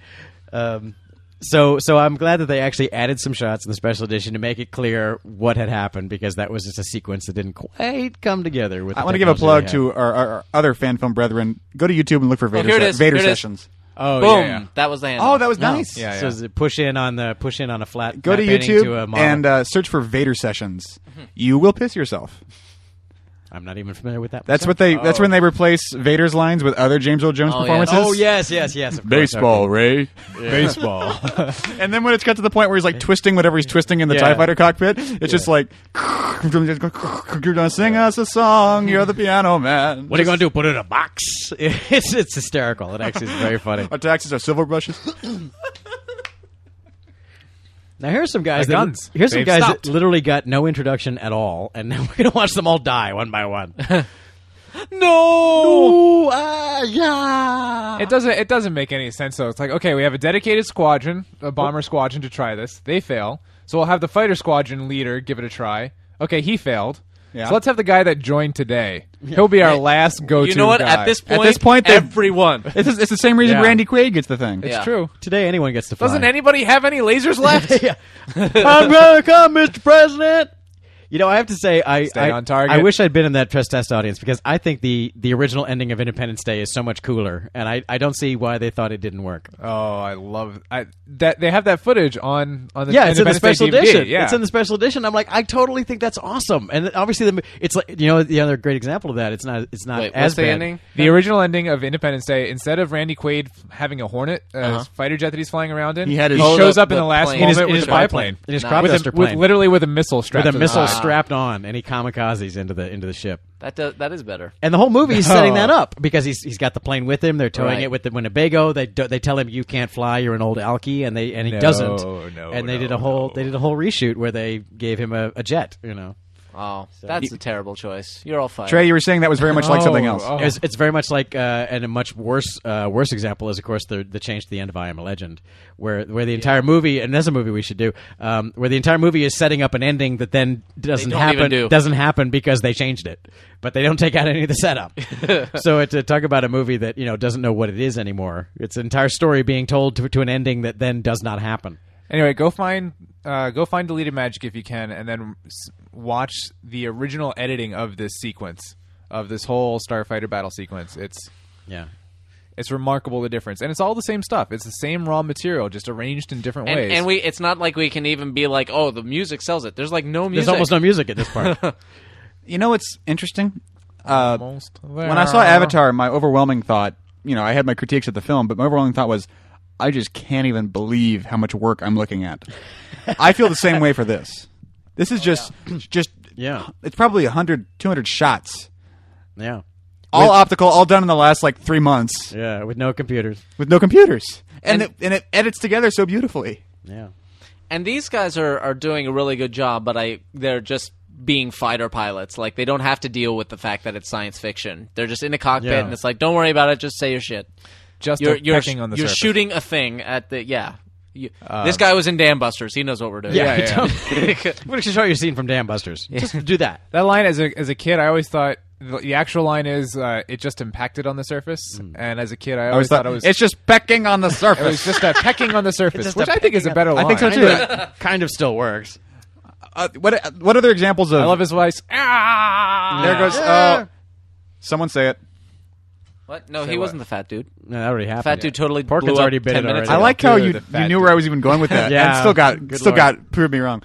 Speaker 4: Um, so so I'm glad that they actually added some shots in the special edition to make it clear what had happened because that was just a sequence that didn't quite come together. With
Speaker 2: I
Speaker 4: the
Speaker 2: want to give a plug
Speaker 4: technology they
Speaker 2: to our, our, our other fan film brethren. Go to YouTube and look for Vader,
Speaker 3: here it
Speaker 2: se-
Speaker 3: is,
Speaker 2: Vader
Speaker 3: here it is.
Speaker 2: sessions.
Speaker 4: had.
Speaker 3: Boom.
Speaker 5: yeah, yeah.
Speaker 3: That was the hand.
Speaker 2: Oh, that was
Speaker 4: No.
Speaker 2: nice.
Speaker 5: Yeah,
Speaker 4: So
Speaker 5: yeah.
Speaker 4: it's a push in on the push in on a flat.
Speaker 2: Go
Speaker 4: matte
Speaker 2: to
Speaker 4: painting
Speaker 2: YouTube
Speaker 4: to a model.
Speaker 2: and uh, search for Vader sessions. You will piss yourself.
Speaker 4: I'm not even familiar with that.
Speaker 2: That's what they. That's when they replace Vader's lines with other James Earl Jones
Speaker 3: Oh, yeah.
Speaker 2: performances.
Speaker 4: Oh yes, yes, yes. of course.
Speaker 2: Ray. Baseball. and then when it's got to the point where he's like twisting whatever he's twisting in the
Speaker 4: Yeah.
Speaker 2: TIE fighter cockpit, it's just like, you're going to sing us a song. You're the piano man.
Speaker 4: What are you going to do? Put it in a box? It's, it's hysterical. It actually is very funny.
Speaker 2: Our taxes are silver brushes.
Speaker 4: Now here's some guys.
Speaker 5: The
Speaker 4: that,
Speaker 5: guns.
Speaker 4: Here's some
Speaker 5: They've
Speaker 4: guys
Speaker 5: stopped.
Speaker 4: that literally got no introduction at all, and now we're gonna watch them all die one by one.
Speaker 3: no.
Speaker 4: Ooh, ah,
Speaker 5: It doesn't. It doesn't make any sense though. It's like okay, we have a dedicated squadron, a bomber squadron, to try this. They fail, so we'll have the fighter squadron leader give it a try. Okay, he failed.
Speaker 2: Yeah.
Speaker 5: So let's have the guy that joined today. He'll be our last go-to.
Speaker 7: You know what?
Speaker 5: guy.
Speaker 7: At this point,
Speaker 2: this point, they've-
Speaker 7: everyone.
Speaker 2: It's, the- it's the same reason
Speaker 5: Yeah.
Speaker 2: Randy Quaid gets the thing.
Speaker 5: it's
Speaker 7: Yeah.
Speaker 5: true.
Speaker 4: Today, anyone gets to fly.
Speaker 5: Doesn't anybody have any lasers left?
Speaker 4: yeah. I'm gonna come, Mr. President. You know, I have to say, I
Speaker 5: Stay
Speaker 4: I,
Speaker 5: on target.
Speaker 4: I wish I'd been in that press test audience because I think the the original ending of Independence Day is so much cooler, and I, I don't see why they thought it didn't work.
Speaker 5: Oh, I love I, that. They have that footage on on the
Speaker 4: yeah, it's in the
Speaker 5: Independence Day
Speaker 4: special
Speaker 5: DVD,
Speaker 4: edition.
Speaker 5: Yeah,
Speaker 4: It's in the special edition. I'm like, I totally think that's awesome. And obviously, the mo- it's like you know the other great example of that. It's not it's not
Speaker 3: Wait,
Speaker 4: as
Speaker 3: what's the
Speaker 4: bad.
Speaker 3: ending?
Speaker 5: The original ending of Independence Day, instead of Randy Quaid f- having a Hornet, uh,
Speaker 4: Uh-huh.
Speaker 5: his fighter jet that he's flying around in,
Speaker 2: He had his-
Speaker 5: shows
Speaker 3: Oh,
Speaker 5: up in
Speaker 3: the-
Speaker 5: the
Speaker 3: the
Speaker 5: last
Speaker 3: plane.
Speaker 5: moment
Speaker 3: In his-
Speaker 5: with
Speaker 4: in his
Speaker 5: a biplane,
Speaker 4: biplane. In his
Speaker 5: with, a-
Speaker 4: crop duster
Speaker 5: with
Speaker 4: plane.
Speaker 5: literally with a missile strapped
Speaker 4: With a
Speaker 5: to the
Speaker 4: missile
Speaker 5: side.
Speaker 4: strapped on, and he kamikazes into the into the ship.
Speaker 3: That does, that is better.
Speaker 4: And the whole movie is setting
Speaker 5: Oh.
Speaker 4: that up because he's he's got the plane with him. They're towing
Speaker 3: Right.
Speaker 4: it with the Winnebago. They do, they tell him you can't fly. You're an old alkie, and they and he
Speaker 5: No,
Speaker 4: doesn't.
Speaker 5: no,
Speaker 4: and they did
Speaker 5: no,
Speaker 4: a whole
Speaker 5: no.
Speaker 4: they did a whole reshoot where they gave him a, a jet. You know,
Speaker 3: Oh, that's a terrible choice. You're all fired.
Speaker 2: Trey, you were saying that was very much like something else.
Speaker 5: Oh.
Speaker 4: it's, it's very much like uh, and a much worse uh, worse example is of course the the change to the end of I Am a Legend, where where the entire movie and that's a movie we should do um, where the entire movie is setting up an ending that then doesn't
Speaker 3: don't even
Speaker 4: happen
Speaker 3: do.
Speaker 4: doesn't happen because they changed it, but they don't take out any of the setup. so it, to talk about a movie that you know doesn't know what it is anymore, its an entire story being told to, to an ending that then does not happen.
Speaker 5: Anyway, go find uh, go find deleted magic if you can, and then s- watch the original editing of this sequence of this whole starfighter battle sequence. It's
Speaker 4: Yeah.
Speaker 5: it's remarkable the difference, and it's all the same stuff. It's the same raw material, just arranged in different
Speaker 3: and,
Speaker 5: ways.
Speaker 3: and we it's not like we can even be like, oh, the music sells it. There's like no music.
Speaker 4: There's almost no music at this part.
Speaker 2: You know what's interesting? Uh,
Speaker 5: Almost
Speaker 2: when I saw
Speaker 5: there.
Speaker 2: Avatar, my overwhelming thought, you know, I had my critiques of the film, but my overwhelming thought was, I just can't even believe how much work I'm looking at. I feel the same way for this. This is just, just,
Speaker 4: Yeah.
Speaker 2: it's probably 100, 200 shots.
Speaker 4: yeah.
Speaker 2: All optical, all done in the last like three months
Speaker 4: Yeah, with no computers.
Speaker 2: with no computers. And, it, and it edits together so beautifully.
Speaker 4: Yeah.
Speaker 3: and these guys are, are doing a really good job, but I they're just being fighter pilots. Like they don't have to deal with the fact that it's science fiction. They're just in the cockpit
Speaker 4: Yeah.
Speaker 3: and it's like, don't worry about it, just say your shit.
Speaker 5: just
Speaker 3: You're
Speaker 5: you're,
Speaker 3: you're,
Speaker 5: on the
Speaker 3: you're
Speaker 5: surface.
Speaker 3: shooting a thing at the yeah. You, this guy was in Dam Busters. He knows what we're doing.
Speaker 5: Yeah, yeah, yeah.
Speaker 4: We're going to show you a scene from Dam Busters. Just do that.
Speaker 5: That line, as a as a kid, I always thought the, the actual line is uh, "it just impacted on the surface," and as a kid, I
Speaker 2: Hmm. I
Speaker 5: always,
Speaker 2: always thought,
Speaker 5: it was
Speaker 2: it's just pecking on the
Speaker 5: it was
Speaker 2: surface.
Speaker 5: just a pecking on the surface,
Speaker 4: just
Speaker 5: which
Speaker 4: a
Speaker 5: I think is a better line.
Speaker 2: I think so too.
Speaker 4: kind of still works.
Speaker 2: Uh, what, what other examples of?
Speaker 5: I love his voice. Ah!
Speaker 2: There goes. Uh, someone say it.
Speaker 3: What? No, he wasn't the fat dude.
Speaker 4: No, that already happened.
Speaker 3: Fat dude totally
Speaker 4: Porkins
Speaker 3: blew up
Speaker 4: already bit
Speaker 3: 10
Speaker 4: it
Speaker 3: minutes
Speaker 4: already.
Speaker 2: I
Speaker 3: ago.
Speaker 2: like how
Speaker 5: Dude,
Speaker 2: you,
Speaker 5: the
Speaker 2: you
Speaker 5: fat
Speaker 2: knew
Speaker 5: dude.
Speaker 2: where I was even going with that,
Speaker 4: Yeah.
Speaker 2: and still got
Speaker 4: Good
Speaker 2: still
Speaker 4: lord.
Speaker 2: got proved me wrong.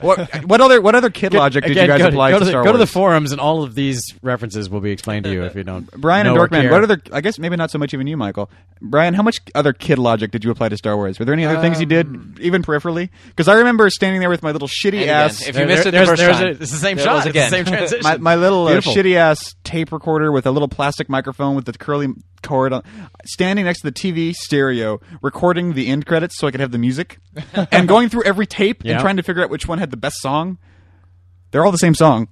Speaker 2: What what other what other kid logic did you guys
Speaker 4: go to-
Speaker 2: apply
Speaker 4: go
Speaker 2: to,
Speaker 4: to, the,
Speaker 2: Star
Speaker 4: go to the
Speaker 2: Wars?
Speaker 4: forums, and all of these references will be explained to you if you don't.
Speaker 2: Brian and
Speaker 4: know or
Speaker 2: Dorkman,
Speaker 4: care.
Speaker 2: what other? I guess maybe not so much even you, Michael. Brian, how much other kid logic did you apply to Star Wars? Were there any other things you did, even peripherally? Because I remember standing there with my little shitty
Speaker 3: And again,
Speaker 2: ass,
Speaker 3: if you
Speaker 4: There-
Speaker 3: missed it the
Speaker 4: there's-
Speaker 3: first
Speaker 4: there's
Speaker 3: time,
Speaker 4: a- it's the same
Speaker 3: there it
Speaker 4: shot.
Speaker 3: was
Speaker 4: It's the
Speaker 3: again.
Speaker 4: same transition.
Speaker 2: my, my little uh,
Speaker 4: Beautiful.
Speaker 2: shitty ass tape recorder with a little plastic microphone with the curly cord on, standing next to the TV stereo, recording the end credits so I could have the music, and going through every tape
Speaker 4: Yeah.
Speaker 2: and trying to figure out which one had the best song. They're all the same song,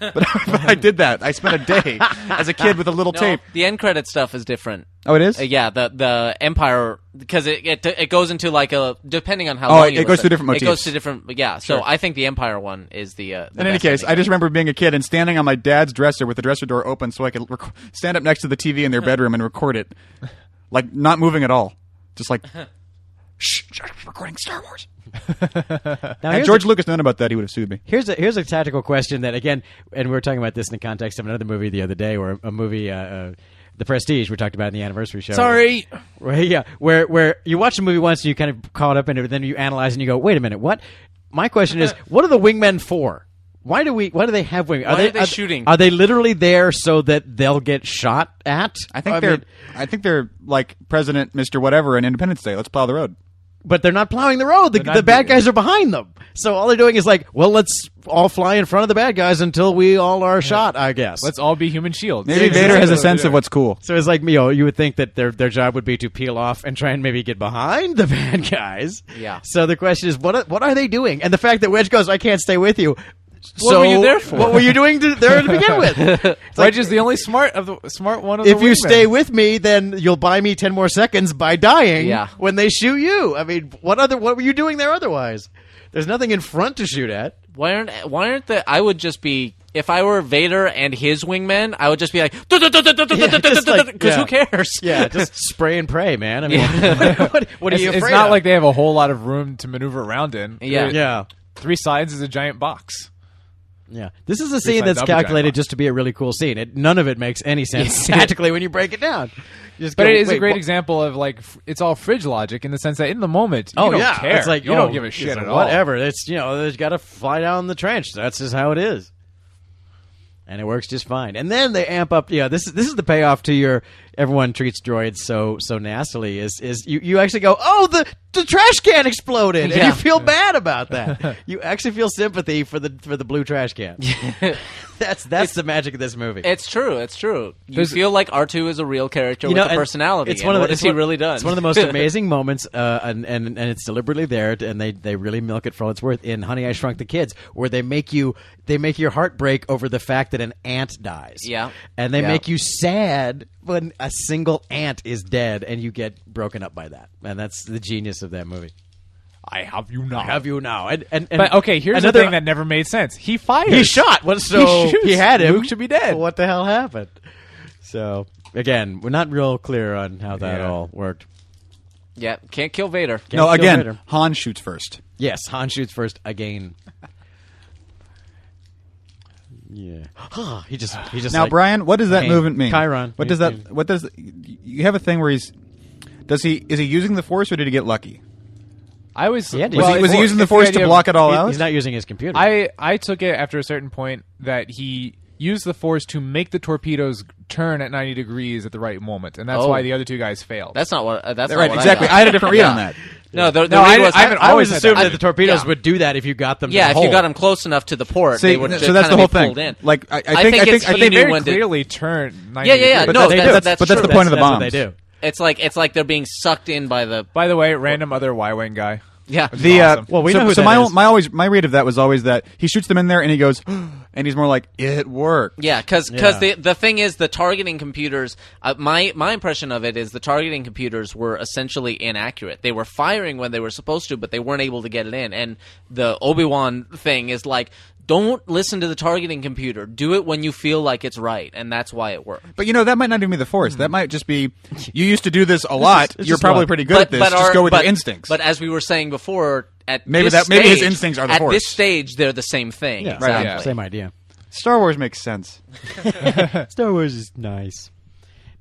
Speaker 2: but, but I did that. I spent a day as a kid with a little
Speaker 3: No,
Speaker 2: tape.
Speaker 3: The end credit stuff is different.
Speaker 2: Oh, it is.
Speaker 3: Uh, yeah, the the Empire because it, it it goes into like a depending on
Speaker 2: Oh,
Speaker 3: how. long
Speaker 2: it-
Speaker 3: you
Speaker 2: it goes
Speaker 3: listen,
Speaker 2: to different
Speaker 3: It
Speaker 2: motifs.
Speaker 3: goes to different. Yeah, so I think the Empire one is the. Uh, the
Speaker 2: In any
Speaker 3: best
Speaker 2: case,
Speaker 3: ending.
Speaker 2: I just remember being a kid and standing on my dad's dresser with the dresser door open so I could rec- stand up next to the TV in their bedroom and record it. Like, not moving at all. Just like, shh, just recording Star Wars.
Speaker 4: Now,
Speaker 2: Had
Speaker 4: here's
Speaker 2: George Lucas known about that, he would have sued me.
Speaker 4: Here's a here's a tactical question that again, and we were talking about this in the context of another movie the other day, or a movie, uh, uh, The Prestige. We talked about in the anniversary show.
Speaker 7: Sorry.
Speaker 4: Where, yeah, where where you watch a movie once and you kind of caught up in it, but then you analyze and you go, wait a minute, what? My question is, what are the wingmen for? Why do we? Why do they have wing?
Speaker 3: Why are they shooting?
Speaker 4: Are they literally there so that they'll get shot at?
Speaker 2: I think they're,
Speaker 4: mean,
Speaker 2: I think they're like President Mr. Whatever and Independence Day. Let's plow the road.
Speaker 4: but they're not plowing the road. The,
Speaker 5: not
Speaker 4: the bad
Speaker 5: doing it.
Speaker 4: guys are behind them. So all they're doing is like, well, let's all fly in front of the bad guys until we all are shot. I guess.
Speaker 5: Let's all be human shields.
Speaker 2: Maybe Vader has a sense of what's cool.
Speaker 4: So it's like, you know, you would think that their their job would be to peel off and try and maybe get behind the bad guys.
Speaker 3: Yeah.
Speaker 4: So the question is, what are, what are they doing? And the fact that Wedge goes, I can't stay with you.
Speaker 3: so
Speaker 5: were you there for?
Speaker 4: What were you doing to, there to begin with?
Speaker 5: Wedge is the only smart of the smart one of the
Speaker 4: if you
Speaker 5: wingmen.
Speaker 4: stay with me, then you'll buy me ten more seconds by dying.
Speaker 3: Yeah.
Speaker 4: When they shoot you, I mean, what other? What were you doing there otherwise? There's nothing in front to shoot at.
Speaker 3: Why aren't Why aren't the? I would just be if I were Vader and his wingmen. I would just be like,
Speaker 4: just like-
Speaker 3: because who
Speaker 4: yeah.
Speaker 3: cares?
Speaker 4: Yeah, just spray and pray, man. I mean, what, what, what are
Speaker 5: It's,
Speaker 4: you
Speaker 5: it's
Speaker 4: afraid
Speaker 5: not
Speaker 4: of?
Speaker 5: like they have a whole lot of room to maneuver around in.
Speaker 3: Yeah.
Speaker 5: There-
Speaker 4: yeah.
Speaker 5: Three sides is a giant box.
Speaker 4: Yeah, this is a scene
Speaker 5: side
Speaker 4: that's
Speaker 5: double giant
Speaker 4: calculated
Speaker 5: box.
Speaker 4: just to be a really cool scene. It, none of it makes any sense
Speaker 3: Yeah.
Speaker 4: tactically when you break it down. You just
Speaker 5: But
Speaker 4: go,
Speaker 5: it is a
Speaker 4: "Wait,
Speaker 5: great
Speaker 4: wha-
Speaker 5: example of like f- it's all fridge logic in the sense that in the moment you
Speaker 4: Oh
Speaker 5: don't
Speaker 4: yeah,
Speaker 5: care.
Speaker 4: it's like
Speaker 5: you don't
Speaker 4: oh,
Speaker 5: give a shit
Speaker 4: it's
Speaker 5: at
Speaker 4: like,
Speaker 5: all.
Speaker 4: Whatever. It's you know, there's got to fly down the trench. That's just how it is. And it works just fine. And then they amp up. Yeah, this is this is the payoff to your everyone treats droids so so nastily. Is is you, you actually go oh the the trash can exploded and
Speaker 3: Yeah.
Speaker 4: you feel bad about that. you actually feel sympathy for the for the blue trash can. that's that's the magic of this movie.
Speaker 3: It's true. It's true. You feel like R two is a real character with a
Speaker 4: and
Speaker 3: personality.
Speaker 4: It's one of
Speaker 3: and
Speaker 4: the,
Speaker 3: what has
Speaker 4: it's
Speaker 3: he
Speaker 4: one-
Speaker 3: really done?
Speaker 4: It's one of the most amazing moments, uh, and, and and it's deliberately there, and they they really milk it for all it's worth. In Honey I Shrunk the Kids, where they make you they make your heart break over the fact that an ant dies.
Speaker 3: Yeah.
Speaker 4: and they
Speaker 3: Yeah.
Speaker 4: make you sad when a single ant is dead, and you get broken up by that. And that's the genius of that movie.
Speaker 5: I have you not.
Speaker 4: Have you now? And, and, and
Speaker 5: But okay, here's
Speaker 4: another,
Speaker 5: the thing that never made sense. He fired.
Speaker 4: he shot. Well, so he,
Speaker 5: shoots.
Speaker 4: had him.
Speaker 5: Luke should be dead.
Speaker 4: What the hell happened? So again, we're not real clear on how that
Speaker 5: Yeah.
Speaker 4: all worked.
Speaker 3: yeah, can't kill Vader.
Speaker 2: No,
Speaker 4: Kill
Speaker 2: again,
Speaker 4: Vader.
Speaker 2: Han shoots first.
Speaker 4: Yes, Han shoots first again. yeah. Huh, he just he just
Speaker 2: Now,
Speaker 4: like-
Speaker 2: Brian, what does that
Speaker 4: Kane.
Speaker 2: movement mean?
Speaker 4: Chiron.
Speaker 2: What does that? What does you have a thing where he's? Does he is he using the force or did he get lucky?
Speaker 5: I was.
Speaker 4: He had to
Speaker 2: Was,
Speaker 4: Well,
Speaker 2: he, was he
Speaker 5: it's-
Speaker 2: using the
Speaker 5: it's
Speaker 2: force
Speaker 5: idea
Speaker 2: to
Speaker 5: of-
Speaker 2: block it all
Speaker 4: he-
Speaker 2: out?
Speaker 4: he's not using his computer.
Speaker 5: I I took it after a certain point that he used the force to make the torpedoes turn at 90 degrees at the right moment, and that's
Speaker 3: Oh.
Speaker 5: why the other two guys failed.
Speaker 3: That's not what. Uh, that's not
Speaker 2: right,
Speaker 3: what
Speaker 2: exactly.
Speaker 3: I,
Speaker 2: I, had a different read on that.
Speaker 3: got. no, the, the
Speaker 5: No,
Speaker 3: read
Speaker 5: I-
Speaker 3: was,
Speaker 5: I haven't-
Speaker 4: I always
Speaker 5: always had
Speaker 4: assumed
Speaker 5: that.
Speaker 4: that the torpedoes
Speaker 3: yeah.
Speaker 4: would do that if you got them. to
Speaker 3: yeah,
Speaker 4: the
Speaker 3: if you
Speaker 4: hole.
Speaker 3: got them close enough to the port,
Speaker 2: See,
Speaker 3: they would
Speaker 2: th-
Speaker 3: just
Speaker 2: so that's
Speaker 3: kinda
Speaker 2: the
Speaker 3: be
Speaker 2: whole thing.
Speaker 3: pulled in.
Speaker 2: Like, I- I think- I
Speaker 3: think,
Speaker 2: think-
Speaker 3: it's
Speaker 5: but
Speaker 3: he
Speaker 5: they
Speaker 3: knew
Speaker 5: very
Speaker 3: when to-
Speaker 5: clearly turn 90
Speaker 3: Yeah, yeah, yeah.
Speaker 5: degrees.
Speaker 3: No,
Speaker 4: they
Speaker 3: that-
Speaker 4: do.
Speaker 3: that's,
Speaker 2: But that's the
Speaker 3: true.
Speaker 2: point of the
Speaker 4: That's what
Speaker 2: bombs.
Speaker 4: they do.
Speaker 3: It's like it's like they're being sucked in by the
Speaker 5: By the way, random other Y-wing guy.
Speaker 3: yeah.
Speaker 2: The uh,
Speaker 5: Awesome.
Speaker 4: Well, we
Speaker 2: so,
Speaker 4: know who
Speaker 2: so
Speaker 4: that
Speaker 2: my
Speaker 4: is.
Speaker 2: my always my read of that was always that he shoots them in there and he goes, and he's more like it worked.
Speaker 3: Yeah, because
Speaker 4: Yeah.
Speaker 3: the the thing is the targeting computers. Uh, my my impression of it is the targeting computers were essentially inaccurate. They were firing when they were supposed to, but they weren't able to get it in. And the Obi Wan thing is like, don't listen to the targeting computer. Do it when you feel like it's right, and that's why it worked.
Speaker 2: But you know that might not even be the force. That might just be you used to do this a lot.
Speaker 4: it's
Speaker 2: You're
Speaker 4: just
Speaker 2: probably
Speaker 4: luck.
Speaker 2: pretty good at this. just
Speaker 3: our-
Speaker 2: go with
Speaker 3: but-
Speaker 2: your instincts.
Speaker 3: But as we were saying before, at
Speaker 2: Maybe
Speaker 3: this
Speaker 2: that- maybe his
Speaker 3: stage-
Speaker 2: instincts are the
Speaker 3: at
Speaker 2: force.
Speaker 3: this stage. They're the same thing.
Speaker 4: Yeah,
Speaker 2: Right,
Speaker 3: exactly.
Speaker 5: yeah.
Speaker 4: Same idea.
Speaker 2: Star Wars makes sense.
Speaker 4: Star Wars is nice.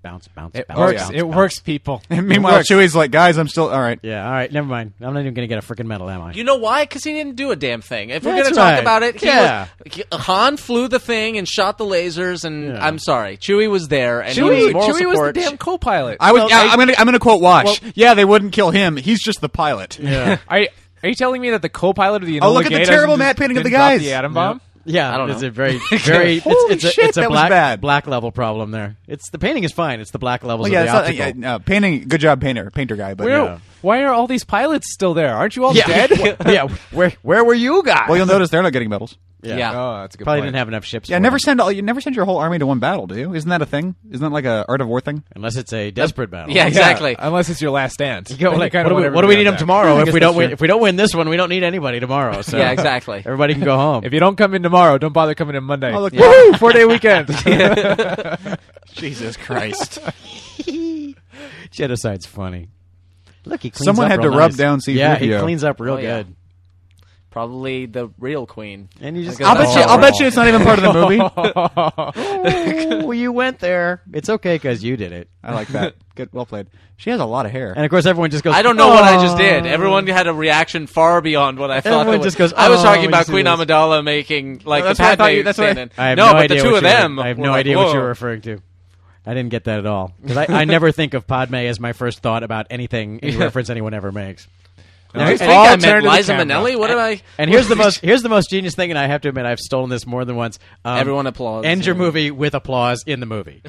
Speaker 4: Bounce, bounce,
Speaker 5: It
Speaker 4: bounce.
Speaker 5: works.
Speaker 4: bounce,
Speaker 5: it
Speaker 4: bounce.
Speaker 5: works, people.
Speaker 2: Meanwhile, Chewie's like, guys, I'm still all right.
Speaker 4: Yeah. All right. Never mind. I'm not even gonna get a freaking medal, am I?
Speaker 3: You know why? Because he didn't do a damn thing. If we're
Speaker 4: That's
Speaker 3: going to talk
Speaker 4: right.
Speaker 3: about it, he
Speaker 4: Yeah.
Speaker 3: was- he- Han flew the thing and shot the lasers, and
Speaker 4: Yeah.
Speaker 3: I'm sorry, Chewie was there, and he
Speaker 5: Chewie,
Speaker 3: was moral
Speaker 5: Chewie was the
Speaker 3: support.
Speaker 5: damn co-pilot.
Speaker 2: I was. yeah, I, am gonna. I'm gonna quote Wash. yeah, they wouldn't kill him. He's just the pilot.
Speaker 4: yeah.
Speaker 5: Are you, are you telling me that the co-pilot of the Enola
Speaker 2: Oh, look at the
Speaker 5: Gay
Speaker 2: terrible
Speaker 5: doesn't-
Speaker 2: matte painting of the
Speaker 5: didn't drop
Speaker 2: guys.
Speaker 5: The atom bomb.
Speaker 4: Yeah,
Speaker 3: I don't
Speaker 4: it's
Speaker 3: know.
Speaker 4: a very, very. it's,
Speaker 2: Holy
Speaker 4: it's a,
Speaker 2: shit,
Speaker 4: it's a
Speaker 2: that was
Speaker 4: black,
Speaker 2: bad.
Speaker 4: black level problem there. It's the painting is fine. It's the black
Speaker 2: Well,
Speaker 4: levels
Speaker 2: yeah,
Speaker 4: of
Speaker 2: it's
Speaker 4: the
Speaker 2: not,
Speaker 4: optical.
Speaker 2: yeah, no, painting. Good job, painter, painter guy. But
Speaker 5: Where,
Speaker 2: yeah.
Speaker 5: Why are all these pilots still there? Aren't you all
Speaker 4: yeah,
Speaker 5: dead?
Speaker 4: yeah. Where where were you guys?
Speaker 2: well, you'll notice they're not getting medals.
Speaker 3: Yeah.
Speaker 5: Oh, that's a good.
Speaker 4: probably
Speaker 5: point.
Speaker 4: didn't have enough ships.
Speaker 2: Yeah,
Speaker 4: for
Speaker 2: never
Speaker 4: them.
Speaker 2: send all. You never send your whole army to one battle, do you? Isn't that a thing? Isn't that like a art of war thing?
Speaker 4: unless it's a desperate battle.
Speaker 3: Yeah,
Speaker 5: Yeah,
Speaker 3: exactly.
Speaker 5: unless it's your last stand.
Speaker 4: You go,
Speaker 5: Then you
Speaker 4: like,
Speaker 5: kinda
Speaker 4: what, do we,
Speaker 5: want
Speaker 4: what do we need
Speaker 5: everybody
Speaker 4: them
Speaker 5: back.
Speaker 4: tomorrow?
Speaker 2: I
Speaker 4: If
Speaker 2: guess
Speaker 4: we don't
Speaker 2: that's
Speaker 4: win,
Speaker 2: true.
Speaker 4: if we don't win this one, we don't need anybody tomorrow. So
Speaker 3: Yeah, exactly.
Speaker 4: Everybody can go home.
Speaker 5: If you don't come in tomorrow, don't bother coming in Monday.
Speaker 2: Oh, look,
Speaker 5: Woohoo! Four day weekend.
Speaker 2: Jesus Christ!
Speaker 4: Genocide's funny.
Speaker 6: Look, he cleans
Speaker 2: Someone
Speaker 6: up
Speaker 2: had to
Speaker 6: real
Speaker 2: rub
Speaker 6: nice.
Speaker 2: down C3PO.
Speaker 4: Yeah, he cleans up real
Speaker 3: Oh, yeah.
Speaker 4: good.
Speaker 3: Probably the real queen.
Speaker 4: And you just
Speaker 3: Because
Speaker 2: I'll
Speaker 3: that's
Speaker 2: bet you. "Oh,
Speaker 3: how
Speaker 2: I'll
Speaker 3: we're
Speaker 2: bet
Speaker 3: all-
Speaker 2: you it's not even part of the movie.
Speaker 4: Oh, you went there. It's okay because you did it.
Speaker 2: I like that. Good, well played. She has a lot of hair.
Speaker 4: And of course, everyone just goes.
Speaker 3: I don't know what I just
Speaker 4: "Oh."
Speaker 3: did. Everyone had a reaction far beyond what I thought.
Speaker 4: Everyone
Speaker 3: that
Speaker 4: just
Speaker 3: was-
Speaker 4: goes,
Speaker 3: I was
Speaker 4: "Oh,
Speaker 3: talking
Speaker 4: you
Speaker 3: about
Speaker 4: see
Speaker 3: Queen
Speaker 4: this."
Speaker 3: Amidala making like
Speaker 2: No, that's
Speaker 3: the
Speaker 2: what I thought
Speaker 3: Padme
Speaker 2: you- that's what I-
Speaker 3: stand in.
Speaker 4: I have
Speaker 3: no,
Speaker 4: no,
Speaker 3: but
Speaker 4: idea
Speaker 3: the two of
Speaker 4: what you were-
Speaker 3: them.
Speaker 4: I have
Speaker 3: were
Speaker 4: no
Speaker 3: like,
Speaker 4: idea what you
Speaker 3: "Whoa."
Speaker 4: were referring to. I didn't get that at all because I, I never think of Padme as my first thought about anything in reference anyone ever makes.
Speaker 3: I think
Speaker 5: All
Speaker 3: I
Speaker 5: turned
Speaker 3: meant
Speaker 5: to the
Speaker 3: Liza
Speaker 5: camera.
Speaker 3: Minnelli. What did I?
Speaker 4: And here's the most here's the most genius thing, and I have to admit I've stolen this more than once. Um,
Speaker 3: Everyone applauds.
Speaker 4: End your movie with applause in the movie.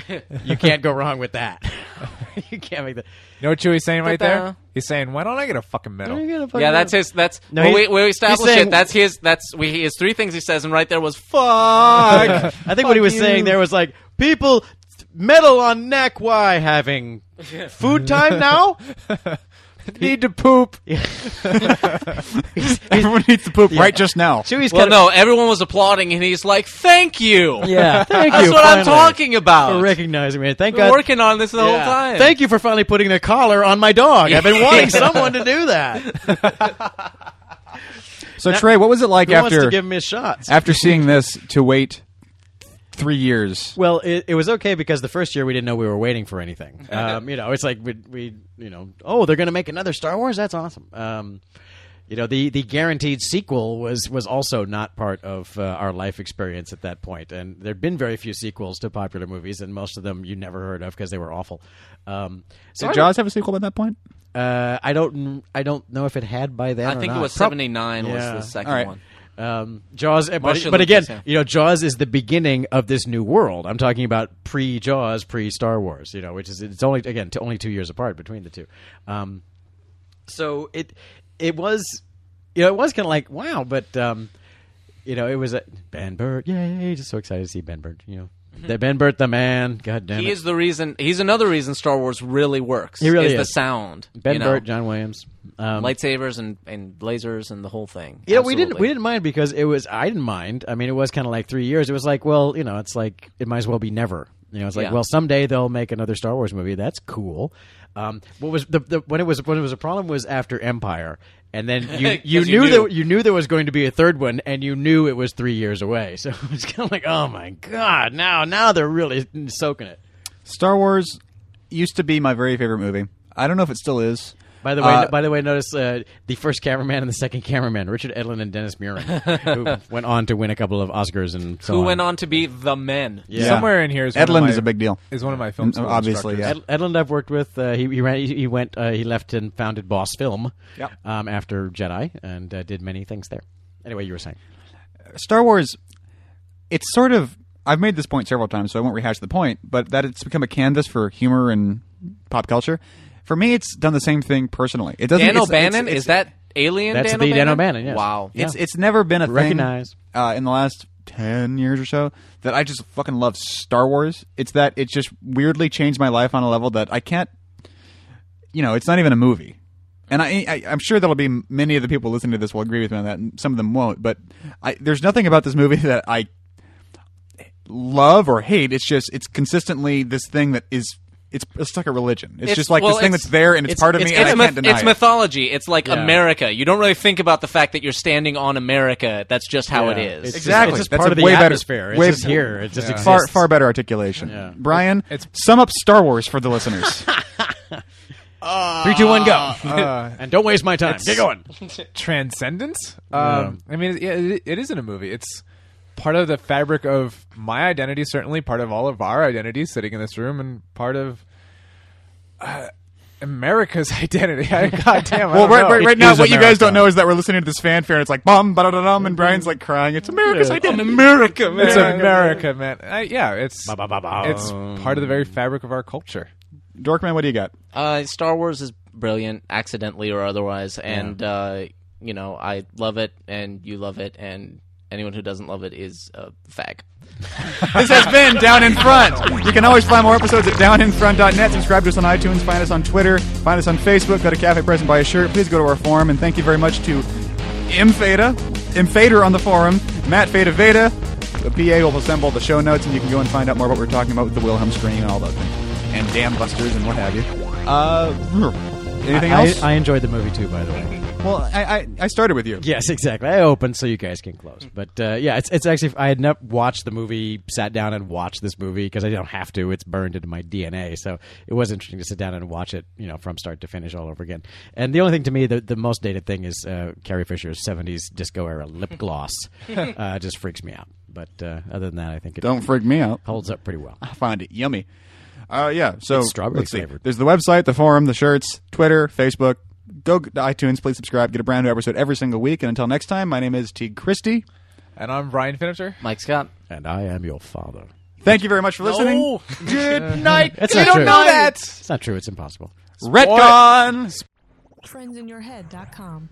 Speaker 4: you can't go wrong with that. you can't make that.
Speaker 5: You know what Chewie's saying right
Speaker 3: Ta-da.
Speaker 5: there? He's saying, "Why don't I get a fucking medal?"
Speaker 3: Yeah, that's his. That's
Speaker 4: No,
Speaker 3: well, we,
Speaker 4: he's-
Speaker 3: we
Speaker 4: he's
Speaker 3: established
Speaker 4: saying-
Speaker 3: it. That's his. That's we. He has three things he says, and right there was fuck.
Speaker 4: I think what he was saying there was like, people meddle on neck. Why having food time now?
Speaker 5: Need to poop.
Speaker 2: Everyone needs to poop right just now.
Speaker 4: Chewie's
Speaker 3: well,
Speaker 4: kind
Speaker 3: no, everyone was applauding, and he's like, "Thank you."
Speaker 4: yeah, thank
Speaker 3: that's
Speaker 4: you.
Speaker 3: what I'm
Speaker 4: finally,
Speaker 3: talking about.
Speaker 4: For recognizing me, thank
Speaker 3: Been
Speaker 4: God.
Speaker 3: working on this the whole
Speaker 4: Yeah.
Speaker 3: time.
Speaker 4: Thank you for finally putting the collar on my dog. I've been wanting someone to do that.
Speaker 2: So Trey, what was it like
Speaker 4: Who wants
Speaker 2: after
Speaker 4: to give me a shot?
Speaker 2: after seeing this to wait three years?
Speaker 4: Well, it, it was okay because the first year we didn't know we were waiting for anything. Um, you know, it's like we, we, you know, oh, they're going to make another Star Wars. That's awesome. Um, you know, the the guaranteed sequel was was also not part of uh, our life experience at that point, and there'd been very few sequels to popular movies, and most of them you never heard of because they were awful. Um, so
Speaker 2: Did
Speaker 4: I,
Speaker 2: Jaws have a sequel at that point?
Speaker 4: uh, I don't, I don't know if it had by then.
Speaker 3: I
Speaker 4: or
Speaker 3: think it
Speaker 4: not.
Speaker 3: was
Speaker 4: Prob-
Speaker 3: 79 was
Speaker 4: Yeah.
Speaker 3: the second
Speaker 2: All right.
Speaker 3: one.
Speaker 4: um, Jaws, but,
Speaker 3: Martian
Speaker 4: but again,
Speaker 3: Lucas, yeah.
Speaker 4: you know, Jaws is the beginning of this new world. I'm talking about pre Jaws, pre Star Wars. You know, which is it's only again t- only two years apart between the two. Um, so it it was you know it was kind of like wow, but um, you know it was a, Ben Burt. Yay! Just so excited to see Ben Burt. You know, the Ben Burt, the man. God damn
Speaker 3: Hmm. He
Speaker 4: it,
Speaker 3: is the reason. He's another reason Star Wars really works.
Speaker 4: He really
Speaker 3: is, the
Speaker 4: is.
Speaker 3: sound.
Speaker 4: Ben
Speaker 3: you know?
Speaker 4: Burt, John Williams. Um,
Speaker 3: lightsabers and, and lasers and the whole thing.
Speaker 4: Yeah, we didn't
Speaker 3: Absolutely.
Speaker 4: we didn't mind because it was I didn't mind. I mean, it was kind of like three years. It was like, well, you know, it's like it might as well be never. You know, it's like,
Speaker 3: Yeah.
Speaker 4: well, someday they'll make another Star Wars movie. That's cool. Um, what was the, the when it was when it was a problem was after Empire, and then you
Speaker 3: 'Cause
Speaker 4: you
Speaker 3: you
Speaker 4: knew
Speaker 3: knew.
Speaker 4: there you knew there was going to be a third one, and you knew it was three years away. So it's kind of like, oh my god, now now they're really soaking it.
Speaker 2: Star Wars used to be my very favorite movie. I don't know if it still is.
Speaker 4: By the way,
Speaker 2: Uh,
Speaker 4: by the way, notice uh, the first cameraman and the second cameraman, Richard Edlund and Dennis Muren, who went on to win a couple of Oscars and so
Speaker 3: Who
Speaker 4: on.
Speaker 3: went on to be the men?
Speaker 4: Yeah.
Speaker 5: Somewhere in here is one of
Speaker 2: Edlund
Speaker 5: my-
Speaker 2: is a big deal.
Speaker 5: Is one of my films,
Speaker 2: Mm, obviously, yeah.
Speaker 4: Ed, Edlund I've worked with. Uh, he he, ran, he he went. Uh, he left and founded Boss Film.
Speaker 2: Yep.
Speaker 4: Um, after Jedi and uh, did many things there. Anyway, you were saying.
Speaker 2: Star Wars, it's sort of. I've made this point several times, so I won't rehash the point, but that it's become a canvas for humor and pop culture. For me, it's done the same thing personally. It doesn't.
Speaker 3: Dan
Speaker 2: it's-
Speaker 3: O'Bannon
Speaker 2: it's-
Speaker 3: is that alien?
Speaker 4: That's
Speaker 3: Dan
Speaker 4: the Dan
Speaker 3: O'Bannon?
Speaker 4: O'Bannon, yes.
Speaker 3: Wow.
Speaker 4: Yeah.
Speaker 2: It's it's never been a
Speaker 4: Recognize.
Speaker 2: thing uh, in the last ten years or so that I just fucking love Star Wars. It's that it just weirdly changed my life on a level that I can't. You know, it's not even a movie, and I, I I'm sure there'll be many of the people listening to this will agree with me on that, and some of them won't. But I there's nothing about this movie that I love or hate. It's just it's consistently this thing that is. It's, it's like a religion. It's, just like
Speaker 3: well,
Speaker 2: this thing that's there and it's, part of me and I
Speaker 3: myth-
Speaker 2: can't deny
Speaker 3: it's
Speaker 2: it.
Speaker 3: mythology. It's like America. You don't really think about the fact that you're standing on America. That's just how Oh, it
Speaker 4: Yeah.
Speaker 3: is.
Speaker 4: It's just-
Speaker 2: Exactly.
Speaker 4: it's just
Speaker 2: That's
Speaker 4: part
Speaker 2: a
Speaker 4: of the
Speaker 2: way better-
Speaker 4: atmosphere. It's
Speaker 2: way-
Speaker 4: just here. It just exists.
Speaker 2: far far better articulation. Brian,
Speaker 5: Uh, It's-
Speaker 2: sum up Star Wars for the listeners.
Speaker 4: Three, two, one, go.
Speaker 5: Uh,
Speaker 4: and don't waste my time. Get going.
Speaker 5: transcendence. Um, I mean, it, it, it isn't a movie. It's part of the fabric of my identity, certainly part of all of our identities sitting in this room, and part of uh, America's identity. God damn. I
Speaker 2: well,
Speaker 5: don't
Speaker 2: right,
Speaker 5: know.
Speaker 2: right, right
Speaker 4: It
Speaker 2: now,
Speaker 4: is
Speaker 2: what you guys
Speaker 4: America.
Speaker 2: don't know is that we're listening to this fanfare, and it's like bum ba da da dum, and Brian's like crying. It's America's identity.
Speaker 5: America, man. It's America, man. Uh, yeah, it's
Speaker 4: Ba, ba, ba, ba.
Speaker 5: it's part of the very fabric of our culture.
Speaker 2: Dorkman, what do you got?
Speaker 3: Uh, Star Wars is brilliant, accidentally or otherwise, and uh, you know I love it, and you love it, and anyone who doesn't love it is a fag.
Speaker 2: This has been Down in Front. You can always find more episodes at downinfront.net. Subscribe to us on iTunes. Find us on Twitter. Find us on Facebook. Go to Cafe Press and buy a shirt. Please go to our forum. And thank you very much to M Feta, M Fader on the forum, Matt Feta Veda. The PA will assemble the show notes, and you can go and find out more about what we're talking about with the Wilhelm scream and all those things, and damn busters and what have you. Uh, anything
Speaker 4: I,
Speaker 2: else?
Speaker 4: I enjoyed the movie too, by the way.
Speaker 2: well, I, I I started with you.
Speaker 4: Yes, exactly. I opened so you guys can close. But uh, yeah, it's it's actually I had not watched the movie, sat down and watched this movie because I don't have to. It's burned into my DNA. So it was interesting to sit down and watch it, you know, from start to finish all over again. And the only thing to me, the, the most dated thing is uh, Carrie Fisher's '70s disco era lip gloss. uh, just freaks me out. But uh, other than that, I think it
Speaker 2: Don't freak me out.
Speaker 4: holds up pretty well.
Speaker 2: I find it yummy. Uh, yeah. So
Speaker 4: It's strawberry
Speaker 2: let's see.
Speaker 4: flavored.
Speaker 2: There's the website, the forum, the shirts, Twitter, Facebook. Go to iTunes. Please subscribe. Get a brand new episode every single week. And until next time, my name is Teague Christie.
Speaker 5: And I'm Brian Finisher.
Speaker 3: Mike Scott.
Speaker 4: And I am your father.
Speaker 2: Thank you very much for listening.
Speaker 5: Oh, Good night.
Speaker 4: It's
Speaker 5: you
Speaker 4: not
Speaker 5: don't
Speaker 4: true.
Speaker 5: know that.
Speaker 4: It's not true. It's impossible.
Speaker 2: Retcon.
Speaker 1: Friendsinyourhead.com.